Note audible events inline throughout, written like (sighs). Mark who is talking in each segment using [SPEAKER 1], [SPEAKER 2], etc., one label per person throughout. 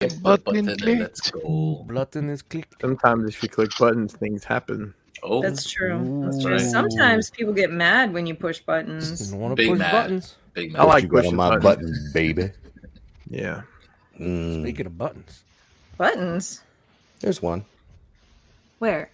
[SPEAKER 1] Hit
[SPEAKER 2] Button clicked.
[SPEAKER 1] let's go.
[SPEAKER 3] Button is clicked.
[SPEAKER 2] Sometimes if you click buttons, things happen.
[SPEAKER 1] Oh,
[SPEAKER 4] That's true. That's
[SPEAKER 1] Ooh.
[SPEAKER 4] true. Sometimes people get mad when you
[SPEAKER 3] (laughs)
[SPEAKER 4] push buttons.
[SPEAKER 3] Don't want to
[SPEAKER 1] Big
[SPEAKER 3] push
[SPEAKER 1] Mac.
[SPEAKER 3] buttons.
[SPEAKER 1] big
[SPEAKER 2] I
[SPEAKER 1] man.
[SPEAKER 2] like
[SPEAKER 5] you got
[SPEAKER 2] pushing
[SPEAKER 5] on my
[SPEAKER 2] buttons.
[SPEAKER 5] buttons, baby.
[SPEAKER 2] Yeah.
[SPEAKER 5] Mm,
[SPEAKER 3] Speaking of buttons,
[SPEAKER 4] Buttons?
[SPEAKER 5] there's one.
[SPEAKER 4] Where?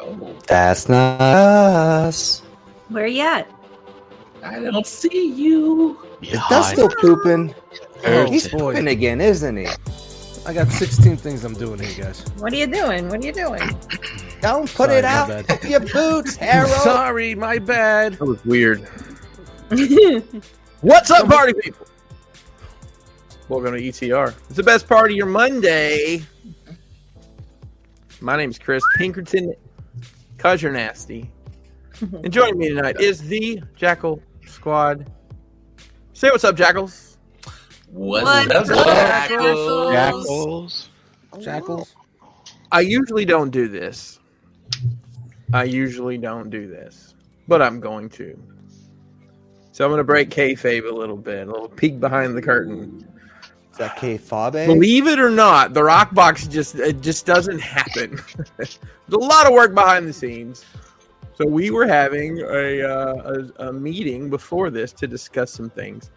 [SPEAKER 1] Oh,
[SPEAKER 5] That's not us.
[SPEAKER 4] Where you at?
[SPEAKER 1] I don't see you.
[SPEAKER 5] That's still pooping.
[SPEAKER 3] Oh,
[SPEAKER 5] He's
[SPEAKER 3] boy.
[SPEAKER 5] pooping again, isn't he?
[SPEAKER 3] I got 16 things I'm doing here, guys.
[SPEAKER 4] What are you doing? What are you doing?
[SPEAKER 5] Don't put
[SPEAKER 3] Sorry,
[SPEAKER 5] it
[SPEAKER 3] my
[SPEAKER 5] out
[SPEAKER 3] bad.
[SPEAKER 5] of your
[SPEAKER 3] (laughs)
[SPEAKER 5] boots, Harold.
[SPEAKER 3] Sorry, my bad.
[SPEAKER 2] That was weird.
[SPEAKER 5] What's up, party people?
[SPEAKER 2] Welcome to ETR. It's the best part of your Monday. My name's Chris Pinkerton, cause you're nasty. And joining me tonight is the Jackal Squad. Say what's up, Jackals.
[SPEAKER 1] What's
[SPEAKER 4] What
[SPEAKER 1] up,
[SPEAKER 4] up,
[SPEAKER 1] Jackals?
[SPEAKER 4] (laughs)
[SPEAKER 2] Jackals.
[SPEAKER 3] Jackals.
[SPEAKER 2] I usually don't do this. I usually don't do this, but I'm going to. So I'm going to break kayfabe a little bit, a little peek behind the curtain.
[SPEAKER 5] Is that K Fabe?
[SPEAKER 2] Believe it or not, the rock box just it just doesn't happen. (laughs) There's a lot of work behind the scenes. So we were having a, uh, a a meeting before this to discuss some things,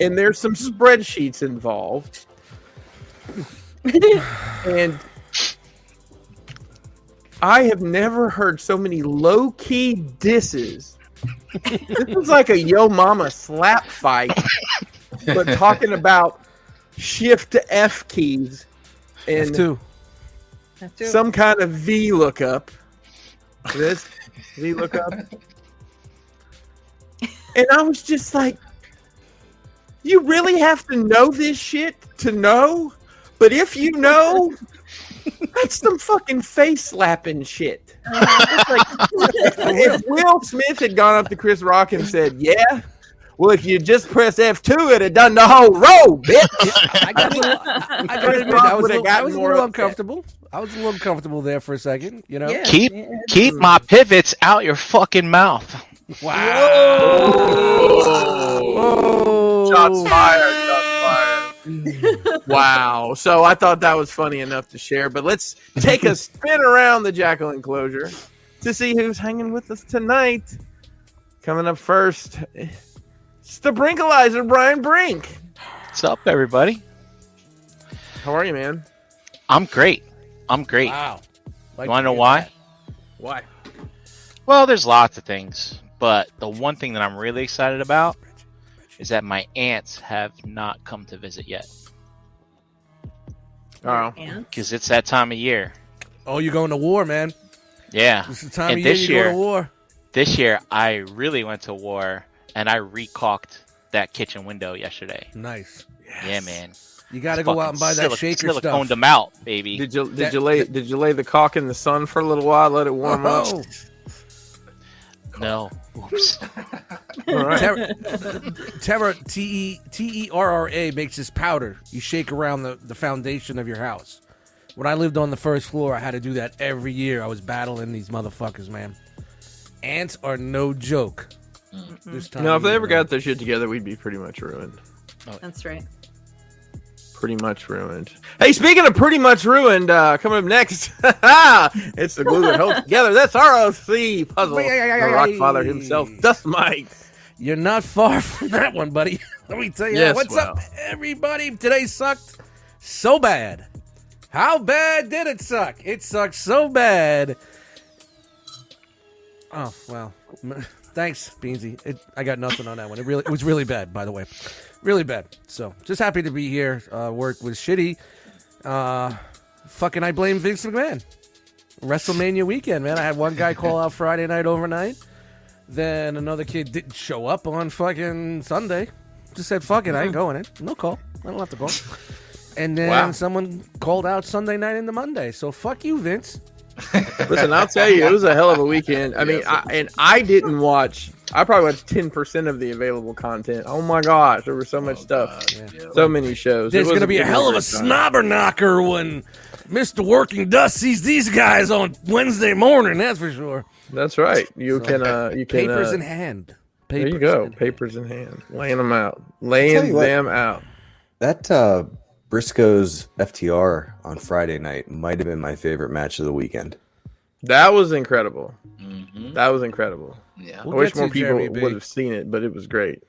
[SPEAKER 2] and there's some spreadsheets involved, and I have never heard so many low key disses. this was like a yo mama slap fight, but talking about shift to F keys
[SPEAKER 3] That's
[SPEAKER 2] and
[SPEAKER 3] two.
[SPEAKER 4] That's it.
[SPEAKER 2] some kind of V lookup. This V lookup. And I was just like, you really have to know this shit to know? But if you know, that's some fucking face slapping shit. It's like, if Will Smith had gone up to Chris Rock and said, yeah, well, if you just press F2, it'd have done the whole row,
[SPEAKER 3] (laughs)
[SPEAKER 2] bitch.
[SPEAKER 3] I got I got
[SPEAKER 2] Chris
[SPEAKER 3] to admit,
[SPEAKER 2] Rock
[SPEAKER 3] I was,
[SPEAKER 2] would've
[SPEAKER 3] a little- I
[SPEAKER 2] gotten
[SPEAKER 3] was a
[SPEAKER 2] more
[SPEAKER 3] little
[SPEAKER 2] upset.
[SPEAKER 3] uncomfortable. I was a little uncomfortable there for a second, you know?
[SPEAKER 4] Yeah,
[SPEAKER 6] Keep-
[SPEAKER 4] yeah.
[SPEAKER 6] Keep my pivots out your fucking mouth.
[SPEAKER 3] Whoa.
[SPEAKER 2] Shots fired. Shots fired. (laughs) wow. So I thought that was funny enough to share, but let's take (laughs) a spin around the jackal enclosure to see who's hanging with us tonight. Coming up first, it's the Brinkalizer, Brian Brink.
[SPEAKER 6] What's up, everybody?
[SPEAKER 2] How are you, man?
[SPEAKER 6] I'm great. I'm great.
[SPEAKER 3] Wow. Like
[SPEAKER 6] you want to know why?
[SPEAKER 2] Why?
[SPEAKER 6] Well, there's lots of things, but the one thing that I'm really excited about is that my aunts have not come to visit yet
[SPEAKER 2] Oh,
[SPEAKER 4] Yeah.
[SPEAKER 6] because it's that time of year.
[SPEAKER 3] Oh, you're going to war, man.
[SPEAKER 6] Yeah.
[SPEAKER 3] This is the time
[SPEAKER 6] And
[SPEAKER 3] of year
[SPEAKER 6] this
[SPEAKER 3] you go
[SPEAKER 6] year-
[SPEAKER 3] to war.
[SPEAKER 6] This year, I really went to war and I recaulked that kitchen window yesterday.
[SPEAKER 3] Nice.
[SPEAKER 6] Yeah, man.
[SPEAKER 3] You got to go out and buy that shaker
[SPEAKER 6] Siliconed
[SPEAKER 3] stuff.
[SPEAKER 6] them out, baby.
[SPEAKER 2] did you did
[SPEAKER 3] That-
[SPEAKER 2] you lay did you lay the cock in the sun for a little while, let it warm
[SPEAKER 3] Oh,
[SPEAKER 2] up?
[SPEAKER 3] (laughs)
[SPEAKER 6] No. (laughs) Oops.
[SPEAKER 2] All right.
[SPEAKER 3] Terra,
[SPEAKER 2] (laughs)
[SPEAKER 3] Terra T E T E R R A makes this powder you shake around the, the foundation of your house. When I lived on the first floor, I had to do that every year. I was battling these motherfuckers, man. Ants are no joke. This time
[SPEAKER 2] No, if they
[SPEAKER 3] you
[SPEAKER 2] ever
[SPEAKER 3] know.
[SPEAKER 2] got their shit together, we'd be pretty much ruined.
[SPEAKER 4] That's right.
[SPEAKER 2] Pretty much ruined. Hey, speaking of pretty much ruined, uh, coming up next, (laughs) it's the glue that (laughs) holds together. That's ROC puzzle. The rock father himself, Dust Mike.
[SPEAKER 3] You're not far (laughs) from that one, buddy. Let me tell you.
[SPEAKER 2] Yes,
[SPEAKER 3] What's
[SPEAKER 2] wow.
[SPEAKER 3] up, everybody? Today sucked so bad. How bad did it suck? It sucked so bad. Oh well, M- (laughs) thanks, Beansy. It, I got nothing on that one. It really, it was really bad, by the way, really bad. So just happy to be here. Uh, work was shitty. Uh, fucking, I blame Vince McMahon. WrestleMania weekend, man. I had one guy call out Friday night overnight. Then another kid didn't show up on fucking Sunday. Just said, fuck it, I ain't going in. No call. I don't have to call. And then
[SPEAKER 2] Mm-hmm. Wow.
[SPEAKER 3] someone called out Sunday night into Monday. So fuck you, Vince.
[SPEAKER 2] Listen, I'll tell you, it was a hell of a weekend. I mean, I, and I didn't watch. I probably watched ten percent of the available content. Oh my gosh, there was so
[SPEAKER 3] Oh,
[SPEAKER 2] much stuff, so many shows. It
[SPEAKER 3] There's
[SPEAKER 2] was
[SPEAKER 3] going to be a
[SPEAKER 2] good
[SPEAKER 3] hell of a
[SPEAKER 2] time.
[SPEAKER 3] snobber knocker when Mr. Working Dust sees these guys on Wednesday morning, that's for sure.
[SPEAKER 2] That's right. You can, uh, you can.
[SPEAKER 3] Papers
[SPEAKER 2] uh,
[SPEAKER 3] in hand.
[SPEAKER 2] there
[SPEAKER 3] Papers
[SPEAKER 2] you go.
[SPEAKER 3] in hand.
[SPEAKER 2] Papers in hand. Laying them out.
[SPEAKER 5] Tell you
[SPEAKER 2] Laying
[SPEAKER 5] what.
[SPEAKER 2] them out.
[SPEAKER 5] That uh, Briscoe's FTR on Friday night might have been my favorite match of the weekend.
[SPEAKER 2] That was incredible.
[SPEAKER 1] hmm
[SPEAKER 2] That was incredible.
[SPEAKER 1] Yeah.
[SPEAKER 3] We'll
[SPEAKER 2] I wish
[SPEAKER 3] get
[SPEAKER 2] more
[SPEAKER 3] to Jeremy
[SPEAKER 2] people
[SPEAKER 3] B.
[SPEAKER 2] would have seen it, but it was great.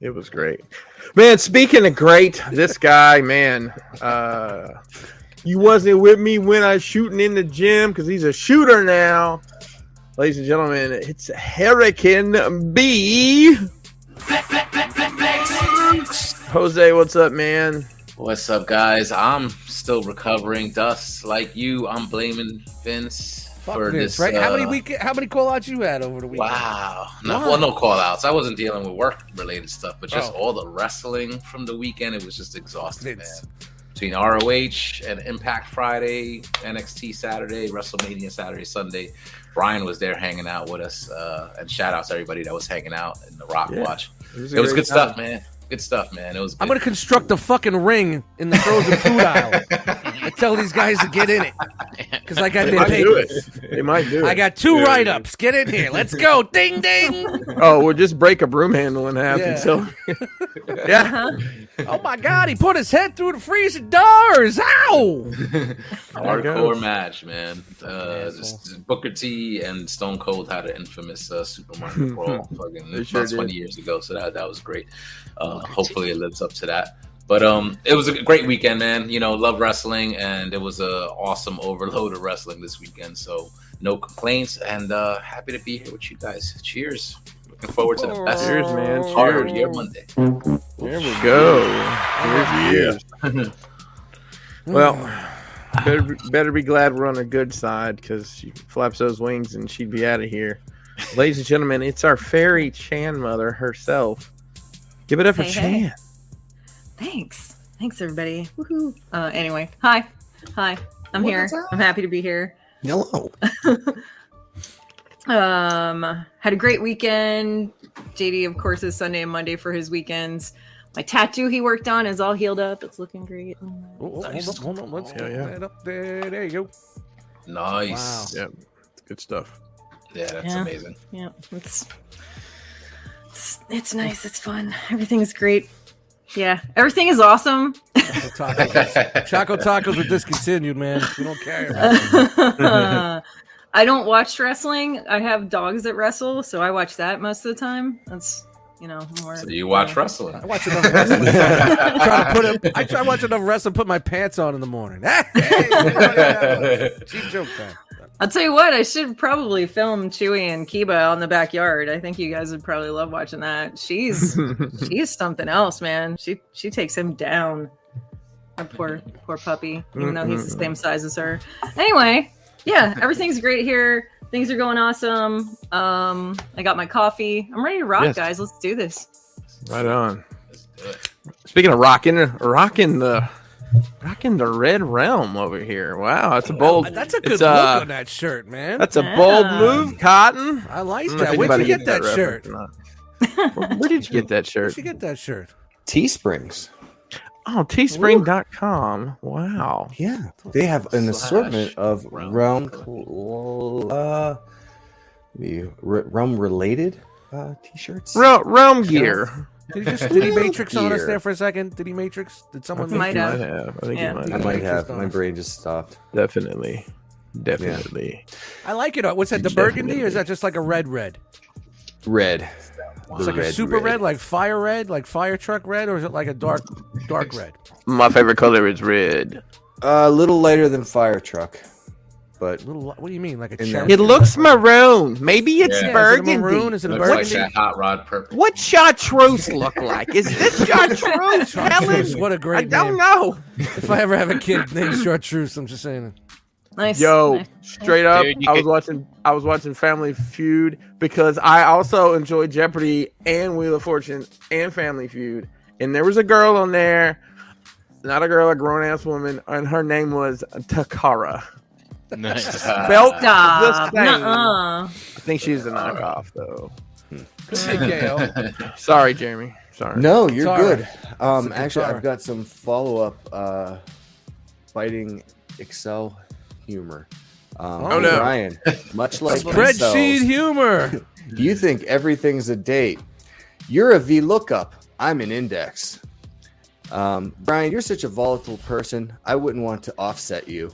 [SPEAKER 2] It was great. Man, speaking of great, this guy, man, uh you wasn't with me when I was shooting in the gym because he's a shooter now. Ladies and gentlemen, it's Hurricane B. Jose, what's up, man?
[SPEAKER 1] What's up, guys? I'm still recovering dust like you. I'm blaming Vince
[SPEAKER 3] Fuck
[SPEAKER 1] for
[SPEAKER 3] Vince,
[SPEAKER 1] this.
[SPEAKER 3] right? how many
[SPEAKER 1] uh,
[SPEAKER 3] week? How many call outs you had over the weekend?
[SPEAKER 1] Wow. No,
[SPEAKER 3] Why?
[SPEAKER 1] well, no call outs. I wasn't dealing with work related stuff, but just
[SPEAKER 3] Oh.
[SPEAKER 1] all the wrestling from the weekend. It was just exhausting, man.
[SPEAKER 3] Vince.
[SPEAKER 1] Between ROH and Impact Friday, NXT Saturday, WrestleMania Saturday, Sunday. Brian was there hanging out with us. Uh, and shout outs to everybody that was hanging out in the Rock
[SPEAKER 2] Yeah.
[SPEAKER 1] Watch.
[SPEAKER 2] a
[SPEAKER 1] It was
[SPEAKER 2] great
[SPEAKER 1] good
[SPEAKER 2] time.
[SPEAKER 1] stuff, man. Good stuff, man. It was.
[SPEAKER 3] I'm
[SPEAKER 1] good.
[SPEAKER 3] gonna construct a fucking ring in the
[SPEAKER 2] (laughs)
[SPEAKER 3] frozen food aisle. and tell these guys to
[SPEAKER 1] (laughs)
[SPEAKER 3] get in it because I got
[SPEAKER 2] They
[SPEAKER 3] their
[SPEAKER 2] might do
[SPEAKER 3] papers.
[SPEAKER 2] it. They might do it.
[SPEAKER 3] I got two
[SPEAKER 2] Yeah.
[SPEAKER 3] write ups. Get in here. Let's
[SPEAKER 2] (laughs)
[SPEAKER 3] go. Ding ding.
[SPEAKER 2] Oh, we'll just break a broom handle in half
[SPEAKER 3] Yeah.
[SPEAKER 2] and so Yeah.
[SPEAKER 4] Uh-huh.
[SPEAKER 3] Oh my god, he put his head through the freezer doors. Ow!
[SPEAKER 1] Hardcore match, man. Uh,
[SPEAKER 3] asshole.
[SPEAKER 1] just Booker T and Stone Cold had an infamous uh,
[SPEAKER 2] (laughs)
[SPEAKER 1] supermarket brawl,
[SPEAKER 2] They
[SPEAKER 1] fucking
[SPEAKER 2] sure
[SPEAKER 1] about
[SPEAKER 2] did.
[SPEAKER 1] twenty years ago. So that that was great. Uh, hopefully, it lives up to that. But um, it was a great weekend, man. You know, love wrestling, and it was a awesome overload of wrestling this weekend. So no complaints, and uh, happy to be here with you guys. Cheers. Looking forward to the best.
[SPEAKER 2] Cheers, man.
[SPEAKER 1] Hard
[SPEAKER 2] Cheers.
[SPEAKER 1] year Monday.
[SPEAKER 2] There we go. Here's (laughs)
[SPEAKER 3] Hmm.
[SPEAKER 2] years. well, better be, better be glad we're on a good side because she flaps those wings and she'd be out of here. Ladies and gentlemen, it's our fairy Chan mother herself. Give it up for
[SPEAKER 4] Hey,
[SPEAKER 2] Chan.
[SPEAKER 4] hey. Thanks. Thanks, everybody. Woohoo. Uh, anyway, hi. Hi. I'm here. I'm happy to be here.
[SPEAKER 5] Hello.
[SPEAKER 4] Um, had a great weekend. JD, of course, is Sunday and Monday for his weekends. My tattoo he worked on is all healed up. It's looking great.
[SPEAKER 3] Oh, oh, hold on, hold on. Let's
[SPEAKER 2] Yeah,
[SPEAKER 3] get
[SPEAKER 2] yeah.
[SPEAKER 3] that up there. There you go.
[SPEAKER 1] Nice.
[SPEAKER 2] Yep, it's good stuff.
[SPEAKER 1] Yeah, that's
[SPEAKER 4] Yeah.
[SPEAKER 1] amazing.
[SPEAKER 4] Yeah, it's it's, it's nice. It's fun. Everything's great. Yeah, everything is awesome. (laughs)
[SPEAKER 3] Choco tacos. Choco tacos are discontinued, man. We don't care. about them.
[SPEAKER 4] I don't watch wrestling. I have dogs that wrestle, so I watch that most of the time. That's you know
[SPEAKER 1] (laughs)
[SPEAKER 4] more.
[SPEAKER 1] So you watch
[SPEAKER 4] yeah.
[SPEAKER 1] wrestling.
[SPEAKER 3] I watch enough wrestling.
[SPEAKER 2] (laughs)
[SPEAKER 3] I try to put. it- (laughs) I try to watch enough wrestling. Put my pants on in the morning. (laughs) Hey, cheap joke time.
[SPEAKER 4] I'll tell you what. I should probably film Chewy and Kiba out in the backyard. I think you guys would probably love watching
[SPEAKER 2] (laughs)
[SPEAKER 4] that. She's she's something else, man. She she takes him down. Our poor poor puppy, even though he's the same size as her. Anyway, yeah, everything's great here. Things are going awesome. Um, I got my coffee. I'm ready to rock,
[SPEAKER 2] Yes.
[SPEAKER 4] guys. Let's do this.
[SPEAKER 2] Right on.
[SPEAKER 1] Let's do it.
[SPEAKER 2] Speaking of rocking, rocking the. Rocking the red realm over here. Wow, that's a bold.
[SPEAKER 3] That's a
[SPEAKER 2] it's,
[SPEAKER 3] good look
[SPEAKER 2] uh,
[SPEAKER 3] on that shirt, man.
[SPEAKER 2] That's a bold
[SPEAKER 4] Yeah.
[SPEAKER 2] move, Cotton.
[SPEAKER 3] Mm, I like
[SPEAKER 2] I'm not
[SPEAKER 3] that.
[SPEAKER 2] thinking
[SPEAKER 3] Where'd
[SPEAKER 2] about
[SPEAKER 3] you
[SPEAKER 2] getting
[SPEAKER 3] get that,
[SPEAKER 2] reference
[SPEAKER 3] shirt?
[SPEAKER 2] or
[SPEAKER 3] (laughs)
[SPEAKER 2] not. Where where did you get that shirt?
[SPEAKER 3] Where'd you get that shirt?
[SPEAKER 5] Teesprings.
[SPEAKER 2] Oh, teespring.com. Wow.
[SPEAKER 5] Yeah, they have an
[SPEAKER 1] Slash
[SPEAKER 5] assortment of
[SPEAKER 1] round
[SPEAKER 5] round, cl- uh, The r- rum related uh, t-shirts.
[SPEAKER 2] Realm, realm gear.
[SPEAKER 3] (laughs) Did he just did he
[SPEAKER 5] Fuck
[SPEAKER 3] Matrix on us
[SPEAKER 5] yeah.
[SPEAKER 3] there for a second? Did he Matrix? Did someone?
[SPEAKER 4] think Might
[SPEAKER 2] You
[SPEAKER 4] have.
[SPEAKER 2] might have. I think
[SPEAKER 4] Yeah.
[SPEAKER 2] you might
[SPEAKER 5] I
[SPEAKER 2] have.
[SPEAKER 5] might have. My brain just stopped.
[SPEAKER 2] Definitely. Definitely.
[SPEAKER 3] I like it. Uh, What's that? The burgundy, or is that just like a red red?
[SPEAKER 5] Red.
[SPEAKER 3] It's like a super red. like fire red, like fire truck red, or is it like a dark dark red?
[SPEAKER 2] My favorite color is red.
[SPEAKER 5] Uh, A little lighter than fire truck, but
[SPEAKER 3] Little, what do you mean, like a
[SPEAKER 5] In
[SPEAKER 3] cherry?
[SPEAKER 5] there.
[SPEAKER 2] It looks maroon. Maybe
[SPEAKER 1] Yeah.
[SPEAKER 2] it's
[SPEAKER 3] Yeah, is it a
[SPEAKER 2] burgundy.
[SPEAKER 3] maroon? Is it
[SPEAKER 1] (laughs)
[SPEAKER 3] a
[SPEAKER 1] Looks like
[SPEAKER 3] burgundy?
[SPEAKER 1] that hot rod (laughs) purple.
[SPEAKER 2] What chartreuse look like? Is this
[SPEAKER 3] (laughs)
[SPEAKER 2] chartreuse,
[SPEAKER 3] Chartreuse,
[SPEAKER 2] Helen?
[SPEAKER 3] what a
[SPEAKER 2] I
[SPEAKER 3] great
[SPEAKER 2] don't
[SPEAKER 3] name!
[SPEAKER 2] know.
[SPEAKER 3] If I ever have a kid named Chartreuse, I'm just saying.
[SPEAKER 4] Nice.
[SPEAKER 2] Yo,
[SPEAKER 4] Nice.
[SPEAKER 2] straight up,
[SPEAKER 6] Dude, you
[SPEAKER 2] I was
[SPEAKER 6] could-
[SPEAKER 2] watching I was watching Family Feud because I also enjoy Jeopardy and Wheel of Fortune and Family Feud. And there was a girl on there, not a girl, a grown ass woman, and her name was Takara.
[SPEAKER 6] Nice.
[SPEAKER 1] (laughs)
[SPEAKER 2] Felt the
[SPEAKER 4] Stop.
[SPEAKER 2] same.
[SPEAKER 4] Nuh-uh.
[SPEAKER 2] I think she's a knockoff though.
[SPEAKER 3] TKO.
[SPEAKER 2] Sorry, Jeremy. Sorry.
[SPEAKER 5] no, you're
[SPEAKER 3] Guitar.
[SPEAKER 5] good. Um,
[SPEAKER 3] It's a
[SPEAKER 5] actually,
[SPEAKER 3] guitar.
[SPEAKER 5] I've got some follow up uh, fighting Excel humor. Um,
[SPEAKER 3] Oh, no.
[SPEAKER 5] Ryan, much
[SPEAKER 3] (laughs)
[SPEAKER 5] like Excel,
[SPEAKER 3] Spreadsheet humor.
[SPEAKER 5] you think everything's a date. You're a VLOOKUP. I'm an index. Um, Brian, you're such a volatile person. I wouldn't want to offset you.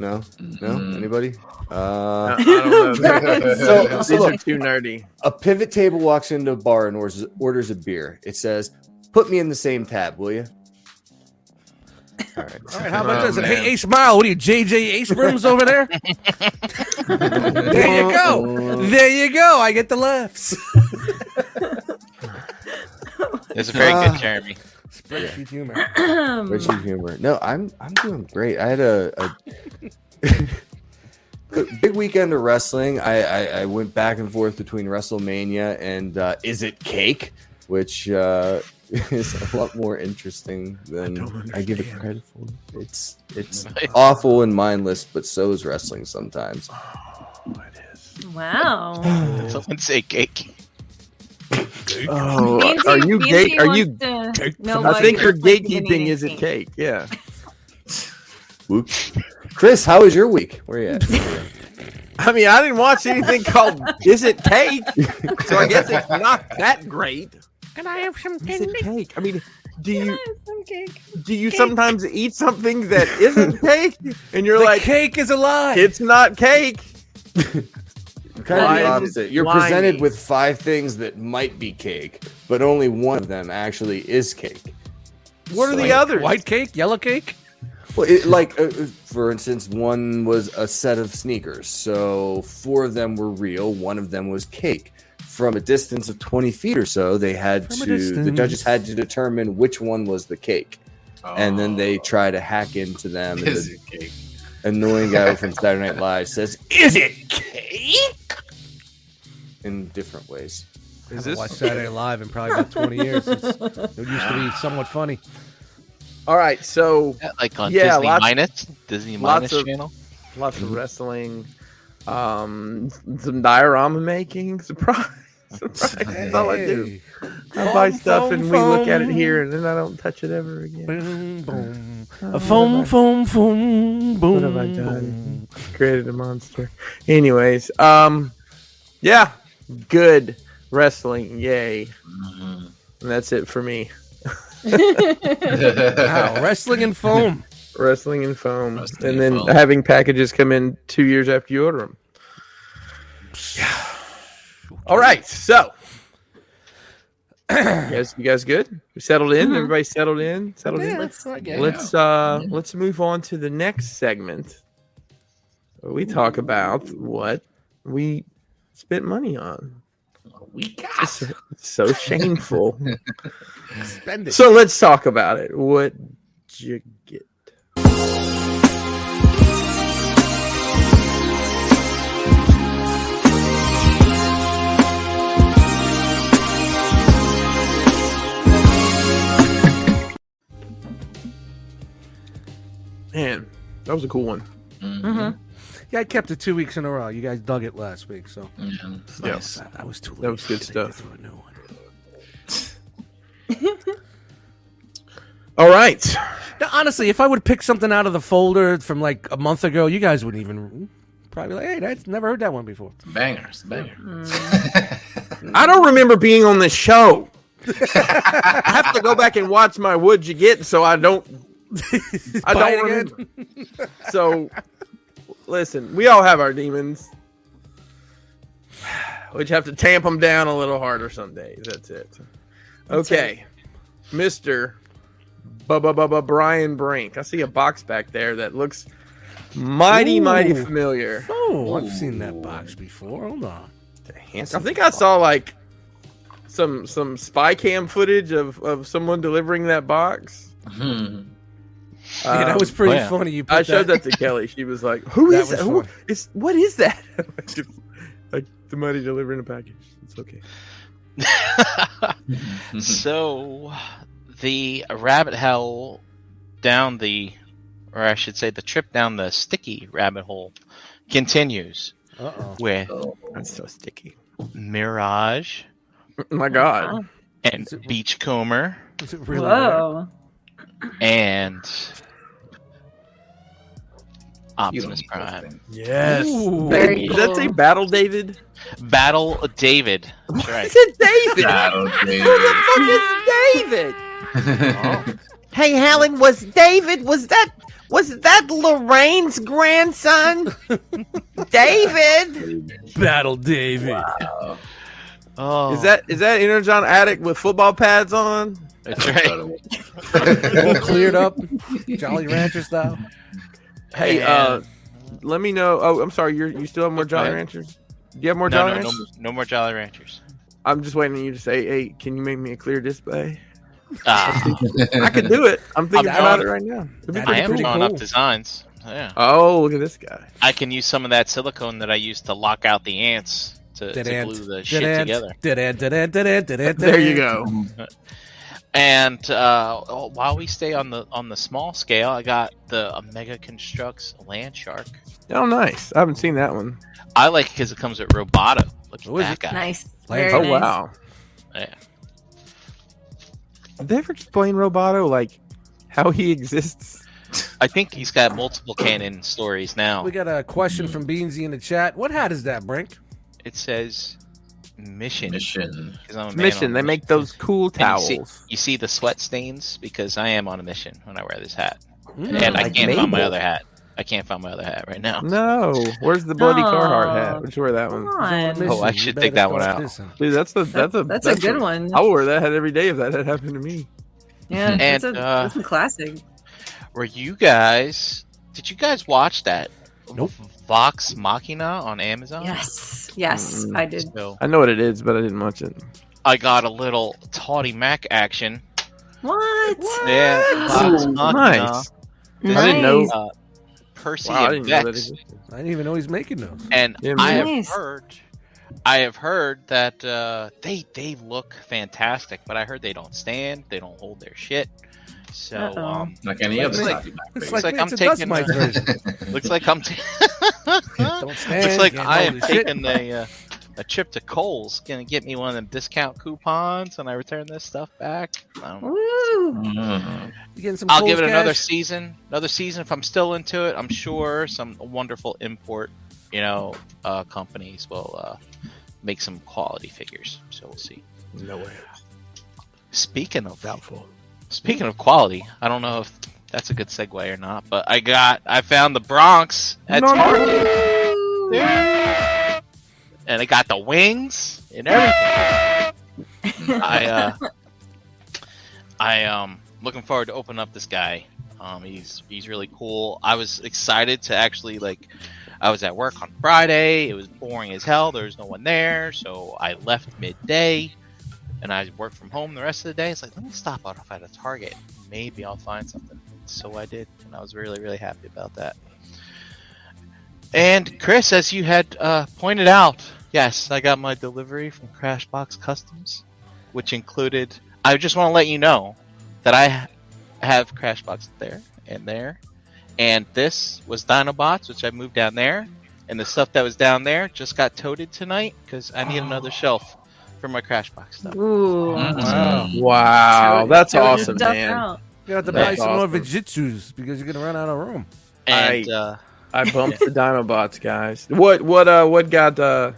[SPEAKER 5] No, no,
[SPEAKER 3] Mm-hmm.
[SPEAKER 1] Mhm.
[SPEAKER 5] anybody?
[SPEAKER 2] I
[SPEAKER 5] Uh,
[SPEAKER 2] I don't (laughs)
[SPEAKER 4] (laughs)
[SPEAKER 2] know.
[SPEAKER 5] So-
[SPEAKER 2] These
[SPEAKER 5] so
[SPEAKER 2] are
[SPEAKER 5] look.
[SPEAKER 2] too nerdy.
[SPEAKER 5] a pivot table walks into a bar and orders, orders a beer. It says, "Put me in the same tab, will you?" All right.
[SPEAKER 3] All right, how about
[SPEAKER 1] Oh,
[SPEAKER 3] this?
[SPEAKER 1] man.
[SPEAKER 3] Hey, Ace Mile, what are you, JJ Ace Brooms over (laughs) there? there you go. There you go. I get the laughs.
[SPEAKER 6] It's very
[SPEAKER 3] (laughs)
[SPEAKER 6] good, Jeremy.
[SPEAKER 3] Spreadsheet humor.
[SPEAKER 5] Where's your humor? No, I'm I'm doing great. I had a, a Good- (laughs) big weekend of wrestling. I, I I went back and forth between WrestleMania and uh, Is It Cake, which uh, (laughs) is a lot more interesting than I, give it credit for. It's it's awful and mindless, but so is wrestling sometimes.
[SPEAKER 3] Oh,
[SPEAKER 4] Wow.
[SPEAKER 6] Someone say cake.
[SPEAKER 2] Oh,
[SPEAKER 4] Nancy-
[SPEAKER 2] are you
[SPEAKER 4] Nancy
[SPEAKER 2] gate? Are
[SPEAKER 4] wants
[SPEAKER 2] you?
[SPEAKER 4] to know
[SPEAKER 2] I
[SPEAKER 4] why
[SPEAKER 2] think your
[SPEAKER 4] conflicted in
[SPEAKER 2] gatekeeping is
[SPEAKER 4] eating.
[SPEAKER 2] at cake. Yeah.
[SPEAKER 5] Whoops. Chris, how was your week? Where you at?
[SPEAKER 2] (laughs) I mean, I didn't watch anything called Is It
[SPEAKER 3] (laughs)
[SPEAKER 2] Cake? So I guess it's not that great.
[SPEAKER 3] Can I have some
[SPEAKER 2] Is it cake? I mean, do you
[SPEAKER 4] Some cake.
[SPEAKER 2] do you sometimes eat something that
[SPEAKER 3] (laughs)
[SPEAKER 2] isn't cake and you're
[SPEAKER 3] The
[SPEAKER 2] like
[SPEAKER 3] cake is alive.
[SPEAKER 2] it's not cake?
[SPEAKER 5] Kind of
[SPEAKER 2] Why-
[SPEAKER 5] the opposite. You're
[SPEAKER 2] why
[SPEAKER 5] presented
[SPEAKER 2] me?
[SPEAKER 5] with five things that might be cake, but only one of them actually is cake.
[SPEAKER 2] What are
[SPEAKER 5] So,
[SPEAKER 2] the
[SPEAKER 5] like,
[SPEAKER 2] others?
[SPEAKER 3] White cake, yellow cake.
[SPEAKER 5] Well, it, like uh, uh, for instance, one was a set of sneakers. So four of them were real. One of them was cake. From a distance of twenty feet or so, they had
[SPEAKER 3] From a
[SPEAKER 5] to the judges
[SPEAKER 3] distance.
[SPEAKER 5] had to determine which one was the cake, and then they try to hack into them. And
[SPEAKER 1] Oh. Is
[SPEAKER 5] the
[SPEAKER 1] it cake?
[SPEAKER 5] annoying guy from Saturday Night Live says, "Is it cake?" In different ways.
[SPEAKER 2] Is
[SPEAKER 3] I
[SPEAKER 2] this
[SPEAKER 3] watched Saturday Live in probably about 20 years. It's, it used to be somewhat funny.
[SPEAKER 2] all right? So
[SPEAKER 6] Like on
[SPEAKER 2] Yeah,
[SPEAKER 6] Disney
[SPEAKER 2] lots-
[SPEAKER 6] Minus, Disney
[SPEAKER 2] lots
[SPEAKER 6] Minus
[SPEAKER 2] of-
[SPEAKER 6] channel. (laughs)
[SPEAKER 2] lots of wrestling, um, some diorama making. (laughs) Surprise! Surprise! That's all I do.
[SPEAKER 3] Hey.
[SPEAKER 2] I buy stuff
[SPEAKER 3] Foam,
[SPEAKER 2] and we look at it
[SPEAKER 3] foam.
[SPEAKER 2] here, and then I don't touch it ever again.
[SPEAKER 3] Boom, boom.
[SPEAKER 2] Oh,
[SPEAKER 3] A foam,
[SPEAKER 2] what
[SPEAKER 3] foam, foam, boom.
[SPEAKER 2] have I done?
[SPEAKER 3] boom.
[SPEAKER 2] created a monster. Anyways, um, yeah, good wrestling, yay!
[SPEAKER 1] (laughs) Mhm.
[SPEAKER 2] And that's it for me.
[SPEAKER 3] Wow, wrestling and foam.
[SPEAKER 2] Wrestling and foam,
[SPEAKER 1] Wrestling and
[SPEAKER 2] and then
[SPEAKER 1] foam.
[SPEAKER 2] having packages come in two years after you order them. Yeah. All right, so. Yes, you guys good? We settled in.
[SPEAKER 4] Mhm.
[SPEAKER 2] Everybody settled in. Settled in.
[SPEAKER 3] that's not good.
[SPEAKER 2] Let's uh let's move on to the next segment. We talk about what we spent money on.
[SPEAKER 1] we got.
[SPEAKER 2] so (laughs) shameful.
[SPEAKER 3] Spend it.
[SPEAKER 2] so let's talk about it. What did you get? Man, that was a cool one.
[SPEAKER 1] Mhm.
[SPEAKER 3] Yeah, I kept it two weeks in a row. You guys dug it last week, so
[SPEAKER 1] Yeah.
[SPEAKER 2] Yes.
[SPEAKER 3] I, I was too late.
[SPEAKER 2] That was good
[SPEAKER 3] I gotta get
[SPEAKER 2] stuff.
[SPEAKER 3] to a new one.
[SPEAKER 2] All right.
[SPEAKER 3] Now, honestly, if I would pick something out of the folder from like a month ago, you guys wouldn't even probably like, hey, that's never heard that one before.
[SPEAKER 1] Bangers, banger.
[SPEAKER 2] I don't remember being on this show. (laughs) I have to go back and watch my "Would You Get" so I don't. (laughs) I
[SPEAKER 3] Buy it
[SPEAKER 2] don't
[SPEAKER 3] again.
[SPEAKER 2] (laughs) remember.
[SPEAKER 3] (laughs)
[SPEAKER 2] So, listen, we all have our demons. (sighs) We just have to tamp them down a little harder some days. That's it. Okay, Mister Brian Brink. I see a box back there that looks mighty, mighty
[SPEAKER 3] Ooh.
[SPEAKER 2] familiar.
[SPEAKER 3] Oh, I've seen that box before. Hold on.
[SPEAKER 5] The handsome
[SPEAKER 2] I think I saw like some some spy cam footage of of someone delivering that box.
[SPEAKER 1] (laughs) Hmm.
[SPEAKER 2] Um,
[SPEAKER 3] yeah, that was pretty
[SPEAKER 6] wow.
[SPEAKER 3] funny. (laughs) You put
[SPEAKER 2] I showed that to Kelly. She was like, "Who
[SPEAKER 3] That
[SPEAKER 2] is
[SPEAKER 3] was
[SPEAKER 2] that? Who
[SPEAKER 3] funny.
[SPEAKER 2] is what is that?" (laughs) like somebody delivering a package. It's okay.
[SPEAKER 6] so the rabbit hole down the or I should say the trip down the sticky rabbit hole continues
[SPEAKER 3] Uh-oh.
[SPEAKER 6] with
[SPEAKER 1] Oh.
[SPEAKER 2] That's so sticky.
[SPEAKER 6] Mirage
[SPEAKER 2] (laughs) My
[SPEAKER 4] Oh,
[SPEAKER 2] God,
[SPEAKER 6] and
[SPEAKER 3] Is it-
[SPEAKER 6] Beachcomber
[SPEAKER 3] Was it really? there?
[SPEAKER 4] Whoa.
[SPEAKER 6] and
[SPEAKER 1] You don't
[SPEAKER 6] Optimus
[SPEAKER 1] need those
[SPEAKER 6] Prime.
[SPEAKER 1] things.
[SPEAKER 2] yes.
[SPEAKER 3] Ooh.
[SPEAKER 4] Very
[SPEAKER 2] Did that say
[SPEAKER 4] cool.
[SPEAKER 2] battle, David?
[SPEAKER 6] Battle of David. That's
[SPEAKER 2] I
[SPEAKER 6] right.
[SPEAKER 2] said
[SPEAKER 1] (laughs)
[SPEAKER 2] David.
[SPEAKER 1] Battle
[SPEAKER 2] Who the fuck is David?
[SPEAKER 1] David.
[SPEAKER 7] Hey, Helen, was David, was that, was that Lorraine's
[SPEAKER 6] (laughs)
[SPEAKER 7] grandson? David?
[SPEAKER 3] Battle David.
[SPEAKER 1] Wow.
[SPEAKER 6] (laughs) Oh,
[SPEAKER 2] Is that is that Energon Attic with football pads on?
[SPEAKER 6] that's
[SPEAKER 1] (laughs)
[SPEAKER 6] right?
[SPEAKER 3] All cleared
[SPEAKER 2] (laughs)
[SPEAKER 3] up, Jolly Rancher style.
[SPEAKER 2] Hey,
[SPEAKER 6] And-
[SPEAKER 2] uh, let me know. Oh, I'm sorry. You're you still have more Jolly
[SPEAKER 6] Okay.
[SPEAKER 2] Ranchers? Do you have more
[SPEAKER 6] no,
[SPEAKER 2] Jolly
[SPEAKER 6] no, no,
[SPEAKER 2] Ranchers?
[SPEAKER 6] no more Jolly Ranchers.
[SPEAKER 2] I'm just waiting on you to say, "Hey, can you make me a clear display?"
[SPEAKER 6] Ah,
[SPEAKER 2] I could do it.
[SPEAKER 4] (laughs)
[SPEAKER 2] I'm thinking
[SPEAKER 3] I'm
[SPEAKER 2] about
[SPEAKER 3] on-
[SPEAKER 2] it right now. It'd be
[SPEAKER 3] I
[SPEAKER 6] I
[SPEAKER 2] pretty
[SPEAKER 6] am
[SPEAKER 2] cool.
[SPEAKER 6] drawing
[SPEAKER 3] cool.
[SPEAKER 6] up designs. Yeah,
[SPEAKER 2] Oh, look at this guy.
[SPEAKER 6] I can use some of that silicone that I used to lock out the ants to, to
[SPEAKER 3] Dead
[SPEAKER 6] glue
[SPEAKER 3] ant.
[SPEAKER 6] the shit
[SPEAKER 3] Dead ant.
[SPEAKER 6] together.
[SPEAKER 3] Dead ant. Dead ant. Dead ant. Dead ant.
[SPEAKER 2] There you go.
[SPEAKER 6] And uh, oh, while we stay on the on the small scale, I got the Omega Constructs Land Shark.
[SPEAKER 2] Oh, nice. I haven't seen that one.
[SPEAKER 6] I like it because it comes with Roboto. Look at
[SPEAKER 3] Who Oh, is
[SPEAKER 6] that
[SPEAKER 3] it?
[SPEAKER 6] guy.
[SPEAKER 4] Nice.
[SPEAKER 3] Very
[SPEAKER 2] oh,
[SPEAKER 4] nice.
[SPEAKER 2] wow.
[SPEAKER 6] Yeah.
[SPEAKER 2] Did they ever explain Roboto like how he exists?
[SPEAKER 6] I think he's got multiple canon stories now.
[SPEAKER 3] We got a question from Beansy in the chat. What hat is that, Brink?
[SPEAKER 6] It says mission.
[SPEAKER 1] Mission.
[SPEAKER 6] 'cause I'm a Oh, man on
[SPEAKER 2] Mission.
[SPEAKER 6] a
[SPEAKER 2] They make those cool
[SPEAKER 6] And you see-
[SPEAKER 2] towels.
[SPEAKER 6] You see the sweat stains because I am on a mission when I wear this hat,
[SPEAKER 3] Mm.
[SPEAKER 6] and I
[SPEAKER 2] like
[SPEAKER 6] can't find my
[SPEAKER 2] Mabel.
[SPEAKER 6] other hat. I can't find my other hat right now.
[SPEAKER 2] No. Where's the bloody
[SPEAKER 4] Aw.
[SPEAKER 2] Carhartt hat? Let's wear that
[SPEAKER 4] Come
[SPEAKER 2] one.
[SPEAKER 6] Oh,
[SPEAKER 4] on.
[SPEAKER 6] I
[SPEAKER 3] Listen,
[SPEAKER 6] should
[SPEAKER 3] you better
[SPEAKER 6] take that one
[SPEAKER 3] start
[SPEAKER 6] out.
[SPEAKER 3] listening.
[SPEAKER 2] Dude, that's the
[SPEAKER 4] That-
[SPEAKER 2] that's a
[SPEAKER 4] that's a good one.
[SPEAKER 2] I would wear that hat every day if that had happened to me.
[SPEAKER 4] Yeah, that's,
[SPEAKER 6] And,
[SPEAKER 4] a,
[SPEAKER 6] uh,
[SPEAKER 4] that's a classic.
[SPEAKER 6] Were you guys? Did you guys watch that?
[SPEAKER 3] Nope.
[SPEAKER 6] Vox Machina on Amazon.
[SPEAKER 4] Yes. Yes,
[SPEAKER 2] Mm.
[SPEAKER 4] I did.
[SPEAKER 6] So
[SPEAKER 2] I know what it is, but I didn't watch it.
[SPEAKER 6] I got a little Toddy Mac action.
[SPEAKER 4] What?
[SPEAKER 6] Yeah. Vox
[SPEAKER 2] Ooh,
[SPEAKER 6] Machina.
[SPEAKER 2] nice. I didn't know.
[SPEAKER 4] Nice.
[SPEAKER 6] Uh, Percy
[SPEAKER 2] Wow, I
[SPEAKER 6] and
[SPEAKER 2] didn't know that
[SPEAKER 6] Vex.
[SPEAKER 2] existed.
[SPEAKER 3] I didn't even know he's making those.
[SPEAKER 6] and
[SPEAKER 2] Yeah,
[SPEAKER 6] I have
[SPEAKER 4] Nice.
[SPEAKER 6] heard, I have heard that uh, they they look fantastic, but I heard they don't stand, they don't hold their shit. So
[SPEAKER 4] Uh-oh.
[SPEAKER 6] um,
[SPEAKER 1] Like any
[SPEAKER 3] Like
[SPEAKER 1] other
[SPEAKER 3] me.
[SPEAKER 1] side.
[SPEAKER 3] It's
[SPEAKER 6] like
[SPEAKER 3] like,
[SPEAKER 6] I'm
[SPEAKER 3] it's a
[SPEAKER 6] taking
[SPEAKER 3] Dust Mite
[SPEAKER 6] a- (laughs)
[SPEAKER 3] version.
[SPEAKER 6] looks like I'm t-
[SPEAKER 3] Don't stand.
[SPEAKER 6] looks like
[SPEAKER 3] can't
[SPEAKER 6] I
[SPEAKER 3] hold
[SPEAKER 6] am
[SPEAKER 3] your shit.
[SPEAKER 6] taking a uh, a trip to Kohl's, gonna get me one of them discount coupons, and I return this stuff back. I don't know.
[SPEAKER 4] Woo.
[SPEAKER 1] Mm.
[SPEAKER 3] You getting some
[SPEAKER 6] I'll
[SPEAKER 3] Kohl's
[SPEAKER 6] give it another
[SPEAKER 3] cash?
[SPEAKER 6] season, another season if I'm still into it. I'm sure some wonderful import, you know, uh, companies will uh, make some quality figures. So we'll see.
[SPEAKER 2] No way.
[SPEAKER 6] Speaking of
[SPEAKER 2] Doubtful.
[SPEAKER 6] speaking of quality, I don't know if that's a good segue or not, but I got I found the Bronx at Target, and I got the wings and everything. I uh, I um looking forward to open up this guy. Um, he's he's really cool. I was excited to actually like. I was at work on Friday. It was boring as hell. There was no one there, so I left midday, and I worked from home the rest of the day. It's like let me stop off at a Target. Maybe I'll find something. So I did, and I was really really happy about that. And Chris, as you had uh, pointed out, yes, I got my delivery from Crashbox Customs, which included. I just want to let you know that I ha- have Crashbox there and there, and this was Dinobots, which I moved down there, and the stuff that was down there just got toted tonight because I need another shelf for my Crashbox stuff.
[SPEAKER 4] Ooh.
[SPEAKER 3] Wow.
[SPEAKER 2] Wow, that's
[SPEAKER 4] Tell your
[SPEAKER 2] awesome,
[SPEAKER 4] stuff
[SPEAKER 2] man.
[SPEAKER 4] out.
[SPEAKER 3] You're gonna have to buy
[SPEAKER 2] That's
[SPEAKER 3] some more
[SPEAKER 2] awesome.
[SPEAKER 3] Vijitsus because you're gonna run out of room.
[SPEAKER 6] And uh,
[SPEAKER 2] I bumped the Dinobots, guys. What what uh what got uh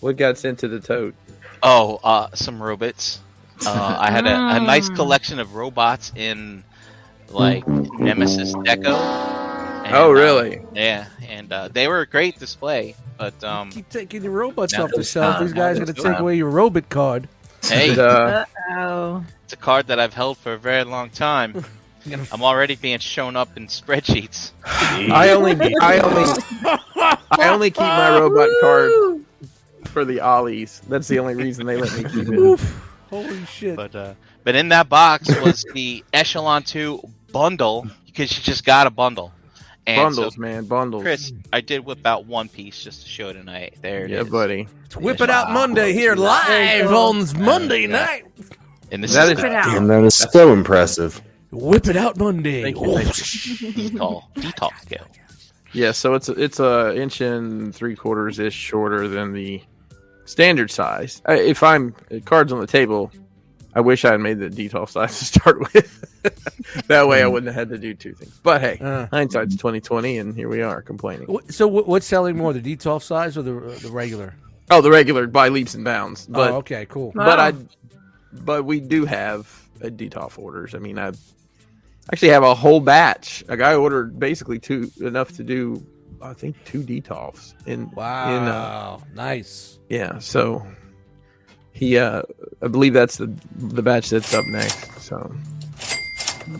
[SPEAKER 2] what got sent to the tote?
[SPEAKER 6] Oh, uh, some robots. Uh, I had a, a nice collection of robots in like Nemesis Deco. And, uh,
[SPEAKER 2] oh really?
[SPEAKER 6] yeah, and uh, they were a great display. But um,
[SPEAKER 3] Keep taking your robots
[SPEAKER 1] Now
[SPEAKER 3] off the
[SPEAKER 1] it's
[SPEAKER 3] shelf.
[SPEAKER 1] time.
[SPEAKER 3] These guys
[SPEAKER 1] Now
[SPEAKER 3] are
[SPEAKER 1] it's
[SPEAKER 3] going to take
[SPEAKER 1] time.
[SPEAKER 3] away your robot card.
[SPEAKER 6] hey, (laughs)
[SPEAKER 2] Did, uh,
[SPEAKER 4] Oh,
[SPEAKER 6] it's a card that I've held for a very long time. I'm already being shown up in spreadsheets.
[SPEAKER 2] I only I only I only keep my robot card for the ollies. That's the only reason they let me
[SPEAKER 6] (laughs)
[SPEAKER 2] keep it.
[SPEAKER 3] Oof. Holy shit.
[SPEAKER 6] But uh, but in that box was the Echelon Two bundle because you just got a bundle. And
[SPEAKER 2] Bundles,
[SPEAKER 6] so,
[SPEAKER 2] man, bundles.
[SPEAKER 6] Chris, I did whip out one piece just to show tonight. There it is.
[SPEAKER 2] yeah, buddy.
[SPEAKER 3] It's Whip It Out
[SPEAKER 6] Wow.
[SPEAKER 3] Monday here
[SPEAKER 4] There you
[SPEAKER 3] live
[SPEAKER 4] go.
[SPEAKER 3] on Monday night.
[SPEAKER 6] And this
[SPEAKER 2] That
[SPEAKER 6] is
[SPEAKER 2] is-
[SPEAKER 6] the
[SPEAKER 4] Check it out.
[SPEAKER 5] Damn, that is so impressive.
[SPEAKER 3] Whip It Out Monday.
[SPEAKER 2] Thank you, thank (laughs)
[SPEAKER 6] decal detox scale.
[SPEAKER 2] Yeah, so it's it's a inch and three quarters ish shorter than the standard size. I, if I'm cards on the table, I wish I had made the detail size to start (laughs) with. that way, I wouldn't have had to do two things. But hey,
[SPEAKER 3] Hmm. (laughs) Uh.
[SPEAKER 2] hindsight's twenty twenty, and here we are complaining.
[SPEAKER 3] Wh- So wh- what's selling more, the D12 size or the uh, the regular?
[SPEAKER 2] Oh, the regular by leaps and bounds, but
[SPEAKER 3] oh, okay, cool.
[SPEAKER 2] but
[SPEAKER 4] Wow. (laughs)
[SPEAKER 2] I but we do have a detox orders. I mean, I actually have a whole batch. Like I ordered basically two enough to do. I think two detox in
[SPEAKER 3] Wow,
[SPEAKER 2] in, uh,
[SPEAKER 3] nice.
[SPEAKER 2] Yeah, so he uh I believe that's the the batch that's up next. So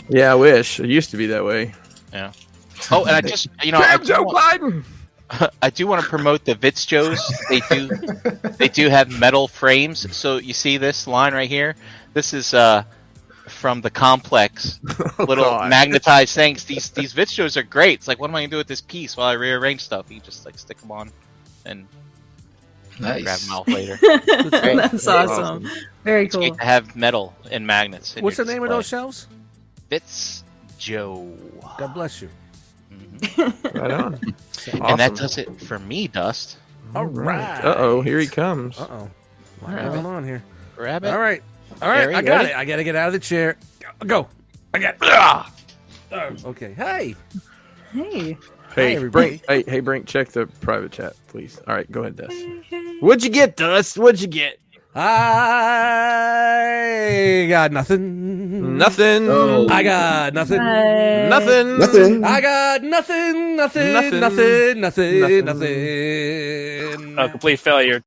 [SPEAKER 2] Yeah, I wish. It used to be that way.
[SPEAKER 6] Oh, and I just you know I
[SPEAKER 2] Damn
[SPEAKER 6] do,
[SPEAKER 2] Joe
[SPEAKER 6] want,
[SPEAKER 2] Biden.
[SPEAKER 6] I do want to promote the Vitz Joes. They
[SPEAKER 2] (laughs)
[SPEAKER 6] do they do have metal frames. So you see this line right here. This is uh from the
[SPEAKER 2] (laughs)
[SPEAKER 6] complex little
[SPEAKER 2] Oh, God.
[SPEAKER 6] magnetized things. These these Vitz Joes are great. It's like what am I gonna do with this piece while I rearrange stuff? You just like stick them on and grab
[SPEAKER 1] Nice.
[SPEAKER 6] them
[SPEAKER 2] (laughs)
[SPEAKER 6] out later.
[SPEAKER 4] that's awesome. Very
[SPEAKER 6] It's
[SPEAKER 4] cool.
[SPEAKER 6] great to have metal and magnets. in
[SPEAKER 3] What's the
[SPEAKER 6] your
[SPEAKER 3] name of
[SPEAKER 6] display.
[SPEAKER 3] those shelves?
[SPEAKER 6] Vitz Joe. Mm-hmm.
[SPEAKER 3] God bless you.
[SPEAKER 2] Right on.
[SPEAKER 6] And that does it for me, Dust.
[SPEAKER 3] All right.
[SPEAKER 2] Uh oh, here he comes.
[SPEAKER 3] Uh oh. What's going on here?
[SPEAKER 6] Rabbit.
[SPEAKER 3] All right. All right.
[SPEAKER 6] Gary,
[SPEAKER 3] I got
[SPEAKER 6] ready?
[SPEAKER 3] it. I got to get out of the chair. Go. I got.
[SPEAKER 6] Ah!
[SPEAKER 3] Okay. Hey.
[SPEAKER 4] Hey,
[SPEAKER 2] Hey,
[SPEAKER 3] everybody.
[SPEAKER 2] Brink hey hey Brink, check the private chat, please. All right, go ahead, Dust. What'd you get, Dust? What'd you get?
[SPEAKER 3] I got nothing.
[SPEAKER 2] Nothing.
[SPEAKER 1] Oh.
[SPEAKER 3] I got nothing.
[SPEAKER 4] Bye.
[SPEAKER 2] Nothing.
[SPEAKER 5] Nothing.
[SPEAKER 3] I got nothing. Nothing.
[SPEAKER 2] Nothing.
[SPEAKER 3] Nothing. Nothing.
[SPEAKER 2] Nothing.
[SPEAKER 3] Nothing. Oh,
[SPEAKER 8] A complete failure.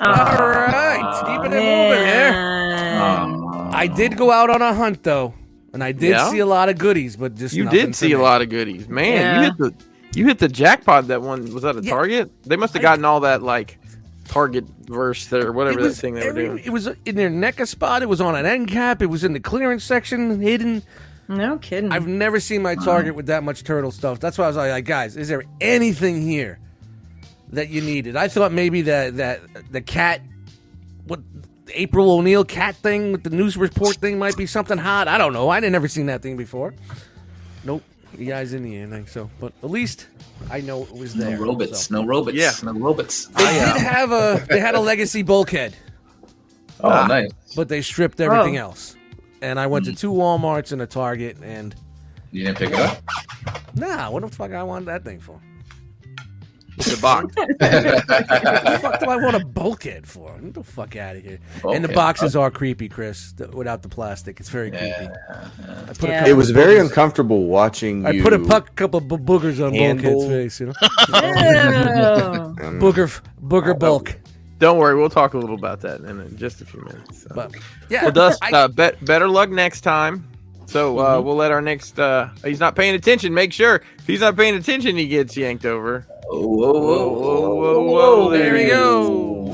[SPEAKER 3] All
[SPEAKER 4] Oh,
[SPEAKER 3] right. Keeping it moving eh? here.
[SPEAKER 4] man.
[SPEAKER 3] I did go out on a hunt though, and I did
[SPEAKER 2] Oh. Yeah?
[SPEAKER 3] see a lot of goodies, but just
[SPEAKER 2] You
[SPEAKER 3] nothing
[SPEAKER 2] did
[SPEAKER 3] for
[SPEAKER 2] see a
[SPEAKER 3] me.
[SPEAKER 2] lot of goodies, man.
[SPEAKER 4] Yeah.
[SPEAKER 2] You hit the you hit the jackpot. That one was that a
[SPEAKER 3] Yeah.
[SPEAKER 2] Target? They must have gotten all that like Target verse there,
[SPEAKER 3] It
[SPEAKER 2] whatever that
[SPEAKER 3] was,
[SPEAKER 2] thing they
[SPEAKER 3] every-
[SPEAKER 2] were doing.
[SPEAKER 3] it was in their NECA spot. It was on an end cap. It was in the clearance section, hidden.
[SPEAKER 4] No kidding. (laughs)
[SPEAKER 3] I've never seen my target with that much turtle stuff. That's why I was like, like, guys, is there anything here that you needed? I thought maybe that that the cat, what the April O'Neil cat thing with the news report thing might be something hot. I don't know. I didn't never seen that thing before. Nope. You guys didn't need anything, so but at least I know it was
[SPEAKER 1] No
[SPEAKER 3] there.
[SPEAKER 1] robots.
[SPEAKER 3] so.
[SPEAKER 1] No robots.
[SPEAKER 2] Yeah.
[SPEAKER 1] No robots.
[SPEAKER 3] They did have a they had a legacy bulkhead,
[SPEAKER 1] Oh, nice.
[SPEAKER 3] but they stripped everything
[SPEAKER 4] Oh.
[SPEAKER 3] else. And I went to two WalMarts and a Target, and
[SPEAKER 1] You didn't pick it up.
[SPEAKER 3] nah, what the fuck I want that thing for?
[SPEAKER 2] The box.
[SPEAKER 3] What the fuck do I want a bulkhead for? Get the fuck out of here. And the
[SPEAKER 1] Bulkhead.
[SPEAKER 3] boxes are creepy, Chris. th- without the plastic, it's very creepy. I put
[SPEAKER 4] Yeah.
[SPEAKER 3] a couple
[SPEAKER 5] It was
[SPEAKER 3] of
[SPEAKER 5] very
[SPEAKER 3] boogers-
[SPEAKER 5] uncomfortable watching
[SPEAKER 3] I
[SPEAKER 5] you.
[SPEAKER 3] put a puck, couple of bo- boogers on
[SPEAKER 5] Handle.
[SPEAKER 3] bulkhead's face. You know,
[SPEAKER 4] Ew.
[SPEAKER 5] Um,
[SPEAKER 3] booger, f- booger bulk.
[SPEAKER 2] Don't worry, we'll talk a little about that in uh, just a few minutes. So.
[SPEAKER 3] But yeah,
[SPEAKER 2] well, Dust,
[SPEAKER 3] I-
[SPEAKER 2] uh, bet, better luck next time. So uh, we'll let our next. Uh, he's not paying attention. Make sure if he's not paying attention, he gets yanked over.
[SPEAKER 1] Oh, whoa, whoa,
[SPEAKER 2] whoa, whoa, whoa,
[SPEAKER 3] there we
[SPEAKER 2] he
[SPEAKER 3] go.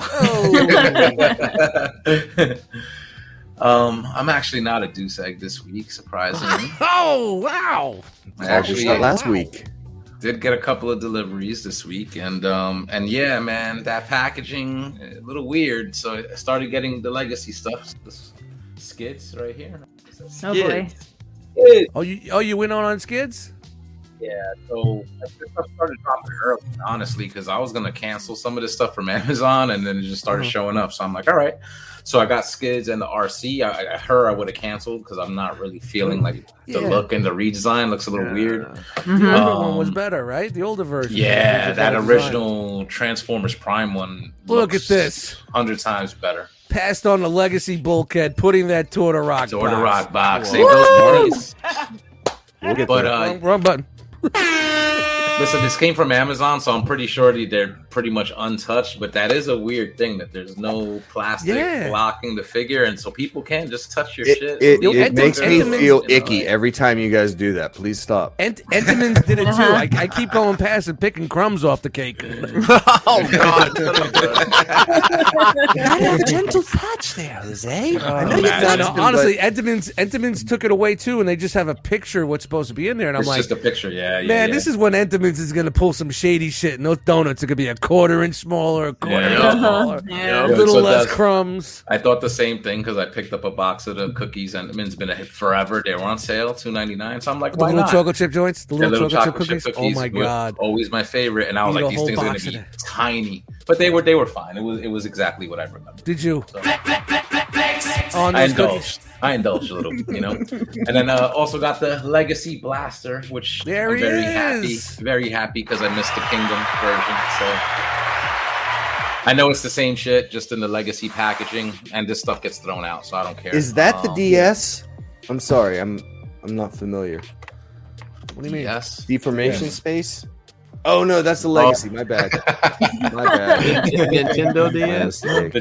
[SPEAKER 1] um, I'm actually not a deuce egg this week, surprisingly.
[SPEAKER 3] Oh wow!
[SPEAKER 1] I
[SPEAKER 5] Actually,
[SPEAKER 1] actually
[SPEAKER 5] shot last week.
[SPEAKER 1] did get a couple of deliveries this week, and um, and yeah, man, that packaging a little weird. So I started getting the legacy stuff, this skits right here.
[SPEAKER 4] Oh
[SPEAKER 2] Yeah.
[SPEAKER 4] boy.
[SPEAKER 3] Oh, you oh you went on on skids?
[SPEAKER 1] Yeah, so I just started dropping early, honestly, because I was gonna cancel some of this stuff from (laughs) Amazon, and then it just
[SPEAKER 3] Mm-hmm.
[SPEAKER 1] started showing up. So I'm like, all right. So I got Skids and the RC. I, I her I would have canceled because I'm not really feeling like the
[SPEAKER 3] Yeah.
[SPEAKER 1] look and the redesign looks a little weird.
[SPEAKER 4] Mm-hmm.
[SPEAKER 3] The
[SPEAKER 4] (laughs)
[SPEAKER 1] Uh,
[SPEAKER 3] older one was
[SPEAKER 1] Um,
[SPEAKER 3] better, right? The older version.
[SPEAKER 1] Yeah,
[SPEAKER 3] was a
[SPEAKER 1] that
[SPEAKER 3] better
[SPEAKER 1] original Transformers Prime one.
[SPEAKER 3] Look at this.
[SPEAKER 1] hundred times better.
[SPEAKER 3] design. Passed on the legacy bulkhead, putting that to the rock.
[SPEAKER 1] Door to
[SPEAKER 3] box.
[SPEAKER 1] Rock Box,
[SPEAKER 3] Whoa.
[SPEAKER 1] save those points.
[SPEAKER 5] We'll get
[SPEAKER 1] But
[SPEAKER 5] there.
[SPEAKER 1] uh,
[SPEAKER 3] wrong, wrong button.
[SPEAKER 1] Listen, this came from Amazon, so I'm pretty sure they- they're pretty much untouched. But that is a weird thing that there's no plastic
[SPEAKER 3] Yeah.
[SPEAKER 1] blocking the figure, and so people can just touch your
[SPEAKER 5] it,
[SPEAKER 1] shit.
[SPEAKER 5] it,
[SPEAKER 3] Yo,
[SPEAKER 5] it
[SPEAKER 3] Entenmann's-
[SPEAKER 5] makes me
[SPEAKER 3] Entenmann's-
[SPEAKER 5] feel icky every time you guys do that. Please stop.
[SPEAKER 3] Ent- Entenmann's did it too.
[SPEAKER 4] Uh-huh.
[SPEAKER 3] I, I keep going past and picking crumbs off
[SPEAKER 1] (laughs)
[SPEAKER 3] the cake.
[SPEAKER 2] oh God!
[SPEAKER 5] (laughs)
[SPEAKER 3] Not have a gentle touch there, Jose.
[SPEAKER 1] Imagine.
[SPEAKER 3] Oh, honestly, Entenmann's, Entenmann's took it away too, and they just have a picture of what's supposed to be in there. And I'm
[SPEAKER 1] it's
[SPEAKER 3] like,
[SPEAKER 1] just a picture, yeah. yeah
[SPEAKER 3] Man,
[SPEAKER 1] yeah.
[SPEAKER 3] this is when Entenmann's is gonna pull some shady shit, and those donuts are gonna be a quarter inch smaller, a quarter
[SPEAKER 1] Yeah.
[SPEAKER 3] inch smaller,
[SPEAKER 4] Yeah.
[SPEAKER 3] a little
[SPEAKER 1] So
[SPEAKER 3] less
[SPEAKER 1] that's-
[SPEAKER 3] crumbs.
[SPEAKER 1] I thought the same thing because I picked up a box of the cookies, and it's been a hit forever. They were on sale, two ninety nine. So I'm like,
[SPEAKER 3] The
[SPEAKER 1] why
[SPEAKER 3] little
[SPEAKER 1] not?
[SPEAKER 3] chocolate chip joints, the
[SPEAKER 1] The
[SPEAKER 3] little, chocolate, chip cookies. Oh my
[SPEAKER 1] were
[SPEAKER 3] god!
[SPEAKER 1] always my favorite. And I was
[SPEAKER 3] Eat a
[SPEAKER 1] like, these
[SPEAKER 3] whole
[SPEAKER 1] things are gonna
[SPEAKER 3] box of
[SPEAKER 1] be
[SPEAKER 3] that.
[SPEAKER 1] tiny, but they were they were fine. It was it was exactly what I remember.
[SPEAKER 3] Did you?
[SPEAKER 1] So-
[SPEAKER 3] On
[SPEAKER 1] I
[SPEAKER 3] those cookies.
[SPEAKER 1] indulged. I indulged a little, you know. And then uh, also got the Legacy Blaster, which
[SPEAKER 3] There
[SPEAKER 1] I'm
[SPEAKER 3] he
[SPEAKER 1] very
[SPEAKER 3] is.
[SPEAKER 1] happy, very happy because I missed the Kingdom version. So I know it's the same shit, just in the Legacy packaging, and this stuff gets thrown out, so I don't care.
[SPEAKER 5] Is that the
[SPEAKER 1] Um,
[SPEAKER 5] DS? I'm sorry, I'm I'm not familiar.
[SPEAKER 3] What do you mean?
[SPEAKER 1] Yes.
[SPEAKER 5] Deformation space? Oh no, that's the legacy.
[SPEAKER 1] (laughs)
[SPEAKER 5] My bad. My bad.
[SPEAKER 2] Nintendo
[SPEAKER 5] My
[SPEAKER 2] DS.
[SPEAKER 5] mistake.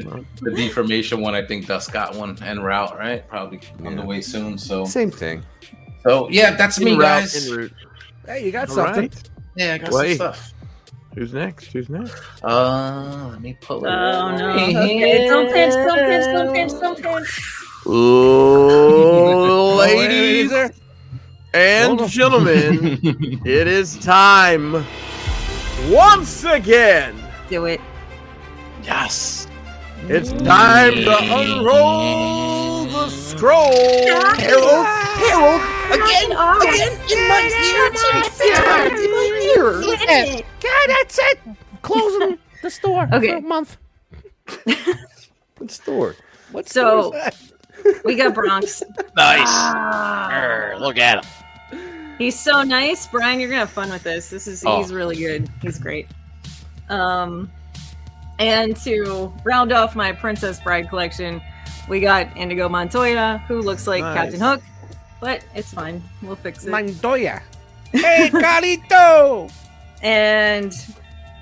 [SPEAKER 1] The deformation one, I think Dust got one and route, right? Probably on the
[SPEAKER 5] Yeah.
[SPEAKER 1] way soon. So,
[SPEAKER 5] Same thing.
[SPEAKER 1] so yeah, that's me,
[SPEAKER 2] In route,
[SPEAKER 1] guys.
[SPEAKER 2] in route.
[SPEAKER 3] Hey, you got
[SPEAKER 2] All
[SPEAKER 3] something?
[SPEAKER 2] right.
[SPEAKER 1] Yeah, I got
[SPEAKER 2] Wait.
[SPEAKER 1] some stuff.
[SPEAKER 2] Who's next? Who's next?
[SPEAKER 1] Uh, let me pull it.
[SPEAKER 4] Oh no.
[SPEAKER 1] right
[SPEAKER 4] Okay. Don't pinch, don't pinch, don't pinch, don't pinch.
[SPEAKER 2] (laughs) Oh,
[SPEAKER 3] Oh, wait, wait, is
[SPEAKER 2] ladies
[SPEAKER 3] there-
[SPEAKER 2] and
[SPEAKER 3] Hold on.
[SPEAKER 2] gentlemen, (laughs) it is time once again.
[SPEAKER 4] Do it.
[SPEAKER 1] Yes.
[SPEAKER 2] It's time to unroll the scroll.
[SPEAKER 5] Harold, Harold,
[SPEAKER 4] Again, again, in my ear, in my ear.
[SPEAKER 3] Yeah, that's it. Closing the store
[SPEAKER 4] Okay.
[SPEAKER 3] for a month.
[SPEAKER 5] what store?
[SPEAKER 3] What
[SPEAKER 4] So-
[SPEAKER 3] store is that?
[SPEAKER 4] We got Bronx.
[SPEAKER 6] Nice.
[SPEAKER 4] Ah.
[SPEAKER 6] Err, look at him.
[SPEAKER 4] He's so nice, Brian. You're gonna have fun with this. This is
[SPEAKER 6] Oh.
[SPEAKER 4] he's really good. He's great. Um, and to round off my Princess Bride collection, we got Indigo Montoya, who looks like
[SPEAKER 2] Nice.
[SPEAKER 4] Captain Hook, but it's fine. We'll fix it.
[SPEAKER 3] Mandoya. Hey, Carlito.
[SPEAKER 4] and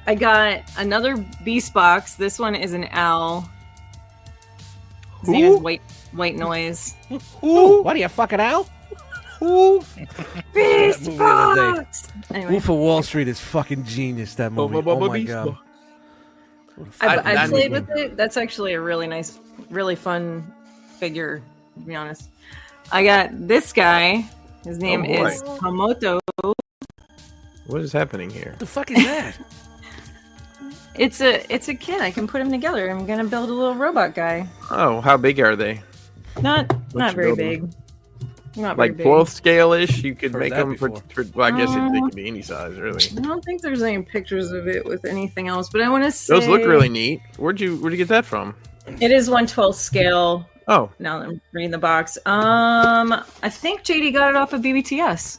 [SPEAKER 4] I got another Beast box. This one is an owl. His name
[SPEAKER 3] Who?
[SPEAKER 4] is White White Noise.
[SPEAKER 3] Ooh, what are you fucking out? Ooh.
[SPEAKER 4] Beast
[SPEAKER 3] movie the other day.
[SPEAKER 4] box. Anyway,
[SPEAKER 3] Wolf of Wall Street is fucking genius. That movie. Oh, my god.
[SPEAKER 4] I've,
[SPEAKER 2] I-
[SPEAKER 4] I've
[SPEAKER 2] that-
[SPEAKER 4] played with it. That's actually a really nice, really fun figure, to be honest. I got this guy. His name
[SPEAKER 2] Oh, boy.
[SPEAKER 4] is Komoto.
[SPEAKER 2] What is happening here?
[SPEAKER 3] the fuck is (laughs) that?
[SPEAKER 4] It's a it's a kid. I can put him together. I'm gonna build a little robot guy.
[SPEAKER 2] Oh, how big are they?
[SPEAKER 4] Not not
[SPEAKER 2] you
[SPEAKER 4] very
[SPEAKER 2] building?
[SPEAKER 4] big. Not
[SPEAKER 2] Like
[SPEAKER 4] very
[SPEAKER 2] 12 scale ish? You could
[SPEAKER 3] Heard
[SPEAKER 2] make
[SPEAKER 3] that
[SPEAKER 2] them for, for.
[SPEAKER 3] before.
[SPEAKER 2] Well, I guess it, they
[SPEAKER 4] Um,
[SPEAKER 2] could be any size, really.
[SPEAKER 4] big. I don't think there's any pictures of it with anything else, but I want to say
[SPEAKER 2] Those look really neat. Where'd you Where'd you get that from?
[SPEAKER 4] It is one twelfth scale.
[SPEAKER 2] Oh,
[SPEAKER 4] Now that I'm reading the box, um, I think JD got it off of BBTS.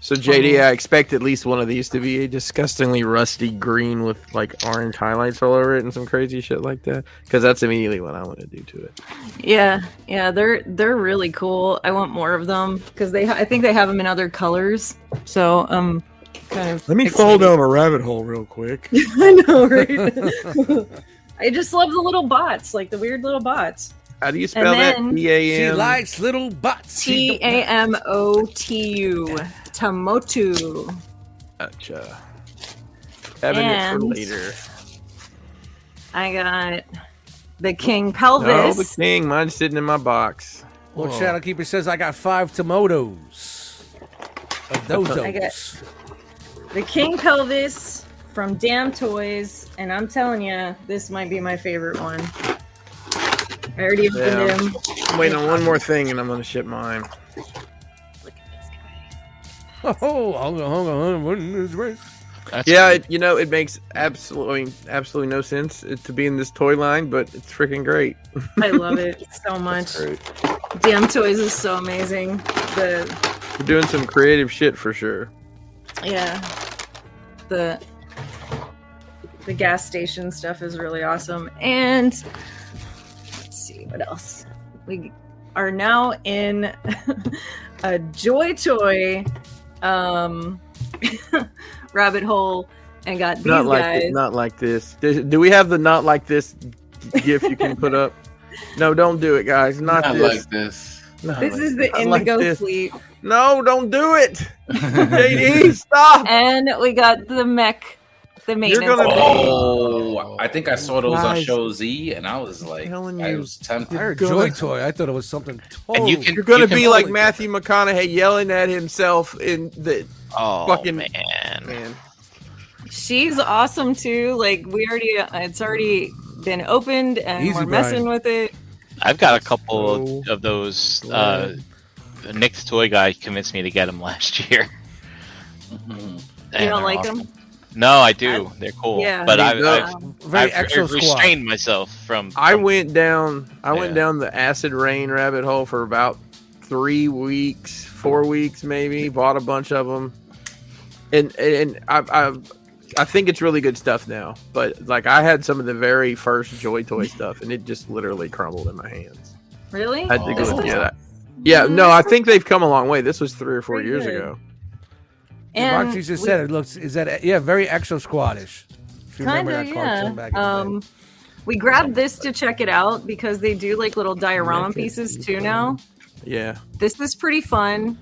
[SPEAKER 2] so JD, I expect at least one of these to be a disgustingly rusty green with like orange highlights all over it and some crazy shit like that. Because that's immediately what I want to do to it.
[SPEAKER 4] Yeah, yeah, they're they're really cool. I want more of them because they ha- I think they have them in other colors. So um, kind of. excited.
[SPEAKER 2] a rabbit hole real quick.
[SPEAKER 4] (laughs) I know, right? (laughs) I just love the little bots, like the weird little bots.
[SPEAKER 2] How do you spell that?
[SPEAKER 4] then-
[SPEAKER 2] P
[SPEAKER 3] She
[SPEAKER 2] A M.
[SPEAKER 3] likes little butts.
[SPEAKER 4] T A M O T U, Tamotu.
[SPEAKER 2] Gotcha. Having it for
[SPEAKER 4] And-
[SPEAKER 2] later.
[SPEAKER 4] I got the king
[SPEAKER 2] No, the
[SPEAKER 4] pelvis.
[SPEAKER 2] king. Mine's sitting in my box.
[SPEAKER 3] Lord Shadowkeeper says, I got five tomatoes. Of those.
[SPEAKER 4] I got- the king pelvis from Damn Toys, and I'm telling you, this might be my favorite one. I already opened
[SPEAKER 2] Yeah.
[SPEAKER 4] him.
[SPEAKER 2] I'm waiting on one more thing, and I'm gonna ship mine.
[SPEAKER 4] Look at this guy.
[SPEAKER 3] (laughs) Oh, hunga, hunga, hunga, wouldn't this race.
[SPEAKER 6] That's
[SPEAKER 2] Yeah,
[SPEAKER 6] great.
[SPEAKER 2] it, you know, it makes absolutely I mean, absolutely no sense to be in this toy line, but it's freaking great.
[SPEAKER 4] I love it so much.
[SPEAKER 5] Great.
[SPEAKER 4] Damn toys is so amazing. The
[SPEAKER 2] We're doing some creative shit for sure.
[SPEAKER 4] Yeah. The the gas station stuff is really awesome. And let's see what else. We are now in (laughs) a Joy Toy um (laughs) rabbit hole and got these
[SPEAKER 2] not like
[SPEAKER 4] guys.
[SPEAKER 2] thi- not like this. Do do we have the not like this gif you can put
[SPEAKER 4] (laughs)
[SPEAKER 2] up? No, don't do it, guys. Not,
[SPEAKER 1] I
[SPEAKER 2] this.
[SPEAKER 1] like this.
[SPEAKER 2] Not
[SPEAKER 4] this
[SPEAKER 2] like
[SPEAKER 4] is the
[SPEAKER 2] Not like
[SPEAKER 4] Indigo
[SPEAKER 2] this.
[SPEAKER 4] Fleet.
[SPEAKER 2] No, don't do (laughs) it.
[SPEAKER 1] (laughs)
[SPEAKER 2] JD, stop.
[SPEAKER 4] And we got the mech, the maintenance.
[SPEAKER 2] gonna-
[SPEAKER 4] mech.
[SPEAKER 1] Oh, I think I saw those on
[SPEAKER 2] Guys.
[SPEAKER 1] Show Z, and I was like,
[SPEAKER 2] telling
[SPEAKER 1] I
[SPEAKER 2] you.
[SPEAKER 1] was tempted.
[SPEAKER 3] I heard
[SPEAKER 2] Good.
[SPEAKER 3] Joy Toy. I thought it was something
[SPEAKER 6] And
[SPEAKER 3] totally.
[SPEAKER 6] you can
[SPEAKER 2] You're gonna
[SPEAKER 6] you can-
[SPEAKER 2] be like
[SPEAKER 3] totally-
[SPEAKER 2] Matthew McConaughey yelling at himself in the
[SPEAKER 6] oh
[SPEAKER 2] fucking-
[SPEAKER 6] man.
[SPEAKER 2] man.
[SPEAKER 4] She's awesome too. Like we already, it's already been opened, and
[SPEAKER 3] Easy,
[SPEAKER 4] we're messing
[SPEAKER 3] Brian.
[SPEAKER 4] with it.
[SPEAKER 6] I've got a couple
[SPEAKER 2] So
[SPEAKER 6] of those. Uh,
[SPEAKER 2] glad.
[SPEAKER 6] Nick's toy guy convinced me to get them last (laughs) year.
[SPEAKER 1] Mhm.
[SPEAKER 6] And
[SPEAKER 4] don't
[SPEAKER 6] they're
[SPEAKER 4] like
[SPEAKER 6] awesome.
[SPEAKER 4] 'em?
[SPEAKER 6] No, I do. They're cool.
[SPEAKER 4] Yeah.
[SPEAKER 6] but I,
[SPEAKER 2] Yeah.
[SPEAKER 6] I,
[SPEAKER 4] Um,
[SPEAKER 3] very
[SPEAKER 6] I've
[SPEAKER 3] exo
[SPEAKER 6] re-
[SPEAKER 3] squad.
[SPEAKER 6] restrained myself from.
[SPEAKER 2] I
[SPEAKER 6] from-
[SPEAKER 2] went down. I went
[SPEAKER 6] Yeah.
[SPEAKER 2] down the acid rain rabbit hole for about three weeks, four weeks maybe. Bought a bunch of them, and and I I, I think it's really good stuff now. But like I had some of the very first Joy Toy stuff, and it just literally crumbled in my hands.
[SPEAKER 4] Really?
[SPEAKER 2] I think it
[SPEAKER 1] Oh.
[SPEAKER 2] was yeah. that- Yeah, no, I think they've come a long way. This was three or four
[SPEAKER 4] Pretty
[SPEAKER 2] years
[SPEAKER 4] good.
[SPEAKER 2] ago.
[SPEAKER 3] Yeah,
[SPEAKER 4] And
[SPEAKER 3] Roxy just
[SPEAKER 4] we-
[SPEAKER 3] said it looks. Is that yeah? Very exo squadish. If you remember that
[SPEAKER 4] Kinda,
[SPEAKER 3] cartoon back in the day.
[SPEAKER 4] Um, we grabbed this to check it out because they do like little diorama pieces too now.
[SPEAKER 2] Yeah,
[SPEAKER 4] This was pretty fun.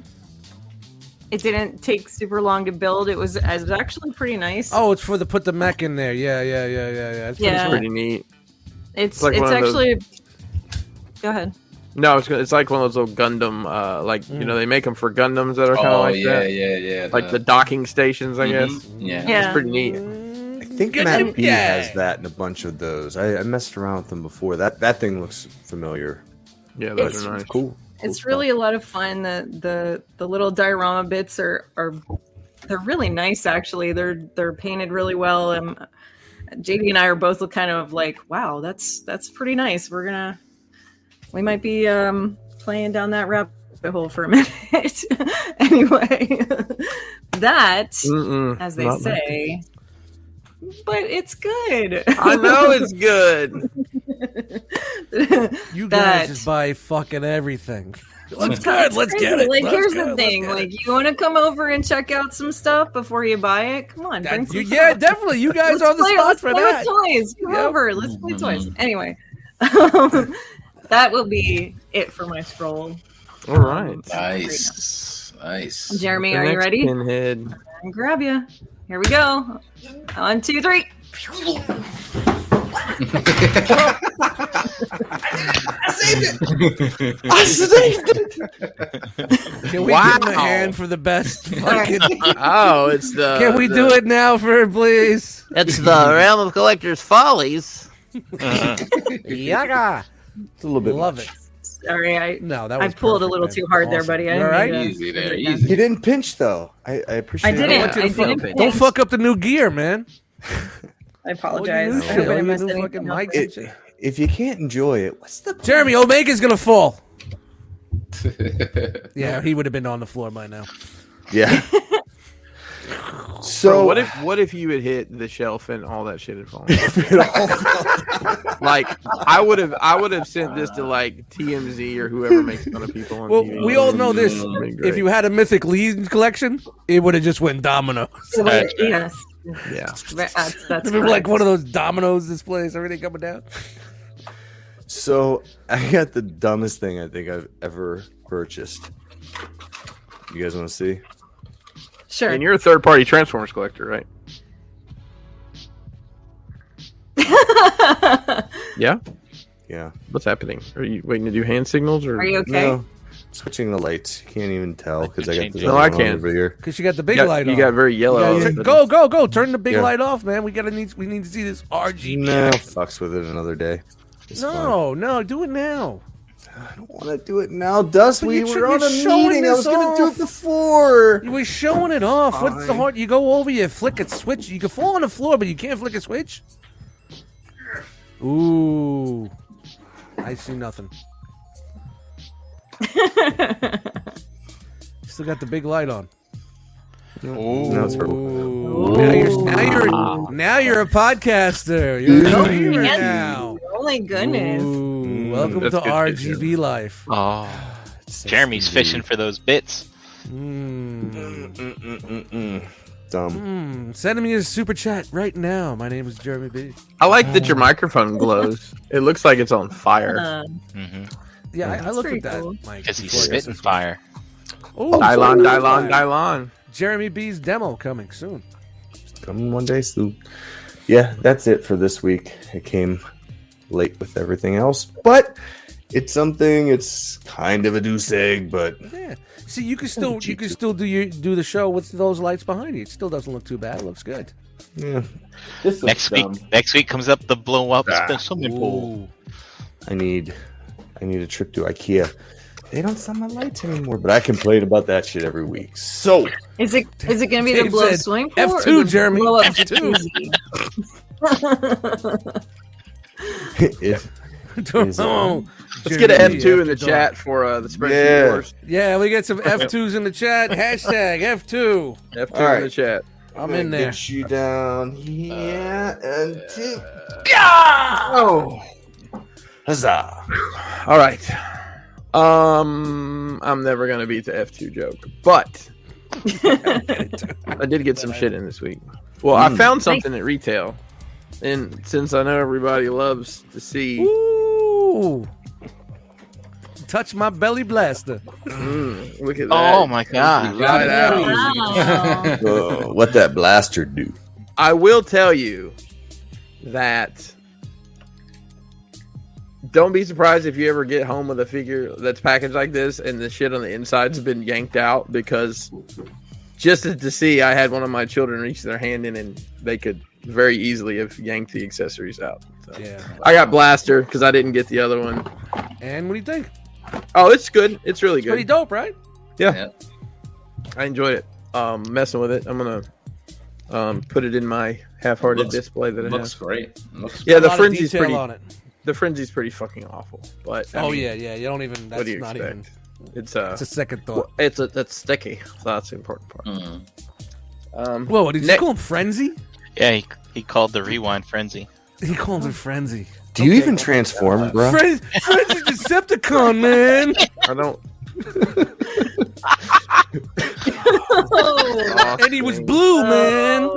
[SPEAKER 4] It didn't take super long to build. It was, it was actually pretty nice.
[SPEAKER 3] Oh, it's for the put the mech in there. Yeah, yeah, yeah, yeah, yeah. It's pretty
[SPEAKER 4] Yeah.
[SPEAKER 2] it's pretty neat.
[SPEAKER 4] it's
[SPEAKER 2] like
[SPEAKER 4] it's
[SPEAKER 2] one of those-
[SPEAKER 4] actually. Go ahead.
[SPEAKER 2] No, it's it's like one of those little Gundam, uh, like you
[SPEAKER 3] Mm.
[SPEAKER 2] know they make them for Gundams that are kind of
[SPEAKER 1] Oh
[SPEAKER 2] like
[SPEAKER 1] yeah,
[SPEAKER 2] that,
[SPEAKER 1] yeah, yeah.
[SPEAKER 2] like the docking stations, I guess.
[SPEAKER 1] Mhm. Yeah.
[SPEAKER 4] Yeah.
[SPEAKER 2] It's pretty neat.
[SPEAKER 3] cool.
[SPEAKER 5] I think
[SPEAKER 3] Get them
[SPEAKER 5] Matt B
[SPEAKER 3] guys.
[SPEAKER 5] has that and a bunch of those. I, I messed around with them before. That that thing looks familiar.
[SPEAKER 2] Yeah,
[SPEAKER 4] those
[SPEAKER 2] those
[SPEAKER 4] It's-
[SPEAKER 2] are nice.
[SPEAKER 5] Cool.
[SPEAKER 4] it's really a lot of fun. The the the little diorama bits are are they're really nice actually. They're they're painted really well. And JD and I are both kind of like, wow, that's that's pretty nice. We're gonna we might be um playing down that rabbit hole for a (laughs) minute. anyway, (laughs) that
[SPEAKER 2] Mm-mm,
[SPEAKER 4] as they
[SPEAKER 2] Mm, not mine.
[SPEAKER 4] say. But it's good.
[SPEAKER 2] I know it's good.
[SPEAKER 4] (laughs)
[SPEAKER 3] You
[SPEAKER 4] That-
[SPEAKER 3] guys just buy fucking everything.
[SPEAKER 4] It's kinda- it's crazy. Like, here's the thing: like, you want to come over and check out some stuff before you buy it? Come on, bring
[SPEAKER 3] That- you-
[SPEAKER 4] some
[SPEAKER 3] yeah,
[SPEAKER 4] stuff.
[SPEAKER 3] definitely. You guys
[SPEAKER 4] Let's
[SPEAKER 3] are the
[SPEAKER 4] play-
[SPEAKER 3] spot
[SPEAKER 4] let's
[SPEAKER 3] for
[SPEAKER 4] play with
[SPEAKER 3] that.
[SPEAKER 4] Toys, come
[SPEAKER 3] Yep. Mm-hmm.
[SPEAKER 4] over. Let's play
[SPEAKER 1] Mhm.
[SPEAKER 4] toys. Anyway, um, (laughs) that will be it for my scroll.
[SPEAKER 2] (laughs) All right.
[SPEAKER 1] Nice, nice.
[SPEAKER 4] Jeremy,
[SPEAKER 2] The
[SPEAKER 4] are you
[SPEAKER 2] next
[SPEAKER 4] ready?
[SPEAKER 2] Pinhead.
[SPEAKER 4] I'll grab you. Here we go. One, two, three.
[SPEAKER 3] (laughs)
[SPEAKER 2] (laughs)
[SPEAKER 3] Can we
[SPEAKER 2] Wow.
[SPEAKER 3] give him a hand for the best?
[SPEAKER 4] (laughs)
[SPEAKER 3] Fucking...
[SPEAKER 2] (laughs) Oh, it's the.
[SPEAKER 3] (laughs) Can we do it now for please?
[SPEAKER 2] It's the realm of
[SPEAKER 3] (laughs)
[SPEAKER 2] collectors' follies.
[SPEAKER 3] Yaga.
[SPEAKER 5] It's a little bit.
[SPEAKER 3] Love it.
[SPEAKER 4] Sorry, I
[SPEAKER 3] No, that
[SPEAKER 4] I
[SPEAKER 3] was
[SPEAKER 4] pulled a
[SPEAKER 3] perfect,
[SPEAKER 4] little
[SPEAKER 3] man.
[SPEAKER 4] too hard there,
[SPEAKER 3] Awesome.
[SPEAKER 4] buddy. I
[SPEAKER 3] You all right?
[SPEAKER 4] didn't mean to-
[SPEAKER 1] easy there,
[SPEAKER 4] Yeah.
[SPEAKER 1] easy.
[SPEAKER 5] You didn't pinch though. I, I
[SPEAKER 4] I
[SPEAKER 5] appreciate.
[SPEAKER 4] didn't.
[SPEAKER 5] it.
[SPEAKER 3] want you
[SPEAKER 4] I
[SPEAKER 3] to fuck-
[SPEAKER 4] didn't.
[SPEAKER 3] Don't fuck up the new gear, man.
[SPEAKER 4] I
[SPEAKER 3] All your
[SPEAKER 4] apologize.
[SPEAKER 3] new
[SPEAKER 4] I
[SPEAKER 3] shit, all
[SPEAKER 4] hope I didn't
[SPEAKER 3] your
[SPEAKER 4] miss
[SPEAKER 3] new
[SPEAKER 4] anything
[SPEAKER 3] fucking
[SPEAKER 4] else.
[SPEAKER 3] mics and shit.
[SPEAKER 5] If you can't enjoy it, what's the point?
[SPEAKER 3] Jeremy Omega's gonna fall. (laughs) Yeah, he would have been on the floor by now.
[SPEAKER 5] (laughs) Yeah.
[SPEAKER 2] Bro,
[SPEAKER 5] so
[SPEAKER 2] what if what if you had hit the shelf and all that shit had fallen?
[SPEAKER 5] if (laughs) it
[SPEAKER 2] (laughs)
[SPEAKER 5] all-
[SPEAKER 2] like I would have I would have sent this to like TMZ or whoever makes fun of people. On
[SPEAKER 3] Well,
[SPEAKER 2] TV.
[SPEAKER 3] we all know this.
[SPEAKER 2] It'd be
[SPEAKER 3] If
[SPEAKER 2] great.
[SPEAKER 3] you had a Mythic Legion collection, it would have just went domino. (laughs)
[SPEAKER 6] That's right.
[SPEAKER 4] Yes,
[SPEAKER 2] yeah,
[SPEAKER 4] that's that's
[SPEAKER 3] Remember, like
[SPEAKER 4] correct.
[SPEAKER 3] one of those dominoes displays, everything coming down.
[SPEAKER 5] so I got the dumbest thing I think I've ever purchased. You guys want to see?
[SPEAKER 4] Sure.
[SPEAKER 2] and you're a third party Transformers collector, right?
[SPEAKER 4] Are
[SPEAKER 2] Yeah.
[SPEAKER 5] Yeah.
[SPEAKER 2] What's happening? Are you waiting to do hand signals or?
[SPEAKER 4] you okay?
[SPEAKER 5] No. Switching the lights. You can't even tell because I got this
[SPEAKER 6] No,
[SPEAKER 2] I
[SPEAKER 5] other one
[SPEAKER 2] can't.
[SPEAKER 5] over here.
[SPEAKER 3] Because you got the big
[SPEAKER 2] You got,
[SPEAKER 3] light
[SPEAKER 2] you
[SPEAKER 3] on.
[SPEAKER 2] got uh, very yellow.
[SPEAKER 3] Yeah,
[SPEAKER 2] all of a
[SPEAKER 3] yeah.
[SPEAKER 2] sudden.
[SPEAKER 3] Go, go, go! Turn the big
[SPEAKER 5] Yeah.
[SPEAKER 3] light off, man. We gotta need we need to see this RGB.
[SPEAKER 5] No, fucks with it another day. It's
[SPEAKER 3] No, no, do it now.
[SPEAKER 5] fine. I don't want to do it now, Dust.
[SPEAKER 3] But
[SPEAKER 5] We
[SPEAKER 3] you should
[SPEAKER 5] were
[SPEAKER 3] be
[SPEAKER 5] on a
[SPEAKER 3] showing
[SPEAKER 5] meeting. I
[SPEAKER 3] this
[SPEAKER 5] was going to do
[SPEAKER 3] off.
[SPEAKER 5] it before.
[SPEAKER 3] You were showing it off. What's the
[SPEAKER 5] Fine.
[SPEAKER 3] hard? You go over, you flick a switch. You can fall on the floor, but you can't flick a switch. Ooh, I see nothing. Still got the big light on.
[SPEAKER 6] Ooh.
[SPEAKER 5] No, it's purple.
[SPEAKER 3] Ooh. Now you're now you're now you're a podcaster. You're a
[SPEAKER 4] No,
[SPEAKER 3] streamer
[SPEAKER 4] yes.
[SPEAKER 3] now.
[SPEAKER 4] Oh my goodness.
[SPEAKER 3] Ooh,
[SPEAKER 5] Mm,
[SPEAKER 3] welcome
[SPEAKER 6] that's
[SPEAKER 3] to
[SPEAKER 6] good shit,
[SPEAKER 3] RGB life.
[SPEAKER 6] Oh,
[SPEAKER 5] It's so
[SPEAKER 6] Jeremy's
[SPEAKER 5] sweet.
[SPEAKER 6] fishing for those bits.
[SPEAKER 3] Mm.
[SPEAKER 5] Mm-mm-mm-mm-mm. Dumb.
[SPEAKER 3] Mm. Send me a super chat right now. My name is Jeremy B.
[SPEAKER 2] I like that your
[SPEAKER 3] (laughs)
[SPEAKER 2] microphone glows. It looks like it's on fire.
[SPEAKER 4] Uh,
[SPEAKER 6] Mm-hmm.
[SPEAKER 3] Yeah, I, I
[SPEAKER 4] That's
[SPEAKER 3] looked
[SPEAKER 4] pretty
[SPEAKER 3] at that.
[SPEAKER 4] cool.
[SPEAKER 3] Mike,
[SPEAKER 6] Because he's
[SPEAKER 3] before
[SPEAKER 6] spitting
[SPEAKER 3] yesterday.
[SPEAKER 6] fire.
[SPEAKER 3] Ooh,
[SPEAKER 2] Dylon,
[SPEAKER 3] ooh.
[SPEAKER 2] Dylon, Dylon.
[SPEAKER 3] Jeremy B's demo coming soon.
[SPEAKER 5] Come one day, Sue. Yeah, that's it for this week. It came late with everything else, but it's something. It's kind of a goose egg, but
[SPEAKER 3] Yeah. See, you can still you can still do your do the show with those lights behind you. It still doesn't look too bad. It looks good.
[SPEAKER 5] yeah. This
[SPEAKER 6] Next week, next week comes up the blow up swimming pool.
[SPEAKER 3] Ooh.
[SPEAKER 5] I need, I need a trip to IKEA. They don't sell my lights anymore, but I complain about that shit every week. So (laughs)
[SPEAKER 4] is it is it gonna be the
[SPEAKER 3] Dave
[SPEAKER 4] blow
[SPEAKER 3] said,
[SPEAKER 4] swing pool or
[SPEAKER 3] "F2,
[SPEAKER 4] the
[SPEAKER 3] Jeremy,
[SPEAKER 4] blow up
[SPEAKER 3] F2." (laughs)
[SPEAKER 4] (laughs) jacuzzi?
[SPEAKER 5] if
[SPEAKER 3] (laughs)
[SPEAKER 5] Is it-
[SPEAKER 3] Oh,
[SPEAKER 2] Let's get
[SPEAKER 3] Jeremy
[SPEAKER 2] an F2 in the
[SPEAKER 3] after
[SPEAKER 2] chat for uh, the spreadsheet
[SPEAKER 5] Yeah.
[SPEAKER 2] course.
[SPEAKER 3] dark. Yeah, we get some F2s in the
[SPEAKER 2] (laughs)
[SPEAKER 3] chat. Hashtag F2.
[SPEAKER 2] F2
[SPEAKER 5] All
[SPEAKER 2] in the
[SPEAKER 5] right.
[SPEAKER 2] chat.
[SPEAKER 3] I'm
[SPEAKER 5] gonna
[SPEAKER 3] in there.
[SPEAKER 5] get you down
[SPEAKER 3] Uh,
[SPEAKER 5] here and to
[SPEAKER 2] Oh,
[SPEAKER 5] huzzah!
[SPEAKER 2] all right. Um, I'm never gonna beat the F2 joke, but I did get some shit in this week. Well, I
[SPEAKER 5] Mm.
[SPEAKER 2] found something at retail, and since I know everybody loves to see,
[SPEAKER 3] Ooh. Touch my belly blaster.
[SPEAKER 2] Mm, look at that.
[SPEAKER 6] Oh my god.
[SPEAKER 2] Right out.
[SPEAKER 1] (laughs)
[SPEAKER 4] wow.
[SPEAKER 5] Oh, what that blaster do?
[SPEAKER 2] I will tell you that don't be surprised if you ever get home with a figure that's packaged like this and the shit on the inside's been yanked out because just as to see, I had one of my children reach their hand in and they could very easily have yanked the accessories out. So.
[SPEAKER 3] Yeah.
[SPEAKER 2] I got blaster because I didn't get the other one.
[SPEAKER 3] And what do you think?
[SPEAKER 2] Oh, it's good. It's really
[SPEAKER 3] Pretty
[SPEAKER 2] good.
[SPEAKER 3] dope, right?
[SPEAKER 2] I enjoyed it. Um, messing with it. I'm gonna um, put it in my half-hearted
[SPEAKER 1] Looks-
[SPEAKER 2] display that I have.
[SPEAKER 1] Looks great. Looks
[SPEAKER 2] Yeah,
[SPEAKER 3] A
[SPEAKER 2] the
[SPEAKER 3] lot of
[SPEAKER 2] frenzy's
[SPEAKER 3] detail
[SPEAKER 2] pretty.
[SPEAKER 3] on it.
[SPEAKER 2] the frenzy's pretty fucking awful. But I
[SPEAKER 3] oh
[SPEAKER 2] mean,
[SPEAKER 3] yeah, yeah. You don't even. That's
[SPEAKER 2] what do you
[SPEAKER 3] not
[SPEAKER 2] expect?
[SPEAKER 3] even.
[SPEAKER 2] It's uh,
[SPEAKER 3] It's a second thought.
[SPEAKER 2] well, it's a that's sticky. So that's the important part.
[SPEAKER 1] (laughs) Mm.
[SPEAKER 2] Um,
[SPEAKER 3] Whoa, did you
[SPEAKER 2] Nick-
[SPEAKER 3] call him frenzy? (laughs)
[SPEAKER 6] Yeah, he, he called the rewind frenzy.
[SPEAKER 3] He called him frenzy.
[SPEAKER 5] Do you even transform, bro?
[SPEAKER 3] Frenzy, frenzy Decepticon, man.
[SPEAKER 2] I don't.
[SPEAKER 4] Oh,
[SPEAKER 3] And he was blue, man.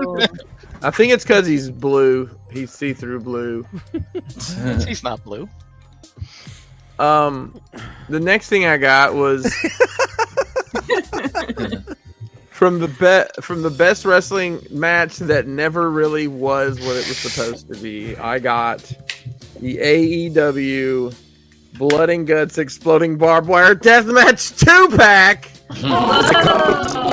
[SPEAKER 2] I think it's because he's blue. He's see-through blue.
[SPEAKER 1] Mm.
[SPEAKER 6] He's not blue.
[SPEAKER 2] Um, the next thing I got was from the bet from the best wrestling match that never really was what it was supposed to be. I got the AEW Blood and Guts Exploding Barbed Wire Death Match two pack.
[SPEAKER 4] Oh.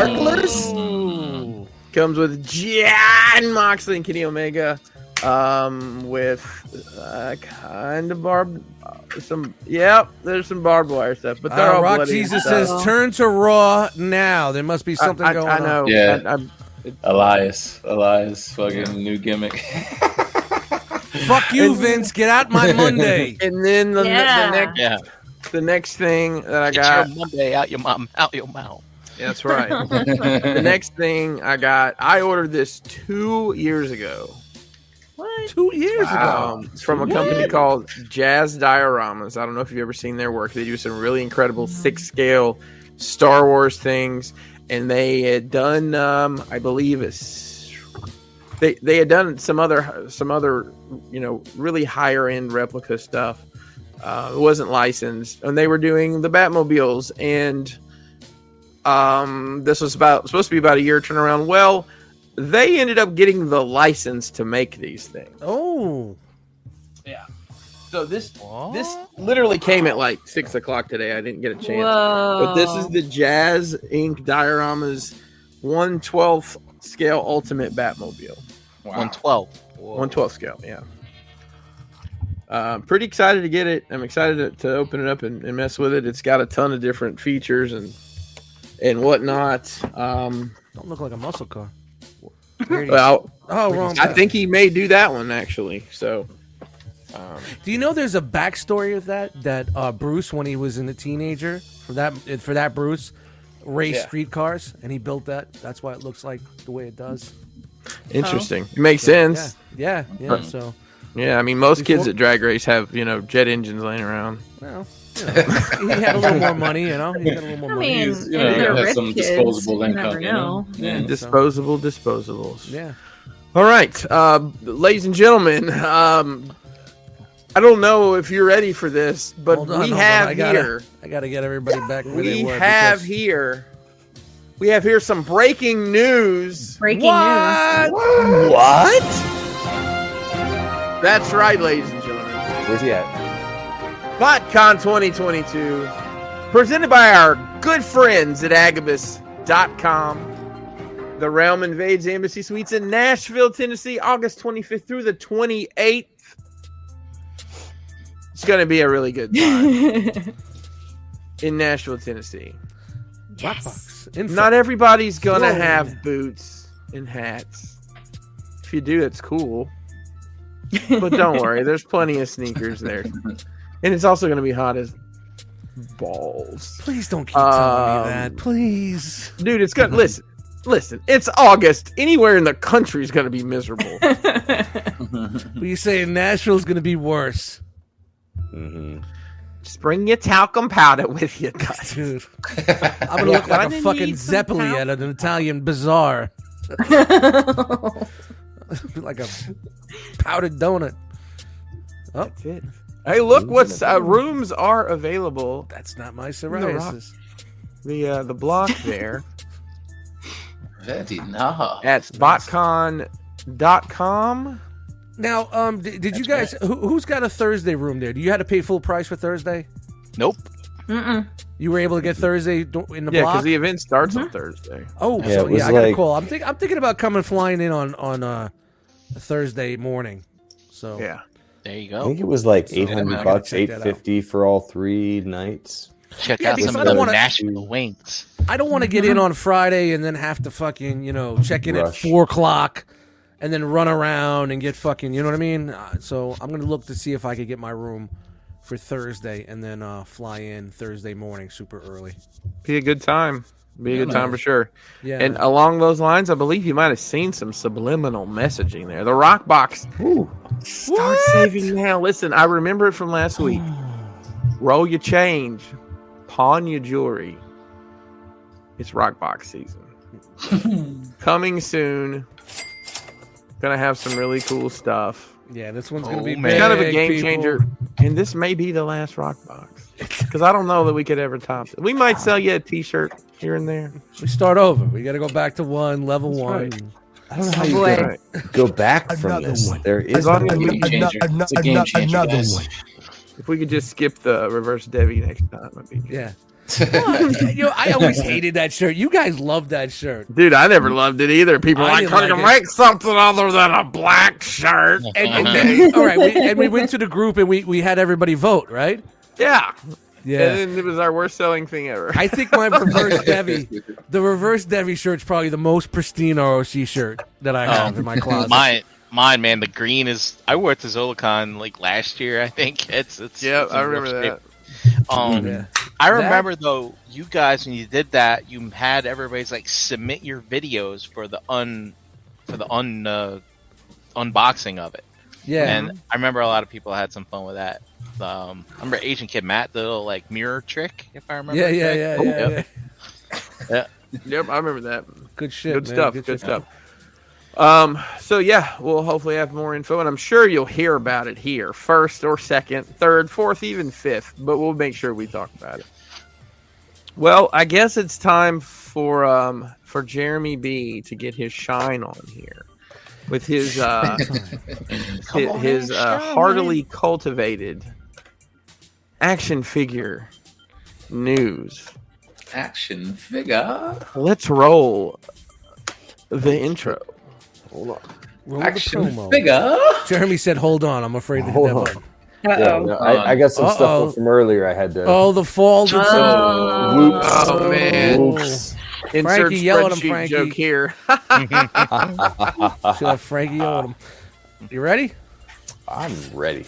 [SPEAKER 3] Ooh.
[SPEAKER 2] comes with John Moxley and Kenny Omega, um, with uh, kind of barb, some. Yep, there's some barbed wire stuff, but they're
[SPEAKER 3] Uh,
[SPEAKER 2] all
[SPEAKER 3] Rock
[SPEAKER 2] bloody and
[SPEAKER 3] Jesus
[SPEAKER 2] stuff.
[SPEAKER 3] says, "Turn to Raw now." There must be
[SPEAKER 2] I-
[SPEAKER 3] something
[SPEAKER 2] I,
[SPEAKER 3] going
[SPEAKER 2] I
[SPEAKER 3] on.
[SPEAKER 2] know. um,
[SPEAKER 1] Yeah.
[SPEAKER 2] I, I'm-
[SPEAKER 1] Elias, Elias, fucking new gimmick. (laughs)
[SPEAKER 3] Fuck you, Vince. Get out my Monday.
[SPEAKER 2] and then the,
[SPEAKER 4] Yeah.
[SPEAKER 2] the next,
[SPEAKER 6] Yeah.
[SPEAKER 2] the next thing that I
[SPEAKER 6] Get
[SPEAKER 2] got.
[SPEAKER 6] your Monday out your mom out your mouth.
[SPEAKER 2] That's
[SPEAKER 4] (laughs)
[SPEAKER 2] right. (laughs) the next thing I got. I ordered this two years ago.
[SPEAKER 4] What?
[SPEAKER 3] Two years ago.
[SPEAKER 2] Um, it's from a company called Jazz Dioramas. I don't know if you've ever seen their work. They do some really incredible six scale Star Wars things, and they had done, um, I believe, it's they they had done some other some other you know really higher end replica stuff. Uh, it wasn't licensed, and they were doing the Batmobiles, and um, this was about supposed to be about a year turnaround. Well. They ended up getting the license to make these things.
[SPEAKER 3] Oh,
[SPEAKER 2] So this this literally came at like six o'clock today. I didn't get a chance.
[SPEAKER 4] Whoa.
[SPEAKER 2] But this is the Jazz Inc. Dioramas one twelfth scale ultimate Batmobile.
[SPEAKER 6] One twelve.
[SPEAKER 2] One twelfth scale, yeah. Uh, pretty excited to get it. I'm excited to, to open it up and, and mess with it. It's got a ton of different features and and whatnot. Um,
[SPEAKER 3] Don't look like a muscle car.
[SPEAKER 2] well,
[SPEAKER 3] Oh, wrong.
[SPEAKER 2] I
[SPEAKER 3] button.
[SPEAKER 2] think he may do that one actually. So
[SPEAKER 3] Do you know there's a backstory of that? That uh, Bruce, when he was in a teenager, for that for that Bruce, raced
[SPEAKER 2] Yeah.
[SPEAKER 3] street cars, and he built that. That's why it looks like the way it does.
[SPEAKER 2] interesting. It makes sense.
[SPEAKER 3] Oh. Yeah, yeah. yeah so,
[SPEAKER 2] Yeah. I mean, most kids
[SPEAKER 3] Before-
[SPEAKER 2] at drag race have you know jet engines laying around.
[SPEAKER 3] well, you know, he had a little more money. You know, he had a little more
[SPEAKER 4] I
[SPEAKER 3] money.
[SPEAKER 4] mean,
[SPEAKER 1] He's, you know,
[SPEAKER 4] if they're
[SPEAKER 1] has
[SPEAKER 4] rich
[SPEAKER 1] some
[SPEAKER 4] kids,
[SPEAKER 1] disposable
[SPEAKER 4] you
[SPEAKER 1] income,
[SPEAKER 4] never
[SPEAKER 1] you know?
[SPEAKER 4] know.
[SPEAKER 1] Yeah.
[SPEAKER 3] so-
[SPEAKER 2] Disposable disposables.
[SPEAKER 3] yeah.
[SPEAKER 2] All right, uh, ladies and gentlemen. Um, I don't know if you're ready for this, but
[SPEAKER 3] Hold on,
[SPEAKER 2] we
[SPEAKER 3] hold on,
[SPEAKER 2] have
[SPEAKER 3] I gotta-
[SPEAKER 2] here.
[SPEAKER 3] I got to get everybody back where
[SPEAKER 2] we
[SPEAKER 3] they were.
[SPEAKER 2] have
[SPEAKER 3] because-
[SPEAKER 2] here we have here some breaking news
[SPEAKER 4] Breaking
[SPEAKER 3] What?
[SPEAKER 5] What?
[SPEAKER 2] that's right ladies and gentlemen
[SPEAKER 5] Where's he at?
[SPEAKER 2] botcon 2022 presented by our good friends at agabus.com the realm invades embassy suites in nashville tennessee august 25th through the 28th it's going to be a really
[SPEAKER 4] (laughs)
[SPEAKER 2] good time
[SPEAKER 4] news.
[SPEAKER 2] in nashville tennessee
[SPEAKER 3] Black box. Info.
[SPEAKER 2] Not everybody's gonna
[SPEAKER 3] Whoa.
[SPEAKER 2] have boots and hats. If you do, it's cool. (laughs) But don't worry, there's plenty of sneakers there, and it's also gonna be hot as balls,
[SPEAKER 3] Please don't keep telling
[SPEAKER 2] Um,
[SPEAKER 3] me that. Please.
[SPEAKER 2] dude. It's gonna listen, listen. It's August. Anywhere in the country is gonna be miserable.
[SPEAKER 3] But you say Nashville's going to be worse,
[SPEAKER 5] Mm-hmm.
[SPEAKER 2] Just bring your talcum powder with you, guys. (laughs)
[SPEAKER 3] dude. I'm going to look like
[SPEAKER 2] Gonna
[SPEAKER 3] a
[SPEAKER 2] need
[SPEAKER 3] fucking
[SPEAKER 2] some
[SPEAKER 3] Zeppeli
[SPEAKER 2] talc.
[SPEAKER 3] at an Italian bazaar. (laughs) like a powdered donut.
[SPEAKER 2] That's it. Hey, look what's uh, rooms are available
[SPEAKER 3] That's not my
[SPEAKER 2] rock.
[SPEAKER 3] psoriasis.
[SPEAKER 2] the uh, the block there.
[SPEAKER 1] Very nice.
[SPEAKER 2] at botcon.com.
[SPEAKER 3] Now, um, did, did you guys? Who, who's got a Thursday room there? Do you had to pay full price for Thursday?
[SPEAKER 6] Nope.
[SPEAKER 4] Mm-mm.
[SPEAKER 3] You were able to get Thursday do- in the
[SPEAKER 2] Mm-hmm. Yeah,
[SPEAKER 3] block.
[SPEAKER 2] because the event starts on Thursday.
[SPEAKER 3] oh,
[SPEAKER 5] Yeah,
[SPEAKER 3] so,
[SPEAKER 5] it was
[SPEAKER 3] yeah, I got a
[SPEAKER 5] like-
[SPEAKER 3] call. I'm think, I'm thinking about coming flying in on on uh, a Thursday morning. So
[SPEAKER 2] Yeah.
[SPEAKER 6] There you
[SPEAKER 5] I
[SPEAKER 6] go.
[SPEAKER 5] think it was like
[SPEAKER 3] So,
[SPEAKER 5] eight
[SPEAKER 3] I'm
[SPEAKER 5] hundred
[SPEAKER 3] gonna
[SPEAKER 5] bucks,
[SPEAKER 3] check
[SPEAKER 5] eight
[SPEAKER 3] that out.
[SPEAKER 5] fifty for all three nights.
[SPEAKER 6] Check
[SPEAKER 3] Yeah,
[SPEAKER 6] out
[SPEAKER 3] because
[SPEAKER 6] some
[SPEAKER 3] I
[SPEAKER 6] of
[SPEAKER 3] don't
[SPEAKER 6] the
[SPEAKER 3] wanna-
[SPEAKER 6] Nashville wings.
[SPEAKER 3] I don't want to get in on Friday and then have to fucking you know check in at
[SPEAKER 5] Rush.
[SPEAKER 3] four o'clock. And then run around and get fucking, you know what I mean? Uh, so I'm gonna look to see if I could get my room for Thursday, and then uh, fly in Thursday morning super early.
[SPEAKER 2] Be a good time. Be a good time for sure.
[SPEAKER 3] Yeah,
[SPEAKER 5] uh,
[SPEAKER 2] And along those lines, I believe you might have seen some subliminal messaging there. The rock box. Start saving now. Listen, I remember it from last week. Roll your change. Pawn your jewelry. It's rock box season.
[SPEAKER 3] (laughs)
[SPEAKER 2] Coming soon. Gonna have some really cool stuff.
[SPEAKER 3] Yeah, this one's gonna
[SPEAKER 6] Oh,
[SPEAKER 3] be
[SPEAKER 6] man.
[SPEAKER 3] big,
[SPEAKER 2] kind of a game
[SPEAKER 3] people.
[SPEAKER 2] changer. And this may be the last rock box because I don't know that we could ever top it. We might sell you a T-shirt here and there.
[SPEAKER 3] We start over. We got to go back to one level one.
[SPEAKER 2] right.
[SPEAKER 5] I don't know how
[SPEAKER 4] Oh,
[SPEAKER 5] you
[SPEAKER 4] boy.
[SPEAKER 5] can
[SPEAKER 2] Right.
[SPEAKER 5] go back from
[SPEAKER 8] Another
[SPEAKER 5] this.
[SPEAKER 8] one.
[SPEAKER 5] There is
[SPEAKER 8] As
[SPEAKER 5] no
[SPEAKER 8] long as
[SPEAKER 1] Game
[SPEAKER 8] Ano- ano-
[SPEAKER 1] changer.
[SPEAKER 8] ano-
[SPEAKER 1] It's a game
[SPEAKER 8] ano-
[SPEAKER 1] changer,
[SPEAKER 8] another
[SPEAKER 1] guys.
[SPEAKER 8] one.
[SPEAKER 2] If we could just skip the reverse Debbie next time, it'd be
[SPEAKER 3] Yeah. you know, I always hated that shirt. You guys love that shirt.
[SPEAKER 2] Dude, I never loved it either. People
[SPEAKER 3] I
[SPEAKER 2] are like,
[SPEAKER 3] didn't
[SPEAKER 2] how do you
[SPEAKER 3] like
[SPEAKER 2] make something other than a black shirt?
[SPEAKER 3] And, and then, all right, we, and we went to the group and we, we had everybody vote, right?
[SPEAKER 2] Yeah.
[SPEAKER 3] Yeah.
[SPEAKER 2] And then it was our worst selling thing ever.
[SPEAKER 3] I think my reverse Devi, the reverse Devi shirt's probably the most pristine ROC shirt that I have in my closet.
[SPEAKER 6] Mine, mine, man. The green is. I wore it to Zolocon like last year. I think (laughs) it's it's.
[SPEAKER 2] Yeah,
[SPEAKER 6] it's in
[SPEAKER 2] I
[SPEAKER 6] rough
[SPEAKER 2] remember
[SPEAKER 6] shape.
[SPEAKER 2] that.
[SPEAKER 6] Um,
[SPEAKER 3] Yeah.
[SPEAKER 6] I remember though, you guys when you did that, you had everybody's like submit your videos for the un for the un uh, unboxing of it,
[SPEAKER 3] Yeah.
[SPEAKER 6] and I remember a lot of people had some fun with that. Um, I remember Asian Kid Matt the little, like mirror trick, if I remember.
[SPEAKER 3] Yeah, yeah, yeah,
[SPEAKER 6] correctly.
[SPEAKER 3] Oh, yeah,
[SPEAKER 6] Yep.
[SPEAKER 3] yeah.
[SPEAKER 2] Yep, I remember that.
[SPEAKER 3] Good shit.
[SPEAKER 2] good
[SPEAKER 3] man.
[SPEAKER 2] stuff. Good,
[SPEAKER 3] Good, shit.
[SPEAKER 2] stuff. Um, so yeah, we'll hopefully have more info, and I'm sure you'll hear about it here, first or second, third, fourth, even fifth. But we'll make sure we talk about it. Well, I guess it's time for um for Jeremy B to get his shine on here with his uh hi- his, uh, heartily cultivated action figure news.
[SPEAKER 1] Action figure.
[SPEAKER 2] Let's roll the intro.
[SPEAKER 3] Roll the
[SPEAKER 1] Action
[SPEAKER 3] promo.
[SPEAKER 1] figure.
[SPEAKER 3] Jeremy said, "Hold on, I'm afraid to hit
[SPEAKER 5] Hold
[SPEAKER 3] that
[SPEAKER 5] on.
[SPEAKER 3] button."
[SPEAKER 5] Yeah,
[SPEAKER 4] Uh-oh.
[SPEAKER 5] no, I, I got some
[SPEAKER 3] Uh-oh.
[SPEAKER 5] stuff from earlier. I had to.
[SPEAKER 3] Oh, the fall.
[SPEAKER 4] Ah.
[SPEAKER 5] Whoops.
[SPEAKER 2] Oh, man.
[SPEAKER 5] Whoops.
[SPEAKER 2] Insert
[SPEAKER 3] Frankie, yell at him,
[SPEAKER 2] spreadsheet
[SPEAKER 3] Frankie.
[SPEAKER 2] joke here. (laughs)
[SPEAKER 3] She'll have Frankie yell at him. You ready?
[SPEAKER 5] I'm ready.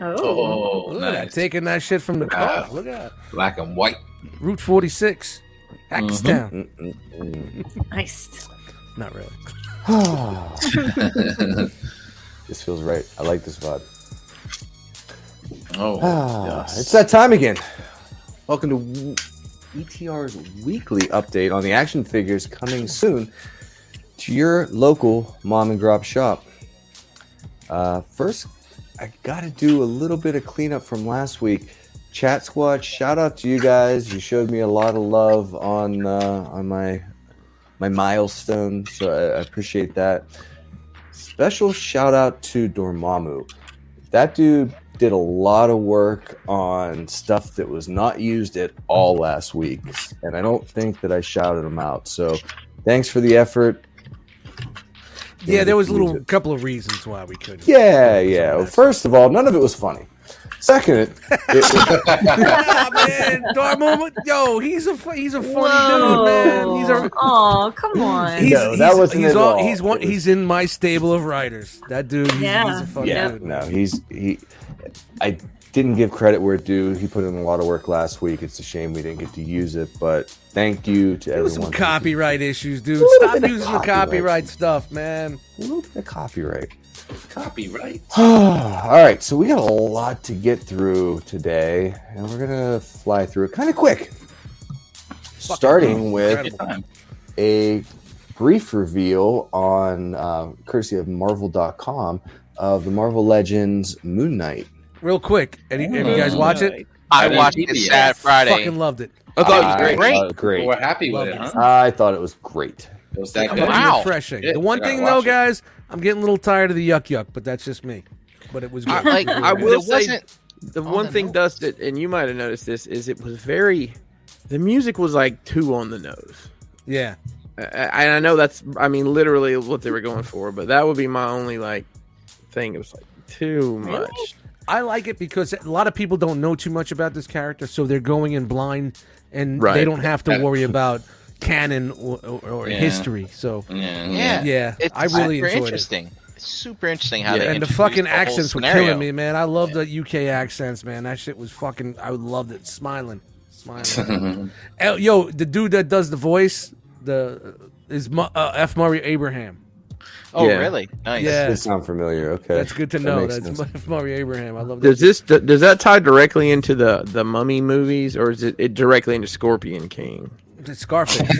[SPEAKER 4] Oh.
[SPEAKER 1] Oh,
[SPEAKER 3] Look at that.
[SPEAKER 1] nice.
[SPEAKER 3] Taking that shit from the car.
[SPEAKER 1] Wow.
[SPEAKER 3] Look at that.
[SPEAKER 1] Black and white.
[SPEAKER 3] Route 46. Hackettstown.
[SPEAKER 4] Nice.
[SPEAKER 5] Mm-hmm.
[SPEAKER 3] Not really.
[SPEAKER 5] (laughs) This feels right. I like this vibe.
[SPEAKER 1] Oh,
[SPEAKER 5] Ah,
[SPEAKER 1] yes.
[SPEAKER 5] It's that time again. Welcome to W- ETR's weekly update on the action figures coming soon to your local mom and grop shop. Uh, first, I got to do a little bit of cleanup from last week. Chat Squad, shout out to you guys. You showed me a lot of love on uh, on my my milestone, so I, I appreciate that. Special shout out to Dormammu. That dude did a lot of work on stuff that was not used at all last week, and I don't think that I shouted him out. So, thanks for the effort.
[SPEAKER 3] Yeah, there was a
[SPEAKER 5] Use
[SPEAKER 3] little
[SPEAKER 5] it.
[SPEAKER 3] couple of reasons why we couldn't.
[SPEAKER 5] Yeah, yeah. Well, first of all, none of it was funny. Second, it, it,
[SPEAKER 3] (laughs) Ah, man, Dormammu, yo, he's a fu- he's a funny dude,
[SPEAKER 4] Whoa.
[SPEAKER 3] man. He's a
[SPEAKER 4] Aw, come on.
[SPEAKER 3] he's,
[SPEAKER 5] No, that
[SPEAKER 3] he's-
[SPEAKER 5] wasn't
[SPEAKER 3] he's
[SPEAKER 5] it at all.
[SPEAKER 3] he's one
[SPEAKER 5] It was-
[SPEAKER 3] he's in my stable of writers. That dude, he's, he's
[SPEAKER 4] Yeah.
[SPEAKER 3] a funny
[SPEAKER 5] yeah,
[SPEAKER 3] (laughs) dude.
[SPEAKER 5] no, he's he. I didn't give credit where it's due. He put in a lot of work last week. It's a shame we didn't get to use it, but thank you to
[SPEAKER 3] There was
[SPEAKER 5] everyone.
[SPEAKER 3] some
[SPEAKER 5] who-
[SPEAKER 3] copyright issues, dude.
[SPEAKER 5] little
[SPEAKER 3] Stop
[SPEAKER 5] bit of
[SPEAKER 3] using the
[SPEAKER 5] copyright.
[SPEAKER 3] copyright stuff, man.
[SPEAKER 5] A little bit of copyright.
[SPEAKER 1] copyright.
[SPEAKER 5] (sighs) All right, so we got a lot to get through today, and we're gonna fly through it kind of quick. Starting with
[SPEAKER 1] Good time.
[SPEAKER 5] a brief reveal on uh, courtesy of Marvel.com of the Marvel Legends Moon Knight.
[SPEAKER 3] Real quick, any, have you guys watch it?
[SPEAKER 1] I
[SPEAKER 6] I
[SPEAKER 1] didn't
[SPEAKER 6] watched
[SPEAKER 1] keep it
[SPEAKER 6] it
[SPEAKER 1] yet.
[SPEAKER 6] Sad Friday.
[SPEAKER 3] Fucking loved it.
[SPEAKER 1] I thought it was
[SPEAKER 5] I
[SPEAKER 1] great.
[SPEAKER 6] great.
[SPEAKER 5] thought it was great.
[SPEAKER 1] We're happy with it, huh?
[SPEAKER 5] I thought it was great.
[SPEAKER 1] It was that
[SPEAKER 6] Come
[SPEAKER 1] good.
[SPEAKER 6] on.
[SPEAKER 3] Fucking
[SPEAKER 6] Wow.
[SPEAKER 3] refreshing.
[SPEAKER 1] Shit,
[SPEAKER 3] the one
[SPEAKER 1] I gotta
[SPEAKER 3] thing though,
[SPEAKER 1] watch it.
[SPEAKER 3] guys, I'm getting a little tired of the yuck yuck, but that's just me. But it was good.
[SPEAKER 6] I,
[SPEAKER 3] (laughs)
[SPEAKER 5] (laughs)
[SPEAKER 6] like,
[SPEAKER 2] I
[SPEAKER 6] it
[SPEAKER 2] will say-
[SPEAKER 6] wasn't.
[SPEAKER 2] The
[SPEAKER 6] On
[SPEAKER 2] one
[SPEAKER 6] the
[SPEAKER 2] thing
[SPEAKER 6] nose.
[SPEAKER 2] Dusted, and you might have noticed this, is it was very. The music was like two on the nose.
[SPEAKER 3] yeah.
[SPEAKER 2] I, I I know that's, I mean, literally what they were going for, but that would be my only like thing. It was like too much.
[SPEAKER 3] I like it because a lot of people don't know too much about this character, so they're going in blind, and
[SPEAKER 2] Right.
[SPEAKER 3] they don't have to
[SPEAKER 1] Yeah.
[SPEAKER 3] worry about canon or, or, or
[SPEAKER 1] Yeah.
[SPEAKER 3] history. So
[SPEAKER 1] Yeah.
[SPEAKER 6] Yeah,
[SPEAKER 3] yeah,
[SPEAKER 6] It's
[SPEAKER 3] I really
[SPEAKER 6] super
[SPEAKER 3] enjoyed it.
[SPEAKER 6] interesting. It's super interesting how
[SPEAKER 2] Yeah,
[SPEAKER 6] they
[SPEAKER 3] And the
[SPEAKER 6] introduced
[SPEAKER 3] fucking
[SPEAKER 6] whole
[SPEAKER 3] accents were
[SPEAKER 6] scenario.
[SPEAKER 3] killing me, man. I love the UK accents, man. That shit was fucking. I loved it. Smiling,
[SPEAKER 5] (laughs)
[SPEAKER 3] smiling. Eh, Yo, the dude that does the voice, the is Mu- uh, F. Murray Abraham.
[SPEAKER 6] Oh,
[SPEAKER 2] Yeah.
[SPEAKER 6] really? Nice.
[SPEAKER 3] Yeah.
[SPEAKER 5] It sound familiar. Okay,
[SPEAKER 3] That's good to
[SPEAKER 5] That
[SPEAKER 3] know.
[SPEAKER 5] makes
[SPEAKER 3] That's
[SPEAKER 5] sense.
[SPEAKER 3] (laughs) F. Murray Abraham. I love that.
[SPEAKER 2] Does this does that tie directly into the the Mummy movies, or is it, it directly into Scorpion King?
[SPEAKER 3] It's
[SPEAKER 2] (laughs)
[SPEAKER 3] Scarface.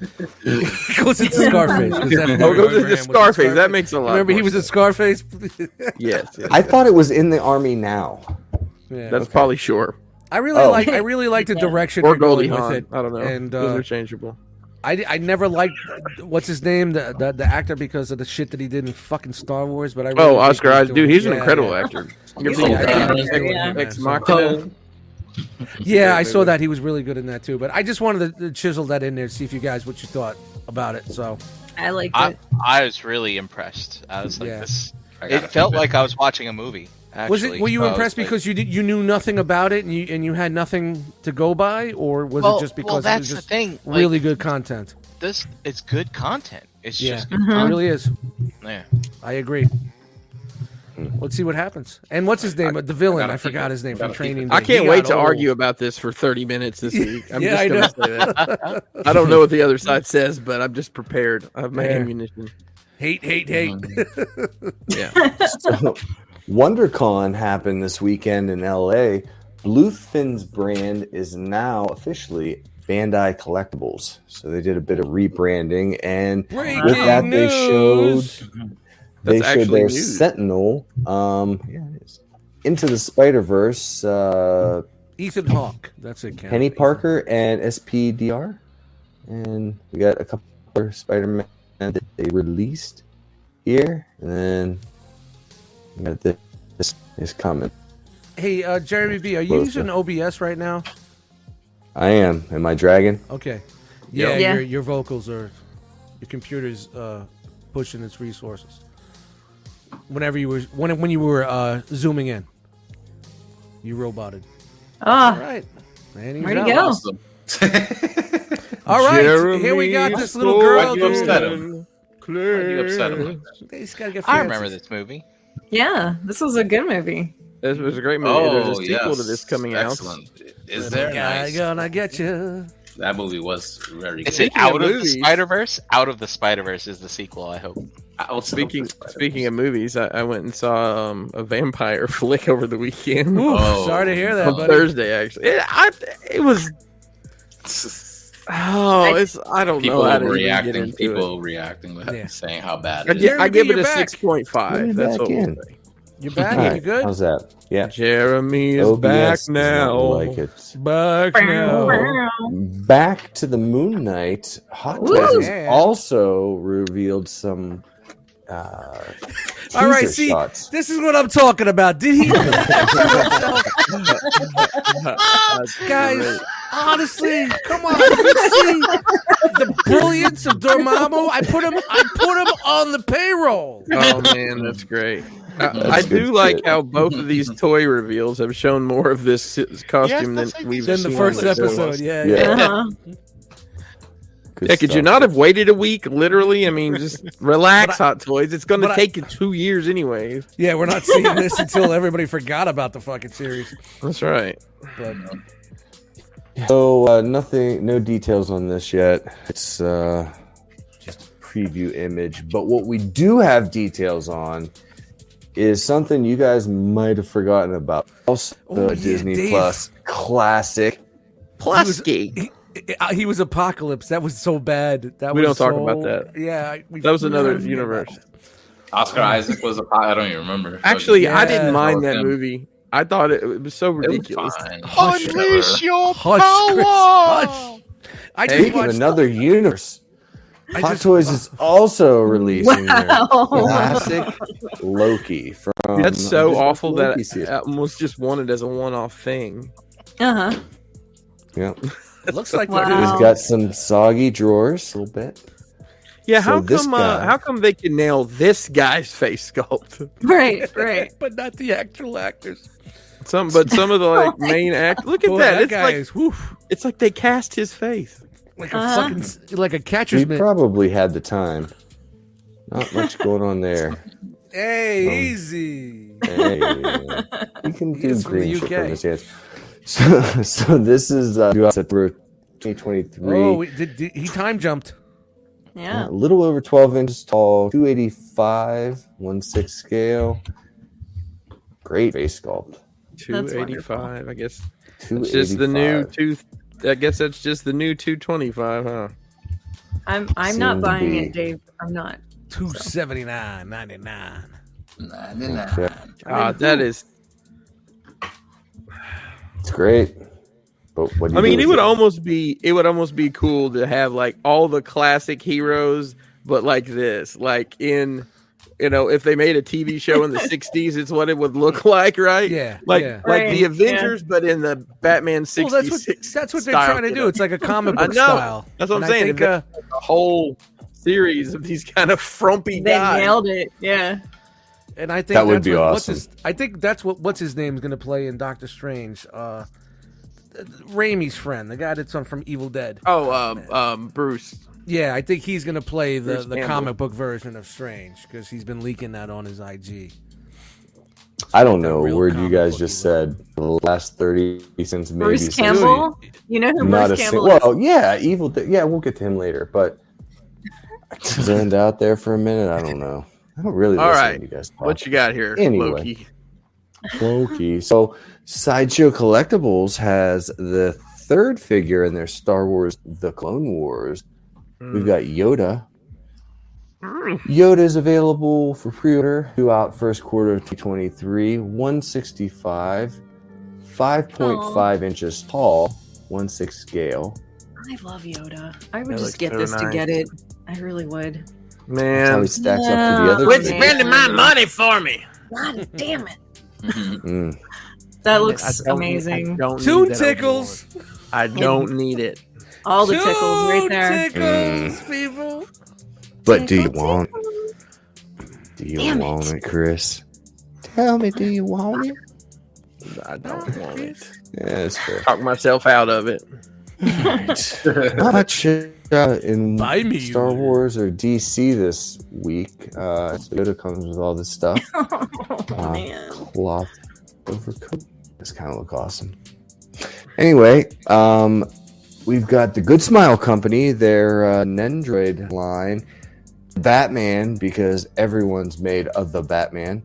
[SPEAKER 3] Because it's Scarface. 'cause that
[SPEAKER 2] Oh,
[SPEAKER 3] Murray
[SPEAKER 2] those are
[SPEAKER 3] Abraham
[SPEAKER 2] the
[SPEAKER 3] was in
[SPEAKER 2] Scarface. That makes a lot.
[SPEAKER 3] Remember, he
[SPEAKER 2] more
[SPEAKER 3] was in
[SPEAKER 2] sense.
[SPEAKER 3] Scarface. (laughs)
[SPEAKER 2] yes. yes.
[SPEAKER 5] I thought it was in the army now.
[SPEAKER 3] yeah.
[SPEAKER 2] That's probably sure.
[SPEAKER 3] I really
[SPEAKER 5] Oh.
[SPEAKER 3] like. I really
[SPEAKER 2] (laughs)
[SPEAKER 3] like the direction
[SPEAKER 2] Or
[SPEAKER 3] they're going
[SPEAKER 2] Goldie
[SPEAKER 3] with
[SPEAKER 2] Hawn.
[SPEAKER 3] it.
[SPEAKER 2] I don't know.
[SPEAKER 3] And
[SPEAKER 2] Those
[SPEAKER 3] uh,
[SPEAKER 2] are changeable.
[SPEAKER 3] I, I never liked what's his name the, the the actor because of the shit that he did in fucking Star Wars. But I really
[SPEAKER 2] Oh,
[SPEAKER 3] like
[SPEAKER 2] Oscar
[SPEAKER 3] what
[SPEAKER 2] Isaac, dude, he's an
[SPEAKER 3] doing.
[SPEAKER 2] incredible
[SPEAKER 3] yeah.
[SPEAKER 2] actor.
[SPEAKER 3] Yeah,
[SPEAKER 2] Give
[SPEAKER 1] He's
[SPEAKER 2] him
[SPEAKER 1] an
[SPEAKER 2] a-
[SPEAKER 1] incredible
[SPEAKER 3] I think
[SPEAKER 4] actor,
[SPEAKER 3] he's
[SPEAKER 2] Ex
[SPEAKER 3] doing it, man. So-
[SPEAKER 2] Machina.
[SPEAKER 3] Yeah, I saw that he was really good in that too. But I just wanted to chisel that in there, see if you guys what you thought about it. So
[SPEAKER 4] I liked
[SPEAKER 6] I,
[SPEAKER 4] it.
[SPEAKER 6] I was really impressed. I was like,
[SPEAKER 3] Yeah.
[SPEAKER 6] this.
[SPEAKER 1] I gotta
[SPEAKER 6] It felt
[SPEAKER 1] keep
[SPEAKER 6] like I was watching a movie. Actually.
[SPEAKER 3] was it? Were you
[SPEAKER 6] I was
[SPEAKER 3] impressed
[SPEAKER 6] like-
[SPEAKER 3] because you did, you knew nothing about it and you and you had nothing to go by, or was
[SPEAKER 6] well,
[SPEAKER 3] it just
[SPEAKER 6] well,
[SPEAKER 3] because it was
[SPEAKER 6] that's the
[SPEAKER 3] just
[SPEAKER 6] thing. Like,
[SPEAKER 3] really good content?
[SPEAKER 6] this it's good content. It's
[SPEAKER 3] Yeah.
[SPEAKER 6] just
[SPEAKER 3] It really is.
[SPEAKER 6] yeah.
[SPEAKER 3] I agree. Let's see what happens. And what's his name? the villain. I, forgot his name from
[SPEAKER 1] gotta
[SPEAKER 3] Training Day.
[SPEAKER 2] I can't
[SPEAKER 3] He
[SPEAKER 2] wait
[SPEAKER 3] got
[SPEAKER 2] to
[SPEAKER 3] old.
[SPEAKER 2] argue about this for 30 minutes (laughs) this week. I'm
[SPEAKER 3] Yeah, I
[SPEAKER 2] just going to say that. (laughs) I don't know what the other side says, but I'm just prepared. I have my
[SPEAKER 3] Yeah.
[SPEAKER 2] ammunition.
[SPEAKER 3] Hate, hate, hate.
[SPEAKER 2] Mm-hmm.
[SPEAKER 5] So, WonderCon happened this weekend in LA. Bluefin's brand is now officially Bandai Collectibles. So they did a bit of rebranding, and
[SPEAKER 3] Breaking
[SPEAKER 5] with that, they
[SPEAKER 3] news.
[SPEAKER 5] showed they
[SPEAKER 2] That's
[SPEAKER 5] showed
[SPEAKER 2] actually
[SPEAKER 5] their
[SPEAKER 2] news.
[SPEAKER 5] Sentinel. Um, yeah, it is. Into the Spider Verse, uh,
[SPEAKER 3] (laughs) Ethan Hawke. That's it. Ken.
[SPEAKER 5] Penny Parker and SPDR, and we got a couple for Spider-Man that they released here, and then we got this, this is coming.
[SPEAKER 3] Hey, uh, Jeremy B, are you
[SPEAKER 5] Close
[SPEAKER 3] using OBS right now?
[SPEAKER 5] I am. Am I dragon?
[SPEAKER 3] Okay.
[SPEAKER 1] Yeah.
[SPEAKER 3] Yeah,
[SPEAKER 4] Yeah.
[SPEAKER 3] Your, your vocals are, your computer's uh, pushing its resources. Whenever you were when when you were uh, zooming in, you roboted. All
[SPEAKER 4] Oh,
[SPEAKER 3] right. Man, he's
[SPEAKER 4] Where'd he
[SPEAKER 3] out.
[SPEAKER 1] (laughs)
[SPEAKER 4] go?
[SPEAKER 1] Awesome. (laughs)
[SPEAKER 3] All right, here we got this little girl.
[SPEAKER 1] Why'd you
[SPEAKER 3] Who's
[SPEAKER 1] upset him? Why'd you upset him like that?
[SPEAKER 3] He's gotta get
[SPEAKER 6] I
[SPEAKER 3] fancy.
[SPEAKER 6] remember this movie.
[SPEAKER 4] yeah. This was a good movie.
[SPEAKER 2] This was a great movie. There's
[SPEAKER 1] Oh,
[SPEAKER 2] a
[SPEAKER 1] yeah.
[SPEAKER 2] sequel to this coming out.
[SPEAKER 1] Excellent. Is there?
[SPEAKER 3] Guy
[SPEAKER 1] Nice.
[SPEAKER 3] gonna get you.
[SPEAKER 1] That movie was very
[SPEAKER 6] Is
[SPEAKER 1] good.
[SPEAKER 6] it
[SPEAKER 2] Speaking of
[SPEAKER 6] Out of the
[SPEAKER 2] movies-
[SPEAKER 6] Spider Verse? Out of the Spider Verse is the sequel. I hope.
[SPEAKER 1] Out of
[SPEAKER 2] Uh, Speaking
[SPEAKER 1] the Spider-Verse.
[SPEAKER 2] speaking of movies, I, I went and saw um, a vampire (laughs) flick over the weekend.
[SPEAKER 3] Ooh,
[SPEAKER 1] Oh.
[SPEAKER 3] sorry to hear that,
[SPEAKER 2] on
[SPEAKER 3] buddy.
[SPEAKER 2] Thursday, actually. It, I, it was oh,
[SPEAKER 4] I-
[SPEAKER 2] it's I don't
[SPEAKER 1] people
[SPEAKER 2] know how to even get
[SPEAKER 1] overreacting,
[SPEAKER 2] into it.
[SPEAKER 1] people overreacting, with
[SPEAKER 3] Yeah.
[SPEAKER 1] saying how bad
[SPEAKER 2] I,
[SPEAKER 1] it
[SPEAKER 2] gi-
[SPEAKER 1] is.
[SPEAKER 3] Jeremy,
[SPEAKER 2] I give it
[SPEAKER 3] you're
[SPEAKER 2] a
[SPEAKER 3] back.
[SPEAKER 2] six point
[SPEAKER 5] Let me
[SPEAKER 2] five. That's
[SPEAKER 5] back
[SPEAKER 2] what
[SPEAKER 5] in.
[SPEAKER 2] we'll say.
[SPEAKER 3] You back?
[SPEAKER 5] Alright,
[SPEAKER 3] You good?
[SPEAKER 5] How's that? Yeah.
[SPEAKER 2] Jeremy is
[SPEAKER 5] OBS
[SPEAKER 2] back
[SPEAKER 5] does not
[SPEAKER 2] now.
[SPEAKER 5] Like it.
[SPEAKER 3] Back now.
[SPEAKER 4] Wow.
[SPEAKER 5] Back to the Moon Knight. Hot
[SPEAKER 4] Ooh.
[SPEAKER 5] Toys has
[SPEAKER 3] Yeah.
[SPEAKER 5] also revealed some. Uh,
[SPEAKER 3] (laughs) All right,
[SPEAKER 5] teaser
[SPEAKER 3] see,
[SPEAKER 5] shots.
[SPEAKER 3] This is what I'm talking about. Did
[SPEAKER 2] (laughs)
[SPEAKER 3] he? (laughs) Guys, honestly, come on. Did you see the brilliance of Dormammu? I put him. I put him on the payroll.
[SPEAKER 2] oh man, that's great. I, I
[SPEAKER 5] That's good
[SPEAKER 2] do like
[SPEAKER 5] shit.
[SPEAKER 2] how both of
[SPEAKER 5] (laughs)
[SPEAKER 2] these toy reveals have shown more of this si- costume
[SPEAKER 6] that's
[SPEAKER 2] than
[SPEAKER 6] like-
[SPEAKER 2] we've
[SPEAKER 3] Then
[SPEAKER 2] seen
[SPEAKER 3] the first
[SPEAKER 2] on this
[SPEAKER 3] episode.
[SPEAKER 2] show.
[SPEAKER 3] Yeah.
[SPEAKER 5] Yeah.
[SPEAKER 3] yeah.
[SPEAKER 4] Uh-huh.
[SPEAKER 5] Good
[SPEAKER 2] Yeah, could you
[SPEAKER 5] stuff.
[SPEAKER 2] not have waited a week? Literally, I
[SPEAKER 3] (laughs)
[SPEAKER 2] mean, just relax,
[SPEAKER 3] But
[SPEAKER 2] Hot Toys. It's going
[SPEAKER 3] but
[SPEAKER 2] to
[SPEAKER 3] I-
[SPEAKER 2] take you two years anyway.
[SPEAKER 3] Yeah, we're not seeing this until everybody forgot about the fucking series.
[SPEAKER 2] That's right.
[SPEAKER 3] But
[SPEAKER 5] So uh, nothing, no details on this yet. It's uh, just a preview image. But what we do have details on is something you guys might have forgotten about. Also,
[SPEAKER 3] Oh,
[SPEAKER 5] a
[SPEAKER 3] yeah,
[SPEAKER 5] Disney
[SPEAKER 3] Dave.
[SPEAKER 5] Plus classic.
[SPEAKER 2] Plusky.
[SPEAKER 3] I- he was apocalypse. That was so bad. That
[SPEAKER 2] We
[SPEAKER 3] was
[SPEAKER 2] don't talk
[SPEAKER 3] so-
[SPEAKER 2] about that.
[SPEAKER 3] Yeah, I- we-
[SPEAKER 2] That was
[SPEAKER 3] we
[SPEAKER 2] another
[SPEAKER 3] gotta forget
[SPEAKER 2] universe.
[SPEAKER 3] about
[SPEAKER 1] Oscar Isaac was a I don't even remember.
[SPEAKER 2] Actually, I
[SPEAKER 3] Yeah.
[SPEAKER 2] didn't mind that
[SPEAKER 1] Awesome.
[SPEAKER 2] movie. I thought it, it was so
[SPEAKER 1] It was
[SPEAKER 2] ridiculous.
[SPEAKER 1] (laughs) fine.
[SPEAKER 3] Hush,
[SPEAKER 1] Whatever.
[SPEAKER 6] your
[SPEAKER 3] that. Hush, Chris, hush. I just
[SPEAKER 5] Speaking of
[SPEAKER 3] watched
[SPEAKER 5] another universe,
[SPEAKER 3] I
[SPEAKER 5] Hot
[SPEAKER 3] just- (laughs)
[SPEAKER 5] Toys is also releasing their
[SPEAKER 4] (laughs)
[SPEAKER 5] classic Loki from.
[SPEAKER 2] That's so
[SPEAKER 5] Disney
[SPEAKER 2] awful that
[SPEAKER 5] Loki series.
[SPEAKER 3] uh,
[SPEAKER 2] I almost just want it as a one-off thing.
[SPEAKER 4] (laughs) Uh-huh.
[SPEAKER 5] yeah.
[SPEAKER 3] It looks like
[SPEAKER 4] Wow.
[SPEAKER 3] they're-
[SPEAKER 5] it's got some soggy drawers a little bit.
[SPEAKER 2] Yeah,
[SPEAKER 5] So
[SPEAKER 2] how
[SPEAKER 5] this
[SPEAKER 2] come? Uh,
[SPEAKER 5] guy-
[SPEAKER 2] how come they can nail this guy's (laughs) face sculpt?
[SPEAKER 4] Right, right.
[SPEAKER 3] but not the actual actors.
[SPEAKER 2] Some, but some of the like
[SPEAKER 4] Oh my
[SPEAKER 2] main act. Look at
[SPEAKER 3] Boy,
[SPEAKER 2] that.
[SPEAKER 3] that
[SPEAKER 2] it's
[SPEAKER 3] guy
[SPEAKER 2] like
[SPEAKER 3] is woof,
[SPEAKER 2] it's like they cast his face.
[SPEAKER 3] like a
[SPEAKER 4] Uh-huh.
[SPEAKER 3] fucking s- like a catcher's
[SPEAKER 5] He
[SPEAKER 3] mitt.
[SPEAKER 5] probably had the time. Not
[SPEAKER 3] (laughs)
[SPEAKER 5] much going on there.
[SPEAKER 3] hey,
[SPEAKER 5] Um,
[SPEAKER 3] easy.
[SPEAKER 5] Hey, you can do
[SPEAKER 3] He's from the
[SPEAKER 5] green shit
[SPEAKER 3] UK.
[SPEAKER 5] from his hands. So, (laughs) so this is uh, due out September 2023.
[SPEAKER 3] Oh, we- did, did, he time jumped.
[SPEAKER 5] a
[SPEAKER 4] Yeah.
[SPEAKER 5] Uh, little over 12 inches tall, 285, 1 6 scale. Great face sculpt.
[SPEAKER 2] Two eighty-five. I guess it's
[SPEAKER 5] 285.
[SPEAKER 2] just the new two. I guess that's just the new two twenty-five, huh?
[SPEAKER 4] I'm I'm not
[SPEAKER 5] Seemed to
[SPEAKER 4] buying
[SPEAKER 5] be-
[SPEAKER 4] it, Dave. I'm not.
[SPEAKER 3] Two seventy nine ninety nine.
[SPEAKER 1] Nah, nah, nah.
[SPEAKER 5] Yeah,
[SPEAKER 2] Ah, that is.
[SPEAKER 5] it's great. But what do you
[SPEAKER 2] I mean,
[SPEAKER 5] do
[SPEAKER 2] it
[SPEAKER 5] with
[SPEAKER 2] would almost be it would almost be cool to have like all the classic heroes, but like this, like in you know, if they made a TV show
[SPEAKER 3] (laughs)
[SPEAKER 2] in the '60s, it's what it would look (laughs) like, right?
[SPEAKER 3] Yeah,
[SPEAKER 2] like
[SPEAKER 3] yeah.
[SPEAKER 2] like
[SPEAKER 4] Right,
[SPEAKER 2] the Avengers, but in the Batman
[SPEAKER 3] Well,
[SPEAKER 2] '66.
[SPEAKER 3] that's what that's what they're
[SPEAKER 2] style
[SPEAKER 3] trying to
[SPEAKER 2] for
[SPEAKER 3] do.
[SPEAKER 2] them.
[SPEAKER 3] It's like a comic
[SPEAKER 2] (laughs) I
[SPEAKER 3] book
[SPEAKER 2] know.
[SPEAKER 3] style.
[SPEAKER 2] That's what I'm
[SPEAKER 3] And I
[SPEAKER 2] saying.
[SPEAKER 3] think, uh,
[SPEAKER 2] a whole series of these kind of frumpy
[SPEAKER 4] They
[SPEAKER 2] guys.
[SPEAKER 4] nailed it. Yeah.
[SPEAKER 3] and I think
[SPEAKER 5] That would
[SPEAKER 3] that's
[SPEAKER 5] be
[SPEAKER 3] what-
[SPEAKER 5] awesome.
[SPEAKER 3] What's his, I think that's what what's his name's going to play in Doctor Strange. Uh, Raimi's friend, the guy that's on from Evil Dead.
[SPEAKER 2] oh, um, um, Bruce.
[SPEAKER 3] Yeah, I think he's going to play the,
[SPEAKER 2] Bruce
[SPEAKER 3] the
[SPEAKER 2] Campbell.
[SPEAKER 3] comic book version of Strange because he's been leaking that on his IG.
[SPEAKER 5] I don't
[SPEAKER 3] That
[SPEAKER 5] know a
[SPEAKER 3] real
[SPEAKER 5] word you
[SPEAKER 3] comic
[SPEAKER 5] guys
[SPEAKER 3] book
[SPEAKER 5] just
[SPEAKER 3] you
[SPEAKER 5] said the last 30 since maybe
[SPEAKER 4] Bruce
[SPEAKER 5] since-
[SPEAKER 4] Campbell. You know who
[SPEAKER 5] not a
[SPEAKER 4] Bruce
[SPEAKER 5] single
[SPEAKER 4] Campbell
[SPEAKER 5] well yeah evil Dead- yeah we'll get to him later
[SPEAKER 4] (laughs)
[SPEAKER 5] but stand out there for a minute i don't know i don't really
[SPEAKER 2] All
[SPEAKER 5] listen
[SPEAKER 2] right.
[SPEAKER 5] to you guys talk.
[SPEAKER 2] What you got here,
[SPEAKER 5] Anyway.
[SPEAKER 2] Loki?
[SPEAKER 5] Loki. So Sideshow Collectibles has the third figure in their Star Wars The Clone Wars.
[SPEAKER 2] Hmm.
[SPEAKER 5] We've got Yoda. Yoda is available for pre-order throughout first quarter of 2023. 165, 5.5 inches tall, 1/6 scale.
[SPEAKER 4] is? I love Yoda. I would
[SPEAKER 2] That looks
[SPEAKER 4] just get
[SPEAKER 2] so
[SPEAKER 4] this to
[SPEAKER 2] nice.
[SPEAKER 4] get it. I really would.
[SPEAKER 5] That's how
[SPEAKER 2] man.
[SPEAKER 5] he stacks up to the other.
[SPEAKER 4] Quit
[SPEAKER 5] two.
[SPEAKER 4] spending- my money
[SPEAKER 2] for me.
[SPEAKER 4] God damn it.
[SPEAKER 1] Mhm.
[SPEAKER 5] Mm.
[SPEAKER 4] That looks amazing.
[SPEAKER 3] Two tickles.
[SPEAKER 2] I don't need it.
[SPEAKER 4] All the
[SPEAKER 3] Two
[SPEAKER 4] tickles right there.
[SPEAKER 2] Mm.
[SPEAKER 3] tickles, people.
[SPEAKER 5] But do you want? Do you
[SPEAKER 4] Damn it.
[SPEAKER 5] want it, Chris? Tell me, do you want it?
[SPEAKER 2] I don't want it.
[SPEAKER 5] Yeah, that's
[SPEAKER 4] (laughs)
[SPEAKER 5] fair.
[SPEAKER 2] Talk myself out of it.
[SPEAKER 5] Not much shit uh, in
[SPEAKER 3] Buy me,
[SPEAKER 5] Star
[SPEAKER 3] you-
[SPEAKER 5] Wars or DC this week. Uh, so Yoda comes with all this stuff.
[SPEAKER 4] (laughs) Oh,
[SPEAKER 5] Uh,
[SPEAKER 4] man.
[SPEAKER 5] cloth overcoat. This kind of look awesome. Anyway, um, we've got the Good Smile Company, their uh, Nendroid line, Batman, because everyone's made of the Batman.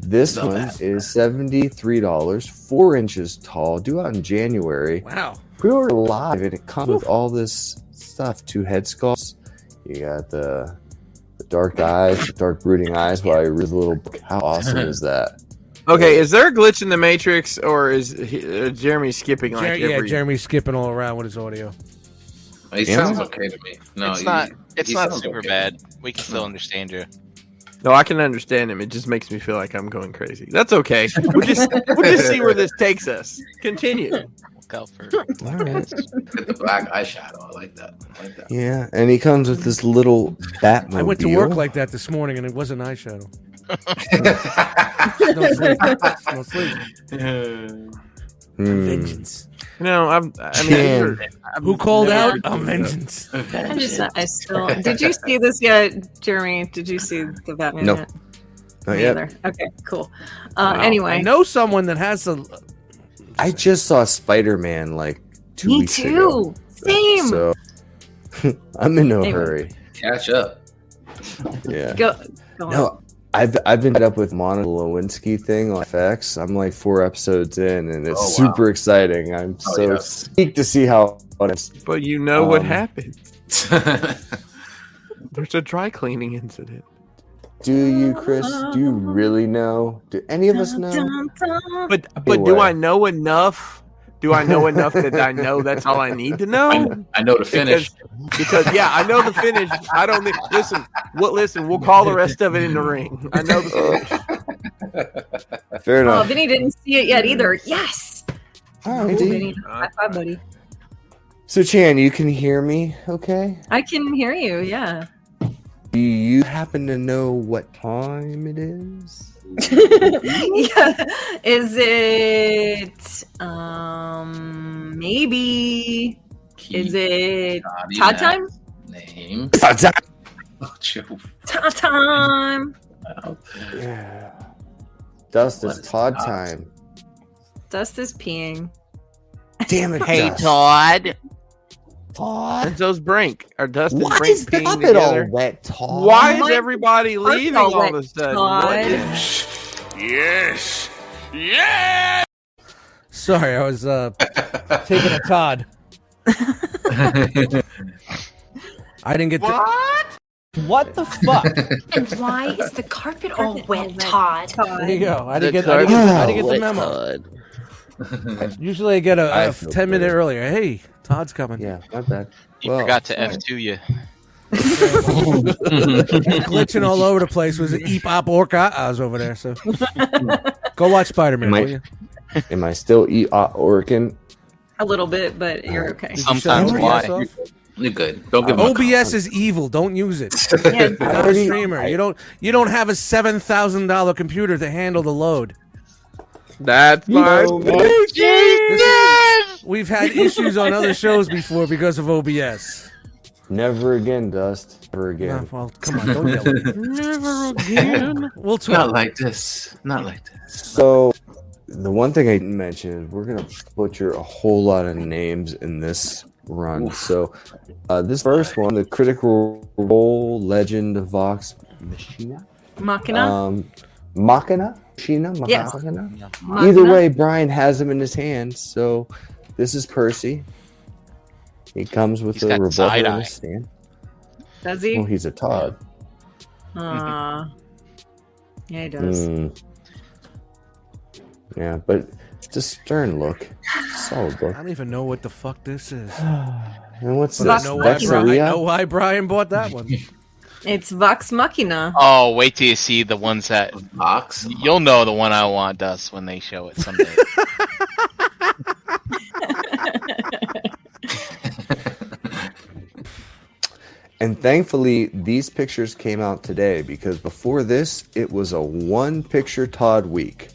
[SPEAKER 5] This
[SPEAKER 1] The
[SPEAKER 5] one
[SPEAKER 1] Batman.
[SPEAKER 5] is seventy-three dollars, four inches tall, due out in January.
[SPEAKER 3] Wow.
[SPEAKER 5] Pre-order live, and it comes with all this stuff: two head sculpts. You got the, the dark eyes, the dark brooding eyes. While you read the little book, how awesome is that?
[SPEAKER 2] Okay, is there a glitch in the Matrix, or is he, uh, Jeremy skipping like
[SPEAKER 3] Jer- yeah,
[SPEAKER 2] every?
[SPEAKER 3] Jeremy's skipping all around with his audio.
[SPEAKER 1] (laughs) He
[SPEAKER 5] Yeah.
[SPEAKER 1] sounds okay to me. No,
[SPEAKER 6] it's
[SPEAKER 1] he- (laughs)
[SPEAKER 6] not. It's
[SPEAKER 1] he
[SPEAKER 6] not
[SPEAKER 1] sounds
[SPEAKER 6] super
[SPEAKER 1] okay.
[SPEAKER 6] bad. We can still understand you.
[SPEAKER 2] No, I can understand him. It just makes me feel like I'm going crazy. That's okay. We'll just we'll just see where this takes us. Continue.
[SPEAKER 6] Look out for.
[SPEAKER 5] All
[SPEAKER 4] (laughs)
[SPEAKER 5] right.
[SPEAKER 1] Get the black eyeshadow. I like that. I like that.
[SPEAKER 5] Yeah, and he comes with this little Batmobile.
[SPEAKER 3] I went to work like that this morning, and it was an eyeshadow.
[SPEAKER 1] (laughs)
[SPEAKER 3] No sleep. no sleep.
[SPEAKER 5] Hmm.
[SPEAKER 3] Vengeance.
[SPEAKER 2] You know, I'm. I mean, these are- I've
[SPEAKER 3] Who called
[SPEAKER 2] never-
[SPEAKER 3] out? A vengeance.
[SPEAKER 4] I just, I still. Did you see this yet, Jeremy? Did you see the Batman?
[SPEAKER 5] No.
[SPEAKER 4] yet?
[SPEAKER 5] Not
[SPEAKER 4] Me
[SPEAKER 5] yet.
[SPEAKER 4] either. Okay, cool. Uh,
[SPEAKER 2] Wow.
[SPEAKER 3] I
[SPEAKER 4] Anyway,
[SPEAKER 3] know someone that has a.
[SPEAKER 5] I just saw Spider Man like two
[SPEAKER 4] me
[SPEAKER 5] weeks ago.
[SPEAKER 4] too. Same.
[SPEAKER 5] So (laughs) I'm in no
[SPEAKER 4] Same.
[SPEAKER 5] hurry.
[SPEAKER 1] Catch up. (laughs)
[SPEAKER 5] Yeah.
[SPEAKER 4] Go. go on.
[SPEAKER 5] No, I've I've been fed up with Monica Lewinsky thing on FX. I'm like four episodes in, and it's
[SPEAKER 1] Oh, wow.
[SPEAKER 5] super exciting. I'm
[SPEAKER 1] Oh,
[SPEAKER 5] so
[SPEAKER 1] yes.
[SPEAKER 5] geeked to see how. It is.
[SPEAKER 2] But you know what
[SPEAKER 5] Um,
[SPEAKER 2] happened. There's a dry cleaning incident.
[SPEAKER 5] Do you, Chris? Do you really know? Do any of us know?
[SPEAKER 4] Dun, dun, dun.
[SPEAKER 2] But but do
[SPEAKER 5] Anyway.
[SPEAKER 2] I know enough? Do I know enough that I know that's all (laughs) I need to know?
[SPEAKER 1] I know the finish.
[SPEAKER 2] Because yeah, I know the finish. I don't think. Listen, what? Listen, we'll call the rest of it in the ring. I know the (laughs) finish.
[SPEAKER 5] Fair
[SPEAKER 4] Oh,
[SPEAKER 5] enough.
[SPEAKER 4] Vinny didn't see it yet either. Yes.
[SPEAKER 5] All
[SPEAKER 4] Cool,
[SPEAKER 5] right, dude.
[SPEAKER 4] Vinny. High five, buddy.
[SPEAKER 5] So Chan, you can hear me, okay?
[SPEAKER 4] I can hear you. Yeah. (laughs)
[SPEAKER 5] Do you happen to know what time it is?
[SPEAKER 4] yeah. Is it um maybe is it Todd time?
[SPEAKER 1] (laughs) Name.
[SPEAKER 4] Todd time.
[SPEAKER 5] Yeah. Dust
[SPEAKER 1] What
[SPEAKER 5] is
[SPEAKER 1] is
[SPEAKER 5] Todd
[SPEAKER 1] Todd?
[SPEAKER 5] time.
[SPEAKER 4] Dust is peeing.
[SPEAKER 5] Damn it,
[SPEAKER 2] Hey
[SPEAKER 5] Dust.
[SPEAKER 2] Todd,
[SPEAKER 5] Todd.
[SPEAKER 2] Denzo's Brink or Dustin
[SPEAKER 5] Why
[SPEAKER 2] Brink
[SPEAKER 5] is
[SPEAKER 2] being
[SPEAKER 5] Todd all
[SPEAKER 2] together.
[SPEAKER 5] wet, Todd?
[SPEAKER 2] Why is
[SPEAKER 4] Mike-
[SPEAKER 2] everybody leaving
[SPEAKER 4] all
[SPEAKER 2] all
[SPEAKER 4] wet,
[SPEAKER 2] of a sudden?
[SPEAKER 4] Todd.
[SPEAKER 2] What is-
[SPEAKER 3] Sorry, I was uh, taking a Todd. I didn't get. To- what the fuck?
[SPEAKER 8] And why is the carpet all
[SPEAKER 4] Carpet all
[SPEAKER 8] wet,
[SPEAKER 4] wet.
[SPEAKER 8] Todd?
[SPEAKER 3] There you go. I didn't
[SPEAKER 2] The
[SPEAKER 3] get. I didn't get, I didn't get the
[SPEAKER 5] Todd.
[SPEAKER 3] memo. Usually, I get
[SPEAKER 5] I
[SPEAKER 3] a, a
[SPEAKER 5] feel
[SPEAKER 3] ten minute
[SPEAKER 5] bad.
[SPEAKER 3] earlier. Hey, Todd's coming.
[SPEAKER 5] Yeah, my bad.
[SPEAKER 6] You
[SPEAKER 5] Well-
[SPEAKER 6] forgot to F two you.
[SPEAKER 3] glitching all over the place was eep op orca was over there. So go watch Spider Man.
[SPEAKER 5] Mike-
[SPEAKER 3] will you?
[SPEAKER 5] Am I still E uh, Orkin?
[SPEAKER 4] A little bit, but you're okay.
[SPEAKER 3] Did you
[SPEAKER 6] Sometimes
[SPEAKER 3] shut
[SPEAKER 6] why?
[SPEAKER 3] OBS off?
[SPEAKER 1] (laughs) You're good. Don't give him a
[SPEAKER 3] OBS is evil. Don't
[SPEAKER 1] (laughs)
[SPEAKER 3] use it.
[SPEAKER 4] Yeah,
[SPEAKER 3] You're not a
[SPEAKER 5] Already-
[SPEAKER 3] streamer. You don't. You don't have a seven thousand dollar computer to handle the load.
[SPEAKER 2] That's my
[SPEAKER 5] know,
[SPEAKER 3] This is- we've had issues on other shows before because of OBS.
[SPEAKER 5] Never again, Dust. Never
[SPEAKER 3] Yeah.
[SPEAKER 5] again.
[SPEAKER 3] well, come on, don't yell. Never again. (laughs) We'll
[SPEAKER 1] Not
[SPEAKER 3] talk.
[SPEAKER 1] like this. Not like this.
[SPEAKER 5] So, the one thing I didn't mention is we're gonna butcher a whole lot of names in this run. So, uh, this first one, the Critical Role Legend of Vox Machina,
[SPEAKER 4] Machina.
[SPEAKER 5] um, Machina, Machina,
[SPEAKER 4] Yes.
[SPEAKER 5] Machina.
[SPEAKER 4] Machina?
[SPEAKER 5] Either way, Brian has him in his hand. So, this is Percy. He comes with
[SPEAKER 6] He's
[SPEAKER 5] a
[SPEAKER 6] got
[SPEAKER 5] revolver in
[SPEAKER 6] side-eye.
[SPEAKER 5] his hand.
[SPEAKER 4] does he?
[SPEAKER 5] Well, he's a Todd.
[SPEAKER 4] Aw. yeah, he does.
[SPEAKER 5] Mm. Yeah, but it's a stern look, solid
[SPEAKER 3] I
[SPEAKER 5] look.
[SPEAKER 3] don't even know what the fuck this is.
[SPEAKER 5] And what's
[SPEAKER 3] But I
[SPEAKER 5] this?
[SPEAKER 3] know, why Bri- I know
[SPEAKER 5] Vexaria?
[SPEAKER 3] why Brian bought that one. (laughs)
[SPEAKER 4] It's Vox Machina.
[SPEAKER 6] Oh, wait till you see the ones that
[SPEAKER 1] Box.
[SPEAKER 6] you'll know the one I want, Dust, when they show it someday.
[SPEAKER 5] And thankfully, these pictures came out today because before this, it was a one picture Todd week.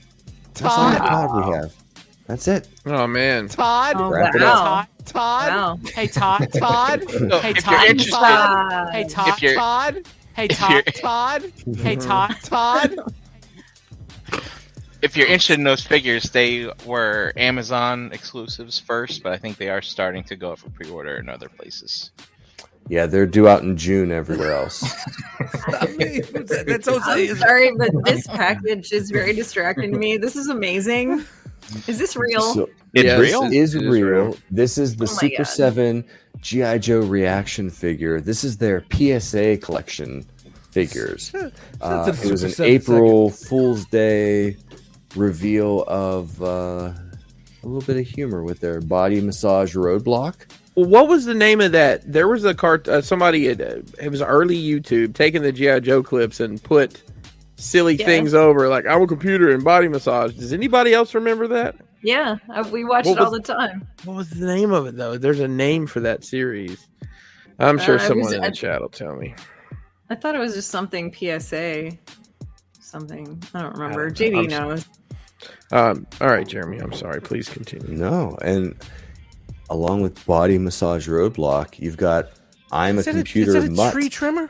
[SPEAKER 5] That's all the Todd we have. That's it.
[SPEAKER 2] Oh man.
[SPEAKER 9] Todd.
[SPEAKER 4] Oh,
[SPEAKER 5] Wrap it
[SPEAKER 4] wow.
[SPEAKER 9] Todd. Todd.
[SPEAKER 4] Wow.
[SPEAKER 9] Hey Todd. (laughs) Todd.
[SPEAKER 6] So,
[SPEAKER 9] Hey
[SPEAKER 6] if you're
[SPEAKER 9] Todd.
[SPEAKER 6] interested-
[SPEAKER 9] Todd.
[SPEAKER 4] Wow.
[SPEAKER 9] Hey Todd.
[SPEAKER 6] If you're-
[SPEAKER 9] Todd. Hey
[SPEAKER 6] if
[SPEAKER 9] Todd.
[SPEAKER 6] you're-
[SPEAKER 9] Todd. (laughs) Hey
[SPEAKER 2] Mm-hmm.
[SPEAKER 9] Todd. Todd.
[SPEAKER 6] if you're interested in those figures, they were Amazon exclusives first, but I think they are starting to go up for pre order in other places.
[SPEAKER 5] Yeah, they're due out in June everywhere else.
[SPEAKER 3] I mean, that- that's
[SPEAKER 4] I'm
[SPEAKER 3] Jose.
[SPEAKER 4] sorry, but this package is very distracting to me. This is amazing. Is this (laughs) real?
[SPEAKER 5] So
[SPEAKER 6] It's
[SPEAKER 2] Yes,
[SPEAKER 6] real?
[SPEAKER 5] It is
[SPEAKER 2] It is
[SPEAKER 5] real.
[SPEAKER 2] real.
[SPEAKER 5] This is the
[SPEAKER 4] Oh my
[SPEAKER 5] Super
[SPEAKER 4] God.
[SPEAKER 5] 7 G.I. Joe reaction figure. This is their PSA collection figures.
[SPEAKER 1] (laughs)
[SPEAKER 5] Uh,
[SPEAKER 3] That's a
[SPEAKER 5] it was an
[SPEAKER 3] Super 7
[SPEAKER 5] April Fool's Day reveal of uh, a little bit of humor with their body massage roadblock.
[SPEAKER 2] Well, what was the name of that? There was a cart. Uh, somebody had, uh, it was early YouTube taking the GI Joe clips and put silly
[SPEAKER 4] Yeah.
[SPEAKER 2] things over like our computer and body massage. Does anybody else remember that?
[SPEAKER 4] Yeah, uh, we watch
[SPEAKER 2] What
[SPEAKER 4] it all
[SPEAKER 2] was-
[SPEAKER 4] the time.
[SPEAKER 2] What was the name of it though? There's a name for that series. I'm sure
[SPEAKER 4] Uh, it
[SPEAKER 2] someone
[SPEAKER 4] was-
[SPEAKER 2] in the
[SPEAKER 4] I-
[SPEAKER 2] chat will tell me.
[SPEAKER 4] I thought it was just something PSA, something. I don't remember.
[SPEAKER 2] don't know.
[SPEAKER 4] JD
[SPEAKER 2] I'm so-
[SPEAKER 4] knows.
[SPEAKER 2] Um, all right, Jeremy. I'm sorry. Please continue.
[SPEAKER 5] No, and along with body massage roadblock, you've got I'm
[SPEAKER 3] Is
[SPEAKER 5] a
[SPEAKER 3] that
[SPEAKER 5] computer
[SPEAKER 3] is that a
[SPEAKER 5] mutt.
[SPEAKER 3] tree trimmer?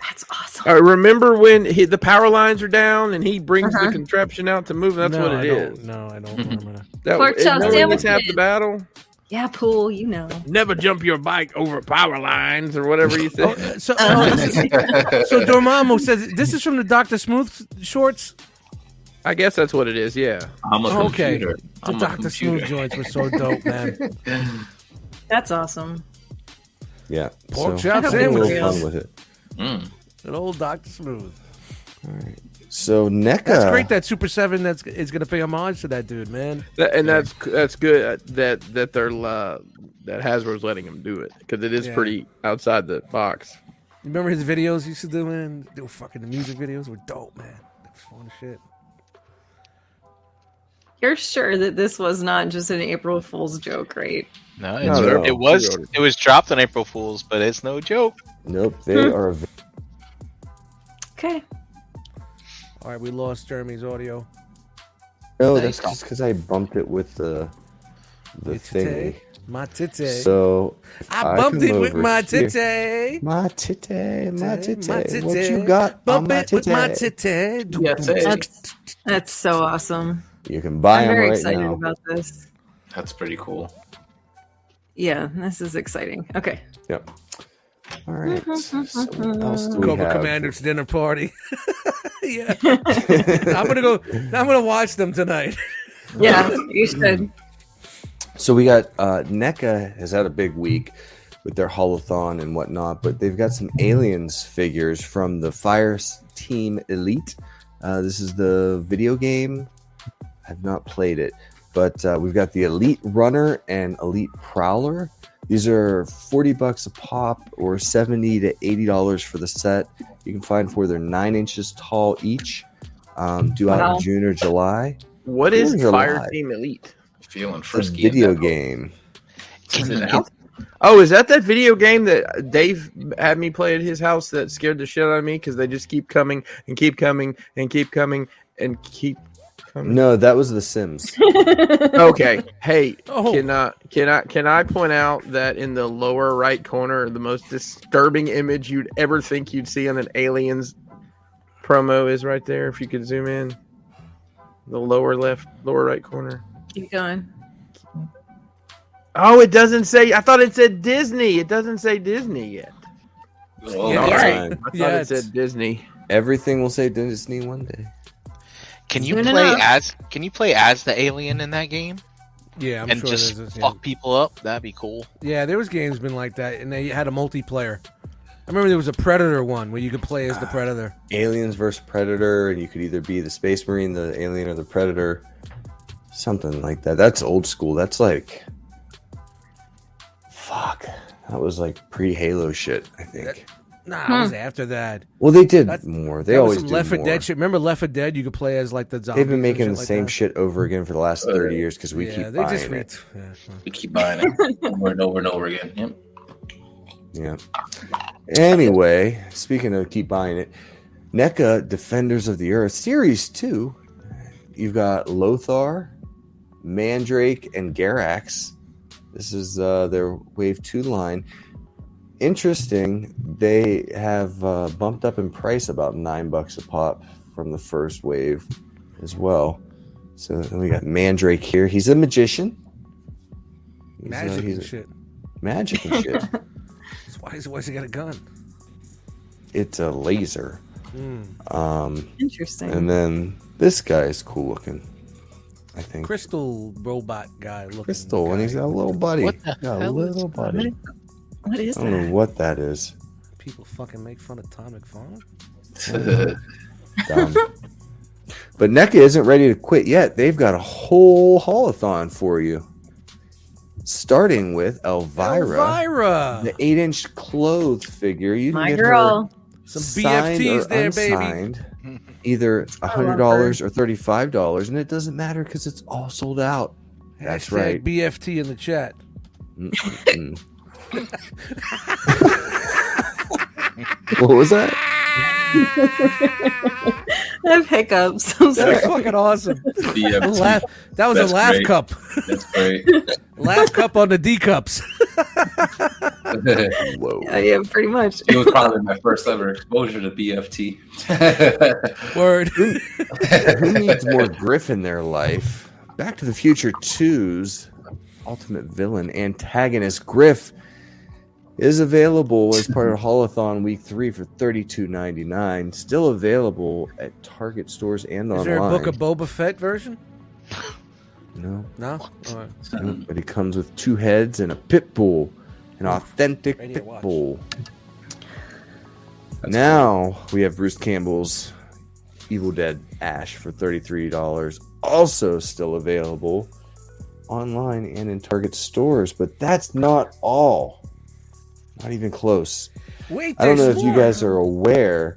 [SPEAKER 4] That's awesome.
[SPEAKER 2] All right, remember when he, the power lines are down and he brings
[SPEAKER 4] Uh-huh.
[SPEAKER 2] the contraption out to move? That's
[SPEAKER 3] no,
[SPEAKER 2] what
[SPEAKER 3] I
[SPEAKER 2] it
[SPEAKER 3] don't-
[SPEAKER 2] is.
[SPEAKER 3] No, I don't
[SPEAKER 1] Mhm.
[SPEAKER 3] remember that.
[SPEAKER 2] That,
[SPEAKER 4] Pork chop
[SPEAKER 2] remember when they
[SPEAKER 4] sandwich
[SPEAKER 2] tap the
[SPEAKER 4] man.
[SPEAKER 2] battle?
[SPEAKER 4] Yeah, pool. You know.
[SPEAKER 2] Never jump your bike over power lines or whatever (laughs) you
[SPEAKER 3] Oh,
[SPEAKER 2] said.
[SPEAKER 5] (laughs)
[SPEAKER 3] uh, so,
[SPEAKER 4] (laughs)
[SPEAKER 3] oh, this is- so Dormammu says this is from the Doctor Smooth shorts.
[SPEAKER 2] I guess that's what it is. Yeah.
[SPEAKER 1] I'm a
[SPEAKER 3] Okay.
[SPEAKER 1] computer.
[SPEAKER 3] The
[SPEAKER 1] I'm a
[SPEAKER 3] Doctor Smooth
[SPEAKER 1] computer.
[SPEAKER 3] joints were so dope, man.
[SPEAKER 4] That's awesome.
[SPEAKER 5] Yeah,
[SPEAKER 3] Pork
[SPEAKER 5] so
[SPEAKER 3] chop
[SPEAKER 5] having a
[SPEAKER 3] sandwich.
[SPEAKER 5] little fun with it.
[SPEAKER 1] Mm.
[SPEAKER 3] An old Doctor Smooth.
[SPEAKER 5] So E NECA.
[SPEAKER 3] That's great that Super Seven that's is gonna pay homage to that dude, man.
[SPEAKER 2] That, and that's that's good that that they're uh, that Hasbro's letting them do it because it is
[SPEAKER 3] Yeah.
[SPEAKER 2] pretty outside the box.
[SPEAKER 3] Remember his videos he used to do, man? They were fucking the music videos were dope, man. They were fun as shit.
[SPEAKER 4] You're sure that this was not just an April Fool's joke, right?
[SPEAKER 6] No, it's,
[SPEAKER 5] No, no.
[SPEAKER 6] it was it was dropped on April Fools, but it's no joke.
[SPEAKER 5] Nope, they
[SPEAKER 3] Hmm.
[SPEAKER 5] are. av-
[SPEAKER 4] Okay.
[SPEAKER 3] All right, we lost Jeremy's audio.
[SPEAKER 5] No, that's just because I bumped it with the the
[SPEAKER 3] It's
[SPEAKER 5] thingy.
[SPEAKER 3] today. My titty.
[SPEAKER 5] So if
[SPEAKER 3] I bumped
[SPEAKER 5] come
[SPEAKER 3] it with
[SPEAKER 5] over
[SPEAKER 3] my
[SPEAKER 5] here-
[SPEAKER 3] titty.
[SPEAKER 5] My titty, my
[SPEAKER 3] Titty, my
[SPEAKER 5] titty. What
[SPEAKER 3] titty.
[SPEAKER 5] you got?
[SPEAKER 3] Bump
[SPEAKER 5] on my
[SPEAKER 3] it with my
[SPEAKER 5] titty?
[SPEAKER 3] titty.
[SPEAKER 1] Yes, hey,
[SPEAKER 4] That's that's so awesome.
[SPEAKER 5] You can buy
[SPEAKER 4] I'm
[SPEAKER 5] them
[SPEAKER 4] very
[SPEAKER 5] right
[SPEAKER 4] excited
[SPEAKER 5] now.
[SPEAKER 4] about this.
[SPEAKER 1] that's pretty cool.
[SPEAKER 4] Yeah, this is exciting. Okay.
[SPEAKER 5] Yep.
[SPEAKER 4] (laughs)
[SPEAKER 5] All right. So what else do we
[SPEAKER 3] Cobra
[SPEAKER 5] have?
[SPEAKER 3] Commander's dinner party. (laughs)
[SPEAKER 5] (laughs)
[SPEAKER 3] yeah, I'm gonna go. I'm gonna watch them tonight. (laughs)
[SPEAKER 4] Yeah,
[SPEAKER 5] (laughs)
[SPEAKER 4] you should.
[SPEAKER 5] So we got uh, NECA has had a big week with their holothon and whatnot, but they've got some aliens figures from the Fire S- Team Elite. Uh, this is the video game. I've not played it, but uh, we've got the Elite Runner and Elite Prowler. These are forty bucks a pop, or seventy to eighty dollars for the set. You can find for they're nine inches tall each. Um, due out
[SPEAKER 4] Wow.
[SPEAKER 5] in June or July.
[SPEAKER 2] What is
[SPEAKER 5] Yours are
[SPEAKER 2] Fire
[SPEAKER 5] live.
[SPEAKER 2] Team Elite?
[SPEAKER 1] Feeling
[SPEAKER 5] It's a
[SPEAKER 1] frisky. in
[SPEAKER 5] video
[SPEAKER 1] that-
[SPEAKER 5] game.
[SPEAKER 1] Is
[SPEAKER 6] Can
[SPEAKER 1] it
[SPEAKER 6] you-
[SPEAKER 1] out?
[SPEAKER 2] Oh, is that that video game that Dave had me play at his house that scared the shit out of me because they just keep coming and keep coming and keep coming and keep coming.
[SPEAKER 5] No, that was The Sims.
[SPEAKER 2] (laughs) okay. Hey,
[SPEAKER 3] Oh.
[SPEAKER 2] can I can I can I point out that in the lower right corner, the most disturbing image you'd ever think you'd see on an aliens promo is right there. If you could zoom in, the lower left, lower right corner.
[SPEAKER 4] Keep going.
[SPEAKER 2] Oh, it doesn't say. I thought it said Disney. It doesn't say Disney yet.
[SPEAKER 1] Oh,
[SPEAKER 5] All
[SPEAKER 2] Yeah.
[SPEAKER 1] yeah.
[SPEAKER 5] right.
[SPEAKER 2] I thought
[SPEAKER 3] Yeah,
[SPEAKER 2] it
[SPEAKER 3] it's-
[SPEAKER 2] said Disney.
[SPEAKER 5] Everything will say Disney one day.
[SPEAKER 6] Can you
[SPEAKER 4] Soon
[SPEAKER 6] play
[SPEAKER 4] enough.
[SPEAKER 6] as Can you play as the alien in that game
[SPEAKER 3] Yeah, I'm
[SPEAKER 6] and
[SPEAKER 3] sure
[SPEAKER 6] just
[SPEAKER 3] there's a- yeah.
[SPEAKER 6] fuck people up? That'd be cool.
[SPEAKER 3] yeah, there was games been like that, and they had a multiplayer. I remember there was a Predator one where you could play
[SPEAKER 6] Ah.
[SPEAKER 3] as the Predator.
[SPEAKER 5] Aliens versus Predator, and you could either be the Space Marine, the Alien, or the Predator. Something like that. That's old school. That's like Fuck. That was like pre Halo shit, I think.
[SPEAKER 3] Nah, it
[SPEAKER 5] Hmm.
[SPEAKER 3] was after that.
[SPEAKER 5] Well, they did
[SPEAKER 3] That-
[SPEAKER 5] more. They
[SPEAKER 3] That was
[SPEAKER 5] always
[SPEAKER 3] some
[SPEAKER 5] do
[SPEAKER 3] Left 4
[SPEAKER 5] more.
[SPEAKER 3] Dead shit. Remember Left 4 Dead? You could play as like the zombie.
[SPEAKER 5] They've been making the same shit over again for the last
[SPEAKER 1] Oh, yeah.
[SPEAKER 5] 30 years because we keep
[SPEAKER 3] they
[SPEAKER 5] buying
[SPEAKER 3] just
[SPEAKER 5] it.
[SPEAKER 3] re- (laughs) yeah, well.
[SPEAKER 1] We keep buying
[SPEAKER 6] (laughs)
[SPEAKER 1] it over and over and over again. Yep.
[SPEAKER 5] Yeah. Anyway, speaking of keep buying it, NECA Defenders of the Earth Series 2, you've got Lothar, Mandrake, and Garax. This is uh, their Wave 2 line. Interesting, they have uh, bumped up in price about 9 bucks a pop from the first wave as well. So then we got Mandrake here. He's a magician. He's, uh,
[SPEAKER 3] magic
[SPEAKER 5] he's
[SPEAKER 3] and
[SPEAKER 5] a-
[SPEAKER 3] shit.
[SPEAKER 5] Magic and shit.
[SPEAKER 3] That's Why is why he got a gun? Hmm.
[SPEAKER 5] it's a laser. Um,
[SPEAKER 4] Interesting.
[SPEAKER 5] and then this guy is cool looking. I think
[SPEAKER 3] Crystal robot guy looking.
[SPEAKER 5] Crystal,
[SPEAKER 3] guy.
[SPEAKER 5] and he's got a little buddy.
[SPEAKER 6] What the
[SPEAKER 5] Got a
[SPEAKER 6] hell is-
[SPEAKER 5] little buddy.
[SPEAKER 4] what is
[SPEAKER 5] I don't
[SPEAKER 4] that?
[SPEAKER 5] know what that is.
[SPEAKER 3] People fucking make fun of Tom McFarlane.
[SPEAKER 5] Dumb. but NECA isn't ready to quit yet. They've got a whole holothon for you, starting with Elvira,
[SPEAKER 3] Elvira.
[SPEAKER 5] the eight-inch clothed figure. You can
[SPEAKER 4] My
[SPEAKER 5] get her
[SPEAKER 4] girl. (laughs)
[SPEAKER 3] Some
[SPEAKER 5] signed or
[SPEAKER 3] BFTs there, baby.
[SPEAKER 5] unsigned, either hundred dollars or thirty-five dollars, and it doesn't matter because it's all sold out. That's
[SPEAKER 3] Hashtag
[SPEAKER 5] right.
[SPEAKER 3] BFT in the chat.
[SPEAKER 5] Mm. mm. (laughs) what was that?
[SPEAKER 4] I have (laughs) hiccups. I'm
[SPEAKER 3] That was
[SPEAKER 4] sorry.
[SPEAKER 3] fucking
[SPEAKER 5] (laughs)
[SPEAKER 3] awesome.
[SPEAKER 1] The, uh,
[SPEAKER 3] (laughs) laugh. That was
[SPEAKER 1] That's
[SPEAKER 3] a laugh
[SPEAKER 1] great.
[SPEAKER 3] cup.
[SPEAKER 1] That's great. (laughs)
[SPEAKER 5] (laughs)
[SPEAKER 3] laugh cup on the D cups.
[SPEAKER 1] it
[SPEAKER 5] Whoa.
[SPEAKER 4] Yeah, Oh, yeah, pretty much.
[SPEAKER 1] was probably my first ever exposure to (laughs) BFT.
[SPEAKER 3] Word.
[SPEAKER 5] Who needs more Griff in their life? Back to the Future 2's ultimate villain antagonist Griff is available as part of Holothon Week 3 for $32.99. Still available at Target stores and online.
[SPEAKER 3] (laughs) Is there a book of Boba Fett version?
[SPEAKER 5] no,
[SPEAKER 3] No. All right.
[SPEAKER 5] Mm. but it comes with two heads and a pit bull, an authentic
[SPEAKER 3] Right here,
[SPEAKER 5] pit
[SPEAKER 3] watch.
[SPEAKER 5] bull. now we have Bruce Campbell's Evil Dead Ash for $33, also still available online and in Target stores, but that's not all. Not even close.
[SPEAKER 3] Wait,
[SPEAKER 5] I don't know
[SPEAKER 3] there's
[SPEAKER 5] if you
[SPEAKER 3] more.
[SPEAKER 5] guys are aware,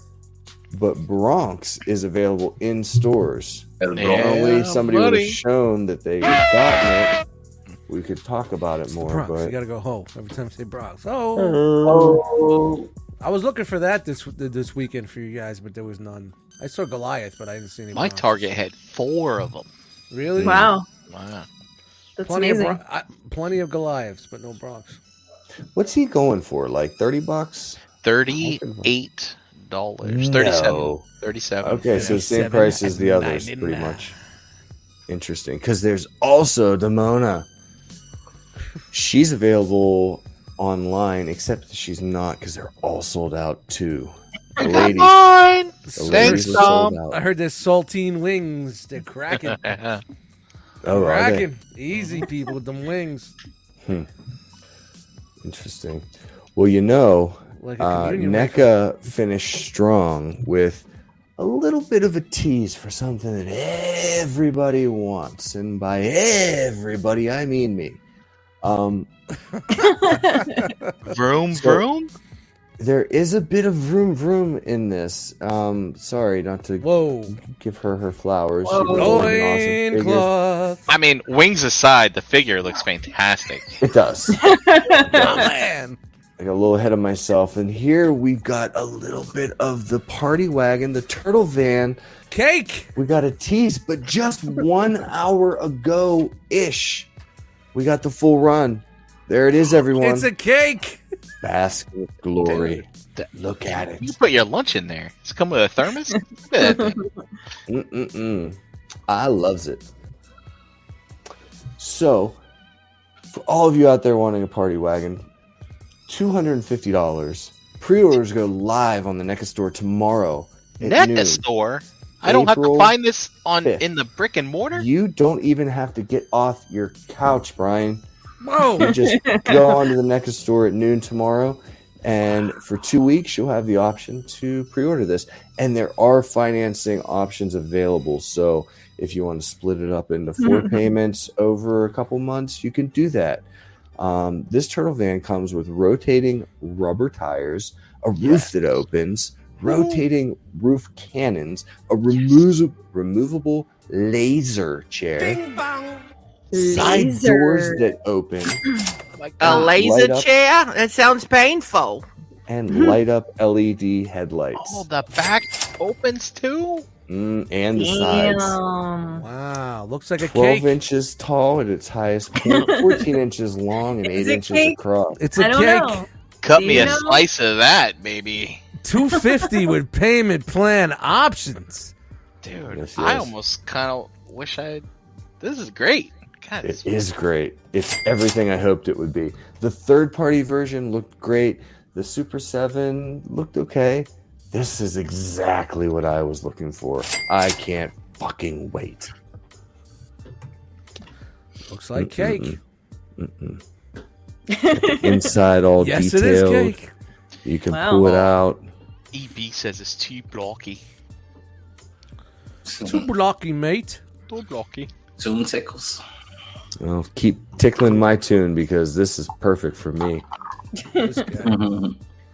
[SPEAKER 5] but Bronx is available in stores. If
[SPEAKER 1] yeah.
[SPEAKER 5] only somebody would
[SPEAKER 2] buddy.
[SPEAKER 5] have shown that they had gotten it, we could talk about it more.
[SPEAKER 3] Bronx.
[SPEAKER 5] but Uh-huh.
[SPEAKER 3] You gotta go ho every time you say Bronx. Oh, I was looking for that this this weekend for you guys, but there was none. I saw Goliath, but I didn't see any.
[SPEAKER 6] My
[SPEAKER 3] Bronx.
[SPEAKER 6] target had four of them.
[SPEAKER 3] Really?
[SPEAKER 4] Wow.
[SPEAKER 6] Wow.
[SPEAKER 4] That's
[SPEAKER 3] Plenty of,
[SPEAKER 4] amazing.
[SPEAKER 3] Bron- I, plenty of Goliaths, but no Bronx.
[SPEAKER 5] what's he going for? Like thirty bucks?
[SPEAKER 6] Thirty-eight dollars. Thirty-seven.
[SPEAKER 5] No.
[SPEAKER 6] Thirty-seven.
[SPEAKER 5] Okay, so same price as the others, pretty much. Interesting, because there's also Demona. She's available online, except she's not because they're all sold out too. The ladies,
[SPEAKER 6] Mine.
[SPEAKER 5] the
[SPEAKER 6] (laughs) Thanks,
[SPEAKER 5] ladies are sold
[SPEAKER 6] Tom.
[SPEAKER 5] out.
[SPEAKER 3] I heard there's saltine wings. They're cracking.
[SPEAKER 5] (laughs) Oh, are they?
[SPEAKER 3] cracking. Easy people with them wings.
[SPEAKER 5] Interesting. Well, you know,
[SPEAKER 3] Like a
[SPEAKER 5] uh,
[SPEAKER 3] communion
[SPEAKER 5] NECA finished strong with a little bit of a tease for something that everybody wants, and by everybody I mean me. Um,
[SPEAKER 6] (laughs) vroom
[SPEAKER 5] So-
[SPEAKER 6] vroom.
[SPEAKER 5] there is a bit of vroom vroom in this. Um, sorry, not to
[SPEAKER 3] Whoa.
[SPEAKER 5] give her her flowers. She really is an awesome figure. (laughs)
[SPEAKER 3] Loincloth.
[SPEAKER 6] I mean, wings aside, the figure looks fantastic.
[SPEAKER 5] It does.
[SPEAKER 3] Oh, man.
[SPEAKER 5] I got a little ahead of myself, and here we've got a little bit of the party wagon, the turtle van.
[SPEAKER 3] Cake.
[SPEAKER 5] We got a tease, but just one hour ago ish, we got the full run. There it is, everyone.
[SPEAKER 3] It's a cake.
[SPEAKER 5] basket of glory.
[SPEAKER 6] Dude,
[SPEAKER 5] Look at
[SPEAKER 6] You
[SPEAKER 5] it.
[SPEAKER 6] put your lunch in there. It's come with a
[SPEAKER 4] (laughs)
[SPEAKER 6] thermos. Look at that thing.
[SPEAKER 5] Mm-mm-mm. I loves it. So, for all of you out there wanting a party wagon, $250. Pre orders go live on the NECA store tomorrow. at
[SPEAKER 6] Net
[SPEAKER 5] noon.
[SPEAKER 6] store. I don't have to
[SPEAKER 5] April
[SPEAKER 6] find this on
[SPEAKER 5] 5th.
[SPEAKER 6] in the brick and mortar.
[SPEAKER 5] You don't even have to get off your couch, Brian.
[SPEAKER 3] Whoa.
[SPEAKER 5] you just go on to the NECA store at noon tomorrow. And for two weeks, you'll have the option to pre order this. And there are financing options available. So if you want to split it up into four payments over a couple months, you can do that. Um, this turtle van comes with rotating rubber tires, a roof that opens, rotating roof cannons, a remo- removable laser chair, side doors that open,
[SPEAKER 9] A laser
[SPEAKER 5] Light up.
[SPEAKER 9] chair? That sounds painful.
[SPEAKER 5] and light up LED headlights.
[SPEAKER 6] Oh, the back opens too.
[SPEAKER 5] Mm, and the sides.
[SPEAKER 4] Damn.
[SPEAKER 3] Wow, looks like a
[SPEAKER 5] 12
[SPEAKER 3] cake.
[SPEAKER 5] inches tall at its highest point, 14 inches long, and 8
[SPEAKER 4] Is it
[SPEAKER 5] inches
[SPEAKER 4] cake?
[SPEAKER 5] across.
[SPEAKER 3] It's
[SPEAKER 4] I
[SPEAKER 3] a
[SPEAKER 4] don't
[SPEAKER 3] cake.
[SPEAKER 4] know. (laughs)
[SPEAKER 6] Cut me a
[SPEAKER 4] Yeah.
[SPEAKER 6] slice of that, baby.
[SPEAKER 3] 250 with payment plan options.
[SPEAKER 6] Dude,
[SPEAKER 5] Yes,
[SPEAKER 6] I
[SPEAKER 5] yes.
[SPEAKER 6] almost kind of wish I. This is great. God,
[SPEAKER 5] It
[SPEAKER 6] it's
[SPEAKER 5] is great. It's everything I hoped it would be. The third party version looked great. The Super 7 looked okay. This is exactly what I was looking for. I can't fucking wait.
[SPEAKER 3] Looks like
[SPEAKER 5] Mm,
[SPEAKER 3] cake.
[SPEAKER 5] mm, Mm-mm. (laughs) Inside all
[SPEAKER 3] Yes, it is
[SPEAKER 5] detailed.
[SPEAKER 3] cake.
[SPEAKER 5] You can
[SPEAKER 4] Wow.
[SPEAKER 5] pull it out.
[SPEAKER 6] EB E says it's too blocky.
[SPEAKER 3] Too blocky,
[SPEAKER 5] (laughs)
[SPEAKER 3] mate.
[SPEAKER 6] Too blocky.
[SPEAKER 1] Tune tickles.
[SPEAKER 5] Well, keep tickling my tune because this is perfect for me.
[SPEAKER 3] This guy.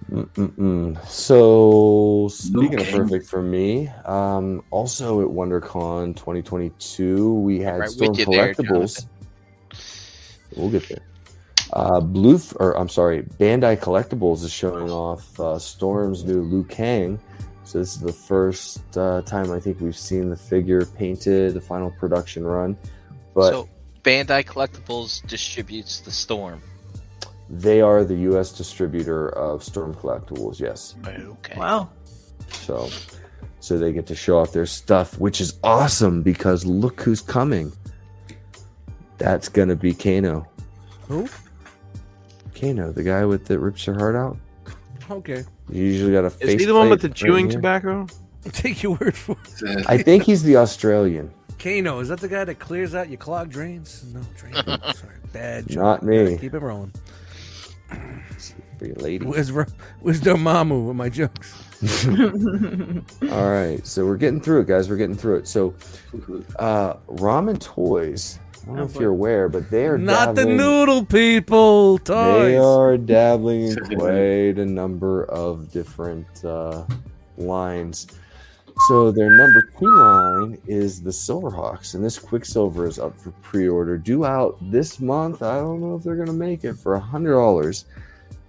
[SPEAKER 5] Mm-mm-mm. So, speaking
[SPEAKER 1] Okay.
[SPEAKER 5] of perfect for me, um, also at WonderCon 2022, we had
[SPEAKER 6] Right
[SPEAKER 5] Storm
[SPEAKER 6] with you there,
[SPEAKER 5] Collectibles. we'll get there. Uh, Blue, f- or I'm sorry, Bandai Collectibles is showing off uh, Storm's new Liu Kang. So, this is the first uh, time I think we've seen the figure painted, the final production run. But
[SPEAKER 6] so Bandai Collectibles distributes the storm.
[SPEAKER 5] they are the U.S. distributor of Storm Collectibles, yes.
[SPEAKER 6] Okay.
[SPEAKER 4] Wow.
[SPEAKER 5] So, so they get to show off their stuff, which is awesome because look who's coming. That's gonna be Kano.
[SPEAKER 3] Who?
[SPEAKER 5] Kano, the guy with that rips your heart out.
[SPEAKER 3] Okay. (laughs)
[SPEAKER 5] You usually got a face.
[SPEAKER 2] Is he the one with the
[SPEAKER 5] plate right
[SPEAKER 2] chewing
[SPEAKER 5] here.
[SPEAKER 2] tobacco?
[SPEAKER 3] Take your word for it.
[SPEAKER 5] I think he's the
[SPEAKER 2] (laughs)
[SPEAKER 5] Australian,
[SPEAKER 3] Kano, is that the guy that clears out your clogged drains? No, drain.
[SPEAKER 6] (laughs)
[SPEAKER 3] Sorry. Bad joke.
[SPEAKER 5] not me.
[SPEAKER 3] Keep it rolling.
[SPEAKER 5] For your lady.
[SPEAKER 3] Where's, Ro- where's their mamu with my jokes?
[SPEAKER 5] All right, so we're getting through it, guys. We're getting through it. So, uh, ramen toys. I don't know if you're aware, but they are
[SPEAKER 3] Not the
[SPEAKER 5] dabbling-
[SPEAKER 3] noodle people. Toys.
[SPEAKER 5] They
[SPEAKER 6] (laughs)
[SPEAKER 5] are dabbling in quite a number of different uh, lines. So their number two line is the Silverhawks, and this Quicksilver is up for pre-order, due out this month. I don't know if they're gonna make it for a hundred dollars.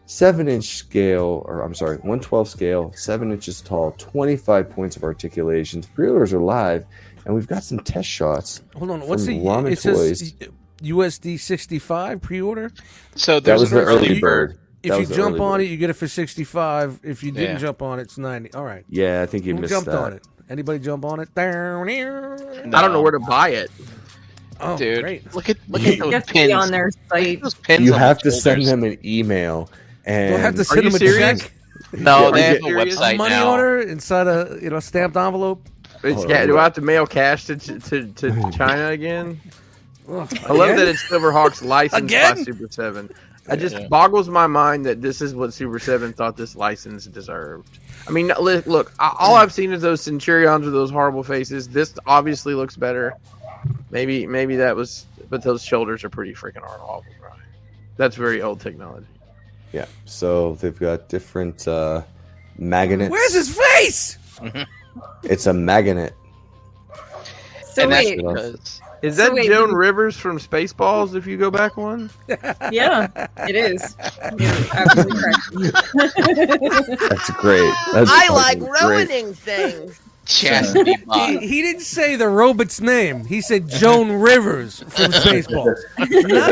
[SPEAKER 5] Seven-inch scale, or I'm sorry, one twelve scale, seven inches tall, twenty-five points of articulation. Pre-orders are live, and we've got some test shots.
[SPEAKER 3] Hold on. What's the.
[SPEAKER 5] from Ramen
[SPEAKER 3] It says USD 65 pre order?
[SPEAKER 6] So
[SPEAKER 5] That
[SPEAKER 6] Oh, there's
[SPEAKER 5] was the
[SPEAKER 6] another-
[SPEAKER 5] early bird.
[SPEAKER 3] If
[SPEAKER 5] That
[SPEAKER 3] you
[SPEAKER 5] was the
[SPEAKER 3] jump
[SPEAKER 5] early
[SPEAKER 3] on
[SPEAKER 5] bird.
[SPEAKER 3] it, you get it for 65. If you didn't
[SPEAKER 6] Yeah.
[SPEAKER 3] jump on it, it's 90. All right.
[SPEAKER 5] yeah, I think you
[SPEAKER 3] Who
[SPEAKER 5] missed
[SPEAKER 3] jumped
[SPEAKER 5] that.
[SPEAKER 3] on it? Anybody jump on it? Down here.
[SPEAKER 2] I don't know where to buy it.
[SPEAKER 3] Oh,
[SPEAKER 6] Dude,
[SPEAKER 3] great.
[SPEAKER 6] look at look at
[SPEAKER 4] You
[SPEAKER 6] those
[SPEAKER 4] have to be
[SPEAKER 6] pins.
[SPEAKER 4] on their
[SPEAKER 6] Look
[SPEAKER 4] site.
[SPEAKER 5] (laughs)
[SPEAKER 6] at those pins
[SPEAKER 5] you
[SPEAKER 6] on
[SPEAKER 5] have to
[SPEAKER 6] the
[SPEAKER 5] send
[SPEAKER 6] shoulders.
[SPEAKER 5] them an email and
[SPEAKER 3] We'll have to send
[SPEAKER 2] you
[SPEAKER 3] them a
[SPEAKER 2] serious?
[SPEAKER 3] check,
[SPEAKER 6] No, they
[SPEAKER 2] Are
[SPEAKER 6] have a
[SPEAKER 2] you serious?
[SPEAKER 3] a
[SPEAKER 6] website
[SPEAKER 3] money
[SPEAKER 6] now.
[SPEAKER 3] order inside a you know stamped envelope.
[SPEAKER 2] It's,
[SPEAKER 5] Hold
[SPEAKER 2] yeah,
[SPEAKER 5] on.
[SPEAKER 2] do I have to mail cash to to, to, to China again?
[SPEAKER 3] Ugh.
[SPEAKER 2] I love that it's
[SPEAKER 5] (laughs)
[SPEAKER 2] Silverhawks licensed by
[SPEAKER 3] Again?
[SPEAKER 2] Super Seven. It just
[SPEAKER 6] Yeah.
[SPEAKER 2] boggles my mind that this is what Super Seven thought this license deserved. I mean, li- look, I, all I've seen is those Centurions with those horrible faces. This obviously looks better. Maybe, maybe that was, but those shoulders are pretty freaking awful. Right? That's very old technology.
[SPEAKER 5] yeah so they've got different uh magnets
[SPEAKER 3] Where's his face?
[SPEAKER 5] it's a magnet
[SPEAKER 4] So
[SPEAKER 6] and that's
[SPEAKER 4] wait,
[SPEAKER 6] because
[SPEAKER 2] Is
[SPEAKER 4] So
[SPEAKER 2] that
[SPEAKER 4] wait,
[SPEAKER 2] Joan
[SPEAKER 4] did-
[SPEAKER 2] Rivers from Spaceballs? If you go back one,
[SPEAKER 4] yeah, it
[SPEAKER 5] (laughs)
[SPEAKER 4] is. You're absolutely correct.
[SPEAKER 5] that's great that's
[SPEAKER 9] I like
[SPEAKER 5] fucking great.
[SPEAKER 9] ruining (laughs) things.
[SPEAKER 5] (laughs)
[SPEAKER 6] Chastity
[SPEAKER 3] He,
[SPEAKER 6] Bond.
[SPEAKER 3] he didn't say the robot's name. He said Joan Rivers from Spaceballs, not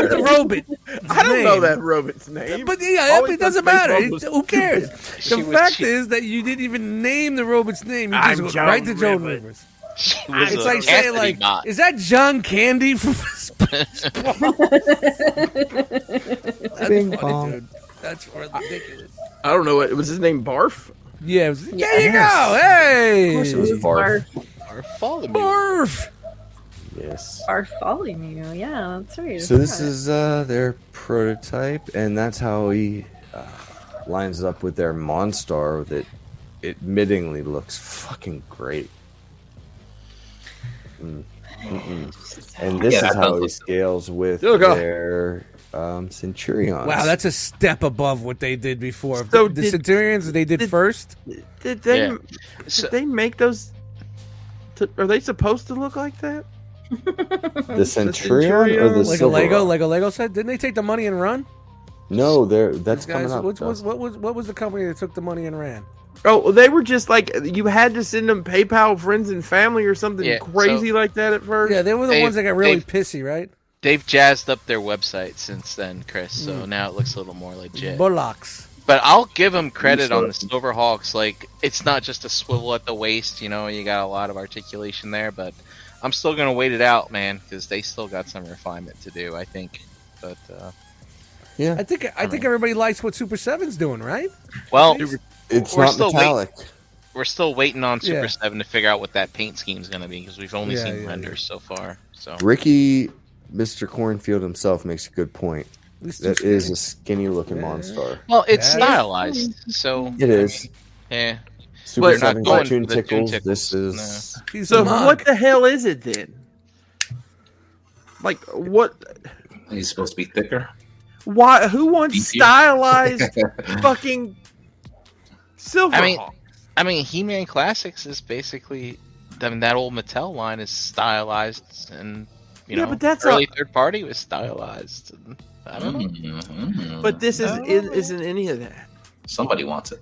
[SPEAKER 3] the robot.
[SPEAKER 2] I don't know
[SPEAKER 3] name.
[SPEAKER 2] that robot's name.
[SPEAKER 3] But yeah,
[SPEAKER 2] Always
[SPEAKER 3] it doesn't
[SPEAKER 2] thought
[SPEAKER 3] matter.
[SPEAKER 2] Spaceballs was
[SPEAKER 3] It- who cares?
[SPEAKER 6] She
[SPEAKER 3] The
[SPEAKER 6] was-
[SPEAKER 3] fact
[SPEAKER 6] she-
[SPEAKER 3] is that you didn't even name the robot's name. You
[SPEAKER 2] I'm
[SPEAKER 3] just went
[SPEAKER 2] Joan
[SPEAKER 3] right to Joan
[SPEAKER 2] Rivers.
[SPEAKER 3] Rivers.
[SPEAKER 6] she was
[SPEAKER 3] It's
[SPEAKER 6] a
[SPEAKER 3] like
[SPEAKER 6] Chastity
[SPEAKER 3] saying like,
[SPEAKER 6] Bond.
[SPEAKER 3] is that John Candy from (laughs) Spaceballs? That's
[SPEAKER 5] Bing
[SPEAKER 3] funny,
[SPEAKER 5] bong.
[SPEAKER 3] dude. That's ridiculous.
[SPEAKER 2] I don't know what was his name. Barf.
[SPEAKER 3] Yeah, it was- there you
[SPEAKER 5] Yes.
[SPEAKER 3] go. Hey,
[SPEAKER 5] it was barf.
[SPEAKER 6] Or follow me.
[SPEAKER 3] barf.
[SPEAKER 5] yes
[SPEAKER 4] Are following you? Yeah, that's right.
[SPEAKER 5] so this
[SPEAKER 4] Yeah.
[SPEAKER 5] is uh their prototype and that's how he uh, lines up with their monstar that admittingly looks fucking great Mm. Mm-mm. and this
[SPEAKER 1] Yeah,
[SPEAKER 5] is
[SPEAKER 1] that
[SPEAKER 5] how
[SPEAKER 1] does
[SPEAKER 5] he
[SPEAKER 1] look-
[SPEAKER 5] scales with
[SPEAKER 2] Look up.
[SPEAKER 5] their um, Centurions.
[SPEAKER 3] Wow, that's a step above what they did before.
[SPEAKER 2] So
[SPEAKER 3] the, the
[SPEAKER 2] did-
[SPEAKER 3] Centurions they did
[SPEAKER 2] did-
[SPEAKER 3] first.
[SPEAKER 2] Did they?
[SPEAKER 6] Yeah.
[SPEAKER 2] Did
[SPEAKER 6] So-
[SPEAKER 2] they make those? t are they supposed to look like that?
[SPEAKER 5] the Centurion or
[SPEAKER 3] Like a
[SPEAKER 2] Centurion,
[SPEAKER 5] the Silver
[SPEAKER 3] Lego,
[SPEAKER 5] Rock?
[SPEAKER 3] like a Lego said, didn't they take the money and run?
[SPEAKER 5] No, they're that's
[SPEAKER 3] These guys,
[SPEAKER 5] coming up.
[SPEAKER 3] what's- what's-
[SPEAKER 5] Dustin.
[SPEAKER 3] what was what was the company that took the money and ran?
[SPEAKER 2] Oh, well, they were just like you had to send them PayPal friends and family or something
[SPEAKER 6] Yeah,
[SPEAKER 2] crazy like that at first.
[SPEAKER 3] Yeah, they were the
[SPEAKER 6] They-
[SPEAKER 3] ones that got really
[SPEAKER 6] they-
[SPEAKER 3] pissy, right?
[SPEAKER 6] (laughs) They've jazzed up their website since then, Chris. So
[SPEAKER 5] Mm.
[SPEAKER 6] now it looks a little more legit. But,
[SPEAKER 3] Bullocks.
[SPEAKER 6] I'll give them credit on the
[SPEAKER 5] Sure.
[SPEAKER 6] Silver Hawks. Like it's not just a swivel at the waist. You know, you got a lot of articulation there. But I'm still gonna wait it out, man, because they still got some refinement to do. I think. But uh,
[SPEAKER 3] I think I think everybody likes what Super Seven's doing, right?
[SPEAKER 6] well,
[SPEAKER 5] It's
[SPEAKER 6] We're
[SPEAKER 5] not
[SPEAKER 6] still waiting.
[SPEAKER 5] metallic.
[SPEAKER 6] we're still waiting on Super
[SPEAKER 3] Yeah.
[SPEAKER 6] Seven to figure out what that paint scheme's gonna be because we've only
[SPEAKER 3] Yeah,
[SPEAKER 6] seen
[SPEAKER 3] yeah,
[SPEAKER 6] renders so far. So
[SPEAKER 5] Ricky, Mr. Cornfield himself makes a good point.
[SPEAKER 3] These two
[SPEAKER 5] That is a skinny looking
[SPEAKER 3] Yeah.
[SPEAKER 5] monster.
[SPEAKER 6] well, it's
[SPEAKER 3] Yeah.
[SPEAKER 6] stylized. So
[SPEAKER 5] It is.
[SPEAKER 6] yeah,
[SPEAKER 5] Super
[SPEAKER 6] they're not
[SPEAKER 5] 7
[SPEAKER 6] going
[SPEAKER 5] cartoon
[SPEAKER 6] for the Toon
[SPEAKER 5] tickles. This
[SPEAKER 6] Tickles,
[SPEAKER 5] is
[SPEAKER 3] He's
[SPEAKER 2] So
[SPEAKER 3] a mug.
[SPEAKER 2] what the hell is it then? Like what?
[SPEAKER 1] He's supposed to be thicker.
[SPEAKER 2] Why? Who wants
[SPEAKER 1] Thank you.
[SPEAKER 2] stylized
[SPEAKER 6] (laughs)
[SPEAKER 2] fucking silver?
[SPEAKER 6] I mean,
[SPEAKER 2] Hawk?
[SPEAKER 6] I mean, He-Man Classics is basically, I mean, that old Mattel line is stylized, and you
[SPEAKER 2] Yeah,
[SPEAKER 6] know,
[SPEAKER 2] but that's
[SPEAKER 6] early third party was stylized. And, I don't
[SPEAKER 5] Hmm.
[SPEAKER 6] know.
[SPEAKER 1] Mhm.
[SPEAKER 2] but this is
[SPEAKER 6] No.
[SPEAKER 2] is isn't any
[SPEAKER 6] (laughs)
[SPEAKER 2] of that.
[SPEAKER 1] somebody wants it.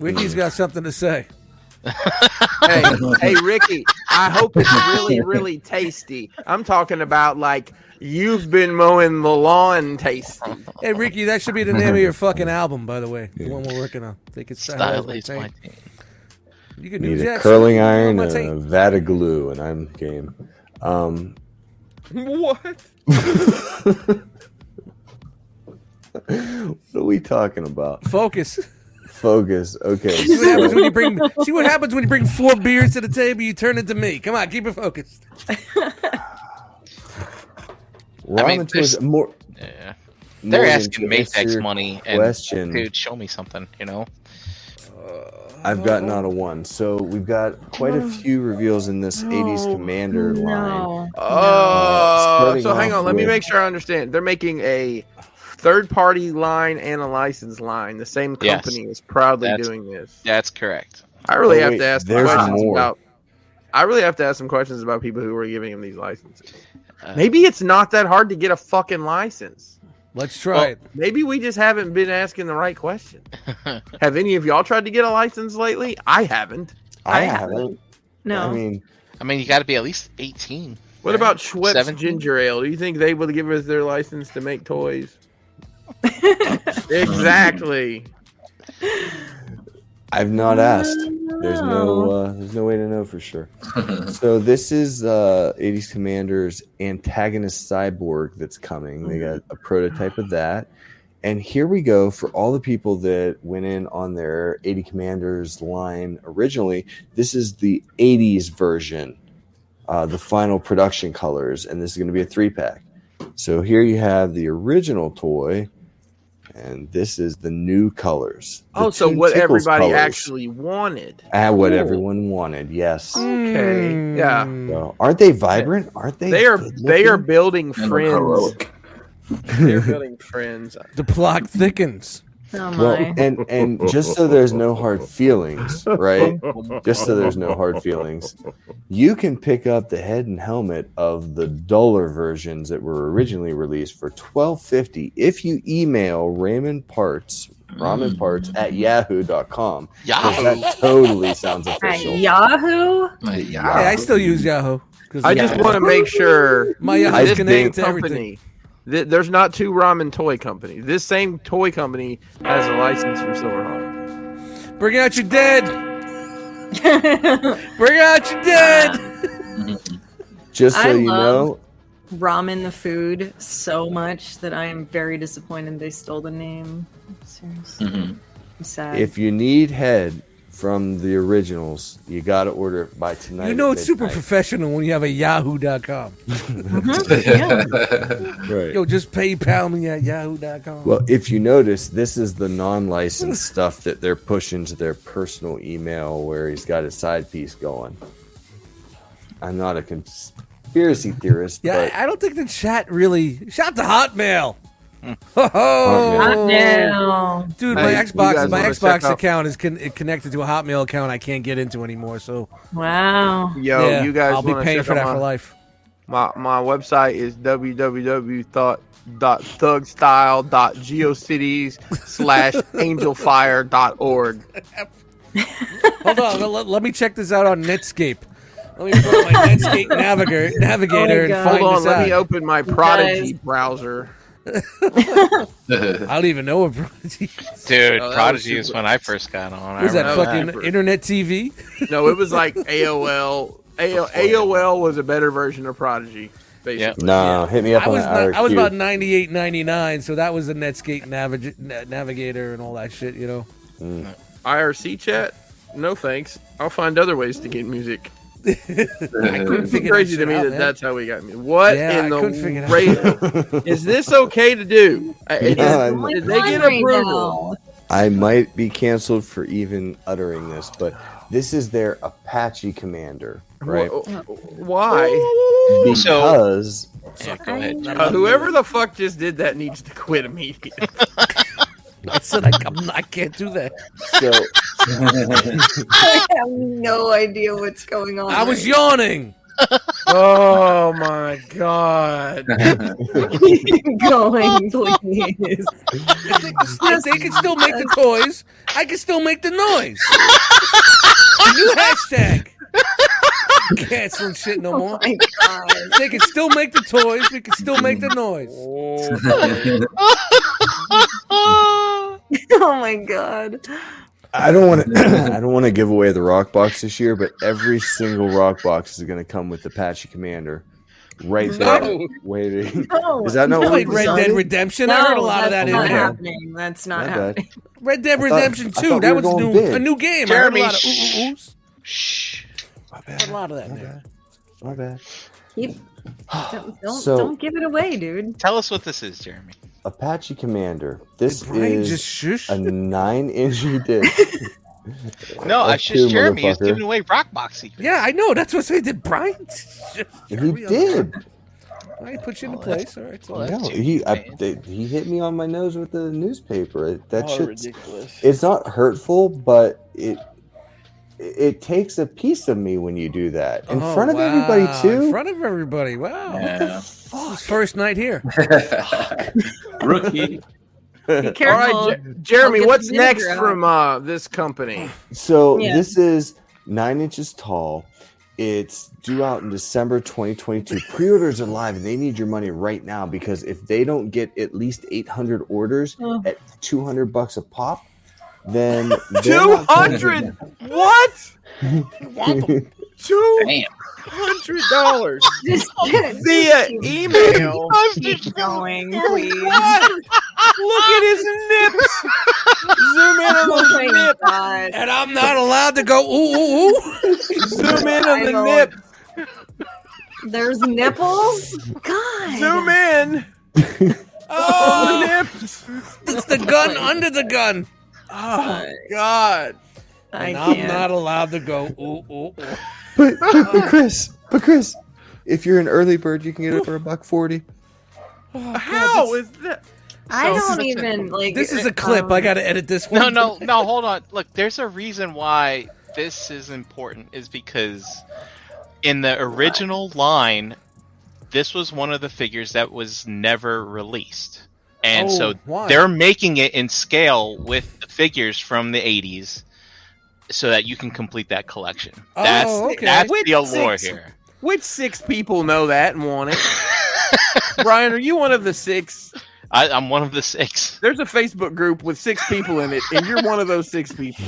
[SPEAKER 3] Ricky's got something to say.
[SPEAKER 2] hey, hey, Ricky, I hope it's really, really tasty. I'm talking about like you've been mowing the
[SPEAKER 6] (laughs)
[SPEAKER 2] lawn tasty.
[SPEAKER 3] Hey Ricky, that should be the name of your fucking album, by the way. The one we're working on. They could style
[SPEAKER 6] Stylized my team.
[SPEAKER 3] You could do
[SPEAKER 5] need a
[SPEAKER 3] that.
[SPEAKER 5] curling iron
[SPEAKER 3] my
[SPEAKER 5] and
[SPEAKER 3] tape.
[SPEAKER 5] a vat of glue, and I'm game. Um,
[SPEAKER 3] (laughs)
[SPEAKER 2] What?
[SPEAKER 5] what are we talking about?
[SPEAKER 3] Focus.
[SPEAKER 5] Focus. Okay.
[SPEAKER 3] See what happens
[SPEAKER 5] so-
[SPEAKER 3] when you bring. See what happens when you bring four beers to the table. You turn into me. Come on, keep it focused.
[SPEAKER 5] We're
[SPEAKER 6] I
[SPEAKER 5] on
[SPEAKER 6] mean,
[SPEAKER 5] the tours-
[SPEAKER 6] there's-
[SPEAKER 5] more,
[SPEAKER 6] Yeah.
[SPEAKER 5] more
[SPEAKER 6] They're
[SPEAKER 5] than
[SPEAKER 6] asking
[SPEAKER 5] to answer
[SPEAKER 6] Matex
[SPEAKER 5] your
[SPEAKER 6] money, and
[SPEAKER 5] question.
[SPEAKER 6] dude, show me something, you know?
[SPEAKER 5] I've got not a one. So we've got quite a few reveals in this 80s Commander line.
[SPEAKER 4] No.
[SPEAKER 2] Oh,
[SPEAKER 5] starting
[SPEAKER 2] so hang
[SPEAKER 5] off
[SPEAKER 2] on. Let me
[SPEAKER 5] with-
[SPEAKER 2] make sure I understand. They're making a third-party line and a license line. The same
[SPEAKER 6] Yes.
[SPEAKER 2] company is proudly
[SPEAKER 6] That's-
[SPEAKER 2] doing this.
[SPEAKER 6] That's correct.
[SPEAKER 2] I really
[SPEAKER 5] Oh,
[SPEAKER 2] have
[SPEAKER 5] wait,
[SPEAKER 2] to ask some
[SPEAKER 5] there's
[SPEAKER 2] questions
[SPEAKER 5] more.
[SPEAKER 2] about. I really have to ask some questions about people who are giving him these licenses.
[SPEAKER 6] Uh,
[SPEAKER 2] Maybe it's not that hard to get a fucking license.
[SPEAKER 3] Let's try
[SPEAKER 6] Well-
[SPEAKER 3] it.
[SPEAKER 2] Maybe we just haven't been asking the right question. have any of y'all tried to get a license lately? I haven't.
[SPEAKER 5] I
[SPEAKER 2] I
[SPEAKER 5] haven't.
[SPEAKER 4] No.
[SPEAKER 5] I mean,
[SPEAKER 6] I mean, you got to be at least 18.
[SPEAKER 2] What
[SPEAKER 6] right?
[SPEAKER 2] about Schweppes
[SPEAKER 6] 17?
[SPEAKER 2] ginger ale? Do you think they will give us their license to make toys? exactly.
[SPEAKER 5] I've not asked. There's
[SPEAKER 4] Oh.
[SPEAKER 5] no uh, there's no way to know for sure. so this is uh, 80s Commander's antagonist cyborg that's coming. They got a prototype of that. And here we go for all the people that went in on their 80 Commanders line originally. This is the 80s version, uh, the final production colors, and this is going to be a three pack. So here you have the original toy, and this is the new colors. The
[SPEAKER 2] Oh, so
[SPEAKER 5] Toon
[SPEAKER 2] what
[SPEAKER 5] Tickles
[SPEAKER 2] everybody
[SPEAKER 5] colors.
[SPEAKER 2] actually wanted.
[SPEAKER 5] Ah, what
[SPEAKER 2] Cool.
[SPEAKER 5] everyone wanted, yes.
[SPEAKER 2] Mm. Okay. Yeah.
[SPEAKER 3] Hmm.
[SPEAKER 5] So, aren't they vibrant? Aren't they?
[SPEAKER 2] They are
[SPEAKER 5] good
[SPEAKER 2] they are
[SPEAKER 5] looking?
[SPEAKER 2] building
[SPEAKER 1] And
[SPEAKER 2] friends.
[SPEAKER 1] heroic.
[SPEAKER 2] They're building friends.
[SPEAKER 3] The plot thickens.
[SPEAKER 4] Oh
[SPEAKER 5] Well,
[SPEAKER 4] my.
[SPEAKER 5] and and just so there's no hard feelings, right? Just so there's no hard feelings, you can pick up the head and helmet of the duller versions that were originally released for twelve fifty if you email Raymond Parts Ramen Parts at
[SPEAKER 2] Mm.
[SPEAKER 5] Yahoo.com.
[SPEAKER 6] Yahoo!
[SPEAKER 5] That totally
[SPEAKER 2] (laughs)
[SPEAKER 5] sounds
[SPEAKER 4] At
[SPEAKER 5] official.
[SPEAKER 4] Yahoo? (laughs)
[SPEAKER 1] Like,
[SPEAKER 5] Yeah.
[SPEAKER 3] Hey, I still use Yahoo. 'cause
[SPEAKER 2] I just
[SPEAKER 3] Yahoo-
[SPEAKER 2] want to make sure
[SPEAKER 3] my Yahoo's
[SPEAKER 5] this
[SPEAKER 3] connected to
[SPEAKER 5] damn
[SPEAKER 3] everything.
[SPEAKER 2] company. Th- there's not two ramen toy companies. This same toy company has a license for Silver Hawk.
[SPEAKER 3] Bring out your dead. Bring out your dead.
[SPEAKER 5] Just so
[SPEAKER 4] I
[SPEAKER 5] you
[SPEAKER 4] love-
[SPEAKER 5] know,
[SPEAKER 4] Ramen the food so much that I am very disappointed they stole the name. Seriously.
[SPEAKER 3] Mm-hmm.
[SPEAKER 1] Mhm.
[SPEAKER 4] I'm sad.
[SPEAKER 5] if you need head from the originals, you got to order it by tonight.
[SPEAKER 3] You know
[SPEAKER 5] at
[SPEAKER 3] it's super
[SPEAKER 5] midnight.
[SPEAKER 3] professional when you have a Yahoo.com.
[SPEAKER 1] (laughs)
[SPEAKER 5] Right.
[SPEAKER 3] Yo, just PayPal me at Yahoo.com.
[SPEAKER 5] Well, if you notice, this is the non-licensed (laughs) stuff that they're pushing to their personal email, where he's got his side piece going. I'm not a conspiracy theorist,
[SPEAKER 3] yeah, I I don't think the chat really. Shout to Hotmail. Oh,
[SPEAKER 4] now.
[SPEAKER 3] dude,
[SPEAKER 2] Hmm. Hey,
[SPEAKER 3] my
[SPEAKER 2] you
[SPEAKER 3] Xbox,
[SPEAKER 2] guys
[SPEAKER 3] my
[SPEAKER 2] wanna check
[SPEAKER 3] Xbox
[SPEAKER 2] out-
[SPEAKER 3] account is con- it connected to a Hotmail account I can't get into anymore. So
[SPEAKER 4] Wow.
[SPEAKER 2] Yo,
[SPEAKER 3] yeah,
[SPEAKER 2] you guys
[SPEAKER 3] I'll be
[SPEAKER 2] wanna
[SPEAKER 3] paying
[SPEAKER 2] check
[SPEAKER 3] for that
[SPEAKER 2] out
[SPEAKER 3] for
[SPEAKER 2] my,
[SPEAKER 3] life.
[SPEAKER 2] my my website is www.thugstyle.geocities slash angelfire.org.
[SPEAKER 3] Hold on, let, let me check this out on Netscape. Let me put my
[SPEAKER 2] (laughs)
[SPEAKER 3] Netscape navigator, navigator and
[SPEAKER 4] God.
[SPEAKER 3] find
[SPEAKER 2] Oh Hold on,
[SPEAKER 3] this
[SPEAKER 2] let me
[SPEAKER 3] out.
[SPEAKER 2] open my Prodigy browser.
[SPEAKER 1] (laughs)
[SPEAKER 3] I don't even know what (laughs) Prodigy is.
[SPEAKER 6] Dude,
[SPEAKER 2] Oh, that
[SPEAKER 6] Prodigy
[SPEAKER 2] was
[SPEAKER 6] is when I first got on. I
[SPEAKER 3] Was that
[SPEAKER 6] remember
[SPEAKER 3] fucking internet TV?
[SPEAKER 2] No, it was
[SPEAKER 3] (laughs)
[SPEAKER 2] like AOL. AOL, AOL was a better version of Prodigy. Basically.
[SPEAKER 5] No, hit me up
[SPEAKER 3] I
[SPEAKER 5] on
[SPEAKER 3] was
[SPEAKER 5] that
[SPEAKER 3] not, I was
[SPEAKER 5] IRQ.
[SPEAKER 3] about 98, 99, so that was the Netscape navig- na- navigator and all that shit, you know.
[SPEAKER 2] IRC chat? No thanks. I'll find other ways to get music.
[SPEAKER 1] (laughs)
[SPEAKER 3] couldn't
[SPEAKER 2] It's
[SPEAKER 3] figure
[SPEAKER 2] crazy
[SPEAKER 3] that
[SPEAKER 2] to me
[SPEAKER 3] shit out,
[SPEAKER 2] that
[SPEAKER 3] man.
[SPEAKER 2] that's how we got me. What
[SPEAKER 3] Yeah, I
[SPEAKER 2] in
[SPEAKER 3] couldn't figure
[SPEAKER 2] the
[SPEAKER 5] (laughs)
[SPEAKER 2] ra- is this okay
[SPEAKER 3] (laughs)
[SPEAKER 2] to do? Uh, it is-
[SPEAKER 5] Yeah,
[SPEAKER 4] What's
[SPEAKER 2] Did they
[SPEAKER 4] on
[SPEAKER 2] get
[SPEAKER 4] right
[SPEAKER 5] (laughs)
[SPEAKER 2] approval?
[SPEAKER 5] I might be canceled for even uttering this, but this is their Apache commander, right?
[SPEAKER 2] Wh- Why?
[SPEAKER 5] Because
[SPEAKER 6] Yeah, go ahead.
[SPEAKER 4] now?
[SPEAKER 2] Uh, whoever the fuck just did that needs to quit immediately.
[SPEAKER 3] (laughs) I said I, I'm, I can't do that.
[SPEAKER 5] so
[SPEAKER 4] I have no idea what's going on.
[SPEAKER 3] I
[SPEAKER 4] (laughs)
[SPEAKER 3] was yawning.
[SPEAKER 2] (laughs) oh my god.
[SPEAKER 4] going, (laughs) please.
[SPEAKER 3] They can still- they can still make the toys. I can still make the noise. New hashtag. Canceling shit no more.
[SPEAKER 4] Oh My God.
[SPEAKER 5] (laughs)
[SPEAKER 3] They can still make the toys. We can still make the noise.
[SPEAKER 4] Oh my God.
[SPEAKER 5] I don't want to. (clears throat) I don't want to give away the rock box this year, but every single rock box is going to come with Apache commander, right there,
[SPEAKER 3] No.
[SPEAKER 5] waiting.
[SPEAKER 3] (laughs)
[SPEAKER 4] No,
[SPEAKER 5] Is that not
[SPEAKER 3] Oh, I
[SPEAKER 5] what
[SPEAKER 3] played
[SPEAKER 5] you
[SPEAKER 3] Red Dead Redemption. I heard a lot of that
[SPEAKER 4] that's
[SPEAKER 3] in
[SPEAKER 4] not
[SPEAKER 3] there.
[SPEAKER 4] Happening. That's
[SPEAKER 5] My
[SPEAKER 4] not
[SPEAKER 5] bad.
[SPEAKER 4] happening.
[SPEAKER 3] Red Dead
[SPEAKER 5] I thought-
[SPEAKER 3] Redemption
[SPEAKER 5] I
[SPEAKER 3] 2.
[SPEAKER 5] thought we
[SPEAKER 3] that
[SPEAKER 5] were
[SPEAKER 3] was new,
[SPEAKER 5] going big.
[SPEAKER 3] a new game.
[SPEAKER 6] Jeremy,
[SPEAKER 3] I heard a lot of
[SPEAKER 6] shh.
[SPEAKER 3] ooh, ooh, oohs.
[SPEAKER 6] Shh.
[SPEAKER 5] My
[SPEAKER 3] I heard
[SPEAKER 5] bad.
[SPEAKER 3] a lot of that in
[SPEAKER 5] My
[SPEAKER 3] there.
[SPEAKER 5] bad. My bad.
[SPEAKER 4] Keep- Don't, don't,
[SPEAKER 5] So-
[SPEAKER 4] don't give it away, dude.
[SPEAKER 5] (laughs)
[SPEAKER 6] Tell us what this is, Jeremy.
[SPEAKER 5] Apache commander. This
[SPEAKER 3] Brian
[SPEAKER 5] is
[SPEAKER 3] just shush.
[SPEAKER 5] a (laughs) nine-inch disc.
[SPEAKER 6] No, I
[SPEAKER 5] That's
[SPEAKER 6] just
[SPEAKER 5] two,
[SPEAKER 6] Jeremy is
[SPEAKER 5] motherfucker.
[SPEAKER 6] giving away rock box secrets.
[SPEAKER 3] Yeah, I know. That's what I did. Brian. shush.
[SPEAKER 5] He
[SPEAKER 3] Jeremy,
[SPEAKER 5] did.
[SPEAKER 3] I put you into
[SPEAKER 6] Oh, that's-
[SPEAKER 3] place. All right. so-
[SPEAKER 6] Well, that's
[SPEAKER 5] No,
[SPEAKER 6] too
[SPEAKER 5] he I,
[SPEAKER 6] bad.
[SPEAKER 5] they, he hit me on my nose with the newspaper. That
[SPEAKER 2] Oh,
[SPEAKER 5] shit's
[SPEAKER 2] ridiculous.
[SPEAKER 5] it's not hurtful, but it it takes a piece of me when you do that in
[SPEAKER 3] Oh,
[SPEAKER 5] front of
[SPEAKER 3] wow.
[SPEAKER 5] everybody
[SPEAKER 3] In
[SPEAKER 5] too.
[SPEAKER 3] front of everybody. Wow.
[SPEAKER 1] Yeah.
[SPEAKER 3] Fuck. First night here.
[SPEAKER 1] (laughs) Rookie.
[SPEAKER 4] Be
[SPEAKER 2] All
[SPEAKER 4] careful.
[SPEAKER 2] right, Je- (laughs) Jeremy,
[SPEAKER 4] I'll get
[SPEAKER 2] what's
[SPEAKER 4] the vinegar
[SPEAKER 2] next
[SPEAKER 4] out.
[SPEAKER 2] from uh, this company?
[SPEAKER 5] So
[SPEAKER 4] Yeah.
[SPEAKER 5] this is nine inches tall. It's due out in December 2022. Pre-orders are live, and they need your money right now because if they don't get at least 800 orders
[SPEAKER 4] Oh.
[SPEAKER 5] at 200 bucks a pop,
[SPEAKER 2] (laughs)
[SPEAKER 5] then they're
[SPEAKER 2] Two
[SPEAKER 5] not coming.
[SPEAKER 2] hundred.
[SPEAKER 4] (laughs)
[SPEAKER 2] What? Two
[SPEAKER 1] Damn.
[SPEAKER 2] hundred
[SPEAKER 4] (laughs)
[SPEAKER 2] dollars
[SPEAKER 4] (laughs) Just, just
[SPEAKER 2] via
[SPEAKER 4] keep-
[SPEAKER 2] email.
[SPEAKER 4] keep going, please. (laughs)
[SPEAKER 2] What? Look at his nips. Zoom in on
[SPEAKER 4] Oh
[SPEAKER 2] the
[SPEAKER 4] my
[SPEAKER 2] nip.
[SPEAKER 4] God.
[SPEAKER 3] And I'm not allowed to go. Ooh, ooh, ooh.
[SPEAKER 2] (laughs) Zoom in on
[SPEAKER 4] I
[SPEAKER 2] the
[SPEAKER 4] don't-
[SPEAKER 3] (laughs)
[SPEAKER 2] nip.
[SPEAKER 4] There's nipples? God.
[SPEAKER 2] Zoom in. (laughs) Oh, the nips.
[SPEAKER 3] It's the gun under the gun.
[SPEAKER 2] Oh God.
[SPEAKER 4] I
[SPEAKER 3] And
[SPEAKER 4] can't.
[SPEAKER 3] I'm not allowed to go. Ooh, ooh, ooh.
[SPEAKER 5] (laughs) But, but, but Chris, but Chris, if you're an early bird, you can get it for a buck forty.
[SPEAKER 2] How is that?
[SPEAKER 4] I
[SPEAKER 2] So-
[SPEAKER 4] don't even like. um,
[SPEAKER 3] This is a clip. I got to edit this one.
[SPEAKER 6] No, no, no. Hold on. Look, there's a reason why this is important. Is because in the original line, this was one of the figures that was never released, and
[SPEAKER 3] Oh,
[SPEAKER 6] so
[SPEAKER 3] why?
[SPEAKER 6] they're making it in scale with the figures from the '80s, so that you can complete that collection.
[SPEAKER 3] Oh,
[SPEAKER 6] That's
[SPEAKER 3] okay.
[SPEAKER 6] that's
[SPEAKER 2] With
[SPEAKER 6] the allure
[SPEAKER 2] six-
[SPEAKER 6] here.
[SPEAKER 2] Which six people know that and want it? Brian, are you one of the six?
[SPEAKER 6] I, I'm one of the six.
[SPEAKER 2] There's a Facebook group with six people in it, and you're one of those six people.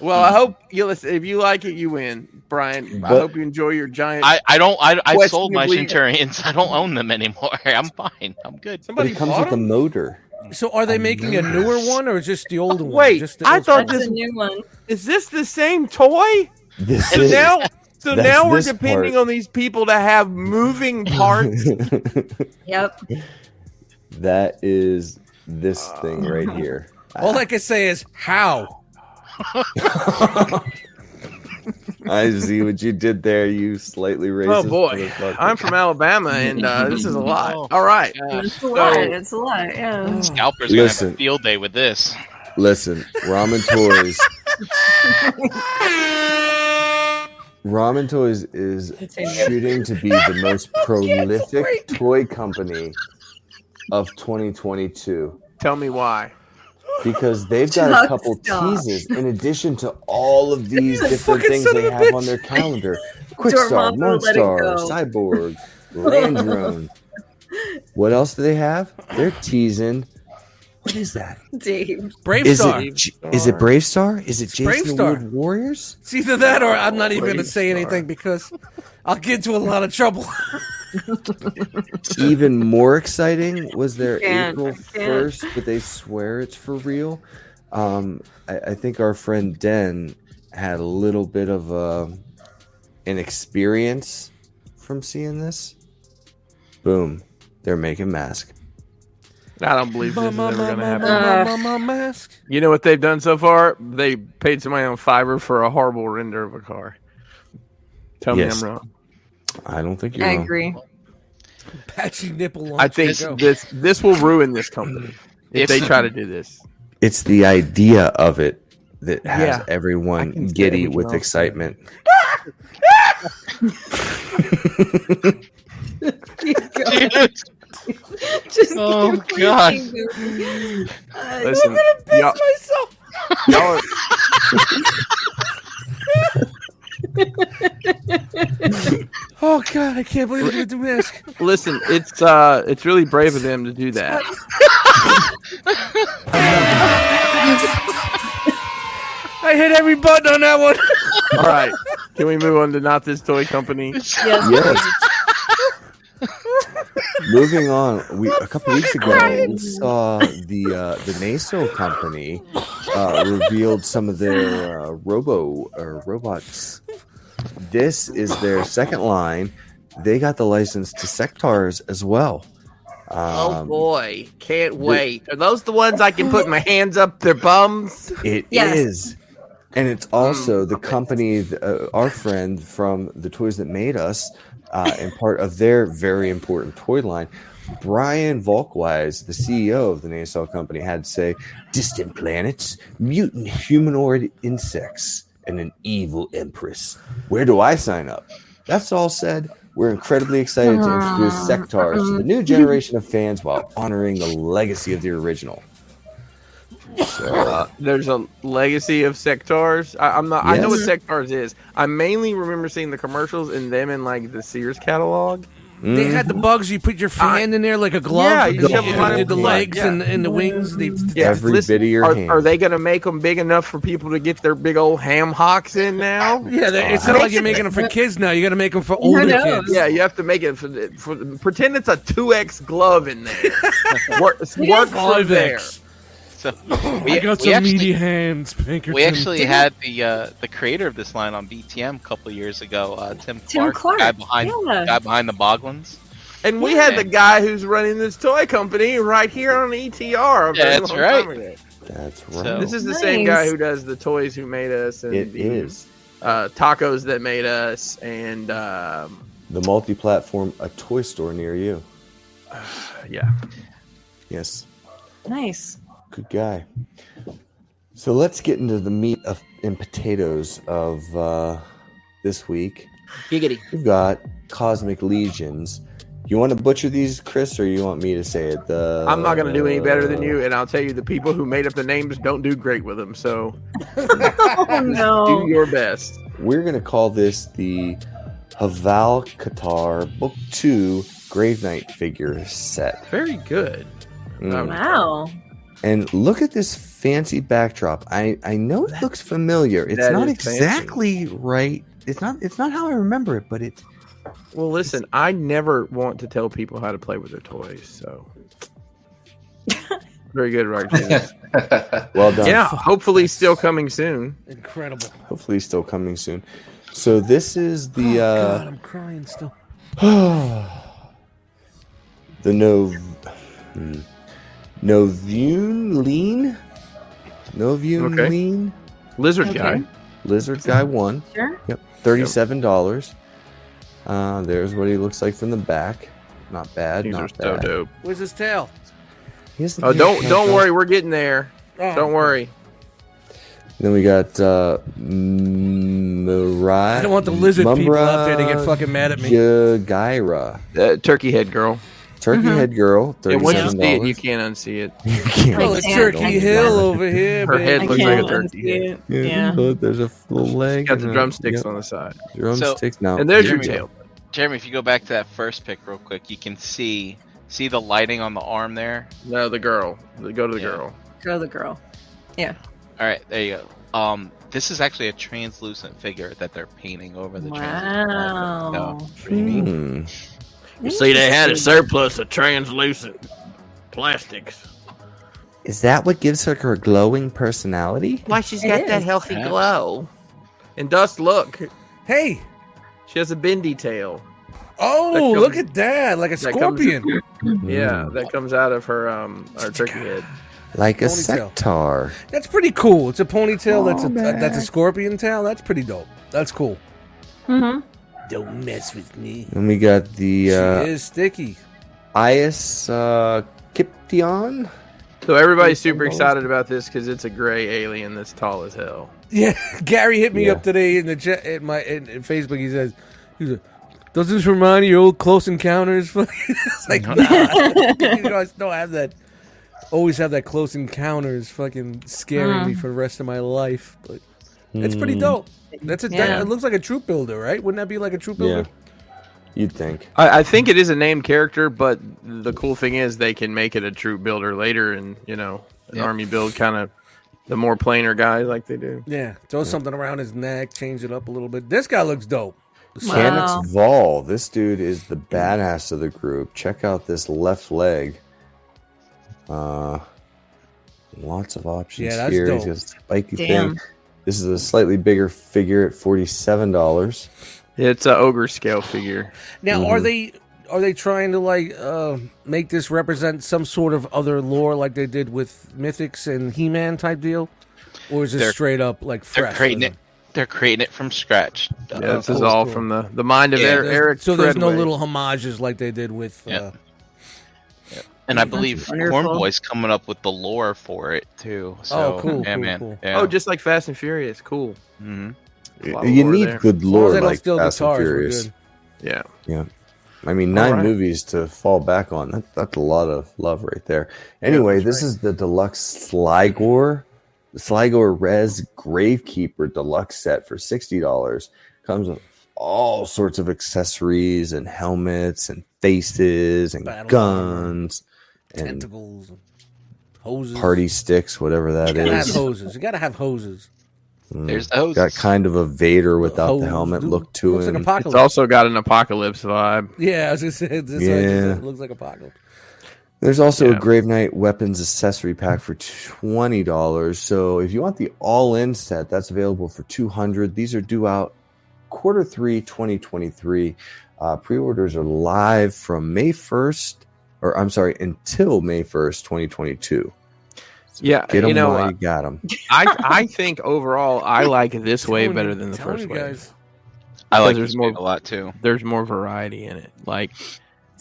[SPEAKER 2] Well, I hope you listen. If you like it, you win, Brian. I
[SPEAKER 5] But-
[SPEAKER 2] hope you enjoy your giant.
[SPEAKER 6] I, I don't. I, I sold my
[SPEAKER 2] Questionably-
[SPEAKER 6] centurions. (laughs) I don't own them anymore. (laughs) I'm fine. I'm good.
[SPEAKER 5] But
[SPEAKER 2] Somebody
[SPEAKER 5] it comes
[SPEAKER 2] bought
[SPEAKER 5] with a
[SPEAKER 2] them?
[SPEAKER 5] motor.
[SPEAKER 3] So are they making a newer one or just the older one?
[SPEAKER 2] Wait,
[SPEAKER 3] just
[SPEAKER 2] I
[SPEAKER 3] old
[SPEAKER 2] thought
[SPEAKER 3] school?
[SPEAKER 4] That's a new one.
[SPEAKER 2] Is this the same toy?
[SPEAKER 5] This
[SPEAKER 2] So
[SPEAKER 5] is
[SPEAKER 2] now,
[SPEAKER 5] (laughs)
[SPEAKER 2] so
[SPEAKER 5] That's
[SPEAKER 2] now we're
[SPEAKER 5] this
[SPEAKER 2] depending
[SPEAKER 5] part.
[SPEAKER 2] on these people to have
[SPEAKER 5] (laughs)
[SPEAKER 2] moving parts.
[SPEAKER 4] Yep.
[SPEAKER 5] that is this
[SPEAKER 2] Uh.
[SPEAKER 5] thing right here.
[SPEAKER 3] All I can say is how.
[SPEAKER 5] I see what you did there. You slightly racist.
[SPEAKER 2] Oh boy,
[SPEAKER 5] motherfucker.
[SPEAKER 2] I'm from Alabama, and uh, this is a lot.
[SPEAKER 6] Oh.
[SPEAKER 2] All right,
[SPEAKER 4] It's a lot. It's a lot.
[SPEAKER 3] Hmm. Oh,
[SPEAKER 4] Yeah.
[SPEAKER 6] Scalpers gonna
[SPEAKER 5] Listen.
[SPEAKER 6] have a field day with this.
[SPEAKER 5] Listen, ramen toys. ramen toys is
[SPEAKER 4] (laughs)
[SPEAKER 5] shooting to be the most prolific toy company of 2022
[SPEAKER 2] tell me why.
[SPEAKER 5] because they've got a
[SPEAKER 4] Chuck,
[SPEAKER 5] couple
[SPEAKER 4] stop.
[SPEAKER 5] teases in addition to all of these
[SPEAKER 3] a
[SPEAKER 5] different
[SPEAKER 3] fucking
[SPEAKER 5] things
[SPEAKER 3] son
[SPEAKER 5] they
[SPEAKER 3] of a
[SPEAKER 5] have on
[SPEAKER 3] bitch.
[SPEAKER 5] their calendar. Quickstar,
[SPEAKER 4] Dormammu, let it
[SPEAKER 5] Monster,
[SPEAKER 4] go.
[SPEAKER 5] Cyborg, Land Drone. What else do they have? They're teasing. What is that?
[SPEAKER 4] Dave.
[SPEAKER 3] Brave
[SPEAKER 5] Is
[SPEAKER 3] Star.
[SPEAKER 5] it J- is it Brave Star? Is it Jason
[SPEAKER 3] Brave
[SPEAKER 5] the
[SPEAKER 3] Star.
[SPEAKER 5] Weird Warriors?
[SPEAKER 3] It's either that or I'm not even going to
[SPEAKER 2] Brave
[SPEAKER 3] say
[SPEAKER 2] Star.
[SPEAKER 3] anything because I'll get into a lot of trouble.
[SPEAKER 5] (laughs) Even more
[SPEAKER 4] (laughs)
[SPEAKER 5] exciting was their
[SPEAKER 4] Can't,
[SPEAKER 5] April
[SPEAKER 4] can't.
[SPEAKER 5] first, but they swear it's for real. Um, I, I think our friend Den had a little bit of a, an experience from seeing this. Boom, they're making mask.
[SPEAKER 2] I don't
[SPEAKER 3] (laughs)
[SPEAKER 2] believe this is ever going to happen.
[SPEAKER 4] ma-
[SPEAKER 3] mask.
[SPEAKER 2] You know what they've done so far? They paid somebody on Fiverr for a horrible render of a car. Tell
[SPEAKER 5] Yes.
[SPEAKER 2] me I'm wrong.
[SPEAKER 5] I don't think you're.
[SPEAKER 4] I
[SPEAKER 5] wrong. (laughs)
[SPEAKER 4] agree.
[SPEAKER 3] Patchy nipple.
[SPEAKER 2] I think
[SPEAKER 3] launcher. Go.
[SPEAKER 2] this this will ruin this company if they try to do this.
[SPEAKER 5] It's the idea of it that has
[SPEAKER 2] Yeah. I
[SPEAKER 5] everyone
[SPEAKER 2] can say
[SPEAKER 5] giddy
[SPEAKER 2] what you
[SPEAKER 5] with
[SPEAKER 2] want.
[SPEAKER 5] excitement.
[SPEAKER 4] (laughs)
[SPEAKER 5] (laughs)
[SPEAKER 4] Just
[SPEAKER 6] Oh,
[SPEAKER 4] keep
[SPEAKER 6] God.
[SPEAKER 4] reaching, dude. Uh,
[SPEAKER 2] Listen, y'all,
[SPEAKER 3] myself.
[SPEAKER 2] (laughs) y'all are-
[SPEAKER 3] Oh god, I can't believe they did the mask.
[SPEAKER 2] listen, it's uh, it's really brave of them to do that.
[SPEAKER 3] I hit every button on that
[SPEAKER 5] (laughs)
[SPEAKER 3] one.
[SPEAKER 2] All right, can we move on to not this toy company?
[SPEAKER 4] yes.
[SPEAKER 5] Yes. (laughs) Moving on, we a couple weeks ago we saw the uh, the Naso company uh, revealed some of their uh, robo or robots. This is their second line. They got the license to Sectars as well.
[SPEAKER 9] (laughs) oh
[SPEAKER 5] Um,
[SPEAKER 9] boy, can't wait. Are those the ones I can put my hands up their bums?
[SPEAKER 5] It is,
[SPEAKER 4] Yes.
[SPEAKER 5] And it's
[SPEAKER 3] Mm.
[SPEAKER 5] also the company, th- uh, our friend from the Toys That Made Us, uh, and part of their very important toy line. Brian Volkwise, the CEO of the Nasal company, had to say, "Distant planets, mutant humanoid insects, and an evil empress. Where do I sign up?" That's all said. We're incredibly excited to introduce
[SPEAKER 3] Ah,
[SPEAKER 5] Sectars to the
[SPEAKER 3] mm-hmm.
[SPEAKER 5] new generation of fans while honoring the legacy of the original.
[SPEAKER 2] Uh, there's a legacy of Sectars. I, I'm not. I know what
[SPEAKER 5] Yes.
[SPEAKER 2] Sectars is. I mainly remember seeing the commercials and them in like the Sears catalog.
[SPEAKER 3] They
[SPEAKER 5] Mm-hmm.
[SPEAKER 3] had the bugs. You put your hand in there like a glove.
[SPEAKER 2] Yeah,
[SPEAKER 3] and
[SPEAKER 2] you
[SPEAKER 3] then
[SPEAKER 2] shove
[SPEAKER 3] you
[SPEAKER 2] a lot
[SPEAKER 3] did
[SPEAKER 2] of
[SPEAKER 3] the
[SPEAKER 2] blood,
[SPEAKER 3] legs
[SPEAKER 2] yeah.
[SPEAKER 3] and, and the wings. They,
[SPEAKER 5] Every bit of your
[SPEAKER 2] are,
[SPEAKER 5] hand.
[SPEAKER 2] are they going to make them big enough for people to get their big old ham hocks in now?
[SPEAKER 3] yeah, they- it's not like you're making them for kids now. You got to make them for older
[SPEAKER 4] know.
[SPEAKER 3] kids.
[SPEAKER 2] Yeah, you have to make it for, the, for the, pretend it's a two X glove in
[SPEAKER 5] (laughs)
[SPEAKER 2] there. work work from there.
[SPEAKER 3] 5X. (laughs)
[SPEAKER 6] So
[SPEAKER 3] I
[SPEAKER 6] we,
[SPEAKER 3] got
[SPEAKER 6] we
[SPEAKER 3] some
[SPEAKER 6] actually,
[SPEAKER 3] meaty hands, Pinkerton.
[SPEAKER 6] we actually had the uh, the creator of this line on BTM a couple years ago, uh, Tim Clark,
[SPEAKER 4] Tim Clark.
[SPEAKER 6] The guy behind
[SPEAKER 4] yeah.
[SPEAKER 6] the guy behind the Boglins.
[SPEAKER 2] And we had the guy who's running this toy company right here on ETR. a very
[SPEAKER 6] Yeah, that's
[SPEAKER 2] long
[SPEAKER 6] right.
[SPEAKER 2] time
[SPEAKER 6] Oh.
[SPEAKER 2] ago.
[SPEAKER 5] That's
[SPEAKER 6] So-
[SPEAKER 5] right.
[SPEAKER 2] This is the
[SPEAKER 4] Nice.
[SPEAKER 2] same guy who does the toys who made us and
[SPEAKER 5] It
[SPEAKER 2] the,
[SPEAKER 5] is
[SPEAKER 2] uh, tacos that made us and um,
[SPEAKER 5] the multi-platform A Toy Store near you.
[SPEAKER 2] yeah.
[SPEAKER 5] Yes,
[SPEAKER 4] Nice.
[SPEAKER 5] good guy. So let's get into the meat of and potatoes of uh, this week.
[SPEAKER 9] Giggity.
[SPEAKER 5] We've got Cosmic Legions. You want to butcher these, Chris, or you want me to say it? The
[SPEAKER 2] I'm not gonna do any better than
[SPEAKER 5] Uh.
[SPEAKER 2] you, and I'll tell you the people who made up the names don't do great with them. So (laughs)
[SPEAKER 4] Oh
[SPEAKER 2] do
[SPEAKER 4] no.
[SPEAKER 2] your best.
[SPEAKER 5] We're gonna call this the Haval Qatar Book Two Grave Knight figure set.
[SPEAKER 2] Very good.
[SPEAKER 5] Mm.
[SPEAKER 4] Wow.
[SPEAKER 5] And look at this fancy backdrop. I, I know it looks familiar. It's
[SPEAKER 2] that
[SPEAKER 5] not
[SPEAKER 2] is fancy.
[SPEAKER 5] exactly right. It's not it's not how I remember it, but it's
[SPEAKER 2] Well, listen, I never want to tell people how to play with their toys. So very good, Roger.
[SPEAKER 5] (laughs) well done.
[SPEAKER 2] yeah, hopefully still coming soon.
[SPEAKER 3] Incredible.
[SPEAKER 5] Hopefully still coming soon. So this is the
[SPEAKER 3] Oh, God,
[SPEAKER 5] uh
[SPEAKER 3] I'm crying still.
[SPEAKER 5] the no hmm. Novune lean? Novune
[SPEAKER 2] Okay.
[SPEAKER 5] lean?
[SPEAKER 2] Lizard guy.
[SPEAKER 5] Lizard guy won.
[SPEAKER 4] Sure.
[SPEAKER 5] Yep. Thirty-seven dollars. Uh, there's what he looks like from the back. Not bad.
[SPEAKER 2] These
[SPEAKER 5] not
[SPEAKER 2] are so
[SPEAKER 5] bad. (laughs)
[SPEAKER 2] dope.
[SPEAKER 3] Where's his tail?
[SPEAKER 5] He doesn't
[SPEAKER 2] Oh,
[SPEAKER 5] really
[SPEAKER 2] don't
[SPEAKER 5] have
[SPEAKER 2] don't
[SPEAKER 5] much.
[SPEAKER 2] worry, we're getting there.
[SPEAKER 3] Oh.
[SPEAKER 2] Don't worry.
[SPEAKER 5] Then we got uh, Mirai.
[SPEAKER 3] I don't want the lizard people out there to get fucking mad at me.
[SPEAKER 5] Jagaira,
[SPEAKER 2] Uh, turkey head girl.
[SPEAKER 5] Turkey head girl.
[SPEAKER 2] Yeah, once you
[SPEAKER 5] Thirty-seven
[SPEAKER 2] see it, you
[SPEAKER 5] dollars.
[SPEAKER 2] can't unsee it.
[SPEAKER 5] (laughs)
[SPEAKER 4] Oh, it's Turkey
[SPEAKER 3] Hill over here,
[SPEAKER 2] Her
[SPEAKER 4] I
[SPEAKER 2] head looks like
[SPEAKER 4] can't
[SPEAKER 2] a turkey Mm-hmm.
[SPEAKER 4] unsee
[SPEAKER 2] head.
[SPEAKER 4] it. Yeah.
[SPEAKER 5] Look, there's a little leg.
[SPEAKER 2] It's got the
[SPEAKER 5] and a-
[SPEAKER 2] drumsticks
[SPEAKER 5] yep, Oh,
[SPEAKER 2] on the side.
[SPEAKER 5] Drumsticks. now
[SPEAKER 2] And there's your
[SPEAKER 6] Jeremy.
[SPEAKER 2] tail.
[SPEAKER 6] Jeremy, if you go back to that first pick real quick, you can see see the lighting on the arm there.
[SPEAKER 2] No, the girl. Go to the
[SPEAKER 6] Yeah.
[SPEAKER 2] girl.
[SPEAKER 4] Go the girl.
[SPEAKER 6] All right, there you go. Um, this is actually a translucent figure that they're painting over the. translucent outfit.
[SPEAKER 4] Wow.
[SPEAKER 6] No.
[SPEAKER 5] Hmm.
[SPEAKER 9] You see, they had a surplus of translucent plastics.
[SPEAKER 5] Is that what gives her her glowing personality?
[SPEAKER 9] Why she's
[SPEAKER 4] It
[SPEAKER 9] got that
[SPEAKER 4] is.
[SPEAKER 9] healthy
[SPEAKER 6] Perhaps.
[SPEAKER 9] glow?
[SPEAKER 2] And Dust, look.
[SPEAKER 3] Hey,
[SPEAKER 2] She has a bendy tail.
[SPEAKER 3] oh,
[SPEAKER 2] That comes-
[SPEAKER 3] look at that, like a
[SPEAKER 2] that comes-
[SPEAKER 3] scorpion.
[SPEAKER 2] Yeah, that comes out of her um her turkey head.
[SPEAKER 5] Hmm. Like a
[SPEAKER 3] Ponytail.
[SPEAKER 5] sectar.
[SPEAKER 3] That's pretty cool. It's a ponytail. that's a
[SPEAKER 5] Oh, man.
[SPEAKER 3] that's a scorpion tail. That's pretty dope. That's cool.
[SPEAKER 4] hmm
[SPEAKER 3] Don't mess with me.
[SPEAKER 5] And we got the
[SPEAKER 3] She
[SPEAKER 5] uh,
[SPEAKER 3] is sticky.
[SPEAKER 5] Ias uh, Kiption.
[SPEAKER 2] So everybody's super excited about this because it's a gray alien that's tall as hell.
[SPEAKER 3] Yeah, (laughs) Gary hit me
[SPEAKER 5] Yeah.
[SPEAKER 3] up today in the chat in my in, in Facebook. He says, he was like, "Does this remind you of your old Close Encounters?" (laughs) it's like, nah. (laughs) you know, I still have that. Always have that Close Encounters fucking scaring me for the rest of my life. But it's pretty dope. That's a, that-
[SPEAKER 4] Yeah.
[SPEAKER 3] it looks like a troop builder, right? Wouldn't that be like a troop builder?
[SPEAKER 5] You'd think.
[SPEAKER 2] I, I think it is a named character, but the cool thing is they can make it a troop builder later, and you know an
[SPEAKER 6] Yeah.
[SPEAKER 2] army build kind of the more plainer guy like they do.
[SPEAKER 3] Yeah, throw something around his neck, change it up a little bit. This guy looks dope.
[SPEAKER 4] Wow.
[SPEAKER 5] Kamix Vol. This dude is the badass of the group. Check out this left leg. Uh, lots of options
[SPEAKER 3] Yeah, that's
[SPEAKER 5] here.
[SPEAKER 3] dope.
[SPEAKER 5] He's got a spiky
[SPEAKER 4] Damn.
[SPEAKER 5] thing. This is a slightly bigger figure at forty-seven dollars.
[SPEAKER 2] It's an ogre scale figure.
[SPEAKER 3] Now, are
[SPEAKER 2] Mm-hmm.
[SPEAKER 5] Mhm.
[SPEAKER 3] they are they trying to like uh, make this represent some sort of other lore, like they did with Mythics and He Man type deal, or is it
[SPEAKER 6] They're-
[SPEAKER 3] straight up like
[SPEAKER 6] They're
[SPEAKER 3] fresh?
[SPEAKER 6] creating it. They're creating it from scratch. Uh,
[SPEAKER 2] Yeah,
[SPEAKER 3] Oh,
[SPEAKER 2] this is
[SPEAKER 3] cool,
[SPEAKER 2] all
[SPEAKER 3] cool.
[SPEAKER 2] from the the mind of
[SPEAKER 6] Yeah,
[SPEAKER 2] Eric.
[SPEAKER 3] There's-
[SPEAKER 2] Eric
[SPEAKER 3] so there's no
[SPEAKER 2] Treadway.
[SPEAKER 3] little homages like they did with.
[SPEAKER 6] Yeah.
[SPEAKER 3] Uh,
[SPEAKER 6] And I believe
[SPEAKER 4] wonderful.
[SPEAKER 6] Cornboy's coming up with the lore for it too. So,
[SPEAKER 3] Oh, cool,
[SPEAKER 6] Yeah,
[SPEAKER 3] cool,
[SPEAKER 6] man.
[SPEAKER 3] cool.
[SPEAKER 6] Yeah.
[SPEAKER 2] Oh, just like Fast and Furious. Cool.
[SPEAKER 6] hmm
[SPEAKER 2] There's a lot of
[SPEAKER 5] You
[SPEAKER 2] lore
[SPEAKER 5] need
[SPEAKER 2] there.
[SPEAKER 5] good
[SPEAKER 3] as long as
[SPEAKER 5] lore
[SPEAKER 3] they don't
[SPEAKER 5] like
[SPEAKER 3] steal
[SPEAKER 5] Fast and
[SPEAKER 3] guitars, we're
[SPEAKER 5] Furious.
[SPEAKER 3] good.
[SPEAKER 2] Yeah.
[SPEAKER 5] I mean, nine
[SPEAKER 2] right.
[SPEAKER 5] movies to fall back on. That, that's a lot of love right there. Anyway, this is the deluxe Sligor, Sligor Res Gravekeeper deluxe set for $60. Comes with all sorts of accessories and helmets and faces and
[SPEAKER 3] Battle
[SPEAKER 5] guns and
[SPEAKER 3] tentacles, and hoses,
[SPEAKER 5] party sticks, whatever that
[SPEAKER 3] You gotta have
[SPEAKER 5] is.
[SPEAKER 3] hoses. You gotta have hoses.
[SPEAKER 5] Mm.
[SPEAKER 6] There's those.
[SPEAKER 5] Got kind of a Vader without
[SPEAKER 3] Hoses,
[SPEAKER 5] the helmet
[SPEAKER 3] dude.
[SPEAKER 5] look to
[SPEAKER 3] looks
[SPEAKER 5] him.
[SPEAKER 3] Like
[SPEAKER 2] It's
[SPEAKER 3] apocalypse.
[SPEAKER 2] also got an apocalypse vibe.
[SPEAKER 3] (laughs) yeah, I was gonna say, this yeah.
[SPEAKER 5] Yeah.
[SPEAKER 3] looks like apocalypse.
[SPEAKER 5] There's also
[SPEAKER 2] Yeah.
[SPEAKER 5] a Grave Knight weapons accessory pack for twenty dollars. So if you want the all-in set, that's available for two hundred. These are due out quarter three, 2023. Uh, pre-orders are live from May first, or I'm sorry, until May first, 2022. So
[SPEAKER 2] Yeah,
[SPEAKER 5] get them
[SPEAKER 2] you know,
[SPEAKER 5] while
[SPEAKER 2] uh,
[SPEAKER 5] you got them.
[SPEAKER 2] I I think overall I like
[SPEAKER 3] (laughs)
[SPEAKER 2] this way
[SPEAKER 3] Telling you-
[SPEAKER 2] better than the
[SPEAKER 3] telling
[SPEAKER 2] first
[SPEAKER 3] you
[SPEAKER 2] wave.
[SPEAKER 3] guys.
[SPEAKER 6] I like
[SPEAKER 2] there's
[SPEAKER 6] this
[SPEAKER 2] more-
[SPEAKER 6] more... a lot too.
[SPEAKER 2] There's more variety in it. Like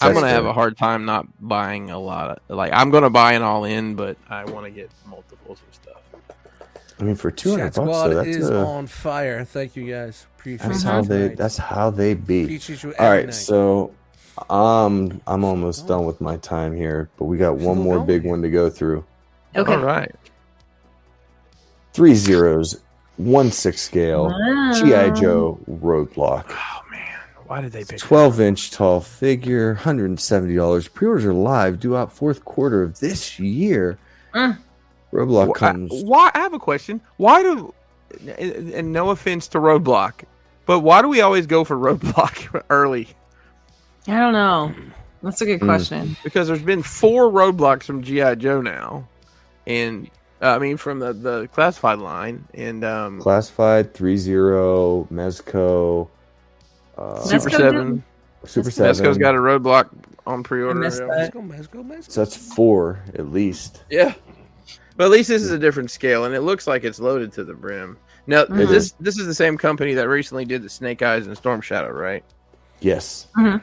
[SPEAKER 2] I'm gonna have a hard time not buying a lot of like I'm gonna buy an all in, but I want to get multiples of stuff.
[SPEAKER 5] I mean, for two
[SPEAKER 3] Chat
[SPEAKER 5] hundred bucks,
[SPEAKER 3] Squad
[SPEAKER 5] though, that's,
[SPEAKER 3] is
[SPEAKER 5] a,
[SPEAKER 3] on fire. Thank you guys. Appreciate
[SPEAKER 5] that's
[SPEAKER 3] it.
[SPEAKER 5] how they.
[SPEAKER 3] Tonight.
[SPEAKER 5] That's how they be.
[SPEAKER 3] Appreciate you
[SPEAKER 5] All
[SPEAKER 3] every
[SPEAKER 5] right,
[SPEAKER 3] night.
[SPEAKER 5] so um, I'm almost done with my time here, but we got one
[SPEAKER 3] Still
[SPEAKER 5] more
[SPEAKER 3] going?
[SPEAKER 5] big one to go through.
[SPEAKER 4] Okay.
[SPEAKER 2] All right.
[SPEAKER 5] Three zeros, one six scale,
[SPEAKER 4] Wow.
[SPEAKER 5] GI Joe Roadblock,
[SPEAKER 2] Oh man, why did they pick?
[SPEAKER 5] 12 inch tall figure, 170 dollars. Pre-orders are live, due out fourth quarter of this year.
[SPEAKER 4] Mm.
[SPEAKER 5] Roadblock
[SPEAKER 2] Wh- I-
[SPEAKER 5] comes.
[SPEAKER 2] why? I have a question. Why do? And and no offense to Roadblock, but why do we always go for Roadblock (laughs) early?
[SPEAKER 4] I don't know. That's a good
[SPEAKER 5] Mm.
[SPEAKER 4] question.
[SPEAKER 2] because there's been four roadblocks from GI Joe now, and uh, I mean from the, the classified line, and um,
[SPEAKER 5] Classified three zero Mezco, uh,
[SPEAKER 2] Super
[SPEAKER 4] Mezco
[SPEAKER 2] Seven.
[SPEAKER 5] Super Seven.
[SPEAKER 2] Mesco's got a roadblock on pre-order.
[SPEAKER 4] I missed
[SPEAKER 2] yeah.
[SPEAKER 4] that.
[SPEAKER 3] Let's go, man. Let's go, man. Let's
[SPEAKER 5] so that's four at least.
[SPEAKER 2] Yeah, but at least this is a different scale, and it looks like it's loaded to the brim. Now
[SPEAKER 4] Mhm.
[SPEAKER 2] this this is the same company that recently did the Snake Eyes and Storm Shadow, right?
[SPEAKER 5] Yes.
[SPEAKER 4] Mhm.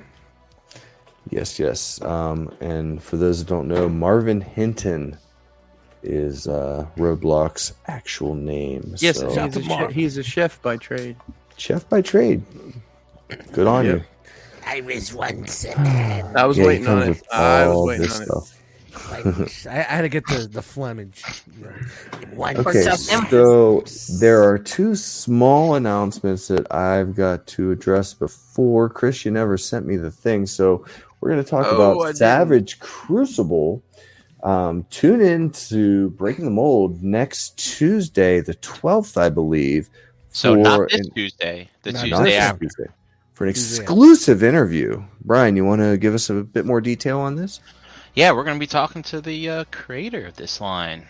[SPEAKER 5] Yes, yes. Um, and for those that don't know, Marvin Hinton is uh, Roadblock's actual name.
[SPEAKER 2] Yes,
[SPEAKER 5] so-
[SPEAKER 2] he's, a chef, he's a chef by trade.
[SPEAKER 5] chef by trade. Good on
[SPEAKER 2] Yep.
[SPEAKER 5] you.
[SPEAKER 10] I was once a man.
[SPEAKER 2] I was
[SPEAKER 5] Yeah, he
[SPEAKER 2] waiting on
[SPEAKER 5] comes
[SPEAKER 2] it.
[SPEAKER 5] with
[SPEAKER 2] I was
[SPEAKER 5] all
[SPEAKER 2] waiting
[SPEAKER 5] this
[SPEAKER 2] on it.
[SPEAKER 5] stuff.
[SPEAKER 3] I, I had to get the the Flemish. you know.
[SPEAKER 10] Once
[SPEAKER 5] Okay,
[SPEAKER 10] a
[SPEAKER 4] self-emphasis.
[SPEAKER 5] so there are two small announcements that I've got to address before Christian ever sent me the thing. So we're going to talk
[SPEAKER 2] Oh, I
[SPEAKER 5] about
[SPEAKER 2] didn't.
[SPEAKER 5] Savage Crucible. Um, tune in to Breaking the Mold next Tuesday, the 12th, I believe.
[SPEAKER 6] So not
[SPEAKER 5] for
[SPEAKER 6] this
[SPEAKER 5] an-
[SPEAKER 6] Tuesday, the
[SPEAKER 3] Not
[SPEAKER 5] not
[SPEAKER 6] Tuesday
[SPEAKER 5] this
[SPEAKER 6] after.
[SPEAKER 5] Tuesday, for an
[SPEAKER 3] Tuesday after.
[SPEAKER 5] exclusive interview. Brian, you want to give us a bit more detail
[SPEAKER 6] (laughs)
[SPEAKER 5] on this?
[SPEAKER 6] Yeah, we're going to be talking to the uh, creator of this line.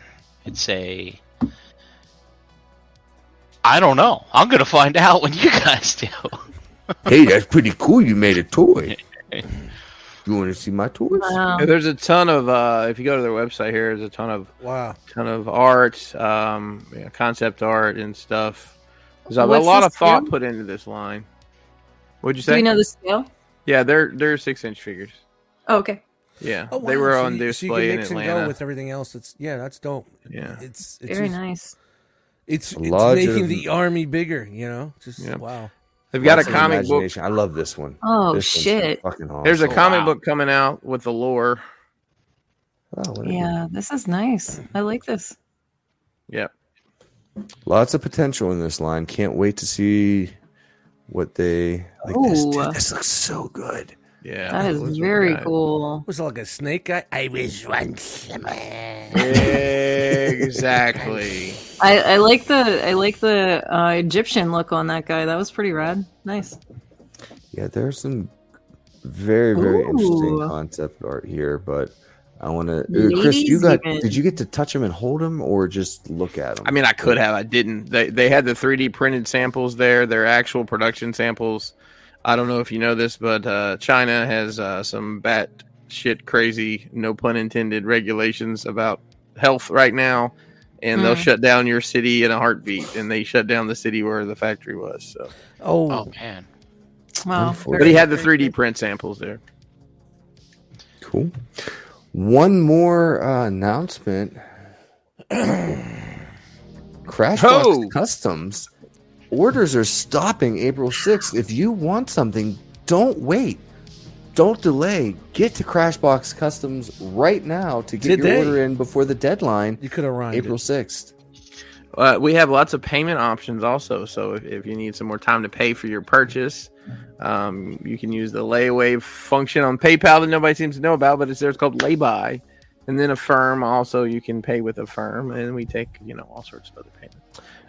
[SPEAKER 6] It's a. I don't know. I'm going to find out when you guys do.
[SPEAKER 5] hey, that's pretty cool. You made a
[SPEAKER 6] (laughs)
[SPEAKER 5] toy. you want to see my toys?
[SPEAKER 4] Wow.
[SPEAKER 2] Yeah, there's a ton of uh, if you go to their website here, there's a ton of
[SPEAKER 3] Wow.
[SPEAKER 2] ton of art, um, you know, concept art and stuff. There's a, a
[SPEAKER 4] What's
[SPEAKER 2] lot
[SPEAKER 4] the
[SPEAKER 2] of thought
[SPEAKER 4] scale?
[SPEAKER 2] put into this line. What'd you
[SPEAKER 4] Do
[SPEAKER 2] say?
[SPEAKER 4] you know the scale?
[SPEAKER 2] yeah, they're they're six inch figures.
[SPEAKER 4] Oh, okay.
[SPEAKER 2] Yeah,
[SPEAKER 3] Oh,
[SPEAKER 2] they
[SPEAKER 3] wow,
[SPEAKER 2] were
[SPEAKER 3] so
[SPEAKER 2] on
[SPEAKER 3] you- so you can
[SPEAKER 2] display in
[SPEAKER 3] mix and
[SPEAKER 2] Atlanta.
[SPEAKER 3] go with everything else. It's yeah, that's dope.
[SPEAKER 2] Yeah.
[SPEAKER 3] It's it's
[SPEAKER 4] Very
[SPEAKER 3] just-
[SPEAKER 4] nice.
[SPEAKER 3] It's, it's
[SPEAKER 5] Lodge
[SPEAKER 3] making
[SPEAKER 5] of-
[SPEAKER 3] the army bigger. You know, just
[SPEAKER 2] Yeah.
[SPEAKER 3] wow.
[SPEAKER 2] They've got a
[SPEAKER 5] Lots of
[SPEAKER 2] comic book.
[SPEAKER 5] imagination. I love this one.
[SPEAKER 4] Oh
[SPEAKER 5] This one's
[SPEAKER 4] shit.
[SPEAKER 5] Fucking awesome.
[SPEAKER 2] There's a
[SPEAKER 6] Oh,
[SPEAKER 2] comic
[SPEAKER 6] wow.
[SPEAKER 2] book coming out with the lore.
[SPEAKER 5] Wow, Ah, what a-
[SPEAKER 4] Yeah, this is nice. I like this.
[SPEAKER 2] Yeah,
[SPEAKER 5] Lots of potential in this line. Can't wait to see what they like. This,
[SPEAKER 4] Ooh.
[SPEAKER 5] dude, this looks so good.
[SPEAKER 2] yeah.
[SPEAKER 4] That is
[SPEAKER 2] Those are
[SPEAKER 4] very
[SPEAKER 2] nice.
[SPEAKER 4] cool.
[SPEAKER 3] Was it like a snake guy?
[SPEAKER 10] I was once a man.
[SPEAKER 2] Exactly.
[SPEAKER 4] I, I like the I like the uh, Egyptian look on that guy. That was pretty rad. Nice.
[SPEAKER 5] Yeah, there's some very very interesting
[SPEAKER 4] Ooh.
[SPEAKER 5] concept art here, but. I want to,
[SPEAKER 4] Ladies
[SPEAKER 5] Chris. You got?
[SPEAKER 4] even.
[SPEAKER 5] Did you get to touch him and hold him, or just look at him?
[SPEAKER 2] I mean, I could have. I didn't. They they had the 3D printed samples there. Their actual production samples. I don't know if you know this, but uh, China has uh, some bat shit crazy, no pun intended, regulations about health right now, and they'll
[SPEAKER 4] Mm.
[SPEAKER 2] shut down your city in a heartbeat. And they shut down the city where the factory was. So,
[SPEAKER 3] Oh,
[SPEAKER 6] Oh, man.
[SPEAKER 4] Wow.
[SPEAKER 5] Unfortunate.
[SPEAKER 2] but he had the
[SPEAKER 4] Very
[SPEAKER 2] 3D
[SPEAKER 4] good.
[SPEAKER 2] print samples there.
[SPEAKER 5] Cool. One more uh, announcement. (clears throat) Crashbox
[SPEAKER 2] Ho!
[SPEAKER 5] Customs orders are stopping April 6th. If you want something, don't wait. Don't delay. Get to Crashbox Customs right now to get your
[SPEAKER 3] Today.
[SPEAKER 5] order in before the deadline,
[SPEAKER 3] you could have rhymed.
[SPEAKER 5] April
[SPEAKER 3] April.
[SPEAKER 5] 6th.
[SPEAKER 2] Uh, we have lots of payment options also. So if, if you need some more time to pay for your purchase, um, you can use the layaway function on PayPal that nobody seems to know about, but it's there. It's called layby. And then Affirm also, you can pay with Affirm, and we take you know all sorts of other payments.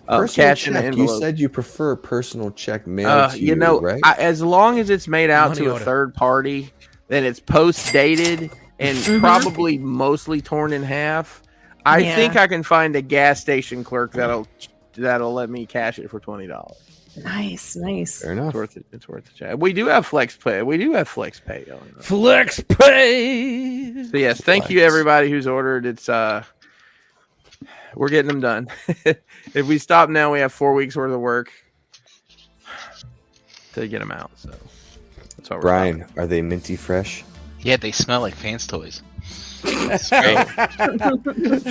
[SPEAKER 2] Uh,
[SPEAKER 5] Personal
[SPEAKER 2] cash in an
[SPEAKER 5] check. You
[SPEAKER 2] envelope.
[SPEAKER 5] said you prefer personal check mailed
[SPEAKER 2] Uh,
[SPEAKER 5] to
[SPEAKER 2] you know,
[SPEAKER 5] right?
[SPEAKER 2] I, as long as it's made out
[SPEAKER 3] Money
[SPEAKER 2] to
[SPEAKER 3] order.
[SPEAKER 2] a third party, then it's post dated
[SPEAKER 3] (laughs)
[SPEAKER 2] and
[SPEAKER 3] Mm-hmm.
[SPEAKER 4] Mhm.
[SPEAKER 2] probably mostly torn in half. I
[SPEAKER 4] Yeah.
[SPEAKER 2] think I can find a gas station clerk that'll that'll let me cash it for twenty dollars.
[SPEAKER 4] Nice, nice.
[SPEAKER 5] Fair
[SPEAKER 2] It's
[SPEAKER 5] enough.
[SPEAKER 2] worth it. It's worth the chat. We do have flex pay. We do have flex pay. Going on.
[SPEAKER 3] Flex pay.
[SPEAKER 2] So yes, thank you
[SPEAKER 5] Flex.
[SPEAKER 2] everybody who's ordered. It's uh, we're getting them done. (laughs) if we stop now, we have four weeks worth of work to get them out. So that's all. we're
[SPEAKER 5] Brian, are they minty fresh?
[SPEAKER 6] Yeah, they smell like fans' toys. It's great.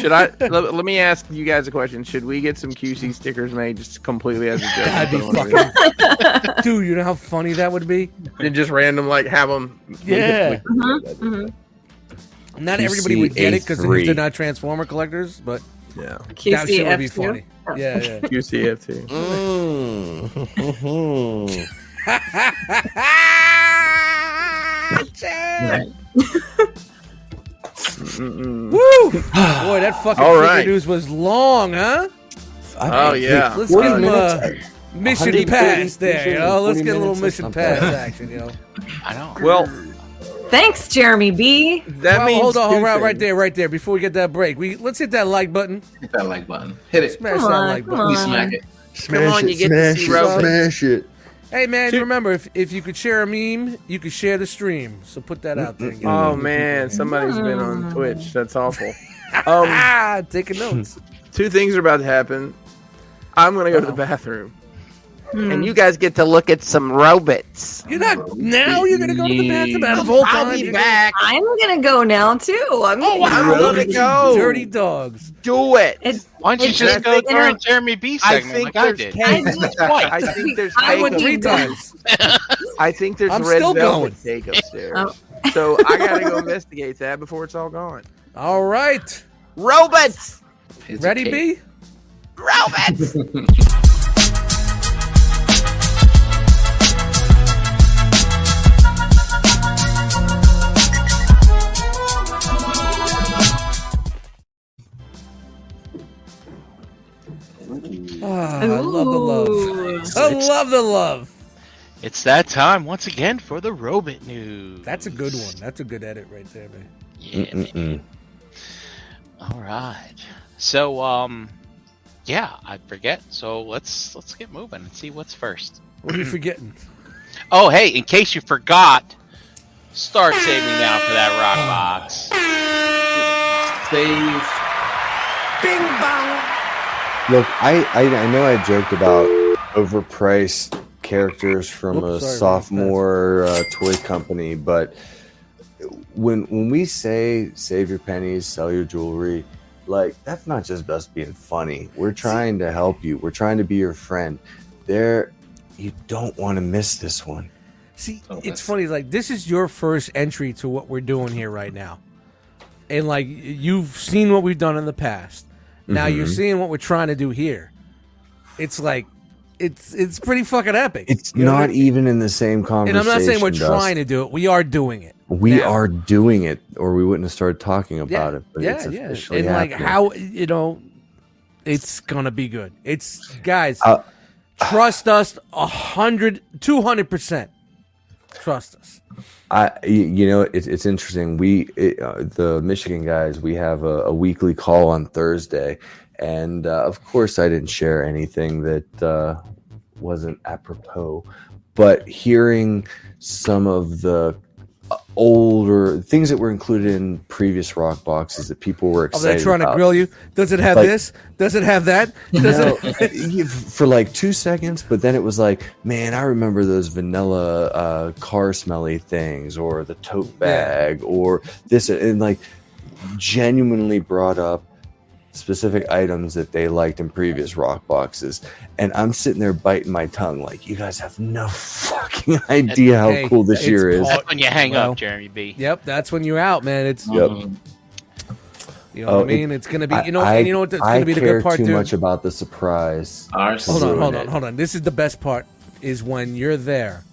[SPEAKER 2] Should I (laughs) let, let me ask you guys a question? Should we get some QC stickers made just completely as a joke?
[SPEAKER 3] That'd be
[SPEAKER 5] (laughs)
[SPEAKER 2] Put them on
[SPEAKER 3] fucking. (laughs) Dude, you know how funny that would be.
[SPEAKER 2] there? and just random like have them.
[SPEAKER 3] Yeah.
[SPEAKER 4] Mhm, mhm.
[SPEAKER 3] Not everybody would get it because
[SPEAKER 5] QCA3.
[SPEAKER 3] they're not Transformer collectors, but
[SPEAKER 2] (laughs) Yeah.
[SPEAKER 3] that shit would be
[SPEAKER 4] QCF2.
[SPEAKER 3] funny. Yeah, yeah.
[SPEAKER 2] QCFT.
[SPEAKER 5] Mm. (laughs)
[SPEAKER 3] (laughs) Woo! (sighs)
[SPEAKER 2] Mm-mm.
[SPEAKER 3] Boy, that fucking
[SPEAKER 2] All
[SPEAKER 3] figure
[SPEAKER 2] right.
[SPEAKER 3] news was long, huh?
[SPEAKER 2] Oh yeah.
[SPEAKER 3] Let's
[SPEAKER 5] 40
[SPEAKER 3] get
[SPEAKER 5] minutes.
[SPEAKER 3] uh, mission
[SPEAKER 5] 130
[SPEAKER 3] pass there, you know. Let's
[SPEAKER 5] 40
[SPEAKER 3] get a little
[SPEAKER 5] minutes
[SPEAKER 3] mission
[SPEAKER 5] or something.
[SPEAKER 3] pass action, you know.
[SPEAKER 6] I know.
[SPEAKER 2] Well,
[SPEAKER 4] Thanks, Jeremy B.
[SPEAKER 2] that
[SPEAKER 3] Well,
[SPEAKER 2] means
[SPEAKER 3] hold on,
[SPEAKER 2] two
[SPEAKER 3] hold on, right
[SPEAKER 2] things.
[SPEAKER 3] there, right there. Before we get that break, we let's hit that like button.
[SPEAKER 1] Hit that like button. Hit it.
[SPEAKER 3] Smash
[SPEAKER 4] Come
[SPEAKER 3] that
[SPEAKER 4] on,
[SPEAKER 3] like
[SPEAKER 4] come
[SPEAKER 3] button.
[SPEAKER 1] Please
[SPEAKER 4] on.
[SPEAKER 1] smack it.
[SPEAKER 9] Come on, you get to see Robo.
[SPEAKER 5] smash it.
[SPEAKER 3] Hey man,
[SPEAKER 2] Two-
[SPEAKER 3] remember if, if you could share a meme, you could share the stream. So put that out there. again. (laughs)
[SPEAKER 2] Oh man, somebody's been
[SPEAKER 3] Mm.
[SPEAKER 2] on Twitch. That's awful. Um,
[SPEAKER 3] ah, taking notes.
[SPEAKER 2] two things are about to happen. I'm gonna go to the bathroom.
[SPEAKER 4] Hmm.
[SPEAKER 9] and you guys get to look at some robots.
[SPEAKER 3] You're not now. You're gonna go to the bathroom out of all time.
[SPEAKER 9] I'll be
[SPEAKER 3] You're
[SPEAKER 9] back.
[SPEAKER 4] I'm gonna go now too. I'm
[SPEAKER 9] Oh,
[SPEAKER 4] gonna
[SPEAKER 9] I'm
[SPEAKER 3] gonna-
[SPEAKER 9] gonna go.
[SPEAKER 3] Dirty dogs.
[SPEAKER 9] Do it.
[SPEAKER 4] It's-
[SPEAKER 6] Why don't you
[SPEAKER 4] It's
[SPEAKER 6] just
[SPEAKER 4] just
[SPEAKER 6] go
[SPEAKER 4] like, you
[SPEAKER 6] during
[SPEAKER 4] know,
[SPEAKER 6] Jeremy B
[SPEAKER 2] I
[SPEAKER 6] segment
[SPEAKER 2] think
[SPEAKER 6] like I
[SPEAKER 2] there's
[SPEAKER 6] did?
[SPEAKER 2] cake.
[SPEAKER 3] (laughs)
[SPEAKER 4] I did
[SPEAKER 6] twice.
[SPEAKER 2] (laughs) I think there's
[SPEAKER 4] I
[SPEAKER 2] cake.
[SPEAKER 4] would
[SPEAKER 2] up-
[SPEAKER 4] do-
[SPEAKER 3] Three times.
[SPEAKER 2] I think there's
[SPEAKER 3] I'm
[SPEAKER 2] red
[SPEAKER 3] still
[SPEAKER 2] velvet
[SPEAKER 3] going.
[SPEAKER 2] cake upstairs.
[SPEAKER 4] Oh.
[SPEAKER 2] So I gotta go investigate that before it's all gone.
[SPEAKER 3] All right.
[SPEAKER 9] Robots.
[SPEAKER 1] It's
[SPEAKER 3] Ready,
[SPEAKER 1] okay.
[SPEAKER 3] B?
[SPEAKER 9] (laughs) Robots.
[SPEAKER 3] Ah, I love the love.
[SPEAKER 4] Ooh.
[SPEAKER 3] I love the love.
[SPEAKER 6] It's that time once again for the robot news.
[SPEAKER 3] That's a good one. That's a good edit right there, man.
[SPEAKER 6] Yeah.
[SPEAKER 5] Mm-mm-mm.
[SPEAKER 6] All right. So um, yeah, I forget. So let's let's get moving and see what's first.
[SPEAKER 3] What (clears throat) are you forgetting?
[SPEAKER 6] Oh hey, in case you forgot, start saving now for that rock box.
[SPEAKER 1] Save.
[SPEAKER 5] Look, I, I I know I joked about overpriced characters from
[SPEAKER 3] Oops,
[SPEAKER 5] a
[SPEAKER 3] sorry,
[SPEAKER 5] sophomore uh, toy company, but when when we say save your pennies, sell your jewelry, like that's not just us being funny. We're trying to help you. We're trying to be your friend. There, you don't want to miss this one.
[SPEAKER 3] See,
[SPEAKER 1] Oh,
[SPEAKER 3] it's
[SPEAKER 1] that's-
[SPEAKER 3] funny. Like this is your first entry to what we're doing here right now, and like you've seen what we've done in the past. Now you're
[SPEAKER 5] Mhm.
[SPEAKER 3] seeing what we're trying to do here. It's like, it's it's pretty fucking epic.
[SPEAKER 5] It's
[SPEAKER 3] You know what I
[SPEAKER 5] not
[SPEAKER 3] mean?
[SPEAKER 5] even in the same
[SPEAKER 3] And
[SPEAKER 5] conversation.
[SPEAKER 3] I'm not saying we're
[SPEAKER 5] Dust.
[SPEAKER 3] trying to do it. We are doing it.
[SPEAKER 5] We
[SPEAKER 3] now.
[SPEAKER 5] are doing it, or we wouldn't have started talking about it. But
[SPEAKER 3] yeah,
[SPEAKER 5] it's
[SPEAKER 3] yeah.
[SPEAKER 5] officially
[SPEAKER 3] And like
[SPEAKER 5] happening.
[SPEAKER 3] how you know, it's gonna be good. It's guys,
[SPEAKER 5] Uh,
[SPEAKER 3] trust us a hundred, two hundred percent. Trust us.
[SPEAKER 5] I, y- you know, it's it's interesting. We, it, uh, the Michigan guys, we have a, a weekly call on Thursday, and uh, of course, I didn't share anything that uh, wasn't apropos. But hearing some of the uh, older things that were included in previous rock boxes that people were
[SPEAKER 3] Oh,
[SPEAKER 5] excited
[SPEAKER 3] they're trying to
[SPEAKER 5] about.
[SPEAKER 3] grill you. Does it have
[SPEAKER 5] Like-
[SPEAKER 3] this? Does it have that?
[SPEAKER 5] (laughs) You
[SPEAKER 3] Does
[SPEAKER 5] know,
[SPEAKER 3] it?
[SPEAKER 5] you- uh, for like two seconds, but then it was like, man, I remember those vanilla uh, car smelly things, or the tote bag, or this, and like genuinely brought up specific items that they liked in previous rock boxes. And I'm sitting there biting my tongue, like, you guys have no fucking (laughs) idea how
[SPEAKER 3] Hey,
[SPEAKER 5] cool this
[SPEAKER 3] it's
[SPEAKER 5] year is.
[SPEAKER 3] Paul-
[SPEAKER 6] That's when you hang
[SPEAKER 3] Well,
[SPEAKER 6] up, Jeremy B.
[SPEAKER 3] Yep, that's when you're out, man. It's
[SPEAKER 5] Yep.
[SPEAKER 3] you know what
[SPEAKER 5] Oh,
[SPEAKER 3] I mean. It's gonna be
[SPEAKER 5] I-
[SPEAKER 3] you know
[SPEAKER 5] I,
[SPEAKER 3] and you know what it's
[SPEAKER 5] I
[SPEAKER 3] gonna be the
[SPEAKER 5] care
[SPEAKER 3] good part
[SPEAKER 5] too
[SPEAKER 3] dude.
[SPEAKER 5] much about the surprise.
[SPEAKER 1] Our
[SPEAKER 3] hold on,
[SPEAKER 5] ruin
[SPEAKER 3] hold on,
[SPEAKER 5] it.
[SPEAKER 3] hold on. This is the best part is when you're there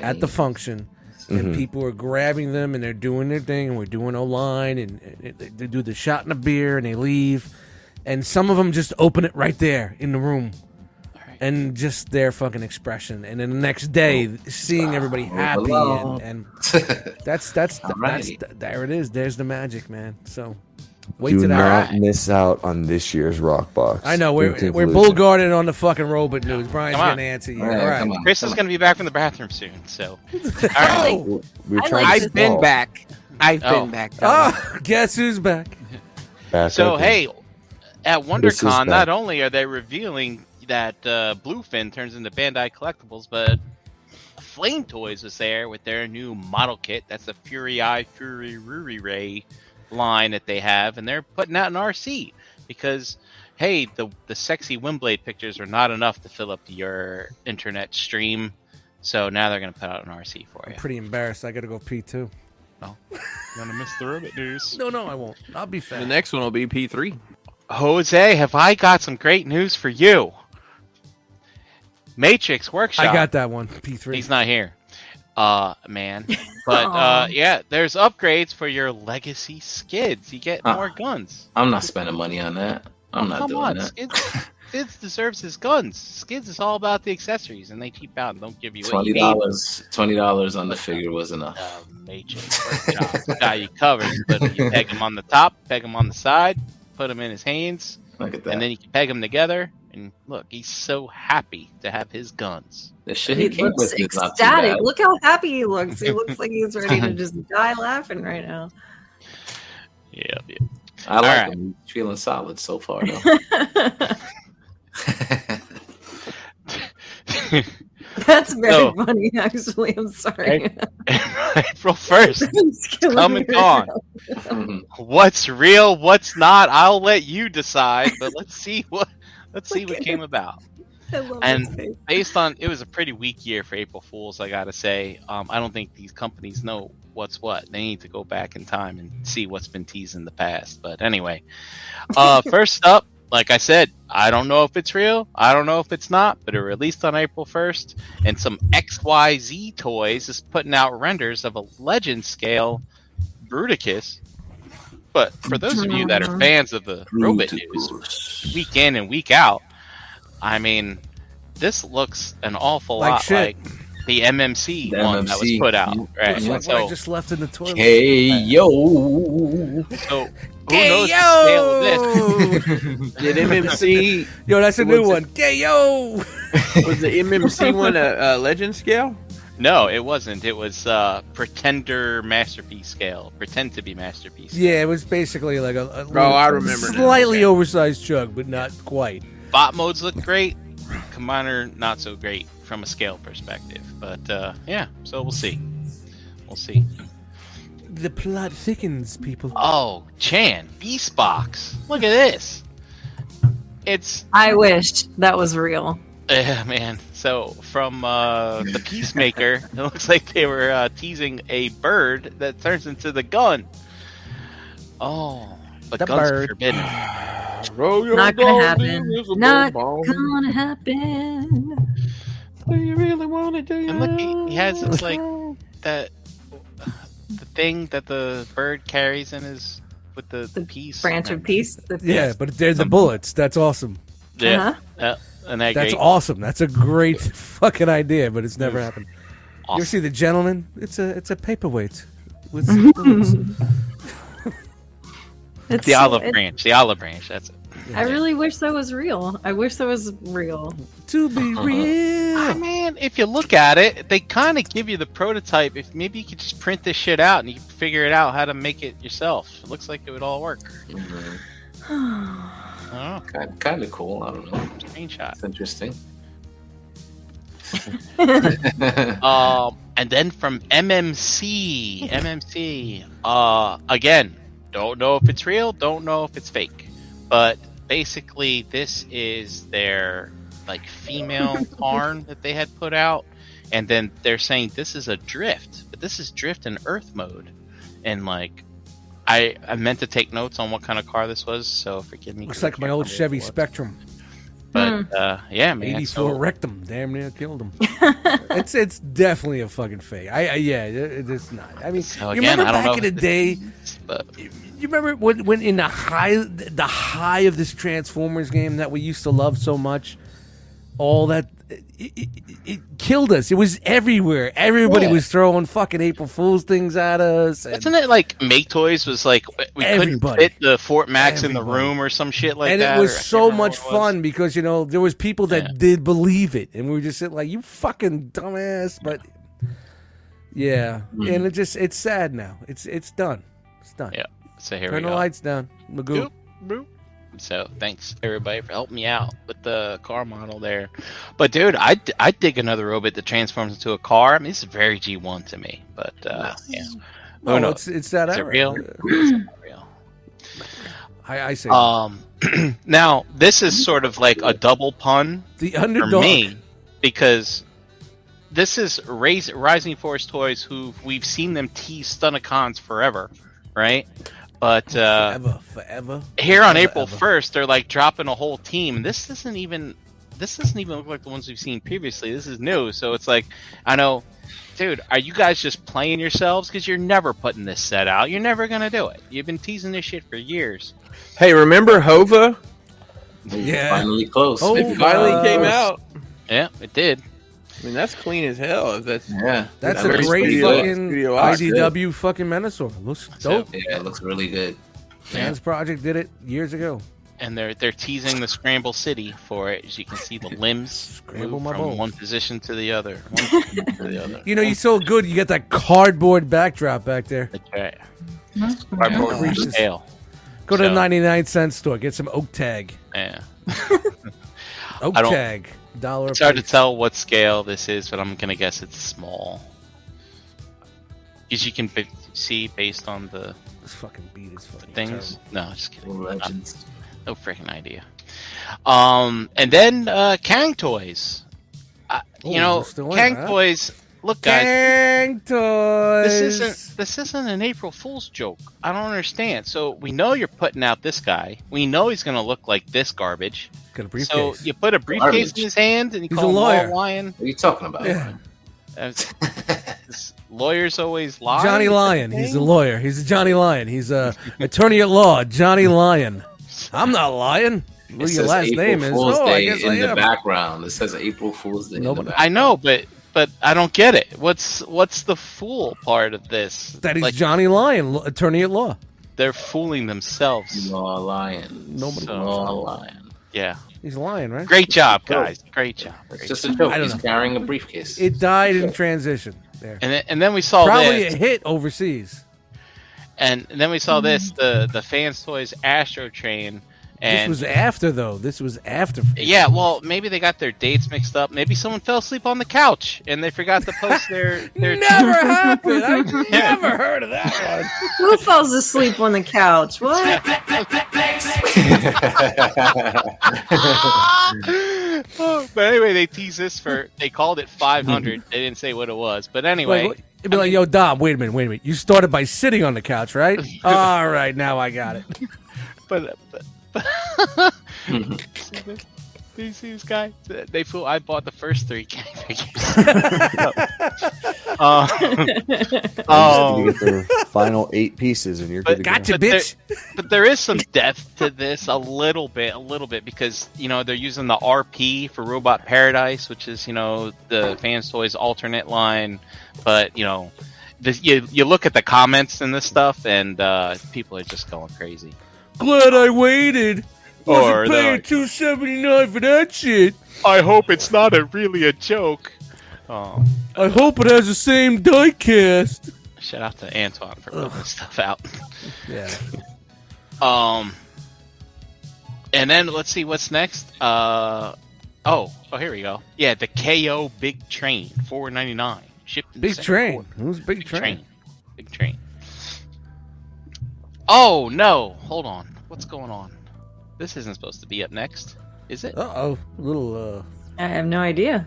[SPEAKER 3] at the function and
[SPEAKER 1] Mm-hmm.
[SPEAKER 5] Mhm.
[SPEAKER 3] people are grabbing them and they're doing their thing and we're doing O line and, and they- they do the shot and a beer and they leave and some of them just open it right there in the room and just their fucking expression and then the next day seeing everybody happy
[SPEAKER 1] Oh. hello.
[SPEAKER 3] and, and
[SPEAKER 1] (laughs)
[SPEAKER 3] (laughs) that's that's
[SPEAKER 1] All
[SPEAKER 3] that's
[SPEAKER 1] right.
[SPEAKER 3] th- there it is there's the magic man so wait
[SPEAKER 5] Do
[SPEAKER 3] till that
[SPEAKER 5] not miss out on this year's rock box.
[SPEAKER 3] I know we're
[SPEAKER 5] Don't think
[SPEAKER 3] we're
[SPEAKER 5] losing.
[SPEAKER 3] bull guarding on the fucking robot news. Brian's
[SPEAKER 6] Come on.
[SPEAKER 3] gonna answer you.
[SPEAKER 1] All right,
[SPEAKER 3] All right.
[SPEAKER 1] come on,
[SPEAKER 6] Chris
[SPEAKER 1] come
[SPEAKER 6] is
[SPEAKER 1] on.
[SPEAKER 6] going to be back from the bathroom soon, so
[SPEAKER 4] Oh,
[SPEAKER 5] We're- we're
[SPEAKER 4] I
[SPEAKER 5] trying
[SPEAKER 4] like this-
[SPEAKER 5] to
[SPEAKER 9] I've been
[SPEAKER 5] solve
[SPEAKER 9] back. I've
[SPEAKER 6] Oh.
[SPEAKER 9] been back.
[SPEAKER 3] Oh, guess who's back?
[SPEAKER 5] back
[SPEAKER 6] So
[SPEAKER 5] up.
[SPEAKER 6] hey, at
[SPEAKER 5] This is
[SPEAKER 6] WonderCon,
[SPEAKER 5] bad.
[SPEAKER 6] not only are they revealing that uh, Bluefin turns into Bandai Collectibles, but Flame Toys was there with their new model kit. That's the Fury Eye Fury Ruri Ray line that they have, and they're putting out an RC because hey, the the sexy Windblade pictures are not enough to fill up your internet stream. So now they're going to put out an RC for
[SPEAKER 3] I'm
[SPEAKER 6] you.
[SPEAKER 3] pretty embarrassed. I gotta go pee too.
[SPEAKER 6] Going to miss the robot news.
[SPEAKER 3] No, no, I won't. I'll be
[SPEAKER 9] The
[SPEAKER 3] fat.
[SPEAKER 9] next one will be P3.
[SPEAKER 6] Jose, have I got some great news for you? Matrix Workshop.
[SPEAKER 3] I got that one. P three.
[SPEAKER 6] He's not here, uh, man.
[SPEAKER 1] (laughs)
[SPEAKER 6] But uh,
[SPEAKER 4] Aw.
[SPEAKER 6] yeah, there's upgrades for your legacy skids. You get
[SPEAKER 1] Uh,
[SPEAKER 6] more guns.
[SPEAKER 1] I'm not spending money on that. I'm not
[SPEAKER 6] Come
[SPEAKER 1] doing
[SPEAKER 6] on,
[SPEAKER 1] that. (laughs)
[SPEAKER 6] skids. Skids deserves his guns. Skids is all about the accessories, and they cheap out and don't give you what
[SPEAKER 1] Twenty
[SPEAKER 6] you need.
[SPEAKER 1] dollars. Twenty dollars on the figure was enough.
[SPEAKER 6] Uh, Matrix Workshop got you covered. But you peg him on the top, peg him on the side, put him in his hands.
[SPEAKER 1] Look at that.
[SPEAKER 6] Um, and then you can peg them together. And look, he's so happy to have his guns.
[SPEAKER 1] the shit
[SPEAKER 4] He
[SPEAKER 1] he came
[SPEAKER 4] looks
[SPEAKER 1] with is not too bad.
[SPEAKER 4] ecstatic. Look how happy he looks. He looks like he's ready to just die laughing right now. (laughs)
[SPEAKER 6] Yeah, (laughs)
[SPEAKER 1] I like (laughs)
[SPEAKER 6] Alright.
[SPEAKER 3] (laughs)
[SPEAKER 1] him. He's feeling solid so far though.
[SPEAKER 4] That's very
[SPEAKER 6] No.
[SPEAKER 4] funny, actually. I'm sorry. (laughs)
[SPEAKER 6] April first.
[SPEAKER 4] It's killing
[SPEAKER 6] Come
[SPEAKER 4] me
[SPEAKER 6] and
[SPEAKER 4] right
[SPEAKER 6] gone.
[SPEAKER 4] now.
[SPEAKER 6] What's real? What's not? I'll let you decide. But let's see what let's see what came about.
[SPEAKER 4] (laughs) I love
[SPEAKER 6] And-
[SPEAKER 4] this face.
[SPEAKER 6] Based on it was a pretty weak year for April Fools. I gotta say, um, I don't think these companies know what's what. They need to go back in time and see what's been teased in the past. But anyway, uh, first up, like I said, I don't know if it's real. I don't know if it's not. But it released on April first, and some XYZ toys is putting out renders of a legend scale Bruticus. But for those of you that are fans of the Robot News, week in and week out, I mean, this looks an awful
[SPEAKER 3] Like
[SPEAKER 6] lot
[SPEAKER 3] shit.
[SPEAKER 6] like the MMC
[SPEAKER 1] The
[SPEAKER 6] one that was
[SPEAKER 1] MMC.
[SPEAKER 6] put out, right?
[SPEAKER 3] Looks like what I
[SPEAKER 6] So,
[SPEAKER 3] just left in the toilet.
[SPEAKER 1] Hey (laughs) yo.
[SPEAKER 6] so who knows the scale of this? (laughs)
[SPEAKER 1] Mm-hmm.
[SPEAKER 9] Did MMC
[SPEAKER 3] Yo, that's a new
[SPEAKER 9] What's it-
[SPEAKER 3] one. Gay yo.
[SPEAKER 9] was the MMC one
[SPEAKER 2] uh,
[SPEAKER 9] a, a legend scale?
[SPEAKER 6] No, it wasn't. It was uh, pretender masterpiece scale, pretend to be masterpiece.
[SPEAKER 3] Yeah, it was basically like a, a
[SPEAKER 2] Oh, I remember now.
[SPEAKER 3] slightly
[SPEAKER 6] Okay.
[SPEAKER 3] oversized jug, but not quite.
[SPEAKER 6] Bot modes look great. Commander not so great from a scale perspective, but uh, yeah. So we'll see. We'll see.
[SPEAKER 3] The plot thickens, people.
[SPEAKER 6] Oh, Chan Beast Box. Look at this. It's
[SPEAKER 4] I wished that was real.
[SPEAKER 6] uh, man. So from uh, the
[SPEAKER 3] (laughs)
[SPEAKER 6] Peacemaker, it looks like they were uh, teasing a bird that turns into the gun. Oh, but
[SPEAKER 3] The
[SPEAKER 6] guns are
[SPEAKER 3] bird.
[SPEAKER 6] forbidden.
[SPEAKER 2] Roll your
[SPEAKER 4] Not gonna
[SPEAKER 2] dog,
[SPEAKER 4] happen.
[SPEAKER 2] the invisible
[SPEAKER 4] Not
[SPEAKER 2] ball.
[SPEAKER 4] gonna happen.
[SPEAKER 9] Do you really want to do
[SPEAKER 6] And look, he- he has this like that the thing that the bird carries in his with the,
[SPEAKER 4] The
[SPEAKER 6] piece
[SPEAKER 4] Branch of peace. The
[SPEAKER 3] Yeah,
[SPEAKER 4] peace.
[SPEAKER 3] but they're the bullets. That's awesome.
[SPEAKER 6] Yeah,
[SPEAKER 4] Uh-huh.
[SPEAKER 6] uh, and Um, I
[SPEAKER 3] That's
[SPEAKER 6] agree.
[SPEAKER 3] awesome. That's a great (laughs) fucking idea, but it's never happened. You ever
[SPEAKER 6] Awesome.
[SPEAKER 3] see the gentleman? It's a it's a paperweight with
[SPEAKER 9] (laughs)
[SPEAKER 3] some bullets.
[SPEAKER 4] (laughs) It's,
[SPEAKER 6] The olive
[SPEAKER 4] it-
[SPEAKER 6] branch. The olive branch. That's it.
[SPEAKER 4] I really wish that was real. I wish that was real. (sighs)
[SPEAKER 3] to (laughs) be
[SPEAKER 6] I
[SPEAKER 3] real.
[SPEAKER 6] mean, if you look at it, they kind of give you the prototype. If maybe you could just print this shit out and you can figure it out how to make it yourself. It looks like it would all work. I don't
[SPEAKER 1] Kind of cool. I don't know.
[SPEAKER 6] know. Screenshot.
[SPEAKER 1] It's interesting.
[SPEAKER 6] Um, and then from
[SPEAKER 3] (laughs)
[SPEAKER 6] MMC, MMC. Uh, again, don't know if it's real, don't know if it's fake, but basically this is their like
[SPEAKER 3] (laughs)
[SPEAKER 6] female arm that they had put out, and then they're saying this is a drift, but this is drift in Earth mode, and like. I, I meant to take notes on what kind of car this was, so forgive me.
[SPEAKER 3] Looks
[SPEAKER 6] 'cause I
[SPEAKER 3] like
[SPEAKER 6] can't
[SPEAKER 3] my old
[SPEAKER 6] remember
[SPEAKER 3] Chevy
[SPEAKER 6] what it was.
[SPEAKER 3] Spectrum.
[SPEAKER 6] But uh, yeah, man. so-
[SPEAKER 3] 84 rectum. Damn near
[SPEAKER 6] (laughs)
[SPEAKER 3] killed him. it's it's definitely a fucking fake. I, I yeah, it, it's not. I mean,
[SPEAKER 6] So
[SPEAKER 3] you
[SPEAKER 6] again,
[SPEAKER 3] remember
[SPEAKER 6] I don't
[SPEAKER 3] back
[SPEAKER 6] know
[SPEAKER 3] in
[SPEAKER 6] if
[SPEAKER 3] the day,
[SPEAKER 6] but
[SPEAKER 3] you you remember when when in the high the high of this Transformers game that we used to love so much, all that it, it, it killed us. It was everywhere. Everybody
[SPEAKER 6] Yeah.
[SPEAKER 3] was throwing fucking April Fools things at us. and-
[SPEAKER 6] Isn't it like Make Toys was like we- we couldn't
[SPEAKER 3] Everybody.
[SPEAKER 6] fit the Fort Max in the
[SPEAKER 3] Everybody.
[SPEAKER 6] room or some shit like
[SPEAKER 3] and
[SPEAKER 6] that?
[SPEAKER 3] it
[SPEAKER 6] or I
[SPEAKER 3] was
[SPEAKER 6] can't
[SPEAKER 3] so
[SPEAKER 6] remember
[SPEAKER 3] much
[SPEAKER 6] what it was.
[SPEAKER 3] fun because you know there was people that
[SPEAKER 6] Yeah.
[SPEAKER 3] did believe it, and we were just sitting like, "You fucking dumbass!" But yeah, and it just it's sad now. It's it's done. It's done.
[SPEAKER 6] Hmm. Yeah, So here
[SPEAKER 3] Turn
[SPEAKER 6] we
[SPEAKER 3] the
[SPEAKER 6] go.
[SPEAKER 3] lights down, Magoo.
[SPEAKER 6] Yep. Boop. So thanks everybody for helping me out with the car model there. But dude, I I dig another robot that transforms into a car. I mean, this is very G1 to me. But uh, yeah,
[SPEAKER 3] No,
[SPEAKER 6] Who knows?
[SPEAKER 3] Oh, it's it's that
[SPEAKER 6] is it
[SPEAKER 3] era. (clears throat)
[SPEAKER 6] real? It's not real.
[SPEAKER 3] I, I say
[SPEAKER 6] Um, (clears throat) now this is sort of like a double pun
[SPEAKER 3] the
[SPEAKER 6] for
[SPEAKER 3] underdog.
[SPEAKER 6] me because this is Rais- Rising Force Toys, who we've seen them tease Stunicons forever, right? But uh,
[SPEAKER 3] forever, forever.
[SPEAKER 6] here on
[SPEAKER 3] forever,
[SPEAKER 6] April
[SPEAKER 3] ever.
[SPEAKER 6] first, they're like dropping a whole team. This doesn't even this doesn't even look like the ones we've seen previously. This is new, so it's like I know, dude. Are you guys just playing yourselves? Because you're never putting this set out. You're never gonna do it. You've been teasing this shit for years.
[SPEAKER 2] Hey, remember Hova?
[SPEAKER 3] (laughs) Yeah.
[SPEAKER 1] Finally close.
[SPEAKER 3] Oh,
[SPEAKER 1] Maybe-
[SPEAKER 2] Finally
[SPEAKER 3] Uh,
[SPEAKER 2] came out.
[SPEAKER 6] Yeah, it did.
[SPEAKER 2] I mean, that's clean as hell. If that's
[SPEAKER 1] Yeah.
[SPEAKER 3] That's
[SPEAKER 1] That
[SPEAKER 3] a
[SPEAKER 1] looks
[SPEAKER 3] great
[SPEAKER 1] pretty
[SPEAKER 2] studio-
[SPEAKER 1] good.
[SPEAKER 3] fucking
[SPEAKER 2] studio art,
[SPEAKER 1] good.
[SPEAKER 3] IDW fucking Menosaur. Looks
[SPEAKER 6] So-
[SPEAKER 3] dope.
[SPEAKER 1] Yeah, it looks really good.
[SPEAKER 3] Fans Project did it years ago.
[SPEAKER 6] and they're they're teasing the scramble city for it. As you can see, the limbs
[SPEAKER 3] Scramble
[SPEAKER 6] move
[SPEAKER 3] my
[SPEAKER 6] from
[SPEAKER 3] balls.
[SPEAKER 6] one position to the other. One position to the other.
[SPEAKER 3] You know, you so good. You got that cardboard backdrop back there.
[SPEAKER 6] That's right. Cardboard
[SPEAKER 3] Yeah.
[SPEAKER 6] and scale.
[SPEAKER 3] Go to the
[SPEAKER 6] So-
[SPEAKER 3] 99 cent store. Get some oak tag.
[SPEAKER 6] Yeah.
[SPEAKER 3] Oak
[SPEAKER 6] I don't-
[SPEAKER 3] tag. dollar.
[SPEAKER 6] It's hard to tell what scale this is, but I'm gonna guess it's small. Because you can b- see based on the
[SPEAKER 3] This fucking beat is fucking
[SPEAKER 6] things.
[SPEAKER 3] terrible.
[SPEAKER 6] No, just kidding. No, no freaking idea. Um, and then uh, Kang toys. Uh,
[SPEAKER 3] Ooh,
[SPEAKER 6] you know,
[SPEAKER 3] we're Oh, still in,
[SPEAKER 6] Kang
[SPEAKER 3] huh?
[SPEAKER 6] toys. Look, guys,
[SPEAKER 3] Gang toys.
[SPEAKER 6] this isn't this isn't an April Fool's joke. I don't understand. So we know you're putting out this guy. We know he's gonna look like this garbage.
[SPEAKER 3] Got a briefcase.
[SPEAKER 6] So you put a briefcase
[SPEAKER 1] Garbage.
[SPEAKER 6] in his hand and you
[SPEAKER 3] He's
[SPEAKER 6] call
[SPEAKER 3] a
[SPEAKER 6] him
[SPEAKER 3] lawyer.
[SPEAKER 6] a lion.
[SPEAKER 1] What are you talking about? (laughs)
[SPEAKER 3] (laughs) Yeah.
[SPEAKER 6] That's- this- lawyers always lie.
[SPEAKER 3] Johnny
[SPEAKER 6] is that
[SPEAKER 3] Lyon.
[SPEAKER 6] the
[SPEAKER 3] He's a
[SPEAKER 6] thing?
[SPEAKER 3] lawyer. He's a Johnny Lyon.
[SPEAKER 6] (laughs)
[SPEAKER 3] He's a attorney at law. Johnny Lyon. I'm not lying.
[SPEAKER 1] It
[SPEAKER 3] What your
[SPEAKER 1] says
[SPEAKER 3] last
[SPEAKER 1] April
[SPEAKER 3] name is?
[SPEAKER 1] Fool's
[SPEAKER 3] Oh, I
[SPEAKER 1] Day
[SPEAKER 3] guess
[SPEAKER 1] in
[SPEAKER 3] I
[SPEAKER 1] the
[SPEAKER 3] am.
[SPEAKER 1] background. It says April Fool's Day in
[SPEAKER 3] Nobody-
[SPEAKER 1] the background.
[SPEAKER 6] I know, but but I don't get it. What's what's the fool part of this?
[SPEAKER 3] That he's
[SPEAKER 6] like
[SPEAKER 3] Johnny Lyon, l- attorney at law.
[SPEAKER 6] they're fooling themselves.
[SPEAKER 1] You are lying.
[SPEAKER 3] Nobody-
[SPEAKER 1] You are lying.
[SPEAKER 6] Yeah.
[SPEAKER 3] He's lying, right?
[SPEAKER 6] Great job, guys. Great job.
[SPEAKER 1] It's
[SPEAKER 6] Great
[SPEAKER 1] just
[SPEAKER 6] job.
[SPEAKER 1] a joke.
[SPEAKER 3] I don't
[SPEAKER 1] He's
[SPEAKER 3] know.
[SPEAKER 1] carrying a briefcase.
[SPEAKER 3] It died in transition. There.
[SPEAKER 6] And then, and then we saw
[SPEAKER 3] Probably
[SPEAKER 6] this,
[SPEAKER 3] a hit overseas.
[SPEAKER 6] and, and then we saw this the the fans toys Astro Train,
[SPEAKER 3] Hmm. This
[SPEAKER 6] and
[SPEAKER 3] was after though. This was after.
[SPEAKER 6] (laughs) yeah, well maybe they got their dates mixed up. Maybe someone fell asleep on the couch and they forgot to post
[SPEAKER 3] (laughs)
[SPEAKER 6] their their
[SPEAKER 3] never happened.
[SPEAKER 6] (laughs)
[SPEAKER 3] I never heard of that one.
[SPEAKER 4] Who falls asleep on the couch? What?
[SPEAKER 3] (laughs)
[SPEAKER 1] (laughs)
[SPEAKER 6] Oh, but anyway, they teased this for. They called it 500. they didn't say what it was, but anyway,
[SPEAKER 3] Wait, wait, it'd be like, yo, Dom, wait a minute, wait a minute. You started by sitting on the
[SPEAKER 6] (laughs)
[SPEAKER 3] couch, right? All right, now I got it.
[SPEAKER 6] but but. but (laughs) See this- Do you see this guy? They fool. I bought the first three (laughs) gang
[SPEAKER 3] (laughs)
[SPEAKER 6] figures. Uh,
[SPEAKER 5] You
[SPEAKER 6] um,
[SPEAKER 5] get the final eight pieces, and you're
[SPEAKER 6] But
[SPEAKER 5] good to go.
[SPEAKER 3] Gotcha,
[SPEAKER 6] But there-
[SPEAKER 3] bitch.
[SPEAKER 6] but there is some depth to this, a little bit, a little bit, because you know they're using the RP for Robot Paradise, which is you know the fans toys alternate line, but you know. This, you, you look at the comments and this stuff, and uh, people are just going crazy.
[SPEAKER 3] Glad I waited. Wasn't
[SPEAKER 6] Or they're
[SPEAKER 3] paying
[SPEAKER 6] like-
[SPEAKER 3] two seventy nine for that shit.
[SPEAKER 6] I hope it's not a really a joke. Oh,
[SPEAKER 3] I hope it has the same diecast.
[SPEAKER 6] shout out to Antoine for putting this stuff out.
[SPEAKER 3] Yeah.
[SPEAKER 6] Um, and then let's see what's next. Uh, oh, oh, here we go. Yeah, the KO Big Train, four ninety nine. Shipped in
[SPEAKER 3] (laughs) Big
[SPEAKER 6] Singapore.
[SPEAKER 3] train. Who's big,
[SPEAKER 6] Big
[SPEAKER 3] train?
[SPEAKER 6] train. Big train. Oh no! Hold on. What's going on? This isn't supposed to be up next, is it?
[SPEAKER 3] Uh oh. Little uh
[SPEAKER 4] I have no idea.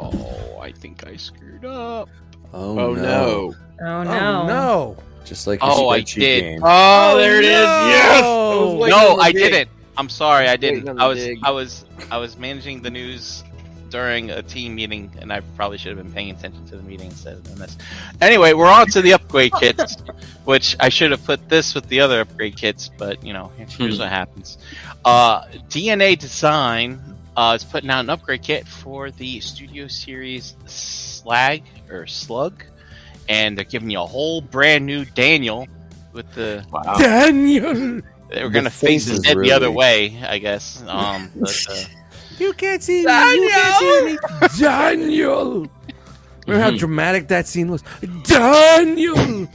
[SPEAKER 6] Oh, I think I screwed up.
[SPEAKER 5] Oh,
[SPEAKER 9] Oh no.
[SPEAKER 4] Oh
[SPEAKER 3] Oh
[SPEAKER 4] no.
[SPEAKER 3] no.
[SPEAKER 5] Just like your
[SPEAKER 6] Oh, I
[SPEAKER 5] spreadsheet
[SPEAKER 6] did.
[SPEAKER 5] game.
[SPEAKER 6] Oh, there it is.
[SPEAKER 3] no!
[SPEAKER 6] Yes.
[SPEAKER 9] Wait
[SPEAKER 3] Oh,
[SPEAKER 6] no,
[SPEAKER 9] on the
[SPEAKER 6] I
[SPEAKER 9] dig.
[SPEAKER 6] didn't. I'm sorry, I didn't.
[SPEAKER 9] on the
[SPEAKER 6] I was
[SPEAKER 9] dig.
[SPEAKER 6] I was I was managing the news during a team meeting, and I probably should have been paying attention to the meeting instead of doing this. Anyway, we're on to the
[SPEAKER 9] (laughs)
[SPEAKER 6] upgrade kits, which I should have put this with the other upgrade kits, but you know, here's what happens. Uh, DNA Design uh, is putting out an upgrade kit for the Studio Series Slag or Slug, and they're giving you a whole brand new Daniel with the
[SPEAKER 1] Wow. (laughs)
[SPEAKER 3] Daniel,
[SPEAKER 6] they were
[SPEAKER 5] The
[SPEAKER 6] going to face
[SPEAKER 5] faces
[SPEAKER 6] his head
[SPEAKER 5] really-
[SPEAKER 6] the other way, I guess. Um, but, uh,
[SPEAKER 3] you can't see me. You can't see me. (laughs) Mm-hmm. Daniel. Remember how dramatic that scene was? Daniel.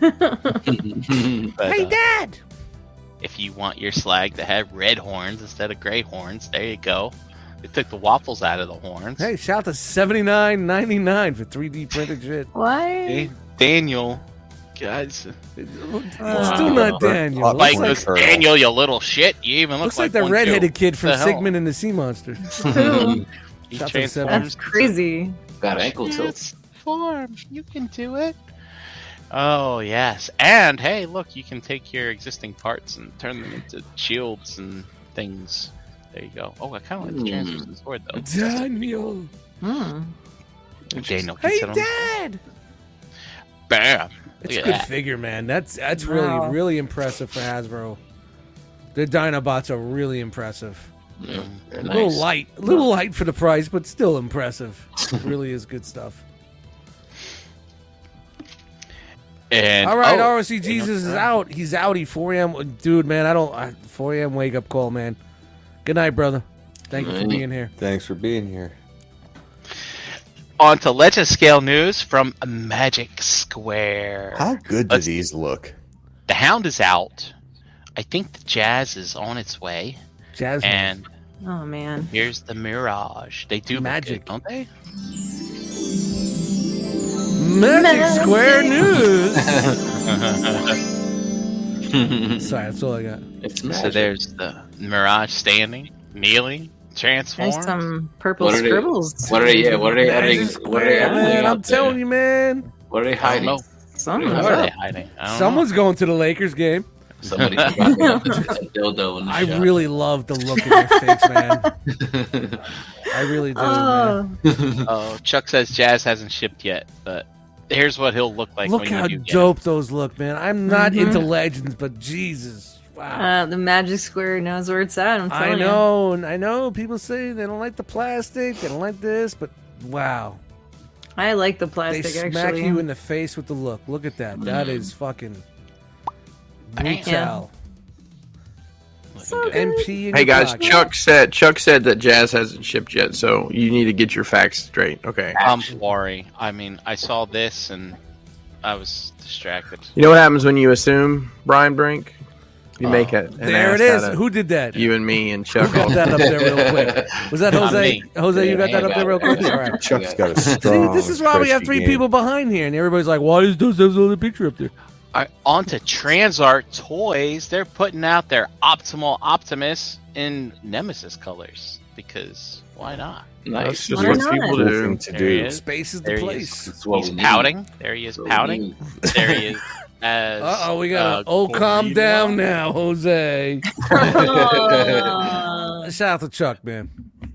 [SPEAKER 6] but,
[SPEAKER 3] hey,
[SPEAKER 6] uh,
[SPEAKER 3] Dad.
[SPEAKER 6] if you want your slag to have red horns instead of gray horns, there you go. They took the waffles out of the horns.
[SPEAKER 3] Hey, shout to seventy nine ninety nine for three D printed shit.
[SPEAKER 4] What?
[SPEAKER 6] Da- Daniel, guys,
[SPEAKER 3] Uh, It's still not Daniel.
[SPEAKER 5] Hot
[SPEAKER 6] Mike
[SPEAKER 3] Looks
[SPEAKER 5] like
[SPEAKER 3] like,
[SPEAKER 6] goes,
[SPEAKER 5] Colonel.
[SPEAKER 6] Daniel, you little shit. You even look
[SPEAKER 3] looks
[SPEAKER 6] like,
[SPEAKER 3] like the
[SPEAKER 6] one
[SPEAKER 3] redheaded
[SPEAKER 6] too.
[SPEAKER 3] kid from
[SPEAKER 6] The hell?
[SPEAKER 3] Sigmund and the Sea Monsters.
[SPEAKER 6] (laughs)
[SPEAKER 4] Who?
[SPEAKER 6] He
[SPEAKER 3] That's what I said.
[SPEAKER 6] transforms.
[SPEAKER 4] That's crazy.
[SPEAKER 1] Got ankle tilts.
[SPEAKER 6] Form, you can do it. Oh yes, and hey, look, you can take your existing parts and turn them into shields and things. There you go. Oh, I kind of like the
[SPEAKER 1] Hmm.
[SPEAKER 6] translucent sword though.
[SPEAKER 3] Daniel.
[SPEAKER 4] Hmm.
[SPEAKER 6] Daniel can
[SPEAKER 3] Hey,
[SPEAKER 6] sit on-
[SPEAKER 3] Dad.
[SPEAKER 6] Bam. Look
[SPEAKER 3] It's a
[SPEAKER 6] at
[SPEAKER 3] good
[SPEAKER 6] that.
[SPEAKER 3] figure, man. That's that's
[SPEAKER 4] Wow.
[SPEAKER 3] really really impressive for Hasbro. The Dinobots are really impressive.
[SPEAKER 1] Yeah, they're
[SPEAKER 3] A little
[SPEAKER 1] nice.
[SPEAKER 3] light, a little light for the price, but
[SPEAKER 6] (laughs)
[SPEAKER 3] still impressive. It really is good stuff.
[SPEAKER 6] And
[SPEAKER 3] All right,
[SPEAKER 6] oh,
[SPEAKER 3] ROC Jesus is out. He's outie. 4 a.m. Dude, man, I don't. I, 4 a.m. wake up call, man. Good night, brother. Thank you for
[SPEAKER 1] Mm.
[SPEAKER 3] being here.
[SPEAKER 5] Thanks for being here.
[SPEAKER 6] on to legend scale news from Magic Square.
[SPEAKER 5] How good do
[SPEAKER 6] Let's-
[SPEAKER 5] these look?
[SPEAKER 3] (laughs)
[SPEAKER 6] The Hound is out. I think the Jazz is on its way,
[SPEAKER 3] Jazz.
[SPEAKER 6] and
[SPEAKER 4] Oh man.
[SPEAKER 6] Here's the mirage. They do magic, don't they?
[SPEAKER 3] Magic
[SPEAKER 1] (laughs)
[SPEAKER 6] (laughs)
[SPEAKER 3] Square
[SPEAKER 6] News.
[SPEAKER 3] Sorry, that's all I got.
[SPEAKER 6] so there's the mirage standing, kneeling, transforms.
[SPEAKER 4] There's some purple
[SPEAKER 6] What are they-
[SPEAKER 4] scribbles.
[SPEAKER 6] what are they- yeah, what are they editing- what are they
[SPEAKER 3] Man,
[SPEAKER 6] editing
[SPEAKER 3] I'm telling you, man.
[SPEAKER 1] What are they
[SPEAKER 6] hiding? know.
[SPEAKER 4] Some
[SPEAKER 6] What are they hiding? I don't
[SPEAKER 3] Someone's going to the Lakers game.
[SPEAKER 6] (laughs)
[SPEAKER 1] Somebody's probably got a dildo in the
[SPEAKER 3] I
[SPEAKER 1] shot. (laughs)
[SPEAKER 3] really love
[SPEAKER 6] (laughs)
[SPEAKER 3] the look in your face, man. I really do.
[SPEAKER 4] Oh,
[SPEAKER 6] oh, Chuck says Jazz hasn't shipped yet, but here's what he'll look like.
[SPEAKER 3] look
[SPEAKER 6] when you
[SPEAKER 3] how
[SPEAKER 6] do get
[SPEAKER 3] dope those look, man. I'm not
[SPEAKER 4] Mhm.
[SPEAKER 3] into legends, but Jesus, wow.
[SPEAKER 4] uh, the magic square knows where it's at. I'm telling
[SPEAKER 3] I
[SPEAKER 4] you.
[SPEAKER 3] know, and I know. People say they don't like the plastic, they don't like this, but wow,
[SPEAKER 4] I like the
[SPEAKER 3] they
[SPEAKER 4] plastic.
[SPEAKER 3] smack
[SPEAKER 4] actually, Mm-hmm.
[SPEAKER 3] you in the face with the look. Look at that. That is fucking
[SPEAKER 6] it.
[SPEAKER 3] brutal.
[SPEAKER 6] Looking good.
[SPEAKER 3] MP. in
[SPEAKER 2] Hey
[SPEAKER 3] your
[SPEAKER 2] guys,
[SPEAKER 3] pocket.
[SPEAKER 2] Chuck said Chuck said that Jazz hasn't shipped yet, so you need to get your facts straight. Okay.
[SPEAKER 6] I'm sorry. I mean, I saw this and I was distracted.
[SPEAKER 2] You know what happens when you assume Brian Brink? You
[SPEAKER 6] Oh,
[SPEAKER 2] make it. an
[SPEAKER 3] Uh, There it
[SPEAKER 2] ass
[SPEAKER 3] is.
[SPEAKER 2] out of
[SPEAKER 3] Who did that?
[SPEAKER 2] you and me and Chuck?
[SPEAKER 3] Got that up there real
[SPEAKER 2] (laughs)
[SPEAKER 3] quick. Was that
[SPEAKER 6] Not
[SPEAKER 3] Jose?
[SPEAKER 6] me.
[SPEAKER 3] Jose, you got that up there real quick. All right.
[SPEAKER 5] Chuck's got a
[SPEAKER 3] See,
[SPEAKER 5] strong.
[SPEAKER 3] this is why we have
[SPEAKER 5] spreadsheet
[SPEAKER 3] three
[SPEAKER 5] game.
[SPEAKER 3] people behind here, and everybody's like, "Why is those there's another picture up there?"
[SPEAKER 6] All right, on to Transart Toys. They're putting out their Optimal Optimus in Nemesis colors because why not?
[SPEAKER 2] That's
[SPEAKER 1] nice.
[SPEAKER 2] just
[SPEAKER 4] Why
[SPEAKER 2] what
[SPEAKER 4] not?
[SPEAKER 2] people do.
[SPEAKER 5] Thing to
[SPEAKER 6] There
[SPEAKER 5] do.
[SPEAKER 6] he is.
[SPEAKER 3] Space is the
[SPEAKER 6] There he
[SPEAKER 3] place.
[SPEAKER 1] That's what
[SPEAKER 6] He's
[SPEAKER 1] we need.
[SPEAKER 6] pouting. There he is
[SPEAKER 1] That's what we
[SPEAKER 6] pouting.
[SPEAKER 1] need.
[SPEAKER 6] There he (laughs) is. As,
[SPEAKER 3] Uh oh, we got.
[SPEAKER 6] uh,
[SPEAKER 3] to oh, calm
[SPEAKER 6] Gorilla.
[SPEAKER 3] down now, Jose.
[SPEAKER 4] (laughs)
[SPEAKER 3] (laughs)
[SPEAKER 4] Oh.
[SPEAKER 3] Shout out to Chuck, man.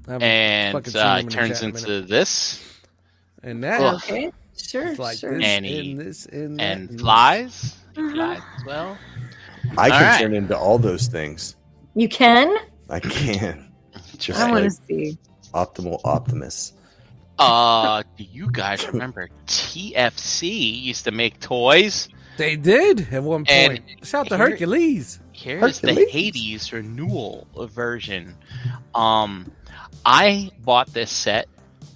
[SPEAKER 3] I haven't fucking
[SPEAKER 6] And
[SPEAKER 3] seen
[SPEAKER 6] uh,
[SPEAKER 3] him in
[SPEAKER 6] it
[SPEAKER 3] the
[SPEAKER 6] turns
[SPEAKER 3] chat in a
[SPEAKER 6] into this
[SPEAKER 3] minute. and that
[SPEAKER 6] Ugh.
[SPEAKER 4] okay, sure,
[SPEAKER 3] It's like
[SPEAKER 4] sure.
[SPEAKER 3] this
[SPEAKER 6] And
[SPEAKER 3] and,
[SPEAKER 6] he-
[SPEAKER 3] this and, that
[SPEAKER 6] and flies. He
[SPEAKER 4] Mhm.
[SPEAKER 6] flies as well.
[SPEAKER 5] I can
[SPEAKER 6] Alright.
[SPEAKER 5] turn into all those things.
[SPEAKER 4] You can.
[SPEAKER 5] I can. Just
[SPEAKER 4] I want
[SPEAKER 5] like
[SPEAKER 4] to see.
[SPEAKER 5] optimal Optimus.
[SPEAKER 6] Uh, do you guys remember TFC used to make toys?
[SPEAKER 3] They did at one point. Shout out to
[SPEAKER 6] here-
[SPEAKER 3] Hercules.
[SPEAKER 6] Here's the
[SPEAKER 5] Hercules.
[SPEAKER 6] Hades renewal version. Um, I bought this set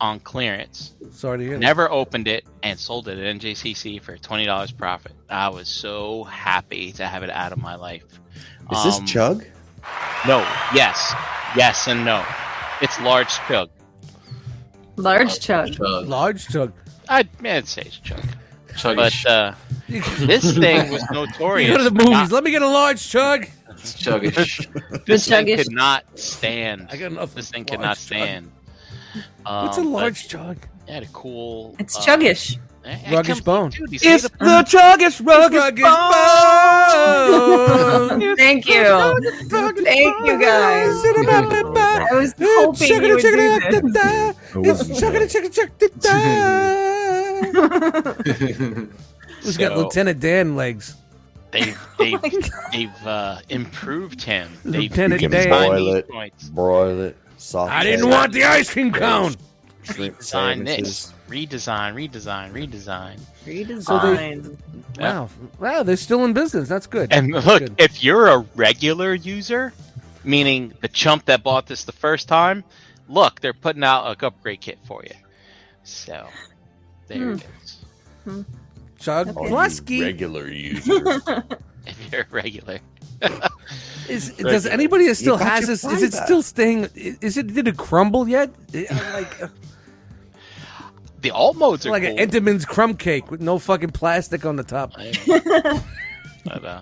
[SPEAKER 6] on clearance,
[SPEAKER 3] Sorry to hear. that.
[SPEAKER 6] never opened it, and sold it at NJCC for twenty dollars profit. I was so happy to have it out of my life.
[SPEAKER 5] Is this
[SPEAKER 6] Um,
[SPEAKER 5] Chug?
[SPEAKER 6] No. Yes. Yes and no. It's large chug.
[SPEAKER 4] Large Chuck.
[SPEAKER 1] Chug.
[SPEAKER 3] Large Chuck.
[SPEAKER 6] I man, it says chug,
[SPEAKER 1] Chug is
[SPEAKER 6] but uh, this thing was notorious.
[SPEAKER 3] You go to the
[SPEAKER 6] for
[SPEAKER 3] movies.
[SPEAKER 6] not-
[SPEAKER 3] Let me get a large chug.
[SPEAKER 1] sh- chug is
[SPEAKER 6] (laughs)
[SPEAKER 1] sh- (laughs)
[SPEAKER 6] this thing
[SPEAKER 4] Chuggish.
[SPEAKER 6] could not stand.
[SPEAKER 3] I got enough.
[SPEAKER 6] This thing
[SPEAKER 3] large
[SPEAKER 6] could not
[SPEAKER 3] chug.
[SPEAKER 6] stand.
[SPEAKER 3] What's a
[SPEAKER 6] Um, but
[SPEAKER 3] large chug?
[SPEAKER 6] It had a cool.
[SPEAKER 4] It's
[SPEAKER 6] uh,
[SPEAKER 4] chuggish.
[SPEAKER 6] eh, it
[SPEAKER 3] Ruggish
[SPEAKER 6] comes-
[SPEAKER 3] bone.
[SPEAKER 6] Dude, you see
[SPEAKER 2] It's
[SPEAKER 6] the-
[SPEAKER 2] the Chuggish Ruggish
[SPEAKER 3] Ruggish
[SPEAKER 4] (laughs)
[SPEAKER 6] (laughs)
[SPEAKER 2] Bone!
[SPEAKER 3] bone.
[SPEAKER 4] Thank
[SPEAKER 3] Oh,
[SPEAKER 4] you. Thank you guys. I was hoping you would do this.
[SPEAKER 3] (laughs) It's chugging, chugging, (laughs) chugging. Who's got
[SPEAKER 6] So-
[SPEAKER 3] Lieutenant Oh Dan legs? (laughs)
[SPEAKER 6] They, they, they've uh, improved him. They've
[SPEAKER 3] Lieutenant
[SPEAKER 6] redesigned
[SPEAKER 5] Dan.
[SPEAKER 6] these
[SPEAKER 5] Boil it.
[SPEAKER 6] joints.
[SPEAKER 5] Broil it. Soft.
[SPEAKER 3] I didn't want the ice cream cone.
[SPEAKER 6] Redesign this. Redesign, redesign, redesign.
[SPEAKER 4] Redesign.
[SPEAKER 6] Yeah.
[SPEAKER 3] Wow, wow, they're still in business. That's good.
[SPEAKER 6] And look,
[SPEAKER 3] Good.
[SPEAKER 6] if you're a regular user, meaning the chump that bought this the first time, look, they're putting out a upgrade kit for you. So there
[SPEAKER 3] Hmm.
[SPEAKER 6] it is. (laughs)
[SPEAKER 3] Chug
[SPEAKER 4] Okay.
[SPEAKER 3] Blusky.
[SPEAKER 5] Regular user.
[SPEAKER 6] If you're a regular,
[SPEAKER 3] Is, does anybody that still
[SPEAKER 5] got
[SPEAKER 3] has
[SPEAKER 5] your
[SPEAKER 3] this? Is
[SPEAKER 5] pride
[SPEAKER 3] it
[SPEAKER 5] back.
[SPEAKER 3] still staying? i- Is it did it crumble (laughs) yet? I- I like uh,
[SPEAKER 6] the alt modes are
[SPEAKER 3] like
[SPEAKER 6] cool.
[SPEAKER 3] an Entenmann's crumb cake with no fucking plastic on the top. (laughs)
[SPEAKER 6] I don't know. But, uh,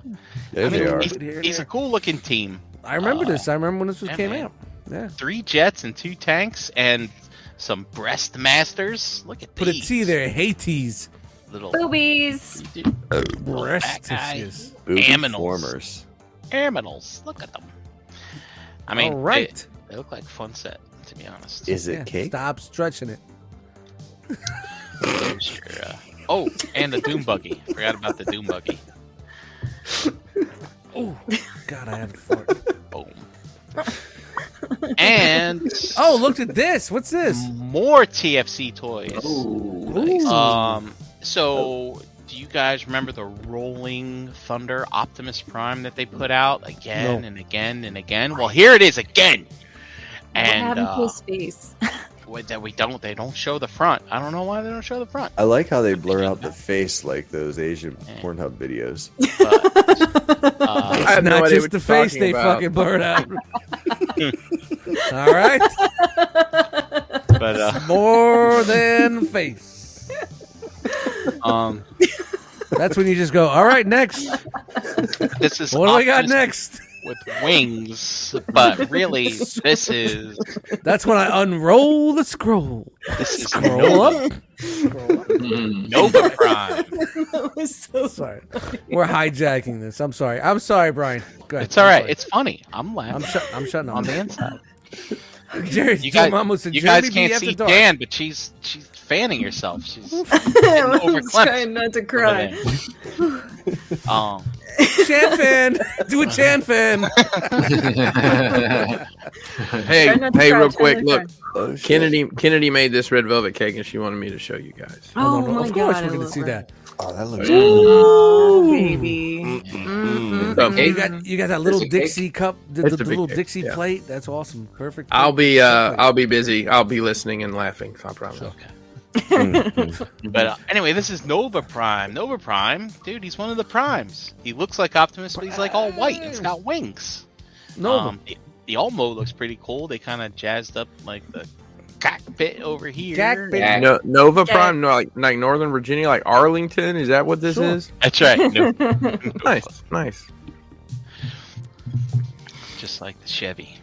[SPEAKER 5] There they are.
[SPEAKER 6] he's, he's a cool looking team.
[SPEAKER 3] I remember
[SPEAKER 6] Uh,
[SPEAKER 3] this. I remember when this was
[SPEAKER 6] yeah,
[SPEAKER 3] came
[SPEAKER 6] man.
[SPEAKER 3] out. Yeah,
[SPEAKER 6] Three jets and two tanks and some breast masters. Look at
[SPEAKER 3] put a
[SPEAKER 6] these.
[SPEAKER 3] T there. Hates
[SPEAKER 6] Little
[SPEAKER 4] Boobies.
[SPEAKER 6] little
[SPEAKER 3] breast
[SPEAKER 6] fat guy.
[SPEAKER 3] tissues.
[SPEAKER 5] Booby
[SPEAKER 6] Aminals.
[SPEAKER 5] formers.
[SPEAKER 6] Terminals. Look at them. I mean,
[SPEAKER 3] All right,
[SPEAKER 6] they, they look like fun set, to be honest.
[SPEAKER 5] Is it
[SPEAKER 3] Yeah,
[SPEAKER 5] cake?
[SPEAKER 3] Stop stretching it.
[SPEAKER 6] There's your, uh, oh, and the Doom Buggy. Forgot about the Doom Buggy.
[SPEAKER 3] Oh God, I had a fart.
[SPEAKER 4] (laughs)
[SPEAKER 6] Boom. And
[SPEAKER 3] Oh, looked at this. What's this?
[SPEAKER 6] more TFC toys.
[SPEAKER 4] Oh.
[SPEAKER 1] Ooh,
[SPEAKER 6] Um, so do you guys remember the Rolling Thunder Optimus Prime that they put out again
[SPEAKER 3] No.
[SPEAKER 6] and again and again? Well, here it is again.
[SPEAKER 4] what
[SPEAKER 6] And
[SPEAKER 4] happened to
[SPEAKER 6] uh,
[SPEAKER 4] his face? (laughs)
[SPEAKER 6] wait, that we don't, they don't show the front. I don't know why they don't show the front.
[SPEAKER 5] I like how they blur out the face like those Asian Pornhub videos.
[SPEAKER 3] (laughs)
[SPEAKER 6] But, uh,
[SPEAKER 2] I have
[SPEAKER 4] (laughs)
[SPEAKER 3] Not
[SPEAKER 2] no idea
[SPEAKER 3] just
[SPEAKER 2] what
[SPEAKER 3] the
[SPEAKER 2] you're
[SPEAKER 3] face
[SPEAKER 2] talking
[SPEAKER 3] they
[SPEAKER 2] about.
[SPEAKER 3] fucking blurred out. All right.
[SPEAKER 6] But uh,
[SPEAKER 3] More than face.
[SPEAKER 6] um,
[SPEAKER 3] That's when you just go, all right, next.
[SPEAKER 6] this is
[SPEAKER 3] What do we got
[SPEAKER 6] Optimus
[SPEAKER 3] next?
[SPEAKER 6] with wings, but really this is
[SPEAKER 3] That's when I unroll the scroll.
[SPEAKER 6] this is
[SPEAKER 3] Scroll
[SPEAKER 6] Nova,
[SPEAKER 3] up.
[SPEAKER 6] Nova Prime.
[SPEAKER 4] that was so
[SPEAKER 3] (laughs)
[SPEAKER 4] (laughs)
[SPEAKER 3] Sorry. We're hijacking this. I'm sorry. I'm sorry, Brian. Go ahead.
[SPEAKER 6] It's all
[SPEAKER 3] I'm
[SPEAKER 6] right.
[SPEAKER 3] sorry.
[SPEAKER 6] It's funny. I'm
[SPEAKER 3] I'm,
[SPEAKER 6] laughing
[SPEAKER 3] shut. I'm shutting
[SPEAKER 6] on
[SPEAKER 3] on
[SPEAKER 6] the
[SPEAKER 3] that.
[SPEAKER 6] inside.
[SPEAKER 3] (laughs) Jerry,
[SPEAKER 6] You guys,
[SPEAKER 3] almost
[SPEAKER 6] you guys can't see Dan, but she's she's fanning herself. She's
[SPEAKER 4] I'm
[SPEAKER 6] Overclamped.
[SPEAKER 4] trying not to cry.
[SPEAKER 6] (laughs) um,
[SPEAKER 3] Chan fan. (laughs) Do a Chan fan.
[SPEAKER 2] Hey,
[SPEAKER 4] Try not to
[SPEAKER 2] hey,
[SPEAKER 4] cry,
[SPEAKER 2] real
[SPEAKER 4] try
[SPEAKER 2] quick,
[SPEAKER 4] not to
[SPEAKER 2] look,
[SPEAKER 5] Oh, shit.
[SPEAKER 2] Kennedy, Kennedy made this red velvet cake, and she wanted me to show you guys.
[SPEAKER 4] Oh
[SPEAKER 3] Hold on,
[SPEAKER 4] my
[SPEAKER 3] of course
[SPEAKER 4] God,
[SPEAKER 3] we're
[SPEAKER 4] I
[SPEAKER 3] going to
[SPEAKER 4] love
[SPEAKER 3] see
[SPEAKER 4] her.
[SPEAKER 3] that.
[SPEAKER 5] Oh, that looks.
[SPEAKER 4] Oh, baby. Mm-hmm.
[SPEAKER 5] Mm-mm.
[SPEAKER 2] So,
[SPEAKER 3] You got you got that little
[SPEAKER 1] It's a cake.
[SPEAKER 3] Dixie cup, the,
[SPEAKER 2] It's
[SPEAKER 3] the,
[SPEAKER 2] a big
[SPEAKER 3] little
[SPEAKER 2] cake,
[SPEAKER 3] Dixie
[SPEAKER 2] yeah.
[SPEAKER 3] plate. That's awesome. Perfect.
[SPEAKER 2] I'll be, uh,
[SPEAKER 3] Perfect.
[SPEAKER 2] I'll be busy. I'll be listening and laughing. I promise.
[SPEAKER 3] (laughs)
[SPEAKER 5] Hmm.
[SPEAKER 6] but uh, anyway, this is Nova Prime. Nova Prime, dude, he's one of the primes. He looks like Optimus, but he's like all white and it's got wings.
[SPEAKER 3] Nova.
[SPEAKER 6] Um, the, the Olmo looks pretty cool. They kind of jazzed up like the cockpit over here.
[SPEAKER 3] Cockpit.
[SPEAKER 1] Yeah.
[SPEAKER 2] No, Nova
[SPEAKER 4] Yeah.
[SPEAKER 2] Prime, no, like, like Northern Virginia, like Arlington. Is that what this
[SPEAKER 3] Sure.
[SPEAKER 2] is?
[SPEAKER 6] That's right. No,
[SPEAKER 2] (laughs) Nice, nice.
[SPEAKER 6] just like the Chevy.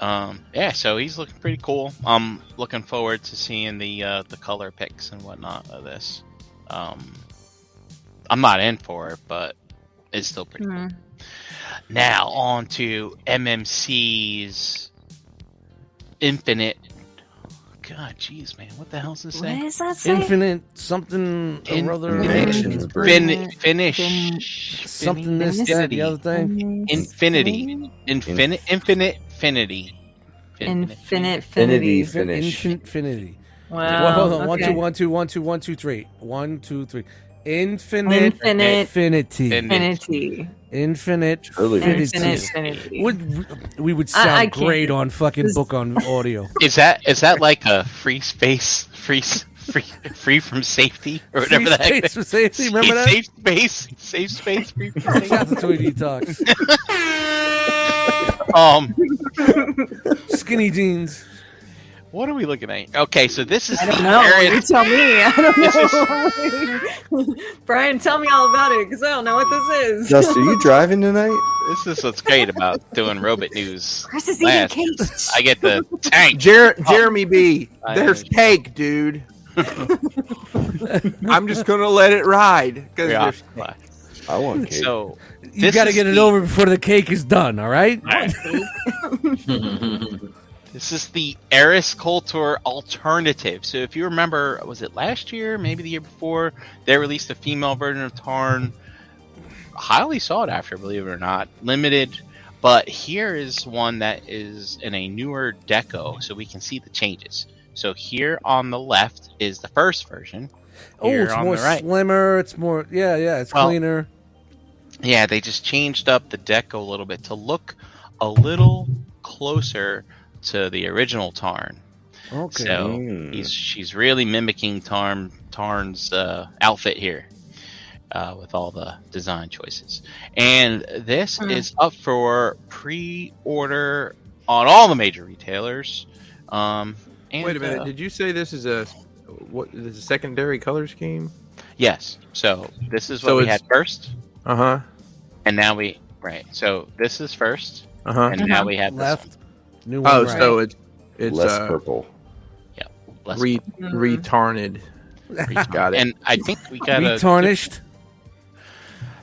[SPEAKER 6] Um, yeah, so he's looking pretty cool. I'm looking forward to seeing the uh, the color picks and whatnot of this. Um, I'm not in for it, but it's still pretty. cool.
[SPEAKER 4] Mm.
[SPEAKER 6] Now on to MMC's Infinite. God, jeez, man, what the hell's this
[SPEAKER 8] What
[SPEAKER 6] thing?
[SPEAKER 8] does that say?
[SPEAKER 3] Infinite something
[SPEAKER 6] In-
[SPEAKER 3] or other.
[SPEAKER 5] Infinite.
[SPEAKER 6] Fin- finish.
[SPEAKER 8] Fin-
[SPEAKER 3] Something this, that, the other thing.
[SPEAKER 6] Infinity. Infinite. Infinite. Infinity.
[SPEAKER 4] Infinite
[SPEAKER 5] Infinity
[SPEAKER 4] Finity.
[SPEAKER 5] finish.
[SPEAKER 3] Infinity.
[SPEAKER 4] Wow.
[SPEAKER 3] Well, hold on. One,
[SPEAKER 4] okay.
[SPEAKER 3] two, one, two, one, two, one, two, three. One, two, three. Infinite.
[SPEAKER 4] Infinite
[SPEAKER 3] Infinity.
[SPEAKER 6] Infinity.
[SPEAKER 4] Infinity.
[SPEAKER 3] Infinite.
[SPEAKER 5] Totally.
[SPEAKER 4] Infinite
[SPEAKER 3] Infinity.
[SPEAKER 4] Finity.
[SPEAKER 3] Would we would
[SPEAKER 4] I-
[SPEAKER 3] sound
[SPEAKER 4] I can't
[SPEAKER 3] great
[SPEAKER 4] do
[SPEAKER 3] on fucking
[SPEAKER 4] This-
[SPEAKER 3] book on
[SPEAKER 2] (laughs)
[SPEAKER 3] audio?
[SPEAKER 6] Is that is that like a free space, free s- free free from safety or whatever
[SPEAKER 3] Free
[SPEAKER 6] the heck?
[SPEAKER 3] space for safety. Remember that?
[SPEAKER 6] Safe space, safe space, free from
[SPEAKER 3] Shout out
[SPEAKER 6] safety.
[SPEAKER 3] to Toy Detox.
[SPEAKER 6] um,
[SPEAKER 2] (laughs)
[SPEAKER 3] Skinny jeans.
[SPEAKER 6] what are we looking at? Okay, so this is
[SPEAKER 4] I don't
[SPEAKER 6] the
[SPEAKER 3] (laughs)
[SPEAKER 4] know. You
[SPEAKER 6] area-
[SPEAKER 4] tell me. I don't know. (laughs) Brian, tell me all about it because I don't know what this is. (laughs)
[SPEAKER 5] Dust, are you driving tonight?
[SPEAKER 6] this is what's great about doing robot news.
[SPEAKER 8] Chris is eating
[SPEAKER 6] Last,
[SPEAKER 8] cake.
[SPEAKER 6] I get the tank.
[SPEAKER 2] Jer- Oh. Jeremy B,
[SPEAKER 6] I
[SPEAKER 2] there's
[SPEAKER 6] understand. (laughs)
[SPEAKER 2] cake, dude. I'm just gonna let it ride because
[SPEAKER 6] Yeah.
[SPEAKER 2] there's
[SPEAKER 5] I want cake.
[SPEAKER 6] So
[SPEAKER 3] You
[SPEAKER 6] This
[SPEAKER 3] got to
[SPEAKER 6] is
[SPEAKER 3] get it
[SPEAKER 6] the-
[SPEAKER 3] over before the cake is done. All right.
[SPEAKER 6] This is the Eris Cultor alternative. So if you remember, was it last year, maybe the year before, they released a female version of Tarn. Highly sought after, believe it or not. Limited. But here is one that is in a newer deco, so we can see the changes. So here on the left is the first version.
[SPEAKER 3] Oh,
[SPEAKER 6] Here
[SPEAKER 3] it's
[SPEAKER 6] on
[SPEAKER 3] more
[SPEAKER 6] the right.
[SPEAKER 3] slimmer. It's more. Yeah, yeah. It's
[SPEAKER 6] Well,
[SPEAKER 3] cleaner.
[SPEAKER 6] Yeah, they just changed up the deco a little bit to look a little closer to the original Tarn.
[SPEAKER 3] Okay.
[SPEAKER 6] So
[SPEAKER 5] Mm.
[SPEAKER 6] he's she's really mimicking Tarn Tarn's uh, outfit here uh, with all the design choices. And this
[SPEAKER 4] Hmm.
[SPEAKER 6] is up for pre-order on all the major retailers. Um, and,
[SPEAKER 2] Wait a minute.
[SPEAKER 6] uh,
[SPEAKER 2] Did you say this is a what? This is a secondary color scheme?
[SPEAKER 6] yes. So this is what
[SPEAKER 2] So
[SPEAKER 6] we
[SPEAKER 2] it's-
[SPEAKER 6] had first,
[SPEAKER 2] Uh huh.
[SPEAKER 6] and now we right. So this is first,
[SPEAKER 2] Uh huh.
[SPEAKER 6] and now we have this
[SPEAKER 3] left. New one.
[SPEAKER 2] Oh,
[SPEAKER 3] right.
[SPEAKER 2] so it's it's
[SPEAKER 5] less
[SPEAKER 2] uh,
[SPEAKER 5] purple.
[SPEAKER 6] less-
[SPEAKER 2] re
[SPEAKER 4] Mm.
[SPEAKER 2] retarned. (laughs) Got it.
[SPEAKER 6] and I think we got a
[SPEAKER 3] retarnished.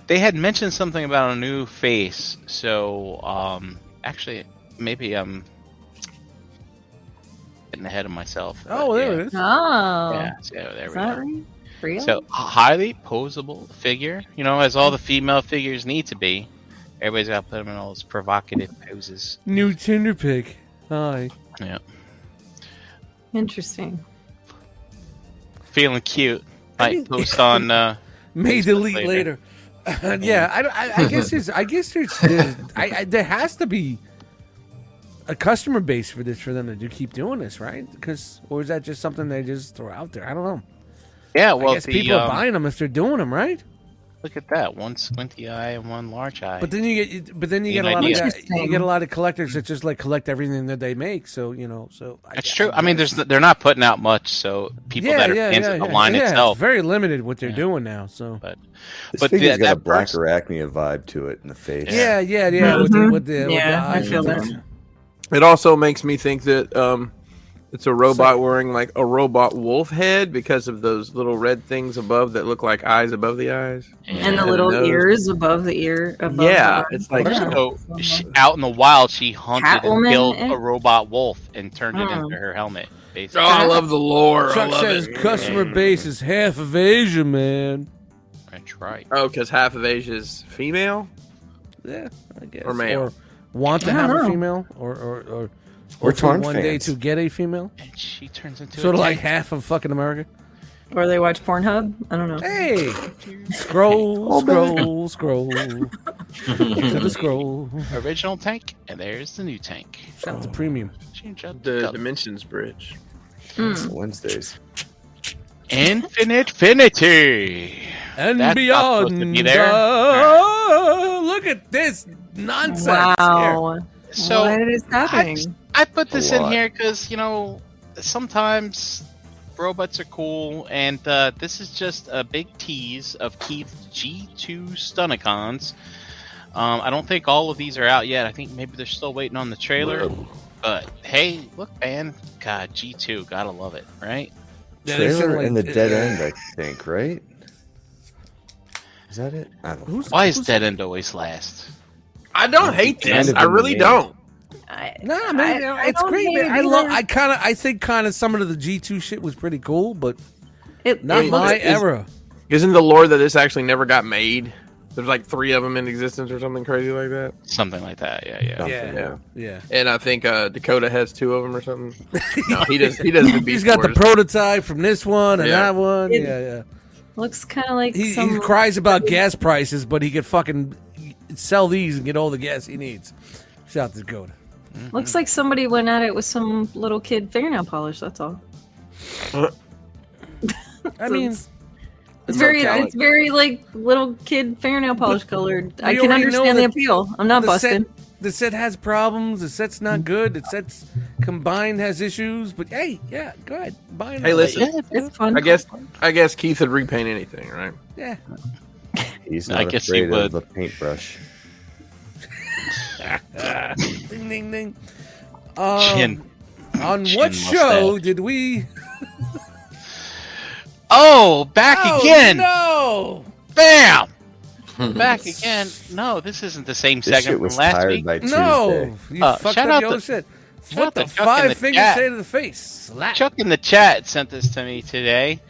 [SPEAKER 6] they had mentioned something about a new face so um actually maybe i'm getting ahead of myself
[SPEAKER 3] Oh, there
[SPEAKER 6] yeah.
[SPEAKER 3] it is. Um,
[SPEAKER 4] Oh.
[SPEAKER 6] yeah so there
[SPEAKER 4] Is
[SPEAKER 6] we
[SPEAKER 4] that
[SPEAKER 6] go
[SPEAKER 4] right? Really?
[SPEAKER 6] so a highly posable figure you know as all the female figures need to be everybody's got to put them in all those provocative poses
[SPEAKER 3] New Tinder pic. Hi.
[SPEAKER 4] Interesting.
[SPEAKER 6] feeling cute
[SPEAKER 3] I
[SPEAKER 6] might
[SPEAKER 3] mean- (laughs)
[SPEAKER 6] post on uh
[SPEAKER 3] May
[SPEAKER 6] Please
[SPEAKER 3] delete
[SPEAKER 6] later.
[SPEAKER 3] later. (laughs) yeah, I, don't- I, I guess there's, I guess there's, there's I, I, there has to be a customer base for this for them to do keep doing this, right? Because or is that just something they just throw out there? I don't know.
[SPEAKER 6] yeah well
[SPEAKER 3] I guess
[SPEAKER 6] the,
[SPEAKER 3] people are
[SPEAKER 6] um,
[SPEAKER 3] buying them if they're doing them, right?
[SPEAKER 6] Look at that. One squinty eye and one large eye.
[SPEAKER 3] But then you get, but then you
[SPEAKER 6] Need
[SPEAKER 3] get a
[SPEAKER 6] an
[SPEAKER 3] lot of
[SPEAKER 6] idea.
[SPEAKER 3] guy- you get a lot of collectors that just like collect everything that they make. So you know, so I,
[SPEAKER 6] It's true. I mean, there's they're not putting out much, so people that are fans of the line
[SPEAKER 3] yeah,
[SPEAKER 6] itself.
[SPEAKER 3] Very limited what they're doing now. So,
[SPEAKER 6] but
[SPEAKER 5] This
[SPEAKER 6] But
[SPEAKER 5] figure's
[SPEAKER 6] the-
[SPEAKER 5] got a
[SPEAKER 6] that
[SPEAKER 5] black arachnia vibe to it in the face.
[SPEAKER 3] yeah, yeah, yeah. With the,
[SPEAKER 4] Mhm.
[SPEAKER 3] with the, with
[SPEAKER 4] Yeah,
[SPEAKER 3] the
[SPEAKER 4] I
[SPEAKER 3] eyes
[SPEAKER 4] feel
[SPEAKER 3] and
[SPEAKER 4] that.
[SPEAKER 3] stuff.
[SPEAKER 2] It also makes me think that um, it's a robot wearing like a robot wolf head because of those little red things above that look like eyes above the eyes.
[SPEAKER 4] and the little
[SPEAKER 2] nose.
[SPEAKER 4] ears above the ear. Above
[SPEAKER 2] Yeah,
[SPEAKER 4] the
[SPEAKER 2] it's like
[SPEAKER 6] So she, out in the wild, she hunted
[SPEAKER 4] Catwoman
[SPEAKER 6] and killed
[SPEAKER 4] and-
[SPEAKER 6] a robot wolf and turned it
[SPEAKER 4] Hmm.
[SPEAKER 6] into her helmet. Basically.
[SPEAKER 1] Oh, I love the lore. I
[SPEAKER 3] Chuck
[SPEAKER 1] love
[SPEAKER 3] says
[SPEAKER 1] it.
[SPEAKER 3] customer base is half of Asia, man.
[SPEAKER 6] That's right.
[SPEAKER 2] oh, because half of Asia's female.
[SPEAKER 3] Yeah, I guess.
[SPEAKER 2] Or male.
[SPEAKER 3] want to
[SPEAKER 4] I
[SPEAKER 3] have
[SPEAKER 4] don't
[SPEAKER 3] a
[SPEAKER 4] know.
[SPEAKER 3] female, or or or,
[SPEAKER 5] Or
[SPEAKER 3] to
[SPEAKER 5] torn
[SPEAKER 3] one day
[SPEAKER 5] fans.
[SPEAKER 3] to get a female.
[SPEAKER 6] And she turns into
[SPEAKER 3] Sort
[SPEAKER 6] a
[SPEAKER 3] of like
[SPEAKER 6] tank.
[SPEAKER 3] half of fucking America.
[SPEAKER 4] Or they watch Pornhub. I don't know.
[SPEAKER 3] Hey, scroll,
[SPEAKER 5] Oh,
[SPEAKER 3] scroll, scroll to the scroll.
[SPEAKER 6] original tank, and there's the new tank.
[SPEAKER 3] Shout out to premium.
[SPEAKER 6] Change out the
[SPEAKER 2] The
[SPEAKER 6] color.
[SPEAKER 2] Dimensions Bridge.
[SPEAKER 4] Hmm.
[SPEAKER 6] Hmm.
[SPEAKER 5] It's Wednesdays.
[SPEAKER 6] Infinite finity. That's
[SPEAKER 3] and
[SPEAKER 6] not
[SPEAKER 3] beyond.
[SPEAKER 6] supposed to be there.
[SPEAKER 3] Oh, look at this nonsense. here.
[SPEAKER 4] Wow.
[SPEAKER 6] So
[SPEAKER 4] what is happening?
[SPEAKER 6] I put this in
[SPEAKER 5] lot.
[SPEAKER 6] here because you know sometimes robots are cool, and uh, this is just a big tease of Keith's G2 Stunicons. Um, I don't think all of these are out yet. I think maybe they're still waiting on the trailer. But hey, look, man, God, G2, gotta love it, right?
[SPEAKER 3] Yeah, they sound
[SPEAKER 5] Trailer
[SPEAKER 3] like-
[SPEAKER 5] and the dead end, I think, right? Is that it? I don't know.
[SPEAKER 3] Who's-
[SPEAKER 6] Why is Dead End always last?
[SPEAKER 2] I don't hate
[SPEAKER 5] Kind
[SPEAKER 2] this.
[SPEAKER 5] of
[SPEAKER 2] I
[SPEAKER 5] in the
[SPEAKER 2] really
[SPEAKER 5] name.
[SPEAKER 2] don't.
[SPEAKER 4] I,
[SPEAKER 3] Nah, man, you know, it's
[SPEAKER 4] don't
[SPEAKER 3] great.
[SPEAKER 4] hate
[SPEAKER 3] Man.
[SPEAKER 4] it
[SPEAKER 3] I love.
[SPEAKER 4] either.
[SPEAKER 3] I kind of. I think kind of some of the G two shit was pretty cool, but
[SPEAKER 4] It,
[SPEAKER 3] not
[SPEAKER 4] it
[SPEAKER 3] my
[SPEAKER 4] looks-
[SPEAKER 3] era.
[SPEAKER 2] Isn't the lore that this actually never got made? There's like three of them in existence or something crazy like that.
[SPEAKER 6] Something like that, yeah, yeah.
[SPEAKER 3] Yeah.
[SPEAKER 2] Yeah.
[SPEAKER 3] Yeah,
[SPEAKER 2] And I think uh, Dakota has two of them or (laughs) something. No, he does. He does the beast.
[SPEAKER 3] he's got the
[SPEAKER 2] Wars.
[SPEAKER 3] prototype from this one and
[SPEAKER 2] Yeah.
[SPEAKER 3] that one.
[SPEAKER 4] It-
[SPEAKER 3] yeah, yeah.
[SPEAKER 4] looks kind of like
[SPEAKER 3] He,
[SPEAKER 4] some
[SPEAKER 3] he cries about gas prices, but he could fucking sell these and get all the gas he needs. Shout out to Dakota.
[SPEAKER 4] looks like somebody went at it with some little kid fingernail polish. That's all.
[SPEAKER 3] I
[SPEAKER 4] So
[SPEAKER 3] mean,
[SPEAKER 4] it's, it's very
[SPEAKER 2] okay.
[SPEAKER 4] it's very like little kid fingernail polish colored. I
[SPEAKER 3] we
[SPEAKER 4] can
[SPEAKER 3] already know
[SPEAKER 4] understand the
[SPEAKER 3] that
[SPEAKER 4] appeal. I'm not
[SPEAKER 3] the set,
[SPEAKER 4] busting.
[SPEAKER 3] the set has problems. The set's not good. The set's combined has issues. But hey, yeah, go ahead. Buy another.
[SPEAKER 2] listen.
[SPEAKER 6] Yeah,
[SPEAKER 4] It's fun.
[SPEAKER 2] I guess. I guess Keith would repaint anything, right?
[SPEAKER 3] Yeah.
[SPEAKER 5] He's
[SPEAKER 6] I
[SPEAKER 5] not
[SPEAKER 6] guess he
[SPEAKER 5] afraid
[SPEAKER 6] would.
[SPEAKER 5] of the paintbrush.
[SPEAKER 3] Ding, ding, ding. Um,
[SPEAKER 6] Chin.
[SPEAKER 3] On
[SPEAKER 6] Chin
[SPEAKER 3] what show
[SPEAKER 6] mustache.
[SPEAKER 3] did we?
[SPEAKER 6] Oh, back
[SPEAKER 3] Oh,
[SPEAKER 6] again!
[SPEAKER 3] No.
[SPEAKER 6] Bam!
[SPEAKER 1] (laughs)
[SPEAKER 6] Back again. No, this isn't the same
[SPEAKER 5] This
[SPEAKER 6] segment
[SPEAKER 5] shit
[SPEAKER 6] from
[SPEAKER 5] was
[SPEAKER 6] last
[SPEAKER 5] tired
[SPEAKER 6] week.
[SPEAKER 5] by Tuesday.
[SPEAKER 3] No. You
[SPEAKER 6] Uh,
[SPEAKER 3] fucked
[SPEAKER 6] shout
[SPEAKER 3] up
[SPEAKER 6] out
[SPEAKER 3] your
[SPEAKER 6] to-
[SPEAKER 3] own shit.
[SPEAKER 6] shout
[SPEAKER 3] What
[SPEAKER 6] out
[SPEAKER 3] the
[SPEAKER 6] to Chuck in
[SPEAKER 3] five
[SPEAKER 6] the
[SPEAKER 3] fingers
[SPEAKER 6] chat.
[SPEAKER 3] say to the face? Slap.
[SPEAKER 6] Chuck in the chat sent this to me today,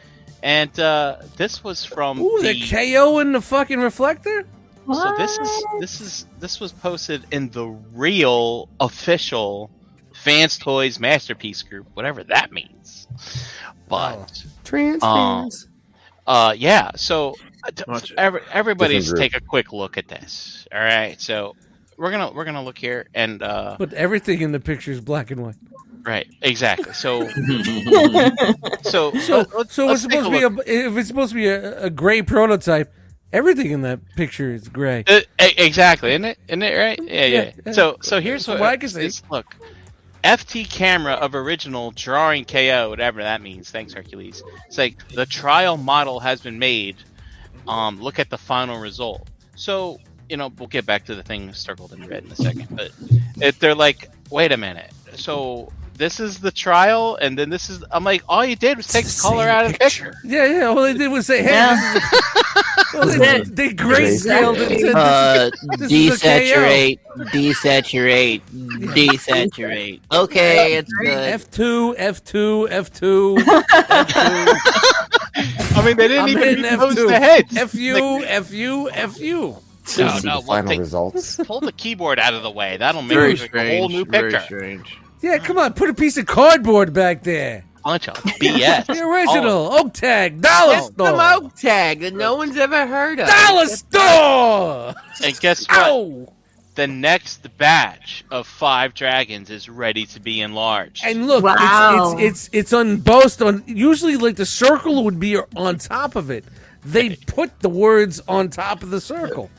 [SPEAKER 6] and uh, this was from
[SPEAKER 3] Ooh, the KO in the fucking reflector.
[SPEAKER 6] so this is this is this was posted in the real official Fans Toys Masterpiece Group, whatever that means. But Transfers. uh, yeah, so uh, t-
[SPEAKER 2] Watch it.
[SPEAKER 6] every, everybody
[SPEAKER 5] Different
[SPEAKER 6] take a quick look at this. All right, so we're gonna we're gonna look here and uh,
[SPEAKER 3] But everything in the picture is black and white.
[SPEAKER 6] right exactly. So so
[SPEAKER 3] So,
[SPEAKER 6] let's-
[SPEAKER 3] so
[SPEAKER 6] let's
[SPEAKER 3] it's
[SPEAKER 6] take
[SPEAKER 3] supposed to be a if it's supposed to be a, a gray prototype. Everything in that picture is gray.
[SPEAKER 6] Uh, e- exactly, isn't it? Isn't it right? Yeah, yeah.
[SPEAKER 3] Yeah.
[SPEAKER 6] So, so here's
[SPEAKER 3] From
[SPEAKER 6] what,
[SPEAKER 3] what I can see.
[SPEAKER 6] it's- Look, FT camera of original drawing KO, whatever that means. Thanks, Hercules. It's like the trial model has been made. Um, look at the final result. So, you know, we'll get back to the thing circled in red in a second. But if they're like, wait a minute, so this is the trial, and then this is, I'm like, all you did was take the color out of the picture.
[SPEAKER 3] Yeah, yeah. All they did was say, "Hey,
[SPEAKER 4] Yeah.
[SPEAKER 3] (laughs) Well, they,
[SPEAKER 4] That's
[SPEAKER 3] they gray scaled it. to-
[SPEAKER 10] Uh,
[SPEAKER 3] (laughs) This is a KO.
[SPEAKER 10] desaturate, desaturate, desaturate. Okay, it's good.
[SPEAKER 3] F two, F two, F two,
[SPEAKER 6] I mean, they didn't
[SPEAKER 3] I'm
[SPEAKER 6] even
[SPEAKER 3] hitting F
[SPEAKER 6] compose
[SPEAKER 3] two,
[SPEAKER 6] the heads.
[SPEAKER 10] (laughs)
[SPEAKER 3] F U, F U, F U.
[SPEAKER 5] Did you
[SPEAKER 6] No,
[SPEAKER 5] see
[SPEAKER 6] no,
[SPEAKER 5] the
[SPEAKER 6] well,
[SPEAKER 5] final
[SPEAKER 6] take-
[SPEAKER 5] results.
[SPEAKER 6] pull the keyboard out of the way. That'll make
[SPEAKER 2] Very
[SPEAKER 6] it look like a whole
[SPEAKER 2] strange.
[SPEAKER 6] new
[SPEAKER 2] Very
[SPEAKER 6] picture.
[SPEAKER 2] strange.
[SPEAKER 3] Yeah, come on, put a piece of cardboard back there.
[SPEAKER 6] Bunch of BS.
[SPEAKER 3] (laughs) The original oak tag dollar
[SPEAKER 4] Oh.
[SPEAKER 9] That's the
[SPEAKER 3] store.
[SPEAKER 9] moat tag that no one's ever heard of.
[SPEAKER 3] Dollar store.
[SPEAKER 6] And Oh, guess what?
[SPEAKER 3] Ow!
[SPEAKER 6] the next batch of five dragons is ready to be enlarged.
[SPEAKER 3] And look,
[SPEAKER 4] Wow.
[SPEAKER 3] it's, it's it's it's on both. On usually, like the circle would be on top of it. They put the words on top of the circle.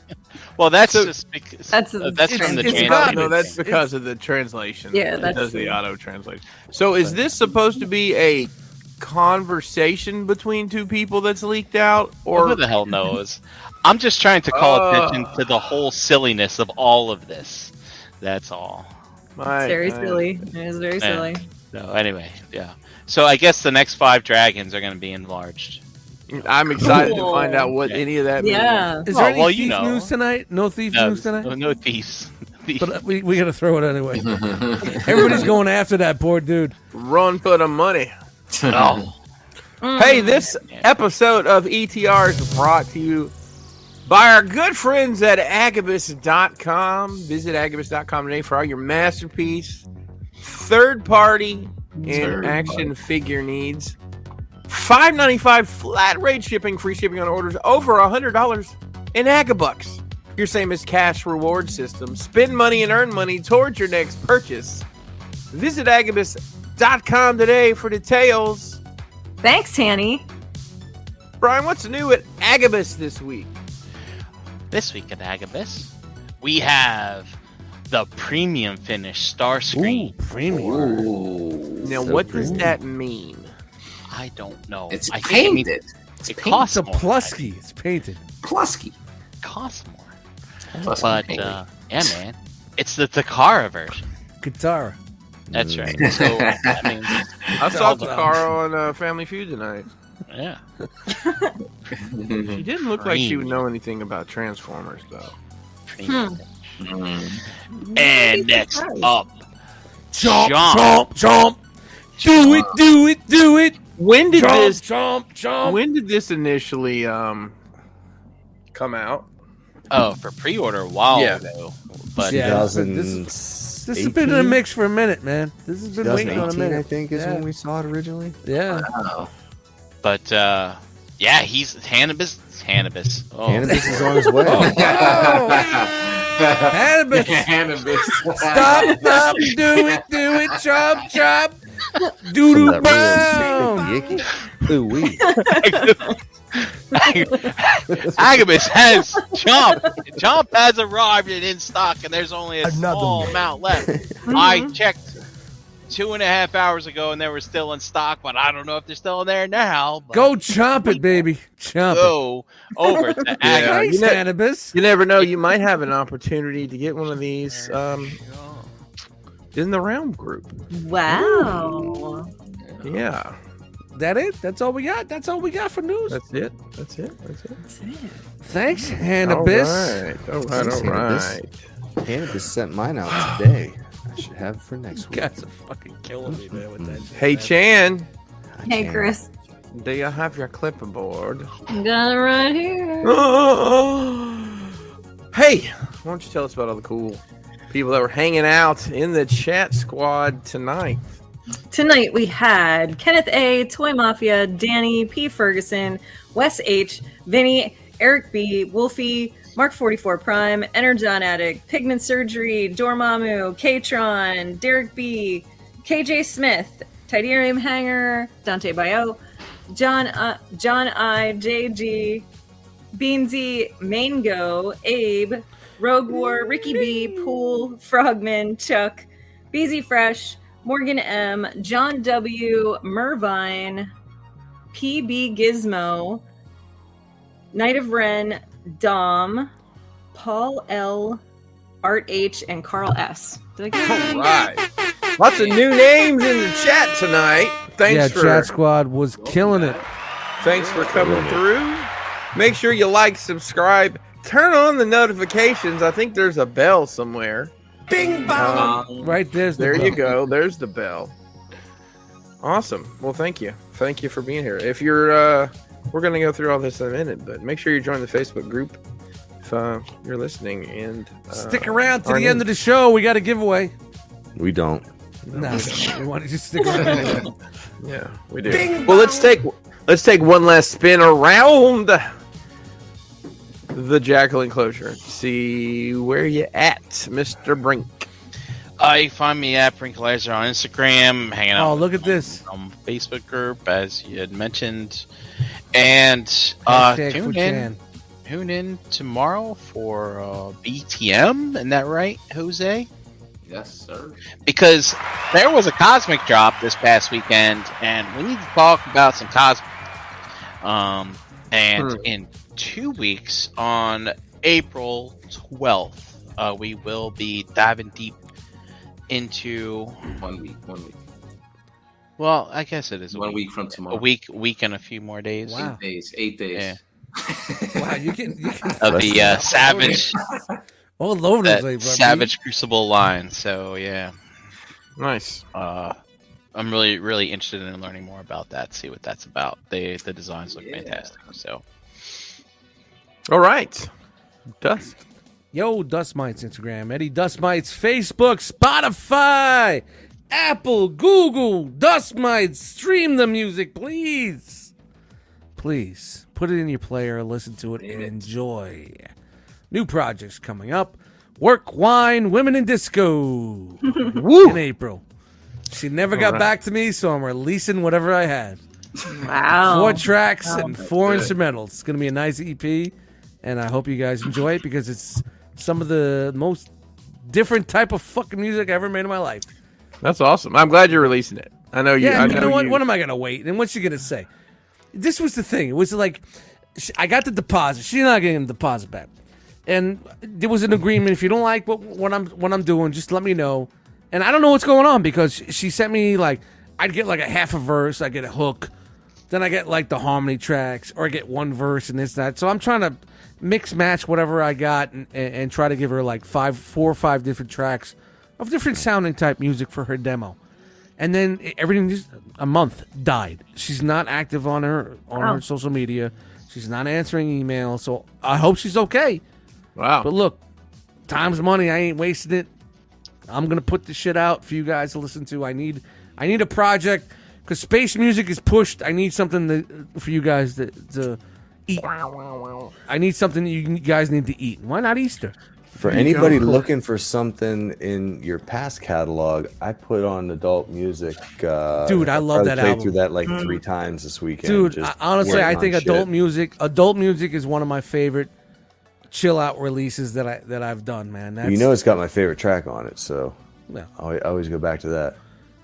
[SPEAKER 6] Well, that's just because
[SPEAKER 4] That's-
[SPEAKER 6] that's, that's
[SPEAKER 3] it's-
[SPEAKER 6] from the
[SPEAKER 3] it's
[SPEAKER 6] translation.
[SPEAKER 3] not-
[SPEAKER 2] No, that's
[SPEAKER 3] It's-
[SPEAKER 2] because of the translation.
[SPEAKER 4] Yeah,
[SPEAKER 2] It
[SPEAKER 4] that's-
[SPEAKER 2] does the auto translation. So is this supposed to be a conversation between two people that's leaked out,
[SPEAKER 6] or
[SPEAKER 2] or
[SPEAKER 6] who the hell knows? I'm just trying to call
[SPEAKER 2] Uh.
[SPEAKER 6] attention to the whole silliness of all of this. That's all.
[SPEAKER 2] my,
[SPEAKER 4] It's very
[SPEAKER 2] my-
[SPEAKER 4] silly. It is very
[SPEAKER 6] Yeah.
[SPEAKER 4] silly.
[SPEAKER 6] No, anyway, yeah. So I guess the next five dragons are going to be enlarged.
[SPEAKER 2] I'm excited to
[SPEAKER 4] Cool.
[SPEAKER 2] find out what
[SPEAKER 6] Yeah.
[SPEAKER 2] any of that. means.
[SPEAKER 4] Yeah.
[SPEAKER 3] Is
[SPEAKER 6] Oh,
[SPEAKER 3] there any
[SPEAKER 6] well,
[SPEAKER 3] thief
[SPEAKER 6] you know.
[SPEAKER 3] news tonight? No thief
[SPEAKER 6] No,
[SPEAKER 3] news tonight.
[SPEAKER 6] no, no (laughs) thieves.
[SPEAKER 3] But uh, we we gotta throw it anyway.
[SPEAKER 6] (laughs)
[SPEAKER 3] Everybody's going after that poor dude.
[SPEAKER 2] Run for the money.
[SPEAKER 6] oh,
[SPEAKER 4] Mm.
[SPEAKER 2] Hey, this
[SPEAKER 6] Yeah.
[SPEAKER 2] episode of ETR is brought to you by our good friends at Agabus.com. Visit Agabus.com today for all your masterpiece, third party, and
[SPEAKER 1] Third
[SPEAKER 2] action figure needs. Five ninety five flat rate shipping, free shipping on orders over hundred dollars in Agabucks. Your same as cash reward system. Spend money and earn money towards your next purchase. Visit Agabus.com today for details.
[SPEAKER 4] Thanks, Hanny.
[SPEAKER 2] Brian, what's new at Agabus this week?
[SPEAKER 6] this week at Agabus, we have the premium finish Starscream.
[SPEAKER 3] Ooh, premium.
[SPEAKER 1] Ooh.
[SPEAKER 2] Now,
[SPEAKER 5] So
[SPEAKER 2] what does
[SPEAKER 5] cool.
[SPEAKER 2] that mean?
[SPEAKER 6] I don't know.
[SPEAKER 1] It's
[SPEAKER 6] I think it, means
[SPEAKER 1] painted.
[SPEAKER 6] it
[SPEAKER 3] It's
[SPEAKER 6] costs
[SPEAKER 3] a
[SPEAKER 6] more.
[SPEAKER 3] plusky. It's painted.
[SPEAKER 1] Plusky.
[SPEAKER 6] It costs more.
[SPEAKER 1] Plusky
[SPEAKER 6] But
[SPEAKER 1] (laughs) painted.
[SPEAKER 6] uh, yeah, man, it's the Takara version.
[SPEAKER 3] Guitar.
[SPEAKER 6] That's
[SPEAKER 5] Mm.
[SPEAKER 6] right. So I mean,
[SPEAKER 2] I saw Takara on uh, Family Feud tonight.
[SPEAKER 6] yeah.
[SPEAKER 2] She didn't look like she would
[SPEAKER 6] Green.
[SPEAKER 2] know anything about Transformers, though.
[SPEAKER 6] premium
[SPEAKER 4] Hmm.
[SPEAKER 6] finish. And next up,
[SPEAKER 3] Chomp,
[SPEAKER 6] Chomp.
[SPEAKER 3] chomp, chomp. Do it, do it, do it.
[SPEAKER 2] When did
[SPEAKER 3] Chomp,
[SPEAKER 2] this?
[SPEAKER 3] chomp, chomp.
[SPEAKER 2] When did this initially um come out?
[SPEAKER 6] oh, for pre-order a while
[SPEAKER 2] Yeah.
[SPEAKER 6] ago, but
[SPEAKER 3] Yeah, this-
[SPEAKER 5] this
[SPEAKER 3] This has been in a mix for a minute, man. This has been waiting on a
[SPEAKER 5] 2018, I
[SPEAKER 3] minute.
[SPEAKER 5] think, is
[SPEAKER 3] Yeah.
[SPEAKER 5] when we saw it originally.
[SPEAKER 3] Yeah.
[SPEAKER 6] but uh, yeah, he's Hannibus. Hannibus. Oh,
[SPEAKER 5] Cannabis is on his
[SPEAKER 6] (laughs)
[SPEAKER 5] way.
[SPEAKER 3] Oh,
[SPEAKER 5] (laughs)
[SPEAKER 3] Cannabis.
[SPEAKER 1] (laughs)
[SPEAKER 2] (laughs)
[SPEAKER 3] Stop, stop, do it, do it, chomp, chomp. Doo
[SPEAKER 5] From
[SPEAKER 3] doo
[SPEAKER 5] that
[SPEAKER 3] brown.
[SPEAKER 5] real sticky yicky. Ooh, wee.
[SPEAKER 6] Agabus has Chomp. Chomp has arrived and in stock, and there's only a small amount left.
[SPEAKER 4] Mm-hmm.
[SPEAKER 6] I checked two and a half hours ago, and they were still in stock, but I don't know if they're still in there now. But
[SPEAKER 3] Go chomp it, baby. Chomp it.
[SPEAKER 6] go over to Agabus.
[SPEAKER 3] Thanks,
[SPEAKER 2] you know-
[SPEAKER 3] cannabis.
[SPEAKER 2] You never know. You might have an opportunity to get one of these um, in the Realm group.
[SPEAKER 4] Wow.
[SPEAKER 2] Yeah,
[SPEAKER 3] That it? That's all we got. That's all we got for news.
[SPEAKER 2] that's it. That's it. That's it.
[SPEAKER 3] Thanks, cannabis.
[SPEAKER 2] All right. All right. All right.
[SPEAKER 5] Cannabis sent mine out today. I should have it for next
[SPEAKER 3] You
[SPEAKER 5] week.
[SPEAKER 3] guys are fucking killing me, man. With that.
[SPEAKER 2] Hey, Chan.
[SPEAKER 5] I
[SPEAKER 4] Hey,
[SPEAKER 5] can't.
[SPEAKER 4] Chris.
[SPEAKER 2] Do you have your clipboard?
[SPEAKER 4] Got it right here.
[SPEAKER 2] (gasps) hey, why don't you tell us about all the cool people that were hanging out in the chat squad tonight?
[SPEAKER 4] Tonight we had Kenneth A, Toy Mafia, Danny P Ferguson, Wes H, Vinny, Eric B, Wolfie, Mark 44 Prime, Energon Addict, Pigment Surgery, Dormammu, Katron, Derek B, KJ Smith, Tidarium Hanger, Dante Bio, John uh, John I, JG, Beansy, Mango, Abe, Rogue War, Ricky B, Pool, Frogman, Chuck, Beezy Fresh, Morgan M, John W, Mervine, PB Gizmo, Knight of Ren, Dom, Paul L, Art H, and Carl S. Did I get it right?
[SPEAKER 2] Right. Lots of new names in the chat tonight. Thanks
[SPEAKER 3] yeah,
[SPEAKER 2] for
[SPEAKER 3] Chat Squad was killing it.
[SPEAKER 2] thanks for coming through. Make sure you like, subscribe, turn on the notifications. I think there's a bell somewhere. Bing bong.
[SPEAKER 3] Right there's the
[SPEAKER 2] There you
[SPEAKER 3] bell.
[SPEAKER 2] go. There's the bell. Awesome. Well, thank you. Thank you for being here. If you're, uh, we're going to go through all this in a minute, but make sure you join the Facebook group if uh, you're listening. And uh,
[SPEAKER 3] Stick around to
[SPEAKER 2] our
[SPEAKER 3] the end of the show. We got a giveaway.
[SPEAKER 5] We don't.
[SPEAKER 3] (laughs) No, we want to just stick around.
[SPEAKER 2] Yeah, we do. well, let's take let's take one last spin around. the jackal enclosure. See where you at, Mr. Brink.
[SPEAKER 6] Uh, you can find me at Brinkalizer on Instagram, hanging out
[SPEAKER 3] Oh, look at this.
[SPEAKER 6] on Facebook group as you had mentioned, and uh,
[SPEAKER 3] Hashtag
[SPEAKER 6] tune
[SPEAKER 3] for
[SPEAKER 6] in
[SPEAKER 3] Jan.
[SPEAKER 6] tune in tomorrow for uh, BTM. Isn't that right, Jose?
[SPEAKER 1] Yes, sir.
[SPEAKER 6] Because there was a cosmic drop this past weekend, and we need to talk about some cosmic. Um, and in two weeks on April twelfth, uh, we will be diving deep into
[SPEAKER 1] One week, one week,
[SPEAKER 6] Well, I guess it is a
[SPEAKER 1] one
[SPEAKER 6] week.
[SPEAKER 1] week from tomorrow.
[SPEAKER 6] A week, week, and a few more days
[SPEAKER 3] Wow.
[SPEAKER 1] Eight days, eight days.
[SPEAKER 6] Yeah.
[SPEAKER 1] (laughs)
[SPEAKER 3] Wow, you can, you can
[SPEAKER 6] of the uh, savage,
[SPEAKER 3] all over the
[SPEAKER 6] that
[SPEAKER 3] place. bro.
[SPEAKER 6] savage crucible line. So yeah,
[SPEAKER 2] Nice.
[SPEAKER 6] uh, I'm really, really interested in learning more about that. See what that's about. They, the designs look
[SPEAKER 1] Yeah.
[SPEAKER 6] fantastic. So
[SPEAKER 2] All right. Dust.
[SPEAKER 3] Yo, Dust Mites Instagram, Eddie Dust Mites Facebook, Spotify, Apple, Google, Dust Mites. Stream the music, please. Please put it in your player, listen to it, and enjoy. New projects coming up: Work, Wine, Women in Disco in April. She never got
[SPEAKER 2] Alright.
[SPEAKER 3] back to me, so I'm releasing whatever I had.
[SPEAKER 4] Wow.
[SPEAKER 3] Four tracks and
[SPEAKER 1] that's
[SPEAKER 3] four
[SPEAKER 1] good.
[SPEAKER 3] instrumentals. It's gonna be a nice EP, and I hope you guys enjoy it because it's some of the most different type of fucking music I ever made in my life.
[SPEAKER 2] That's awesome. I'm glad you're releasing it. I know you.
[SPEAKER 3] Yeah,
[SPEAKER 2] I
[SPEAKER 3] and you know what?
[SPEAKER 2] you-
[SPEAKER 3] What am I gonna wait? And what's she gonna say? This was the thing. It was like sh I got the deposit. She's not getting the deposit back, and there was an agreement. If you don't like what what I'm what I'm doing, just let me know. And I don't know what's going on because she- she sent me like I'd get like a half a verse, I get a hook, then I get like the harmony tracks, or I get one verse and this that. So I'm trying to mix match whatever I got and, and, and try to give her like five, four or five different tracks of different sounding type music for her demo and then i- everything just a month died. She's not active on her on her social media. She's not answering emails. So I hope she's okay.
[SPEAKER 2] Wow.
[SPEAKER 3] But look, time's money. I ain't wasting it. I'm gonna put this shit out for you guys to listen to. I need I need a project because space music is pushed. I need something to, for you guys to, to eat. I need something that you guys need to eat. Why not Easter?
[SPEAKER 5] For anybody looking for something in your past catalog, I put on adult music. Uh,
[SPEAKER 3] Dude, I love
[SPEAKER 5] probably
[SPEAKER 3] that
[SPEAKER 5] played
[SPEAKER 3] album. Mm.
[SPEAKER 5] through that like three times this weekend.
[SPEAKER 3] dude
[SPEAKER 5] just
[SPEAKER 3] I, honestly
[SPEAKER 5] working
[SPEAKER 3] i
[SPEAKER 5] on
[SPEAKER 3] think
[SPEAKER 5] shit.
[SPEAKER 3] adult music adult music is one of my favorite chill out releases that i that i've done man that's
[SPEAKER 5] You know, it's got my favorite track on it, so
[SPEAKER 3] Yeah.
[SPEAKER 5] I always, I always go back to that.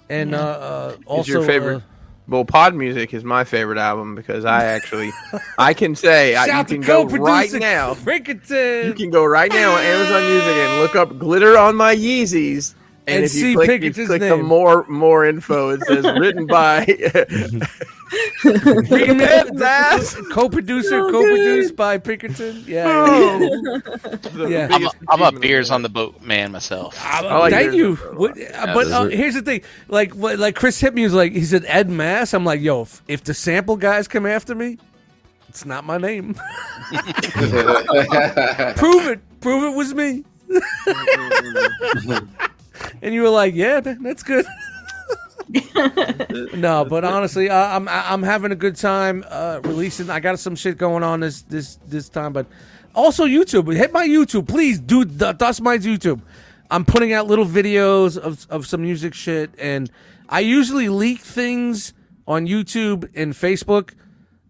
[SPEAKER 3] and uh, uh also
[SPEAKER 2] Is your favorite?
[SPEAKER 3] uh,
[SPEAKER 2] well, Pod Music is my favorite album because
[SPEAKER 3] (laughs)
[SPEAKER 2] I actually, I can say I, you
[SPEAKER 3] shout
[SPEAKER 2] can
[SPEAKER 3] to
[SPEAKER 2] go
[SPEAKER 3] co-producer (laughs)
[SPEAKER 2] right now.
[SPEAKER 3] Rickerton
[SPEAKER 2] You can go right now on Amazon Music and look up "Glitter on My Yeezys." And,
[SPEAKER 3] And
[SPEAKER 2] if
[SPEAKER 3] see
[SPEAKER 2] you click, you
[SPEAKER 3] Pinkerton's
[SPEAKER 2] click the
[SPEAKER 3] name.
[SPEAKER 2] more more info, it says written by
[SPEAKER 3] (laughs)
[SPEAKER 2] (laughs) Pinkerton's ass.
[SPEAKER 3] co-producer co-produced by Pinkerton yeah
[SPEAKER 2] Oh. The
[SPEAKER 3] Yeah.
[SPEAKER 6] I'm a,
[SPEAKER 2] biggest
[SPEAKER 6] I'm a
[SPEAKER 2] achievement of
[SPEAKER 6] beers
[SPEAKER 2] my
[SPEAKER 6] on the boat man
[SPEAKER 2] (laughs)
[SPEAKER 6] myself.
[SPEAKER 2] I like
[SPEAKER 3] Thank
[SPEAKER 2] yours
[SPEAKER 3] you.
[SPEAKER 2] better a lot.
[SPEAKER 3] What- uh, but
[SPEAKER 5] those
[SPEAKER 3] uh,
[SPEAKER 5] are-
[SPEAKER 3] here's the thing, like what, like Chris hit me was like he said Ed Mass. I'm like, yo, if, if the sample guys come after me, it's not my name. (laughs) prove it, prove it was me. and you were like, yeah, tha- that's good. (laughs) no, but honestly, uh, I'm I- I'm having a good time uh, releasing. I got some shit going on this this this time, but also YouTube. Hit my YouTube, please. Do the Dust Minds YouTube. I'm putting out little videos of of some music shit, and I usually leak things on YouTube and Facebook,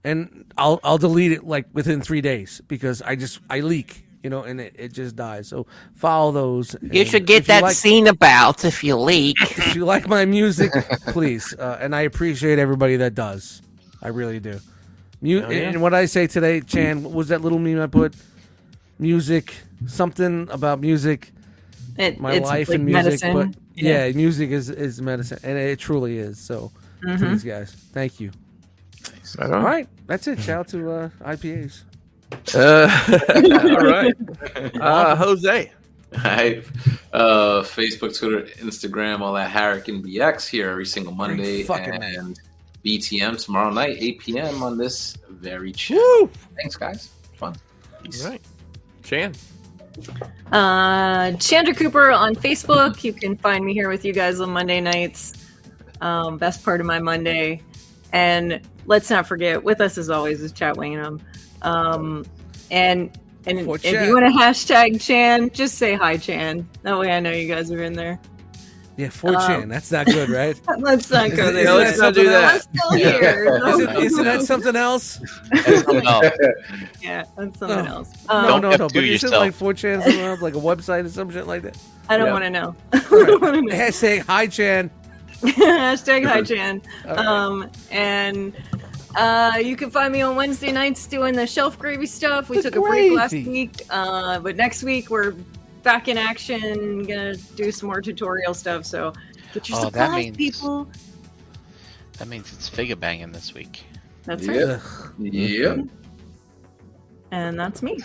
[SPEAKER 3] and I'll I'll delete it like within three days because I just I leak, you know, and it, it just dies. So follow those.
[SPEAKER 10] You
[SPEAKER 3] and
[SPEAKER 10] should get
[SPEAKER 3] if you
[SPEAKER 10] that
[SPEAKER 3] like-
[SPEAKER 10] scene about if you leak.
[SPEAKER 3] if you like my music, please. Uh, and I appreciate everybody that does. I really do. Mu- And what I say today, Chan, what was that little meme I put? Music, something about music,
[SPEAKER 4] It-
[SPEAKER 3] my
[SPEAKER 4] it's
[SPEAKER 3] life
[SPEAKER 4] like
[SPEAKER 3] and music.
[SPEAKER 4] medicine.
[SPEAKER 3] But yeah. music is, is medicine, and it truly is. So
[SPEAKER 4] Mm-hmm.
[SPEAKER 3] please, guys, thank you.
[SPEAKER 2] shit. Right on.
[SPEAKER 3] All right, that's it. Shout out to uh, IPAs. (laughs)
[SPEAKER 2] Uh, all right. Uh, Jose.
[SPEAKER 1] Right. Uh, Facebook, Twitter, Instagram, all that Harrican BX here every single Monday
[SPEAKER 3] fucking
[SPEAKER 1] and
[SPEAKER 3] man.
[SPEAKER 1] BTM tomorrow night, 8 p.m. on this very channel.
[SPEAKER 2] Woo.
[SPEAKER 1] Thanks, guys. Fun. Peace.
[SPEAKER 2] All right. Chan.
[SPEAKER 4] Uh, Chandra Cooper on Facebook. You can find me here with you guys on Monday nights. Um, best part of my Monday. And let's not forget, with us as always is Chat Wingham. Um, and And
[SPEAKER 3] For
[SPEAKER 4] if
[SPEAKER 3] Chan.
[SPEAKER 4] you want to hashtag Chan, just say hi Chan. That way I know you guys are in there.
[SPEAKER 3] Yeah, 4chan.
[SPEAKER 4] Um,
[SPEAKER 3] that's not good,
[SPEAKER 4] (laughs)
[SPEAKER 3] right?
[SPEAKER 4] Let's not go
[SPEAKER 3] Isn't-
[SPEAKER 4] there.
[SPEAKER 3] isn't
[SPEAKER 4] Let's
[SPEAKER 3] that
[SPEAKER 4] not
[SPEAKER 3] something
[SPEAKER 4] do that.
[SPEAKER 3] else?
[SPEAKER 4] I'm still here. No. (laughs)
[SPEAKER 3] Isn't, isn't that something else?
[SPEAKER 4] Yeah, that's
[SPEAKER 3] No.
[SPEAKER 4] something else. Um,
[SPEAKER 3] Oh. No, no, no.
[SPEAKER 6] do
[SPEAKER 3] But isn't
[SPEAKER 6] yourself.
[SPEAKER 3] like 4chan something else, like a website or some shit like that?
[SPEAKER 4] I don't
[SPEAKER 3] Yeah.
[SPEAKER 4] want to know. (laughs) I don't want to know.
[SPEAKER 3] Hashtag hi Chan.
[SPEAKER 4] Hashtag hi Chan.
[SPEAKER 3] All right.
[SPEAKER 4] Um, and uh, you can find me on Wednesday nights doing the shelf gravy stuff. We
[SPEAKER 3] The
[SPEAKER 4] took a break last
[SPEAKER 3] gravy.
[SPEAKER 4] week, uh, but next week we're back in action. Gonna do some more tutorial stuff. So get your
[SPEAKER 6] Oh, that
[SPEAKER 4] supplies,
[SPEAKER 6] means-
[SPEAKER 4] people.
[SPEAKER 6] That means it's figure banging this (laughs) week.
[SPEAKER 4] That's right.
[SPEAKER 1] Yep. Yep.
[SPEAKER 4] And that's me.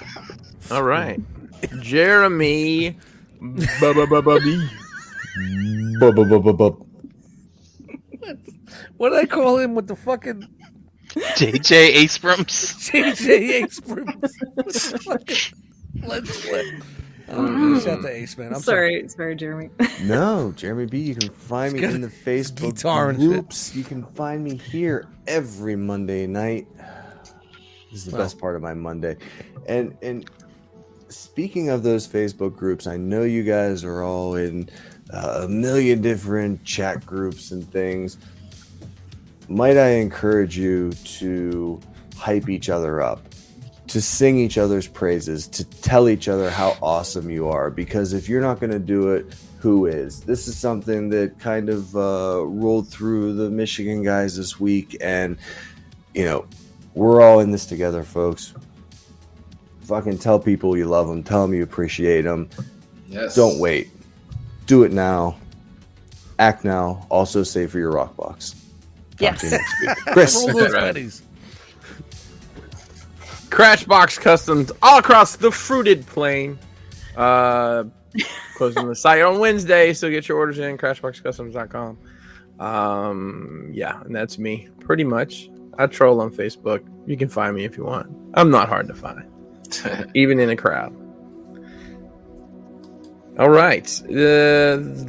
[SPEAKER 2] All right.
[SPEAKER 3] (laughs)
[SPEAKER 2] Jeremy. B-b-b-b-b.
[SPEAKER 5] Bub, bub, bub, bub, bub.
[SPEAKER 3] What did I call him with the fucking
[SPEAKER 6] JJ Abrams.
[SPEAKER 3] JJ Ace (laughs) Bruce? Let's Shout to Ace, man. I'm sorry.
[SPEAKER 4] sorry, sorry, Jeremy.
[SPEAKER 5] No, Jeremy B, you can find me
[SPEAKER 3] It's
[SPEAKER 5] in the Facebook
[SPEAKER 3] guitar and shit.
[SPEAKER 5] groups. You can find me here every Monday night. This is the
[SPEAKER 3] Well.
[SPEAKER 5] best part of my Monday. And and speaking of those Facebook groups, I know you guys are all in uh, a million different chat groups and things. Might I encourage you to hype each other up? to sing each other's praises, to tell each other how awesome you are. Because if you're not going to do it, who is? This is something that kind of uh, rolled through the Michigan guys this week. And, you know, we're all in this together, folks. Fucking tell people you love them, tell them you appreciate them.
[SPEAKER 1] Yes. (laughs)
[SPEAKER 5] Don't wait. Do it now. Act now. Also, save for your rock box. Talk to
[SPEAKER 4] Yes.
[SPEAKER 5] you next week. Chris.
[SPEAKER 3] Roll those
[SPEAKER 1] Right.
[SPEAKER 3] pennies.
[SPEAKER 2] Crashbox Customs all across the fruited plain. Uh, closing the site on Wednesday, so get your orders in crashboxcustoms.com. Um, yeah, and that's me pretty much. I troll on Facebook. You can find me if you want. I'm not hard to find, even in a crowd. All right, uh,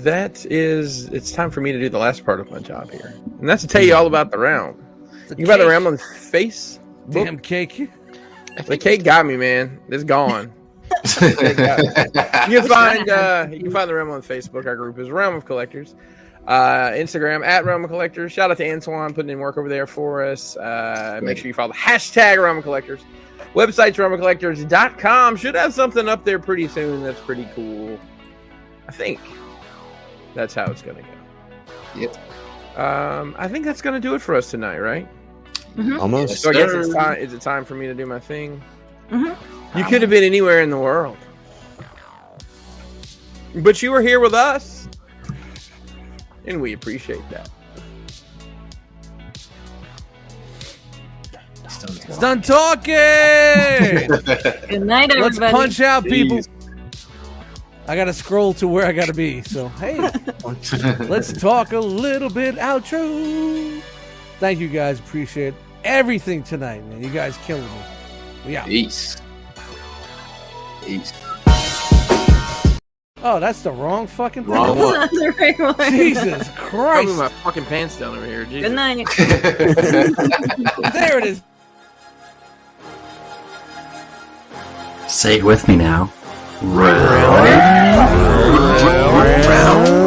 [SPEAKER 2] that is. It's time for me to do the last part of my job here, and that's to tell you all about the round.
[SPEAKER 3] The
[SPEAKER 2] You can buy the
[SPEAKER 3] cake.
[SPEAKER 2] round on Facebook.
[SPEAKER 3] Damn cake.
[SPEAKER 2] The cake got me, man. It's gone. You can find uh, you can find the Realm on Facebook. Our group is Realm of Collectors. Uh, Instagram at Realm of Collectors. Shout out to Antoine putting in work over there for us. Uh, make sure you follow the hashtag Realm of Collectors. Website's realmofcollectors.com. Should have something up there pretty soon that's pretty cool. I think that's how it's going to go. Yep. Um, I think that's going to do it for us tonight, right?
[SPEAKER 5] Almost.
[SPEAKER 2] So I guess it's
[SPEAKER 1] Sir.
[SPEAKER 2] time, is it time for me to do my thing?
[SPEAKER 4] Mhm.
[SPEAKER 2] You could have been anywhere in the world, but you were here with us, and we appreciate that.
[SPEAKER 3] It's done talking.
[SPEAKER 4] Good night,
[SPEAKER 3] Let's
[SPEAKER 4] everybody. (laughs)
[SPEAKER 3] punch out, people. I gotta scroll to where I gotta be. So hey, let's talk a little bit outro. Thank you guys. Appreciate everything tonight, man. You guys killing me. We
[SPEAKER 1] (laughs)
[SPEAKER 3] out.
[SPEAKER 1] Peace. Peace.
[SPEAKER 5] (laughs)
[SPEAKER 3] Oh, that's the wrong fucking thing.
[SPEAKER 1] Wrong one.
[SPEAKER 4] That's the right one.
[SPEAKER 3] Jesus
[SPEAKER 2] I'm
[SPEAKER 3] Christ.
[SPEAKER 2] my fucking pants down over here. Jesus.
[SPEAKER 4] Good
[SPEAKER 3] (laughs)
[SPEAKER 4] night.
[SPEAKER 3] There it is.
[SPEAKER 10] Say it with me now. Round. Round.